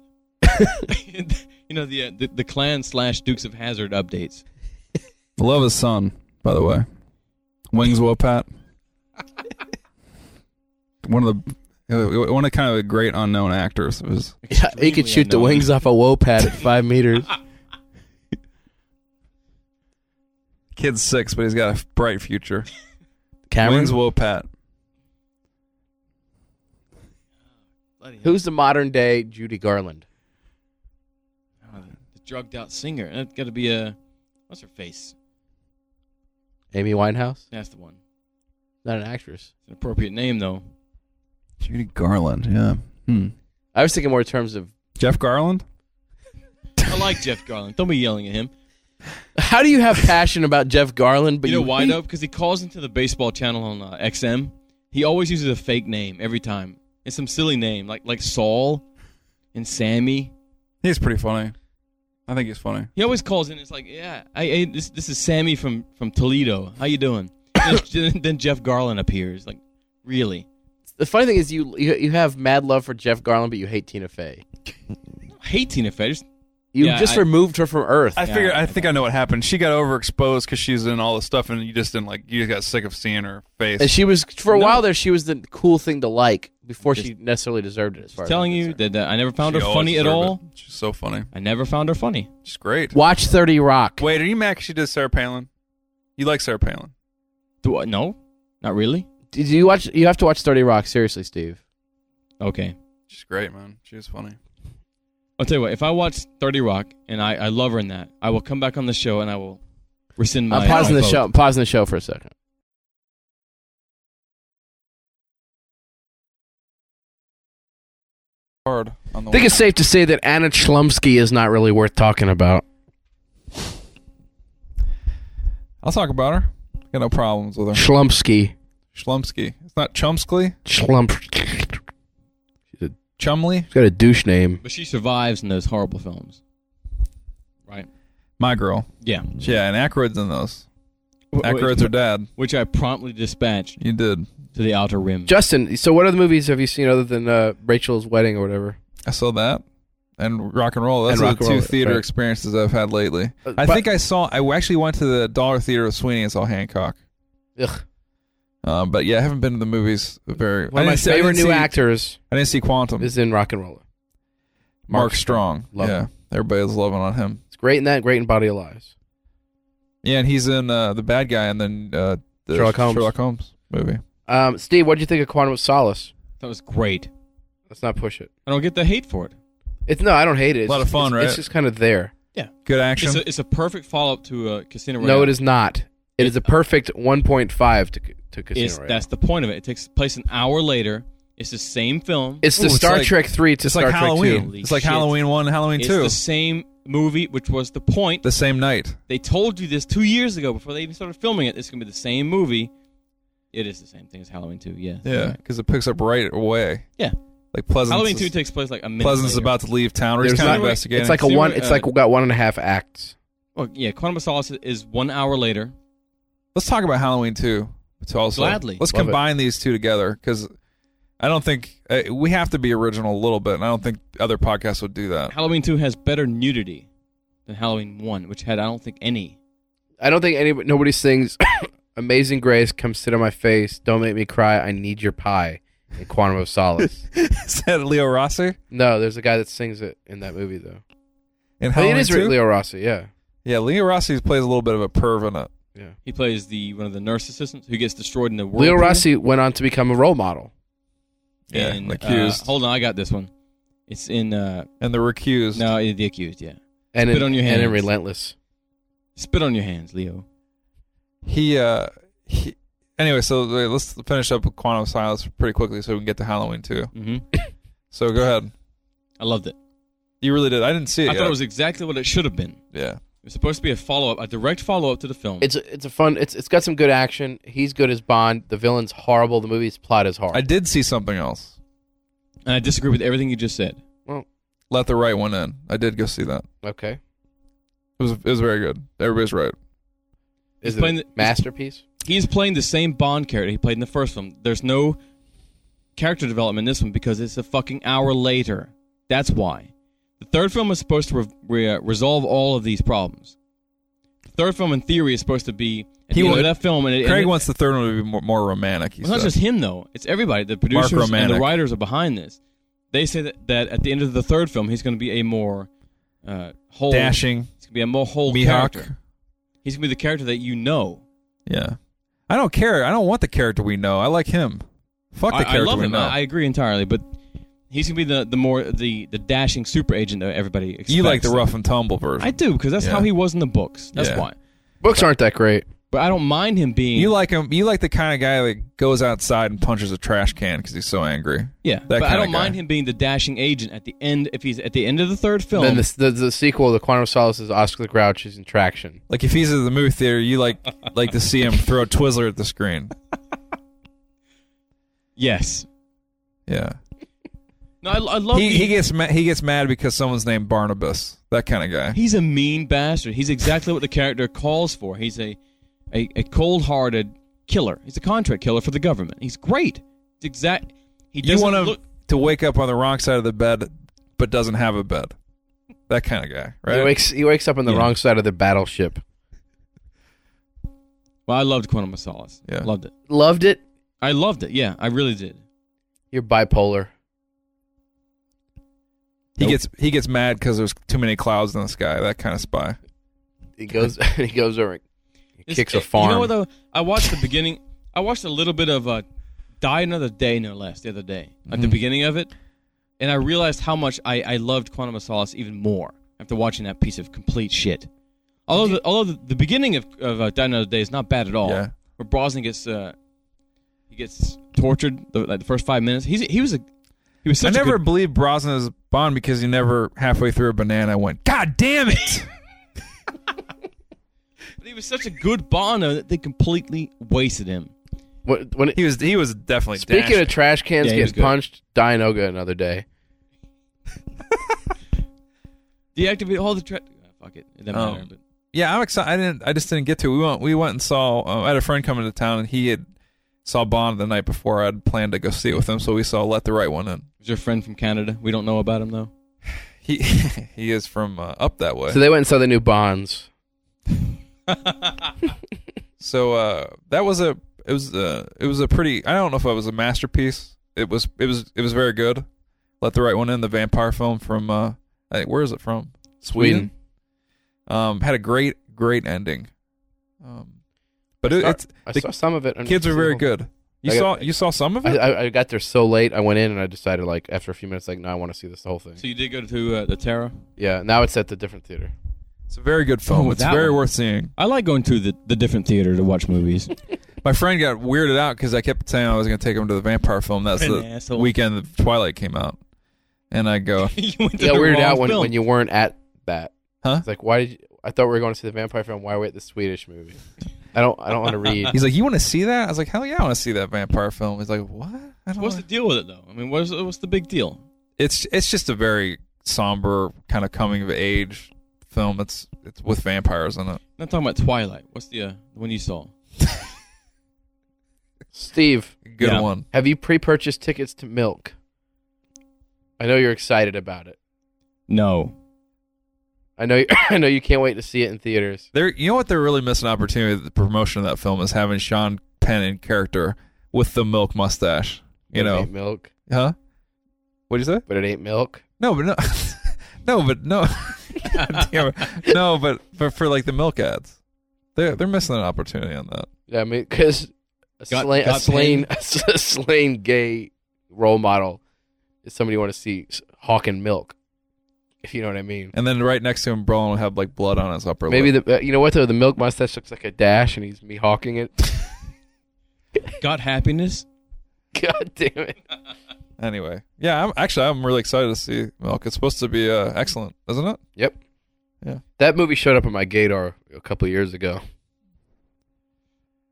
Speaker 3: you know the, uh, the the Klan slash Dukes of Hazard updates.
Speaker 4: Love his son, by the way. Wings will pat. one of the one of kind of the great unknown actors. It was
Speaker 8: Yeah, he could
Speaker 3: Extremely
Speaker 8: shoot the
Speaker 3: unknown.
Speaker 8: wings off a woe pad at five meters.
Speaker 4: kid's six, but he's got a bright future.
Speaker 8: Cameron,
Speaker 4: Wings will pat.
Speaker 3: Bloody hell.
Speaker 8: who's the modern day Judy Garland?
Speaker 3: Oh, the, the drugged out singer? That's got to be a what's her face?
Speaker 8: Amy Winehouse?
Speaker 3: That's the one.
Speaker 8: Not an actress.
Speaker 3: It's an appropriate name though.
Speaker 4: Judy Garland. Yeah. Hmm.
Speaker 8: I was thinking more in terms of
Speaker 4: Jeff Garland.
Speaker 3: I like Jeff Garland. Don't be yelling at him.
Speaker 8: how do you have passion about Jeff Garland, but
Speaker 3: you know why though? Because he calls into the baseball channel on uh, XM. He always uses a fake name every time. It's some silly name like like Saul and Sammy.
Speaker 4: He's pretty funny. I think he's funny.
Speaker 3: He always calls in. It's like, yeah, I, I this this is Sammy from from Toledo. How you doing? then, then Jeff Garland appears. Like, really?
Speaker 8: The funny thing is, you, you you have mad love for Jeff Garland, but you hate Tina Fey.
Speaker 3: I hate Tina Fey. Just-
Speaker 8: You
Speaker 3: Yeah,
Speaker 8: just
Speaker 3: I-
Speaker 8: removed her from Earth.
Speaker 4: I
Speaker 3: Yeah,
Speaker 4: figure. I
Speaker 3: I
Speaker 4: think I know what happened. She got overexposed because she's in all the stuff, and you just didn't like. You just got sick of seeing her face.
Speaker 8: and she was for a
Speaker 3: No.
Speaker 8: while there. She was the cool thing to like before she
Speaker 3: Just-
Speaker 8: necessarily deserved it. As far as I'm
Speaker 3: telling you
Speaker 8: concerned.
Speaker 3: that, that I never found
Speaker 4: She
Speaker 3: her
Speaker 4: always
Speaker 3: funny at
Speaker 4: deserved
Speaker 3: all.
Speaker 4: it. She's so funny.
Speaker 3: I never found her funny.
Speaker 4: She's great.
Speaker 8: watch Thirty Rock.
Speaker 4: Wait, are you mad 'cause she did Sarah Palin? You like Sarah Palin?
Speaker 3: Do I? No, not really.
Speaker 8: Did you watch? You have to watch Thirty Rock seriously, Steve.
Speaker 3: Okay.
Speaker 4: She's great, man. She's funny.
Speaker 3: I'll tell you what. If I watch Thirty Rock and I, I love her in that, I will come back on the show and I will rescind my.
Speaker 8: I'm pausing
Speaker 3: my
Speaker 8: the
Speaker 3: vote.
Speaker 8: show. I'm pausing the show for a second.
Speaker 4: Hard on the
Speaker 2: I think it's safe to say that Anna Chlumsky is not really worth talking about.
Speaker 4: I'll talk about her. Got no problems with her.
Speaker 2: Chlumsky.
Speaker 4: Schlumsky. It's not Chumsky.
Speaker 2: Chlump. She's
Speaker 4: Chumley.
Speaker 2: got a douche name.
Speaker 3: But she survives in those horrible films. Right.
Speaker 4: My girl.
Speaker 3: Yeah.
Speaker 4: Yeah, and Ackroyd's in those.
Speaker 3: Wh-
Speaker 4: Ackroyd's her dad.
Speaker 3: Which I promptly dispatched
Speaker 4: You did.
Speaker 3: to the outer rim.
Speaker 2: Justin, so what other movies have you seen other than uh, Rachel's Wedding or whatever?
Speaker 4: I saw that. And rock and roll. That's
Speaker 2: And Rock
Speaker 4: the
Speaker 2: and
Speaker 4: two
Speaker 2: Roll,
Speaker 4: theater
Speaker 2: right.
Speaker 4: experiences I've had lately.
Speaker 2: Uh,
Speaker 4: I
Speaker 2: but-
Speaker 4: think I saw. I actually went to the Dollar Theater of Sweeney and saw Hancock.
Speaker 2: Ugh.
Speaker 4: Um, but yeah, I haven't been to the movies very.
Speaker 2: One
Speaker 4: I
Speaker 2: of my
Speaker 4: didn't see- I
Speaker 2: favorite
Speaker 4: didn't
Speaker 2: new
Speaker 4: see-
Speaker 2: actors
Speaker 4: I didn't see Quantum.
Speaker 2: is in Rock and Roller.
Speaker 4: Mark,
Speaker 2: Mark
Speaker 4: Strong.
Speaker 2: Love
Speaker 4: yeah, everybody's loving on him.
Speaker 2: It's great in that, great in Body of Lies.
Speaker 4: Yeah, and he's in uh, the bad guy, and then uh, the
Speaker 2: Sherlock Holmes.
Speaker 4: Holmes movie.
Speaker 2: Um, Steve, what do you think of Quantum of Solace?
Speaker 3: That was great.
Speaker 2: Let's not push it.
Speaker 3: I don't get the hate for it.
Speaker 2: It's no, I don't hate it. It's
Speaker 4: Lot of
Speaker 2: just-
Speaker 4: fun,
Speaker 2: it's-
Speaker 4: right?
Speaker 2: It's just kind of there.
Speaker 4: Good action.
Speaker 3: It's a, it's a perfect follow up to uh, Casino Royale.
Speaker 2: No, it is not. It is a perfect 1.5 to to Casino
Speaker 3: It's-
Speaker 2: Royale.
Speaker 3: that's the point of it. It takes place an hour later. It's the same film.
Speaker 2: It's
Speaker 4: Ooh,
Speaker 2: the
Speaker 4: it's
Speaker 2: Star
Speaker 4: like-
Speaker 2: Trek 3 to
Speaker 4: it's
Speaker 2: Star
Speaker 4: like
Speaker 2: Trek 2.
Speaker 4: Halloween.
Speaker 3: Holy
Speaker 4: It's like
Speaker 3: shit.
Speaker 4: Halloween one, and Halloween
Speaker 3: It's
Speaker 4: two,
Speaker 3: the
Speaker 4: the,
Speaker 3: same movie, which was the point.
Speaker 4: same night.
Speaker 3: They told you this two years ago before they even started filming it. It's going to be the same movie. It is the same thing as Halloween 2. Yeah.
Speaker 4: Yeah, because it picks up right away.
Speaker 3: Yeah.
Speaker 4: Like Pleasance.
Speaker 3: Halloween
Speaker 4: is-
Speaker 3: 2 takes place like a minute.
Speaker 4: Pleasance is
Speaker 3: later.
Speaker 4: about to leave town. Or he's
Speaker 2: There's
Speaker 4: kind of
Speaker 3: not- it's
Speaker 4: investigating.
Speaker 2: It's like a
Speaker 3: See
Speaker 2: one.
Speaker 3: what,
Speaker 2: It's
Speaker 3: uh,
Speaker 2: like we got one and a half acts.
Speaker 3: Well, yeah, Quantum of Solace is one hour later.
Speaker 4: Let's talk about Halloween two. too also,
Speaker 3: Gladly.
Speaker 4: Let's
Speaker 2: Love it.
Speaker 4: combine these two together because I don't think uh, we have to be original a little bit, and I don't think other podcasts would do
Speaker 2: Oh.
Speaker 4: that.
Speaker 3: Halloween 2 has better nudity than Halloween 1, which had, I don't think, any.
Speaker 2: I don't think anybody nobody sings "Amazing Grace." Come sit on my face. Don't make me cry. I need your pie. In Quantum of Solace.
Speaker 4: is that Leo Rossi?
Speaker 2: no, there's a guy that sings it in that movie though.
Speaker 4: In
Speaker 2: I mean,
Speaker 4: Halloween
Speaker 2: it is
Speaker 4: 2?
Speaker 2: Leo Rossi. Yeah.
Speaker 4: Yeah, Leo Rossi plays a little bit of a perv in it.
Speaker 3: He plays the one of the nurse assistants who gets destroyed in the world.
Speaker 2: Leo Rossi went on to become a role model.
Speaker 4: Yeah,
Speaker 3: And,
Speaker 4: accused.
Speaker 3: uh, hold on, I got this one. It's in uh
Speaker 4: And the recused.
Speaker 3: no, the accused. Yeah,
Speaker 2: And
Speaker 3: Spit
Speaker 2: in,
Speaker 3: on your
Speaker 2: And in
Speaker 3: hands.
Speaker 2: Relentless.
Speaker 3: spit on your hands, Leo.
Speaker 4: He uh he anyway, so uh, let's finish up with Quantum of Silence pretty quickly so we can get to Halloween too.
Speaker 3: hmm
Speaker 4: So go ahead.
Speaker 3: I loved it.
Speaker 4: You really did. I didn't see it.
Speaker 3: I
Speaker 4: yet.
Speaker 3: thought it was exactly what it should have been.
Speaker 4: yeah.
Speaker 3: It was supposed to be a follow up, a direct follow up to the film.
Speaker 2: It's a, it's a fun. It's it's got some good action. He's good as Bond. The villain's horrible. The movie's plot is
Speaker 4: I
Speaker 2: horrible.
Speaker 4: did see something else.
Speaker 3: and I disagree with everything you just said.
Speaker 4: Let the right one in. I did go see that.
Speaker 2: okay.
Speaker 4: It was it was very good. Everybody's right.
Speaker 2: Is
Speaker 3: playing
Speaker 2: it
Speaker 3: the-
Speaker 2: a masterpiece?
Speaker 3: He's playing the same Bond character he played in the first film. There's no character development in this one because it's a fucking hour later. That's why. The third film is supposed to re- re- uh, resolve all of these problems. The third film, in theory, is supposed to be at
Speaker 4: He
Speaker 3: the end of
Speaker 4: would-
Speaker 3: that film. And it,
Speaker 4: Craig
Speaker 3: and it-
Speaker 4: wants the third one to be more, more romantic. He
Speaker 3: Well, it's
Speaker 4: said.
Speaker 3: not just him though. It's everybody. The producers and the
Speaker 4: Romanek.
Speaker 3: writers are behind this. They say that, that at the end of the third film, he's going to be a more uh, whole.
Speaker 4: dashing
Speaker 3: He's going to be a more whole character.
Speaker 4: Mihawk.
Speaker 3: He's going to be the character that you know.
Speaker 4: Yeah, I don't care. I don't want the character we know. I like him. Fuck the
Speaker 3: I, I
Speaker 4: character
Speaker 3: love
Speaker 4: we
Speaker 3: him.
Speaker 4: know.
Speaker 3: I, I agree entirely. But he's going to be the, the more the, the dashing super agent that everybody expects.
Speaker 4: you like the rough and tumble version.
Speaker 3: I do because that's
Speaker 4: Yeah.
Speaker 3: how he was in the books. That's
Speaker 4: Yeah.
Speaker 3: why.
Speaker 2: Books aren't that great.
Speaker 3: But I don't mind him being.
Speaker 4: you like him. You like the kind of guy that goes outside and punches a trash can because he's so angry.
Speaker 3: Yeah,
Speaker 4: that
Speaker 3: but I
Speaker 4: kinda
Speaker 3: don't mind
Speaker 4: guy.
Speaker 3: him being the dashing agent at the end. If he's at the end of the third film,
Speaker 2: Then the, the, the sequel, The Quantum of Solace, is Oscar the Grouch is in traction.
Speaker 4: Like if he's at the movie theater, you like like to see him throw a Twizzler at the screen.
Speaker 3: yes.
Speaker 4: Yeah,
Speaker 3: No, I, I love.
Speaker 4: he,
Speaker 3: the-
Speaker 4: he gets ma- he gets mad because someone's named Barnabas. That kind of guy.
Speaker 3: He's a mean bastard. He's exactly what the character calls for. He's a, a, a cold-hearted killer. He's a contract killer for the government. He's great. It's exact. He
Speaker 4: You
Speaker 3: doesn't
Speaker 4: want him
Speaker 3: look.
Speaker 4: to wake up on the wrong side of the bed, but doesn't have a bed. That kind of guy,
Speaker 2: He
Speaker 4: right?
Speaker 2: wakes he wakes up on the
Speaker 4: Yeah.
Speaker 2: wrong side of the battleship.
Speaker 3: Well, I loved Quantum of Solace.
Speaker 4: Yeah.
Speaker 3: loved it.
Speaker 2: Loved it.
Speaker 3: I loved it. Yeah, I really did.
Speaker 2: You're bipolar.
Speaker 4: he
Speaker 3: Nope.
Speaker 4: gets he gets mad because there's too many clouds in the sky. That kind of spy.
Speaker 2: He goes he goes over and
Speaker 3: It's-
Speaker 2: kicks
Speaker 3: it-
Speaker 2: a farm.
Speaker 3: You know what though? I watched the beginning. I watched a little bit of uh, Die Another Day, no less, the other day at the
Speaker 4: Mhm.
Speaker 3: beginning of it, and I realized how much I, I loved Quantum of Solace even more after watching that piece of complete shit. Although the, although the, the beginning of, of uh, Die Another Day is not bad at all.
Speaker 4: Yeah.
Speaker 3: Where Brosnan gets uh, he gets tortured the, like the first five minutes. He's he was a he was
Speaker 4: I
Speaker 3: such a
Speaker 4: never
Speaker 3: good-
Speaker 4: believed Brosnan is Bond because he never halfway through a banana went, God damn it!
Speaker 3: but he was such a good Bond though, that they completely wasted him.
Speaker 2: What- when it-
Speaker 4: he was he was definitely
Speaker 2: speaking
Speaker 4: dashing.
Speaker 2: of trash cans
Speaker 3: Yeah, he was
Speaker 2: getting
Speaker 3: good.
Speaker 2: punched, Dianoga another day.
Speaker 3: Deactivate all the tra- ah, fuck it. It doesn't
Speaker 4: Um,
Speaker 3: matter, but-
Speaker 4: yeah, I'm excited. I didn't I just didn't get to. It. We went we went and saw. Uh, I had a friend come into town and he had saw Bond the night before. I'd planned to go see it with him, so we saw Let the Right One In.
Speaker 3: Is your friend from Canada? We don't know about him though.
Speaker 4: He he is from uh, up that way.
Speaker 2: So they went and saw the new Bonds.
Speaker 4: So uh, that was a it was a, it was a pretty I don't know if it was a masterpiece. It was it was it was very good. Let the right one in the vampire film from uh I think, where is it from?
Speaker 2: Sweden.
Speaker 4: Um had a great great ending. Um but it,
Speaker 2: Sorry,
Speaker 4: it's
Speaker 2: I
Speaker 4: the
Speaker 2: saw some of it. I didn't
Speaker 4: kids
Speaker 2: see
Speaker 4: are
Speaker 2: the
Speaker 4: very
Speaker 2: whole-
Speaker 4: good. You
Speaker 2: I
Speaker 4: saw
Speaker 2: got-
Speaker 4: you saw some of
Speaker 2: I,
Speaker 4: it?
Speaker 2: I, I got there so late. I went in and I decided, like, after a few minutes, like, no, I want to see this whole thing.
Speaker 3: So you did go to uh, the Terra.
Speaker 2: Yeah. Now it's at the different theater.
Speaker 4: It's a very good film.
Speaker 3: Oh,
Speaker 4: it's
Speaker 3: that
Speaker 4: very
Speaker 3: one.
Speaker 4: worth seeing.
Speaker 3: I like going to the, the different theater to watch movies.
Speaker 4: My friend got weirded out because I kept saying I was going to take him to the vampire film. That's
Speaker 3: An
Speaker 4: the
Speaker 3: asshole.
Speaker 4: weekend that Twilight came out, and I go,
Speaker 3: you went
Speaker 2: You got
Speaker 3: the
Speaker 2: weirded
Speaker 3: wrong
Speaker 2: out when,
Speaker 3: film.
Speaker 2: when you weren't at that.
Speaker 4: Huh?
Speaker 2: It's like, why did you, I thought we were going to see the vampire film? Why are we at the Swedish movie? I don't. I don't want to read.
Speaker 4: He's like, "You want to see that?" I was like, "Hell yeah, I want to see that vampire film." He's like, "What?" I don't.
Speaker 3: What's
Speaker 4: know."
Speaker 3: the deal with it though? I mean, what's what's the big deal?
Speaker 4: It's it's just a very somber kind of coming of age film. It's it's with vampires in it.
Speaker 3: I'm not talking about Twilight. What's the uh, the one you saw?
Speaker 2: Steve,
Speaker 4: Good
Speaker 3: Yeah.
Speaker 4: one.
Speaker 2: have you pre-purchased tickets to Milk? I know you're excited about it.
Speaker 3: No.
Speaker 2: I know. You, I know you can't wait to see it in theaters.
Speaker 4: They're you know what they're really missing opportunity. with The promotion of that film is having Sean Penn in character with the milk mustache.
Speaker 2: But
Speaker 4: You
Speaker 2: it
Speaker 4: know,
Speaker 2: ain't milk,
Speaker 4: huh? What would you say?
Speaker 2: but it ain't milk.
Speaker 4: No, but no, no, but no, God damn it. no, but but for like the milk ads, they're they're missing an opportunity on that.
Speaker 2: Yeah, I mean, because a,
Speaker 3: Got-
Speaker 2: slain, a
Speaker 3: got
Speaker 2: slain, a slain gay role model is somebody you want to see s- hawking milk, if you know what I mean.
Speaker 4: And then right next to him, Brolin will have like blood on his upper lip.
Speaker 2: Maybe the uh, you know what though the milk mustache looks like a dash, and he's me hawking it.
Speaker 3: Got happiness.
Speaker 2: God damn it!
Speaker 4: Anyway, yeah, I'm actually I'm really excited to see Milk. It's supposed to be uh, excellent, isn't it?
Speaker 2: That movie showed up on my Gator a couple years ago.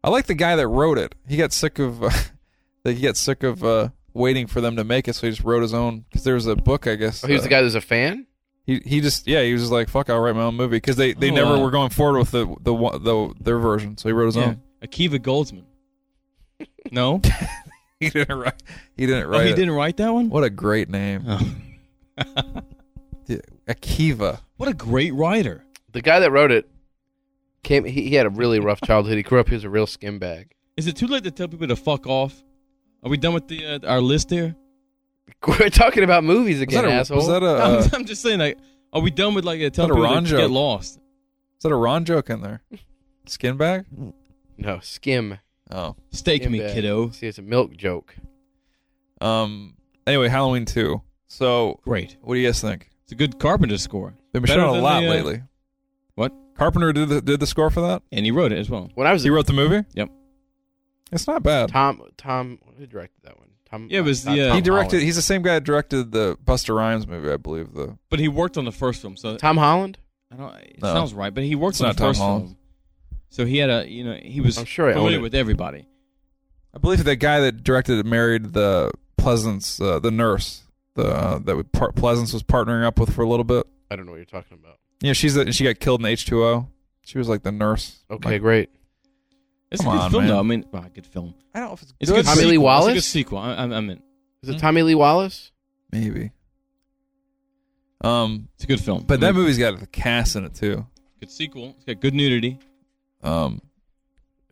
Speaker 4: I like the guy that wrote it. He got sick of uh, that he got sick of uh, waiting for them to make it, so he just wrote his own. Because there was a book, I guess.
Speaker 2: Oh, he was
Speaker 4: uh,
Speaker 2: the guy that was a fan.
Speaker 4: He he just yeah, he was just like fuck, I'll write my own movie because they, they
Speaker 3: Oh,
Speaker 4: never
Speaker 3: wow.
Speaker 4: were going forward with the the one- the their version, so he wrote his
Speaker 3: Yeah.
Speaker 4: own.
Speaker 3: Akiva Goldsman. No.
Speaker 4: he didn't write. He didn't
Speaker 3: Oh,
Speaker 4: write.
Speaker 3: he
Speaker 4: it.
Speaker 3: didn't write that one.
Speaker 4: What a great name,
Speaker 3: Oh.
Speaker 4: Akiva.
Speaker 3: what a great writer.
Speaker 2: The guy that wrote it came. He, he had a really rough childhood. He grew up. He was a real skinbag.
Speaker 3: Is it too late to tell people to fuck off? Are we done with the uh, our list here?
Speaker 2: We're talking about movies
Speaker 4: Was that
Speaker 2: again,
Speaker 4: a,
Speaker 2: asshole.
Speaker 4: was that a,
Speaker 3: I'm-
Speaker 4: uh,
Speaker 3: I'm, just saying, like, are we done with like uh, telling
Speaker 4: What a
Speaker 3: people
Speaker 4: Ron
Speaker 3: to
Speaker 4: joke.
Speaker 3: get lost?
Speaker 4: was that a Ron joke in there? Skin bag?
Speaker 2: no, skim.
Speaker 4: Oh.
Speaker 3: Stake me,
Speaker 2: Skinbag.
Speaker 3: kiddo.
Speaker 2: See, it's a milk joke.
Speaker 4: Um. Anyway, Halloween two. So,
Speaker 3: Great.
Speaker 4: what do you guys think?
Speaker 3: It's a good Carpenter score,
Speaker 4: They've been
Speaker 3: Better
Speaker 4: showing a
Speaker 3: than
Speaker 4: lot
Speaker 3: the, uh,
Speaker 4: lately.
Speaker 3: what?
Speaker 4: Carpenter did the, did the score for that?
Speaker 3: and he wrote it as well.
Speaker 2: When I was
Speaker 4: He wrote the movie.
Speaker 3: Yep.
Speaker 4: It's not bad.
Speaker 2: Tom, Tom, who directed that one? Tom.
Speaker 3: Yeah, it was
Speaker 2: not
Speaker 3: the, uh,
Speaker 2: Tom
Speaker 4: he directed.
Speaker 2: Holland.
Speaker 4: He's the same guy that directed the Buster Rhymes movie, I believe. The
Speaker 3: But he worked on the first film, so
Speaker 2: Tom Holland.
Speaker 3: I don't. It
Speaker 4: No.
Speaker 3: sounds right, but he worked
Speaker 4: It's
Speaker 3: on the
Speaker 4: not Tom
Speaker 3: first
Speaker 4: Holland. Oh,
Speaker 3: film, so he had a you know he was
Speaker 2: I'm sure I own
Speaker 3: familiar
Speaker 2: it.
Speaker 3: with everybody.
Speaker 4: I believe the guy that directed it married the Pleasance, uh, the nurse, the uh, that we par- Pleasance was partnering up with for a little bit.
Speaker 2: I don't know what you're talking about.
Speaker 4: You know, she's the, she got killed in H two O. She was like the nurse.
Speaker 2: Okay,
Speaker 4: Like,
Speaker 2: great.
Speaker 3: It's
Speaker 4: Come
Speaker 3: a good
Speaker 4: on,
Speaker 3: film,
Speaker 4: man.
Speaker 3: though. I mean, well, good film.
Speaker 4: I don't know if it's,
Speaker 3: It's a
Speaker 4: good.
Speaker 3: good
Speaker 2: Tommy Lee
Speaker 3: sequel. It's a good
Speaker 2: Wallace?
Speaker 3: sequel. I, I, I mean,
Speaker 2: Is it
Speaker 4: Hmm?
Speaker 2: Tommy Lee Wallace?
Speaker 4: maybe. Um,
Speaker 3: it's a good film.
Speaker 4: but
Speaker 3: I
Speaker 4: that
Speaker 3: mean,
Speaker 4: movie's got the cast in it too.
Speaker 3: good sequel. It's got good nudity.
Speaker 4: Um,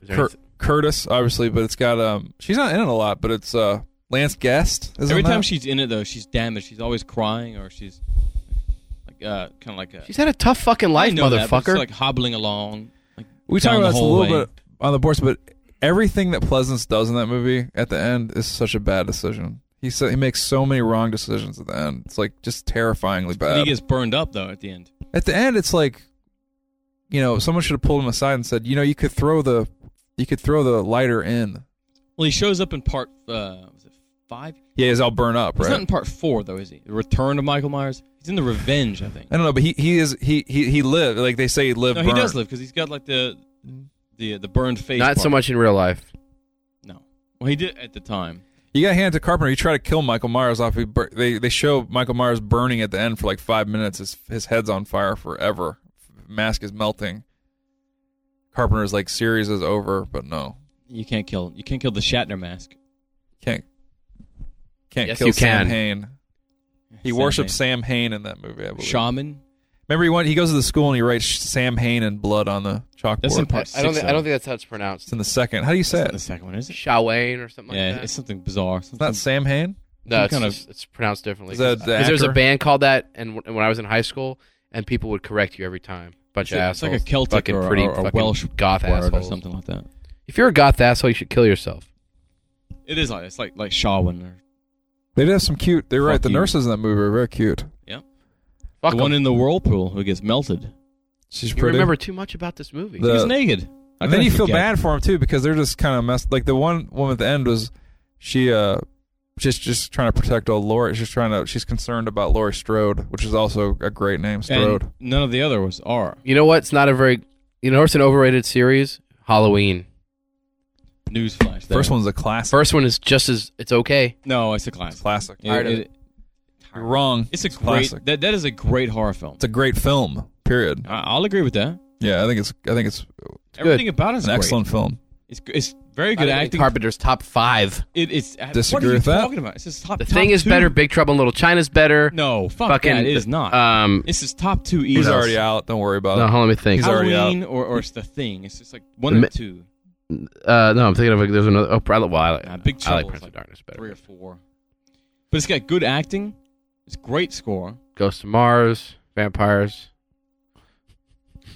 Speaker 2: Is there
Speaker 4: Cur-
Speaker 2: anyth-
Speaker 4: Curtis, obviously, but it's got um, she's not in it a lot, but it's uh, Lance Guest. Is in
Speaker 3: Every
Speaker 4: that.
Speaker 3: time she's in it though, she's damaged. She's always crying or she's like uh, kind of like a
Speaker 2: She's had a tough fucking
Speaker 3: I
Speaker 2: life,
Speaker 3: know that, but it's
Speaker 2: motherfucker.
Speaker 3: like hobbling along. Like,
Speaker 4: We
Speaker 3: down the
Speaker 4: talked about this a
Speaker 3: hallway.
Speaker 4: little bit on the boards, but everything that Pleasance does in that movie at the end is such a bad decision. He sa he makes so many wrong decisions at the end. It's like just terrifyingly
Speaker 3: And he
Speaker 4: bad.
Speaker 3: gets burned up though at the end.
Speaker 4: at the end, it's like, you know, someone should have pulled him aside and said, you know, you could throw the, you could throw the lighter in.
Speaker 3: Well, he shows up in part uh, was it five?
Speaker 4: Yeah, he's all burnt up,
Speaker 3: He's
Speaker 4: right?
Speaker 3: not in part four though, is he? The Return of Michael Myers. He's in the Revenge, I think.
Speaker 4: I don't know, but he he is he he he lived like they say he lived.
Speaker 3: No, he does
Speaker 4: burnt.
Speaker 3: live because he's got like the the the burned face.
Speaker 2: Not so
Speaker 3: part.
Speaker 2: much in real life.
Speaker 3: No. Well, he did at the time.
Speaker 4: You got hand to Carpenter. You try to kill Michael Myers off. He bur- they they show Michael Myers burning at the end for like five minutes. His his head's on fire forever. Mask is melting. Carpenter's like series is over, but no,
Speaker 3: You can't kill. You can't kill the Shatner mask.
Speaker 4: can't can't
Speaker 2: Yes,
Speaker 4: kill
Speaker 2: you
Speaker 4: Sam
Speaker 2: can.
Speaker 4: Hain. He
Speaker 3: Sam
Speaker 4: worships
Speaker 3: Hain.
Speaker 4: Sam Hain in that movie. I believe.
Speaker 3: Shaman.
Speaker 4: Remember, he went. He goes to the school and he writes Sam Hain in blood on the chalkboard.
Speaker 3: That's in
Speaker 2: I,
Speaker 3: part six.
Speaker 2: I don't. Think, I
Speaker 3: though.
Speaker 2: don't think that's how it's pronounced.
Speaker 4: it's in the second. How do you say
Speaker 3: That's not
Speaker 4: it?
Speaker 3: the second one, is it?
Speaker 2: Shawane or something
Speaker 3: yeah,
Speaker 2: like that.
Speaker 3: it's something bizarre.
Speaker 4: It's
Speaker 3: Something
Speaker 4: not Sam Hain.
Speaker 2: no,
Speaker 3: some
Speaker 2: it's,
Speaker 3: kind of-
Speaker 2: just- it's pronounced differently.
Speaker 4: Is that the
Speaker 2: Because there's a
Speaker 4: actor?
Speaker 2: band called that, and w- when I was in high school, and people would correct you every time. Bunch
Speaker 3: it's,
Speaker 2: of
Speaker 3: it's
Speaker 2: assholes.
Speaker 3: like a Celtic
Speaker 2: fucking
Speaker 3: or,
Speaker 2: pretty
Speaker 3: or a
Speaker 2: fucking
Speaker 3: Welsh
Speaker 2: goth
Speaker 3: word
Speaker 2: asshole
Speaker 3: or something like that.
Speaker 2: If you're a goth asshole, you should kill yourself.
Speaker 3: It is like it's like like Shawin or
Speaker 4: They did have some cute. They were
Speaker 3: Fuck
Speaker 4: right. The
Speaker 3: you.
Speaker 4: nurses in that movie were very cute.
Speaker 2: Fuck
Speaker 3: the one
Speaker 2: 'em.
Speaker 3: in the whirlpool who gets melted.
Speaker 4: She's
Speaker 2: You
Speaker 4: pretty.
Speaker 2: remember too much about this movie.
Speaker 4: The-
Speaker 3: He's naked. How
Speaker 4: And
Speaker 3: can
Speaker 4: then
Speaker 3: I
Speaker 4: you feel
Speaker 3: forget?
Speaker 4: bad for him too because they're just kind of messed. Like the one woman at the end was, she uh, just just trying to protect old Lori. She's trying to. She's concerned about Lori Strode, which is also a great name, Strode.
Speaker 3: And none of the other was R.
Speaker 2: you know what's not a very. You know it's an overrated series. Halloween.
Speaker 3: Newsflash. there.
Speaker 4: First one's a classic.
Speaker 2: First one is just as it's okay.
Speaker 3: No, it's a
Speaker 4: It's
Speaker 3: classic.
Speaker 4: classic.
Speaker 3: It-
Speaker 2: Tired of
Speaker 3: it-
Speaker 4: You're wrong.
Speaker 3: It's a great.
Speaker 4: classic.
Speaker 3: That that is a great horror film.
Speaker 4: It's a great film. Period.
Speaker 3: I, I'll agree with that.
Speaker 4: Yeah, I think it's. I think it's
Speaker 3: Everything about it is
Speaker 4: an
Speaker 3: great.
Speaker 4: excellent film.
Speaker 3: It's it's very good acting.
Speaker 2: Uh, Carpenter's top five.
Speaker 3: It, it's what are
Speaker 4: Disagree
Speaker 3: you
Speaker 4: with that.
Speaker 3: talking about? It's just top.
Speaker 2: The
Speaker 3: top
Speaker 2: thing is
Speaker 3: two.
Speaker 2: better. Big Trouble in Little China's better.
Speaker 3: No, fuck
Speaker 2: fucking
Speaker 3: that. It is not.
Speaker 2: Um,
Speaker 3: this is top two easy.
Speaker 4: He's already out. Don't worry about
Speaker 2: no,
Speaker 4: it.
Speaker 2: hold on, let me think.
Speaker 4: He's already
Speaker 3: Halloween or, or it's the thing. It's just like one
Speaker 2: The
Speaker 3: or two,
Speaker 2: Uh, no, I'm thinking of like, there's another. Oh, I like, well, I like,
Speaker 3: Nah, Big
Speaker 2: I like
Speaker 3: Trouble is
Speaker 2: Prince of
Speaker 3: like
Speaker 2: Darkness
Speaker 3: three
Speaker 2: better.
Speaker 3: or four. But it's got good acting. It's great score.
Speaker 2: Ghost of Mars, Vampires.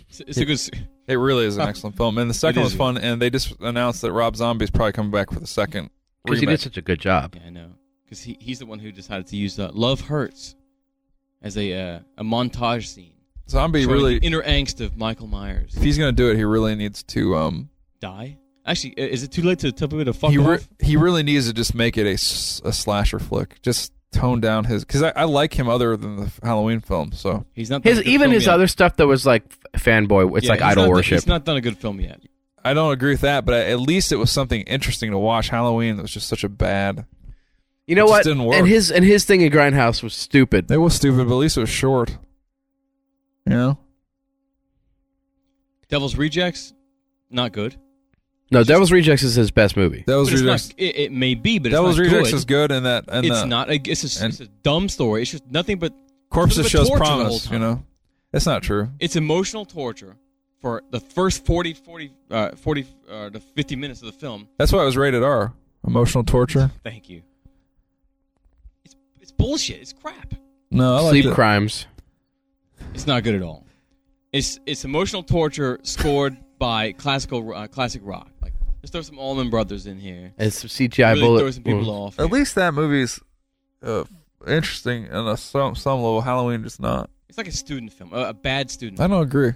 Speaker 3: It's, it's a good. s-
Speaker 4: It really is an excellent film. And the second
Speaker 3: Oh. It
Speaker 4: was
Speaker 3: is.
Speaker 4: fun. And they just announced that Rob Zombie's probably coming back for the second
Speaker 2: Because he did
Speaker 4: remake.
Speaker 2: such a good job.
Speaker 3: Yeah, I know. Because he, he's the one who decided to use uh, "Love Hurts" as a uh, a montage scene.
Speaker 4: Zombie
Speaker 3: showing
Speaker 4: really.
Speaker 3: the inner angst of Michael Myers
Speaker 4: If he's gonna do it, he really needs to. Um,
Speaker 3: die. Actually, i- is it too late to tell people to fuck
Speaker 4: he,
Speaker 3: off?
Speaker 4: re- he really needs to just make it a, s- a slasher flick. Just tone down his because I, I like him other than the f- Halloween film. So
Speaker 3: he's not done
Speaker 2: His
Speaker 3: a good
Speaker 2: even
Speaker 3: film
Speaker 2: his
Speaker 3: yet.
Speaker 2: other stuff that was like f- fanboy. It's
Speaker 3: Yeah,
Speaker 2: like
Speaker 3: he's
Speaker 2: idol
Speaker 3: not,
Speaker 2: worship.
Speaker 3: He's not done a good film yet.
Speaker 4: I don't agree with that, but I, at least it was something interesting to watch. Halloween was just such a bad.
Speaker 2: you know
Speaker 4: it just
Speaker 2: what?
Speaker 4: didn't work.
Speaker 2: And his and his thing in Grindhouse was stupid.
Speaker 4: It was stupid, but at least it was short. You know,
Speaker 3: Devil's Rejects, not good.
Speaker 2: No, Devil's Rejects is his best movie.
Speaker 4: That was
Speaker 3: But it's not-
Speaker 4: Rejects.
Speaker 3: it, it may be, but it's
Speaker 4: Devil's
Speaker 3: not
Speaker 4: Rejects
Speaker 3: good.
Speaker 4: is good, and that and
Speaker 3: it's
Speaker 4: the
Speaker 3: not. A, it's, just,
Speaker 4: and-
Speaker 3: it's a dumb story. It's just nothing but
Speaker 4: corpses
Speaker 3: it's a
Speaker 4: shows
Speaker 3: torture the whole
Speaker 4: promise. You
Speaker 3: time.
Speaker 4: know, it's not true.
Speaker 3: it's emotional torture for the first 40, 40, uh, 40 uh, to 50 minutes of the film.
Speaker 4: That's why it was rated R. Emotional torture.
Speaker 3: Thank you. It's, it's bullshit. It's crap.
Speaker 4: No, I like
Speaker 2: Sleep
Speaker 4: it.
Speaker 2: Crimes.
Speaker 3: It's not good at all. It's it's emotional torture scored by classical uh, classic rock. Like let's throw some Allman Brothers in here.
Speaker 2: And some CGI
Speaker 3: really
Speaker 2: bullet.
Speaker 3: throw some people
Speaker 2: wounds.
Speaker 3: off.
Speaker 4: Mm. At least that movie's uh, interesting on a, some some level. Halloween just not.
Speaker 3: It's like a student film, a, a bad student.
Speaker 4: I don't agree.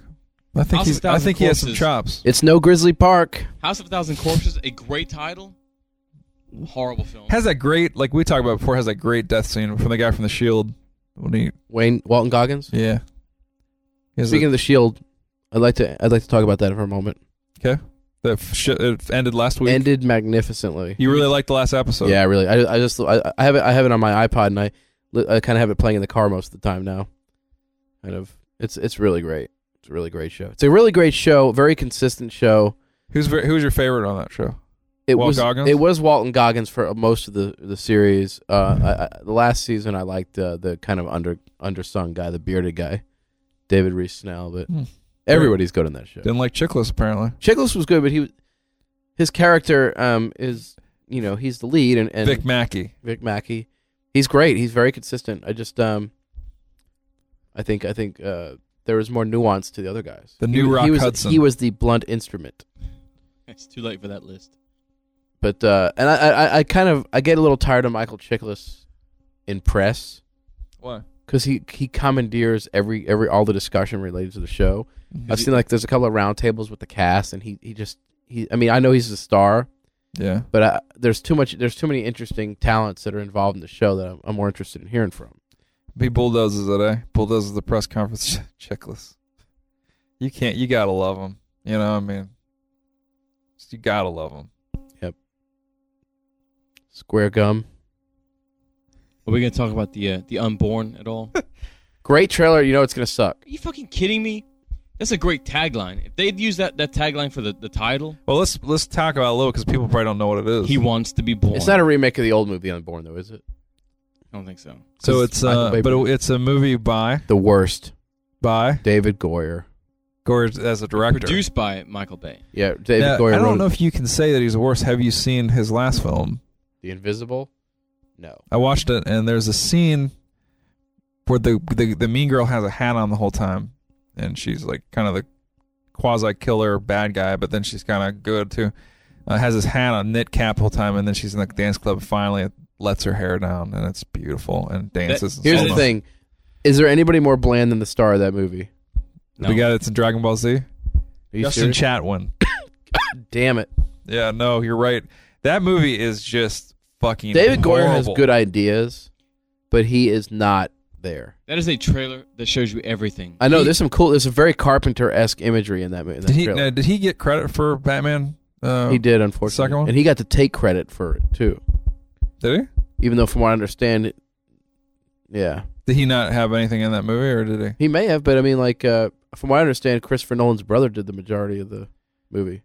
Speaker 4: I think
Speaker 3: House
Speaker 4: he's.
Speaker 3: of
Speaker 4: I
Speaker 3: Thousand
Speaker 4: think he has some
Speaker 3: Corpses.
Speaker 4: chops.
Speaker 2: It's no Grizzly Park.
Speaker 3: House of a Thousand Corpses, a great title. Horrible film.
Speaker 4: Has that great like we talked about before. Has that great death scene from the guy from the Shield when he.
Speaker 2: Wayne Walton Goggins.
Speaker 4: Yeah. He has
Speaker 2: Speaking of the Shield, I'd like to I'd like to talk about that for a moment.
Speaker 4: the, that f- shit, it ended last week.
Speaker 2: Ended magnificently.
Speaker 4: you really liked the last episode.
Speaker 2: yeah, really. I, I just I, I have it I have it on my iPod and I li- I kind of have it playing in the car most of the time now. Kind of. It's it's really great. It's a really great show. It's a really great show. Very consistent show.
Speaker 4: Who's ver- who's your favorite on that show?
Speaker 2: It
Speaker 4: Walt
Speaker 2: was
Speaker 4: Goggins?
Speaker 2: it was Walton Goggins for most of the the series. Uh, I, I, the last season I liked uh, the kind of under undersung guy, the bearded guy, David Reese Snell. But
Speaker 4: Hmm.
Speaker 2: everybody's good in that show.
Speaker 4: Didn't like Chickless apparently.
Speaker 2: Chiklis was good, but he was his character um is you know he's the lead and, and
Speaker 4: Vic Mackey.
Speaker 2: Vic Mackey, he's great. He's very consistent. I just um I think I think uh there was more nuance to the other guys.
Speaker 4: The
Speaker 2: He
Speaker 4: new
Speaker 2: was-
Speaker 4: Rock
Speaker 2: he was,
Speaker 4: Hudson.
Speaker 2: He was the blunt instrument.
Speaker 3: it's too late for that list.
Speaker 2: But uh and I I, I kind of I get a little tired of Michael Chiklis in press.
Speaker 4: What?
Speaker 2: because he he commandeers every every all the discussion related to the show. I've
Speaker 3: he-
Speaker 2: seen like there's a couple of roundtables with the cast, and he he just he. I mean, I know he's a star,
Speaker 4: Yeah.
Speaker 2: but I, there's too much. There's too many interesting talents that are involved in the show that I'm, I'm more interested in hearing from.
Speaker 4: He bulldozes it, eh? Bulldozes the press conference checklist. You can't. You gotta love him. You know. what I mean, you gotta love him.
Speaker 2: Square Gum,
Speaker 3: Are we gonna talk about the uh, the unborn at all? Are
Speaker 2: great trailer. You know it's gonna suck.
Speaker 3: you fucking kidding me? That's a great tagline. If they'd used that, that tagline for the, the title,
Speaker 4: Well, let's let's talk about it a little because people probably don't know what it is.
Speaker 3: he wants to be born.
Speaker 2: It's not a remake of the old movie Unborn though, is it?
Speaker 3: I don't think so.
Speaker 4: so it's
Speaker 2: Michael
Speaker 4: uh,
Speaker 2: Bay
Speaker 4: but it,
Speaker 2: produced.
Speaker 4: it's a movie by
Speaker 2: The worst.
Speaker 4: by
Speaker 2: David Goyer.
Speaker 4: Gord as a director.
Speaker 3: Produced by Michael Bay.
Speaker 2: Yeah, David
Speaker 4: Now,
Speaker 2: Goyer.
Speaker 4: I
Speaker 2: wrote
Speaker 4: don't know if you can say that he's worse. Have you seen his last film?
Speaker 2: The Invisible. No.
Speaker 4: I watched it, and there's a scene where the the, the mean girl has a hat on the whole time, and she's like kind of the quasi killer bad guy, but then she's kind of good too. Uh, has his hat on, knit cap the whole time, and then she's in the dance club. And finally, lets her hair down, and it's beautiful and dances. and
Speaker 2: Here's
Speaker 4: so
Speaker 2: the
Speaker 4: on.
Speaker 2: thing: Is there anybody more bland than the star of that movie?
Speaker 4: the guy that's in Dragon Ball Z,
Speaker 2: Are you
Speaker 4: Justin
Speaker 2: serious?
Speaker 4: Chatwin.
Speaker 2: Damn it.
Speaker 4: Yeah, no, you're right. That movie is just fucking.
Speaker 2: David Goyer has
Speaker 4: horrible.
Speaker 2: good ideas, but he is not there.
Speaker 3: That is a trailer that shows you everything.
Speaker 2: I know
Speaker 4: He-
Speaker 2: there's some cool. There's some very Carpenter esque imagery in that movie.
Speaker 4: Did he?
Speaker 2: trailer.
Speaker 4: now, did he get credit for Batman? Uh,
Speaker 2: he did, unfortunately.
Speaker 4: second one?
Speaker 2: and he got to take credit for it too,
Speaker 4: Did he?
Speaker 2: even though from what I understand, it, yeah,
Speaker 4: Did he not have anything in that movie, or did he?
Speaker 2: he may have. But I mean, like uh, from what I understand, Christopher Nolan's brother did the majority of the movie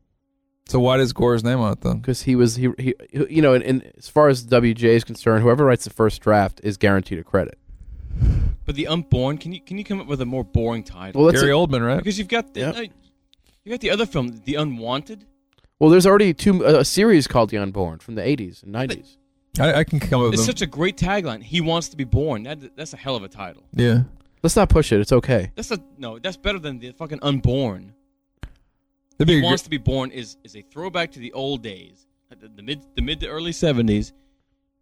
Speaker 4: So why does Gore's name on it then?
Speaker 2: because he was he, he you know, and, and as far as WJ is concerned, whoever writes the first draft is guaranteed a credit.
Speaker 3: But the unborn, can you can you come up with a more boring title?
Speaker 2: Well, that's
Speaker 4: Gary Oldman, right?
Speaker 3: because you've got the,
Speaker 2: Yeah.
Speaker 3: uh, you got the other film, The Unwanted.
Speaker 2: well, there's already two a, a series called The Unborn from the 80s and 90s.
Speaker 4: I, I can come up with
Speaker 3: It's
Speaker 4: them.
Speaker 3: such a great tagline. He wants to be born. That that's a hell of a title.
Speaker 4: yeah.
Speaker 2: Let's not push it. It's okay.
Speaker 3: That's a no. That's better than the fucking unborn.
Speaker 4: That'd be
Speaker 3: He
Speaker 4: a gr-
Speaker 3: wants to be born is is a throwback to the old days, uh, the, the mid the mid to early seventies,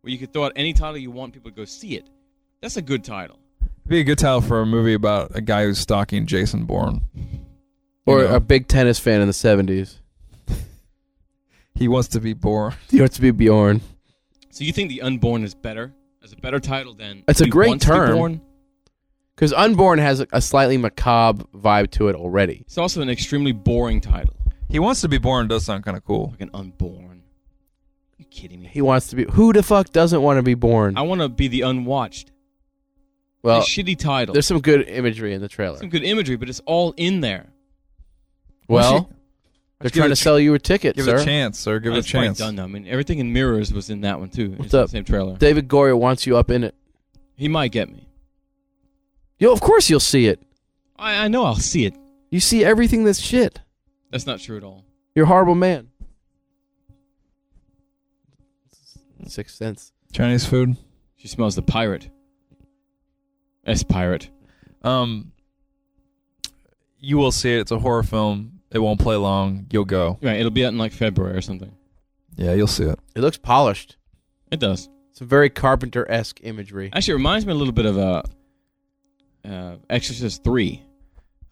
Speaker 3: where you could throw out any title you want, people to go see it. That's a good title.
Speaker 4: it'd be a good title for a movie about a guy who's stalking Jason Bourne.
Speaker 2: Or
Speaker 4: You know,
Speaker 2: a big tennis fan in the 70s.
Speaker 4: he wants to be Bourne.
Speaker 2: You have to be Bjorn.
Speaker 3: So you think the unborn is better? As a better title than
Speaker 2: It's a
Speaker 3: He
Speaker 2: great
Speaker 3: Wants to Be
Speaker 2: term.
Speaker 3: Born?
Speaker 2: Because Unborn has a, a slightly macabre vibe to it already.
Speaker 3: It's also an extremely boring title.
Speaker 4: He wants to be Bourne does sound kind of cool.
Speaker 3: Fucking unborn. you kidding me?
Speaker 2: He wants to be. Who the fuck doesn't want to be born?
Speaker 3: I want to be the unwatched.
Speaker 2: Well,
Speaker 3: a shitty title.
Speaker 2: there's some good imagery in the trailer.
Speaker 3: some good imagery, but it's all in there.
Speaker 2: Well,
Speaker 4: What's
Speaker 2: They're
Speaker 4: give it
Speaker 2: trying
Speaker 4: a
Speaker 2: to
Speaker 4: ch-
Speaker 2: sell you a ticket,
Speaker 4: Give
Speaker 2: sir.
Speaker 4: it a chance, sir. Give
Speaker 3: Oh,
Speaker 4: it a
Speaker 3: it's probably
Speaker 4: chance.
Speaker 3: Done though. I mean, everything in mirrors was in that one too.
Speaker 2: What's
Speaker 3: It's in
Speaker 2: up?
Speaker 3: The same trailer.
Speaker 2: David Goria wants you up in it.
Speaker 3: He might get me.
Speaker 2: Yo, of course you'll see it.
Speaker 3: I, I know I'll see it.
Speaker 2: You see everything that's shit.
Speaker 3: That's not true at all.
Speaker 2: You're a horrible man. Sixth sense.
Speaker 4: Chinese food.
Speaker 3: She smells the pirate. S pirate.
Speaker 4: Um, you will see it. It's a horror film. It won't play long. You'll go.
Speaker 3: Right, it'll be out in like February or something.
Speaker 4: Yeah, you'll see it.
Speaker 2: It looks polished.
Speaker 3: It does.
Speaker 2: It's a very Carpenter esque imagery.
Speaker 3: Actually, it reminds me a little bit of uh, uh, Exorcist Three.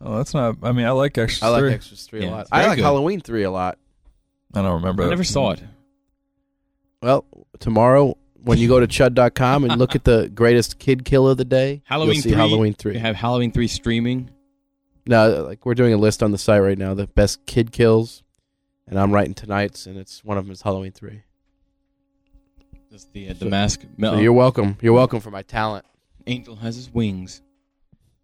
Speaker 4: Oh, that's not. I mean, I like Exorcist
Speaker 2: I like
Speaker 4: three.
Speaker 2: Exorcist three
Speaker 3: Yeah,
Speaker 2: a lot.
Speaker 3: it's
Speaker 2: I
Speaker 3: very
Speaker 2: like
Speaker 3: good.
Speaker 2: Halloween three a lot.
Speaker 4: I don't remember.
Speaker 3: I
Speaker 4: that.
Speaker 3: never saw it.
Speaker 2: Well, tomorrow when you go to chud.com and look at the greatest kid kill of the day,
Speaker 3: Halloween
Speaker 2: you'll see
Speaker 3: 3.
Speaker 2: Halloween
Speaker 3: We
Speaker 2: three.
Speaker 3: have Halloween Three streaming.
Speaker 2: No, like we're doing a list on the site right now, the best kid kills, and I'm writing tonight's, and it's one of them is Halloween three.
Speaker 3: Just the uh, the mask.
Speaker 2: So you're welcome. You're welcome for my talent.
Speaker 3: Angel has his wings.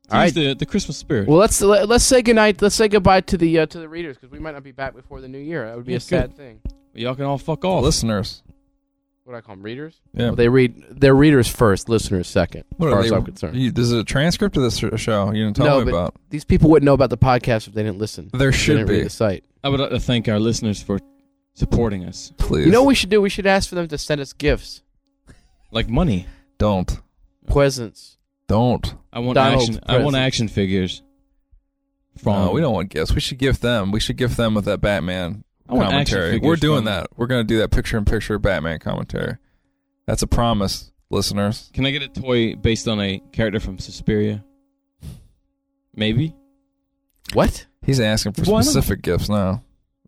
Speaker 3: To
Speaker 2: All right.
Speaker 3: use the the Christmas spirit.
Speaker 2: Well, let's let, let's say goodnight. Let's say goodbye to the uh, to the readers because we might not be back before the new year. That would be
Speaker 3: Yeah,
Speaker 2: a sad thing.
Speaker 3: Y'all can all fuck
Speaker 4: Oh,
Speaker 3: off.
Speaker 4: listeners.
Speaker 2: What do I call them, readers?
Speaker 4: Yeah.
Speaker 2: Well, they read their readers first, listeners second.
Speaker 4: What
Speaker 2: as
Speaker 4: are
Speaker 2: far
Speaker 4: they-
Speaker 2: as I'm concerned,
Speaker 4: You, this is a transcript of this show. You didn't tell
Speaker 2: No,
Speaker 4: me
Speaker 2: but-
Speaker 4: about.
Speaker 2: these people wouldn't know about the podcast if they didn't listen.
Speaker 4: There
Speaker 2: If they
Speaker 4: should
Speaker 2: didn't read
Speaker 4: be.
Speaker 2: the site.
Speaker 3: I would like to thank our listeners for supporting us,
Speaker 4: Please.
Speaker 2: You know what we should do? We should ask for them to send us gifts,
Speaker 3: like money.
Speaker 4: don't.
Speaker 2: presents.
Speaker 4: Don't.
Speaker 3: I want
Speaker 2: Donald's
Speaker 3: action. I want
Speaker 2: present.
Speaker 3: action figures. From
Speaker 4: No, we don't want gifts. We should gift them. We should gift them with that Batman
Speaker 3: I want action
Speaker 4: commentary.
Speaker 3: figures
Speaker 4: We're doing
Speaker 3: from-
Speaker 4: that. We're gonna do that picture in picture Batman commentary. That's a promise, listeners.
Speaker 3: Can I get a toy based on a character from Suspiria? Maybe.
Speaker 2: What?
Speaker 4: He's asking for
Speaker 3: Why not?
Speaker 4: specific gifts now.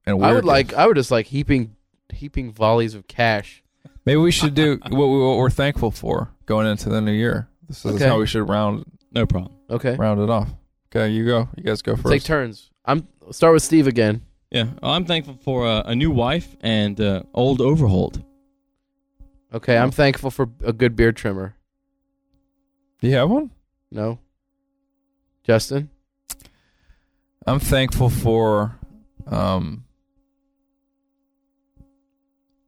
Speaker 4: And
Speaker 2: I
Speaker 4: weird
Speaker 2: would like.
Speaker 4: gifts.
Speaker 2: I would just like heaping heaping volleys of cash.
Speaker 4: Maybe we should do what, we, what we're thankful for going into the new year. This is
Speaker 2: Okay.
Speaker 4: how we should round
Speaker 3: No problem.
Speaker 2: Okay,
Speaker 4: round it off. Okay, you go. You guys go
Speaker 2: take
Speaker 4: first.
Speaker 2: turns. I'm start with Steve again.
Speaker 3: Yeah, I'm thankful for uh, a new wife and uh, old overhauled.
Speaker 2: Okay, I'm thankful for a good beard trimmer.
Speaker 4: do you have one?
Speaker 2: No. Justin.
Speaker 4: I'm thankful for um,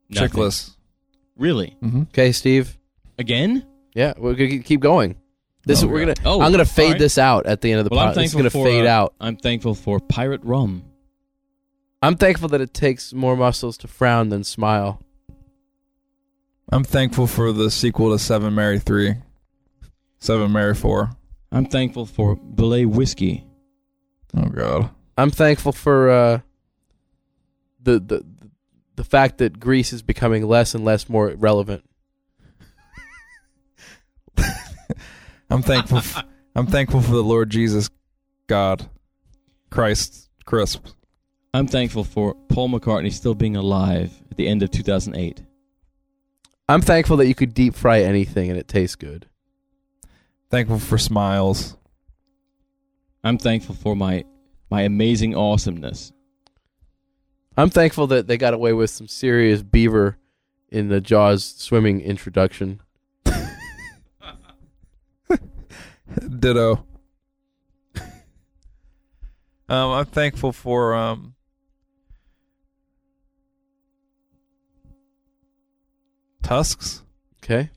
Speaker 3: Nothing.
Speaker 4: chickless.
Speaker 3: Really?
Speaker 4: Mm-hmm.
Speaker 2: Okay, Steve.
Speaker 3: Again?
Speaker 2: Yeah, we're gonna keep going. This
Speaker 4: Oh,
Speaker 2: we're
Speaker 4: God.
Speaker 2: gonna.
Speaker 3: Oh,
Speaker 2: I'm gonna
Speaker 3: all
Speaker 2: fade
Speaker 3: right.
Speaker 2: this out at the end of the
Speaker 3: Well, I'm
Speaker 2: pod. This is
Speaker 3: thankful
Speaker 2: gonna
Speaker 3: for,
Speaker 2: fade
Speaker 3: uh,
Speaker 2: out.
Speaker 3: I'm thankful for pirate rum.
Speaker 2: I'm thankful that it takes more muscles to frown than smile.
Speaker 4: I'm thankful for the sequel to Seven Mary Three, Seven Mary Four.
Speaker 3: I'm thankful for Belay whiskey.
Speaker 4: Oh God.
Speaker 2: I'm thankful for uh, the the the fact that Greece is becoming less and less more relevant.
Speaker 4: I'm thankful. F- I'm thankful for the Lord Jesus, God, Christ, crisp.
Speaker 3: I'm thankful for Paul McCartney still being alive at the end of 2008.
Speaker 2: I'm thankful that you could deep fry anything and it tastes good.
Speaker 4: Thankful for smiles.
Speaker 3: I'm thankful for my my amazing awesomeness.
Speaker 2: I'm thankful that they got away with some serious beaver in the Jaws swimming introduction.
Speaker 4: Ditto. um, I'm thankful for um. Tusks.
Speaker 2: Okay,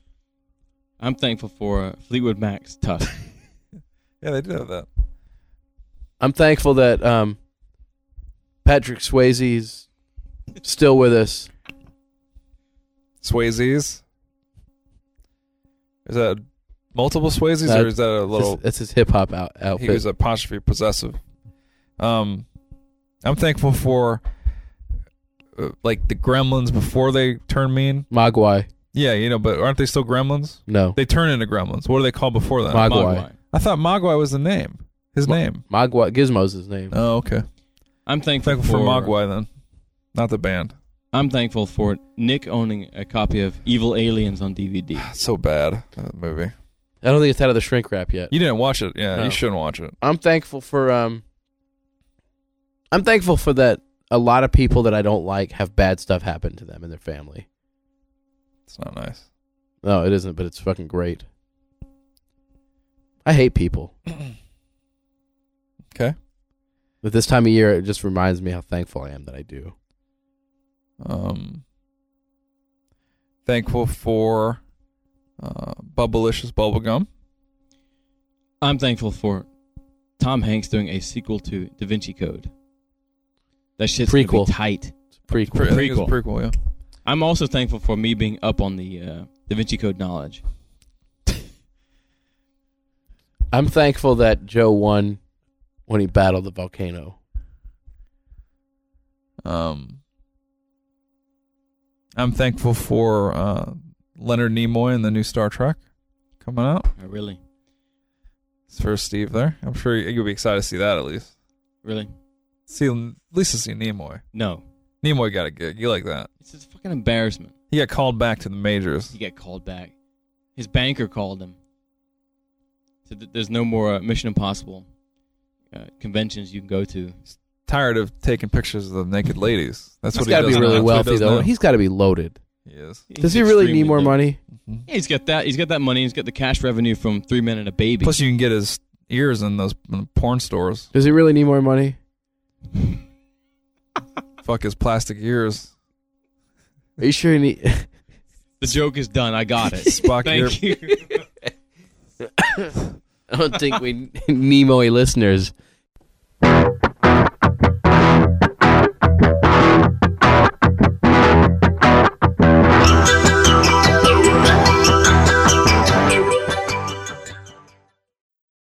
Speaker 3: I'm thankful for uh, Fleetwood Mac's Tusk.
Speaker 4: Yeah, they do have that.
Speaker 2: I'm thankful that um, Patrick Swayze's still with us.
Speaker 4: Swayze's. Is that multiple Swayze's
Speaker 2: That-
Speaker 4: or is that a
Speaker 2: That's his-
Speaker 4: little?
Speaker 2: that's his hip hop out-
Speaker 4: He
Speaker 2: outfit.
Speaker 4: was apostrophe possessive. Um, I'm thankful for uh, like the gremlins before they turn mean.
Speaker 2: Mogwai.
Speaker 4: Yeah, you know, but aren't they still gremlins?
Speaker 2: No,
Speaker 4: They turn into gremlins. What are they called before that?
Speaker 2: Mogwai.
Speaker 4: I thought Mogwai was the name. His name.
Speaker 2: Mogwai. Gizmo's his name.
Speaker 4: Oh, okay.
Speaker 3: I'm thankful,
Speaker 4: Thankful for Mogwai then, not the band.
Speaker 3: I'm thankful for Nick owning a copy of Evil Aliens on DVD.
Speaker 4: So bad that movie.
Speaker 2: I don't think it's out of the shrink wrap yet.
Speaker 4: You didn't watch it. Yeah,
Speaker 2: No.
Speaker 4: you shouldn't watch it.
Speaker 2: I'm thankful for um I'm thankful for that a lot of people that I don't like have bad stuff happen to them and their family.
Speaker 4: It's not nice.
Speaker 2: No, it isn't, but it's fucking great. I hate people.
Speaker 4: Okay.
Speaker 2: But this time of year, it just reminds me how thankful I am that I do.
Speaker 4: Um, thankful for uh, Bubblicious Bubblegum.
Speaker 3: I'm thankful for Tom Hanks doing a sequel to Da Vinci Code. That shit's gonna be
Speaker 2: Prequel.
Speaker 3: tight.
Speaker 2: It's pretty
Speaker 4: Pre- I think it's a
Speaker 3: Prequel.
Speaker 4: prequel, yeah.
Speaker 3: I'm also thankful for me being up on the uh, Da Vinci Code knowledge. Uh,
Speaker 2: I'm thankful that Joe won when he battled the volcano.
Speaker 4: Um, I'm thankful for uh, Leonard Nimoy and the new Star Trek coming out.
Speaker 3: I really,
Speaker 4: It's for Steve there. I'm sure you'll be excited to see that at least.
Speaker 3: really,
Speaker 4: See, at least to see Nimoy.
Speaker 3: no.
Speaker 4: Nimoy got a gig. You like that?
Speaker 3: It's just fucking embarrassment.
Speaker 4: He got called back to the majors.
Speaker 3: He got called back. His banker called him. Said that there's no more uh, Mission Impossible uh, conventions you can go to.
Speaker 4: Tired of taking pictures of the naked ladies. That's,
Speaker 2: He's
Speaker 4: what
Speaker 2: got to
Speaker 4: he does
Speaker 2: be really
Speaker 4: now. That's what
Speaker 2: wealthy
Speaker 4: he does
Speaker 2: though.
Speaker 4: now.
Speaker 2: He's got to be loaded.
Speaker 4: He is.
Speaker 2: Does
Speaker 3: He's
Speaker 2: he Mm-hmm. really
Speaker 3: extremely
Speaker 2: need more
Speaker 3: dope.
Speaker 2: money?
Speaker 3: Yeah, he's got that. He's got that money. He's got the cash revenue from Three Men and a Baby.
Speaker 4: Plus, you can get his ears in those porn stores.
Speaker 2: Does he really need more money?
Speaker 4: Fuck his plastic ears.
Speaker 2: Are you sure he need?
Speaker 3: the joke is done. I got it.
Speaker 4: Spock ear.
Speaker 3: Thank you.
Speaker 2: I don't think we Nemo listeners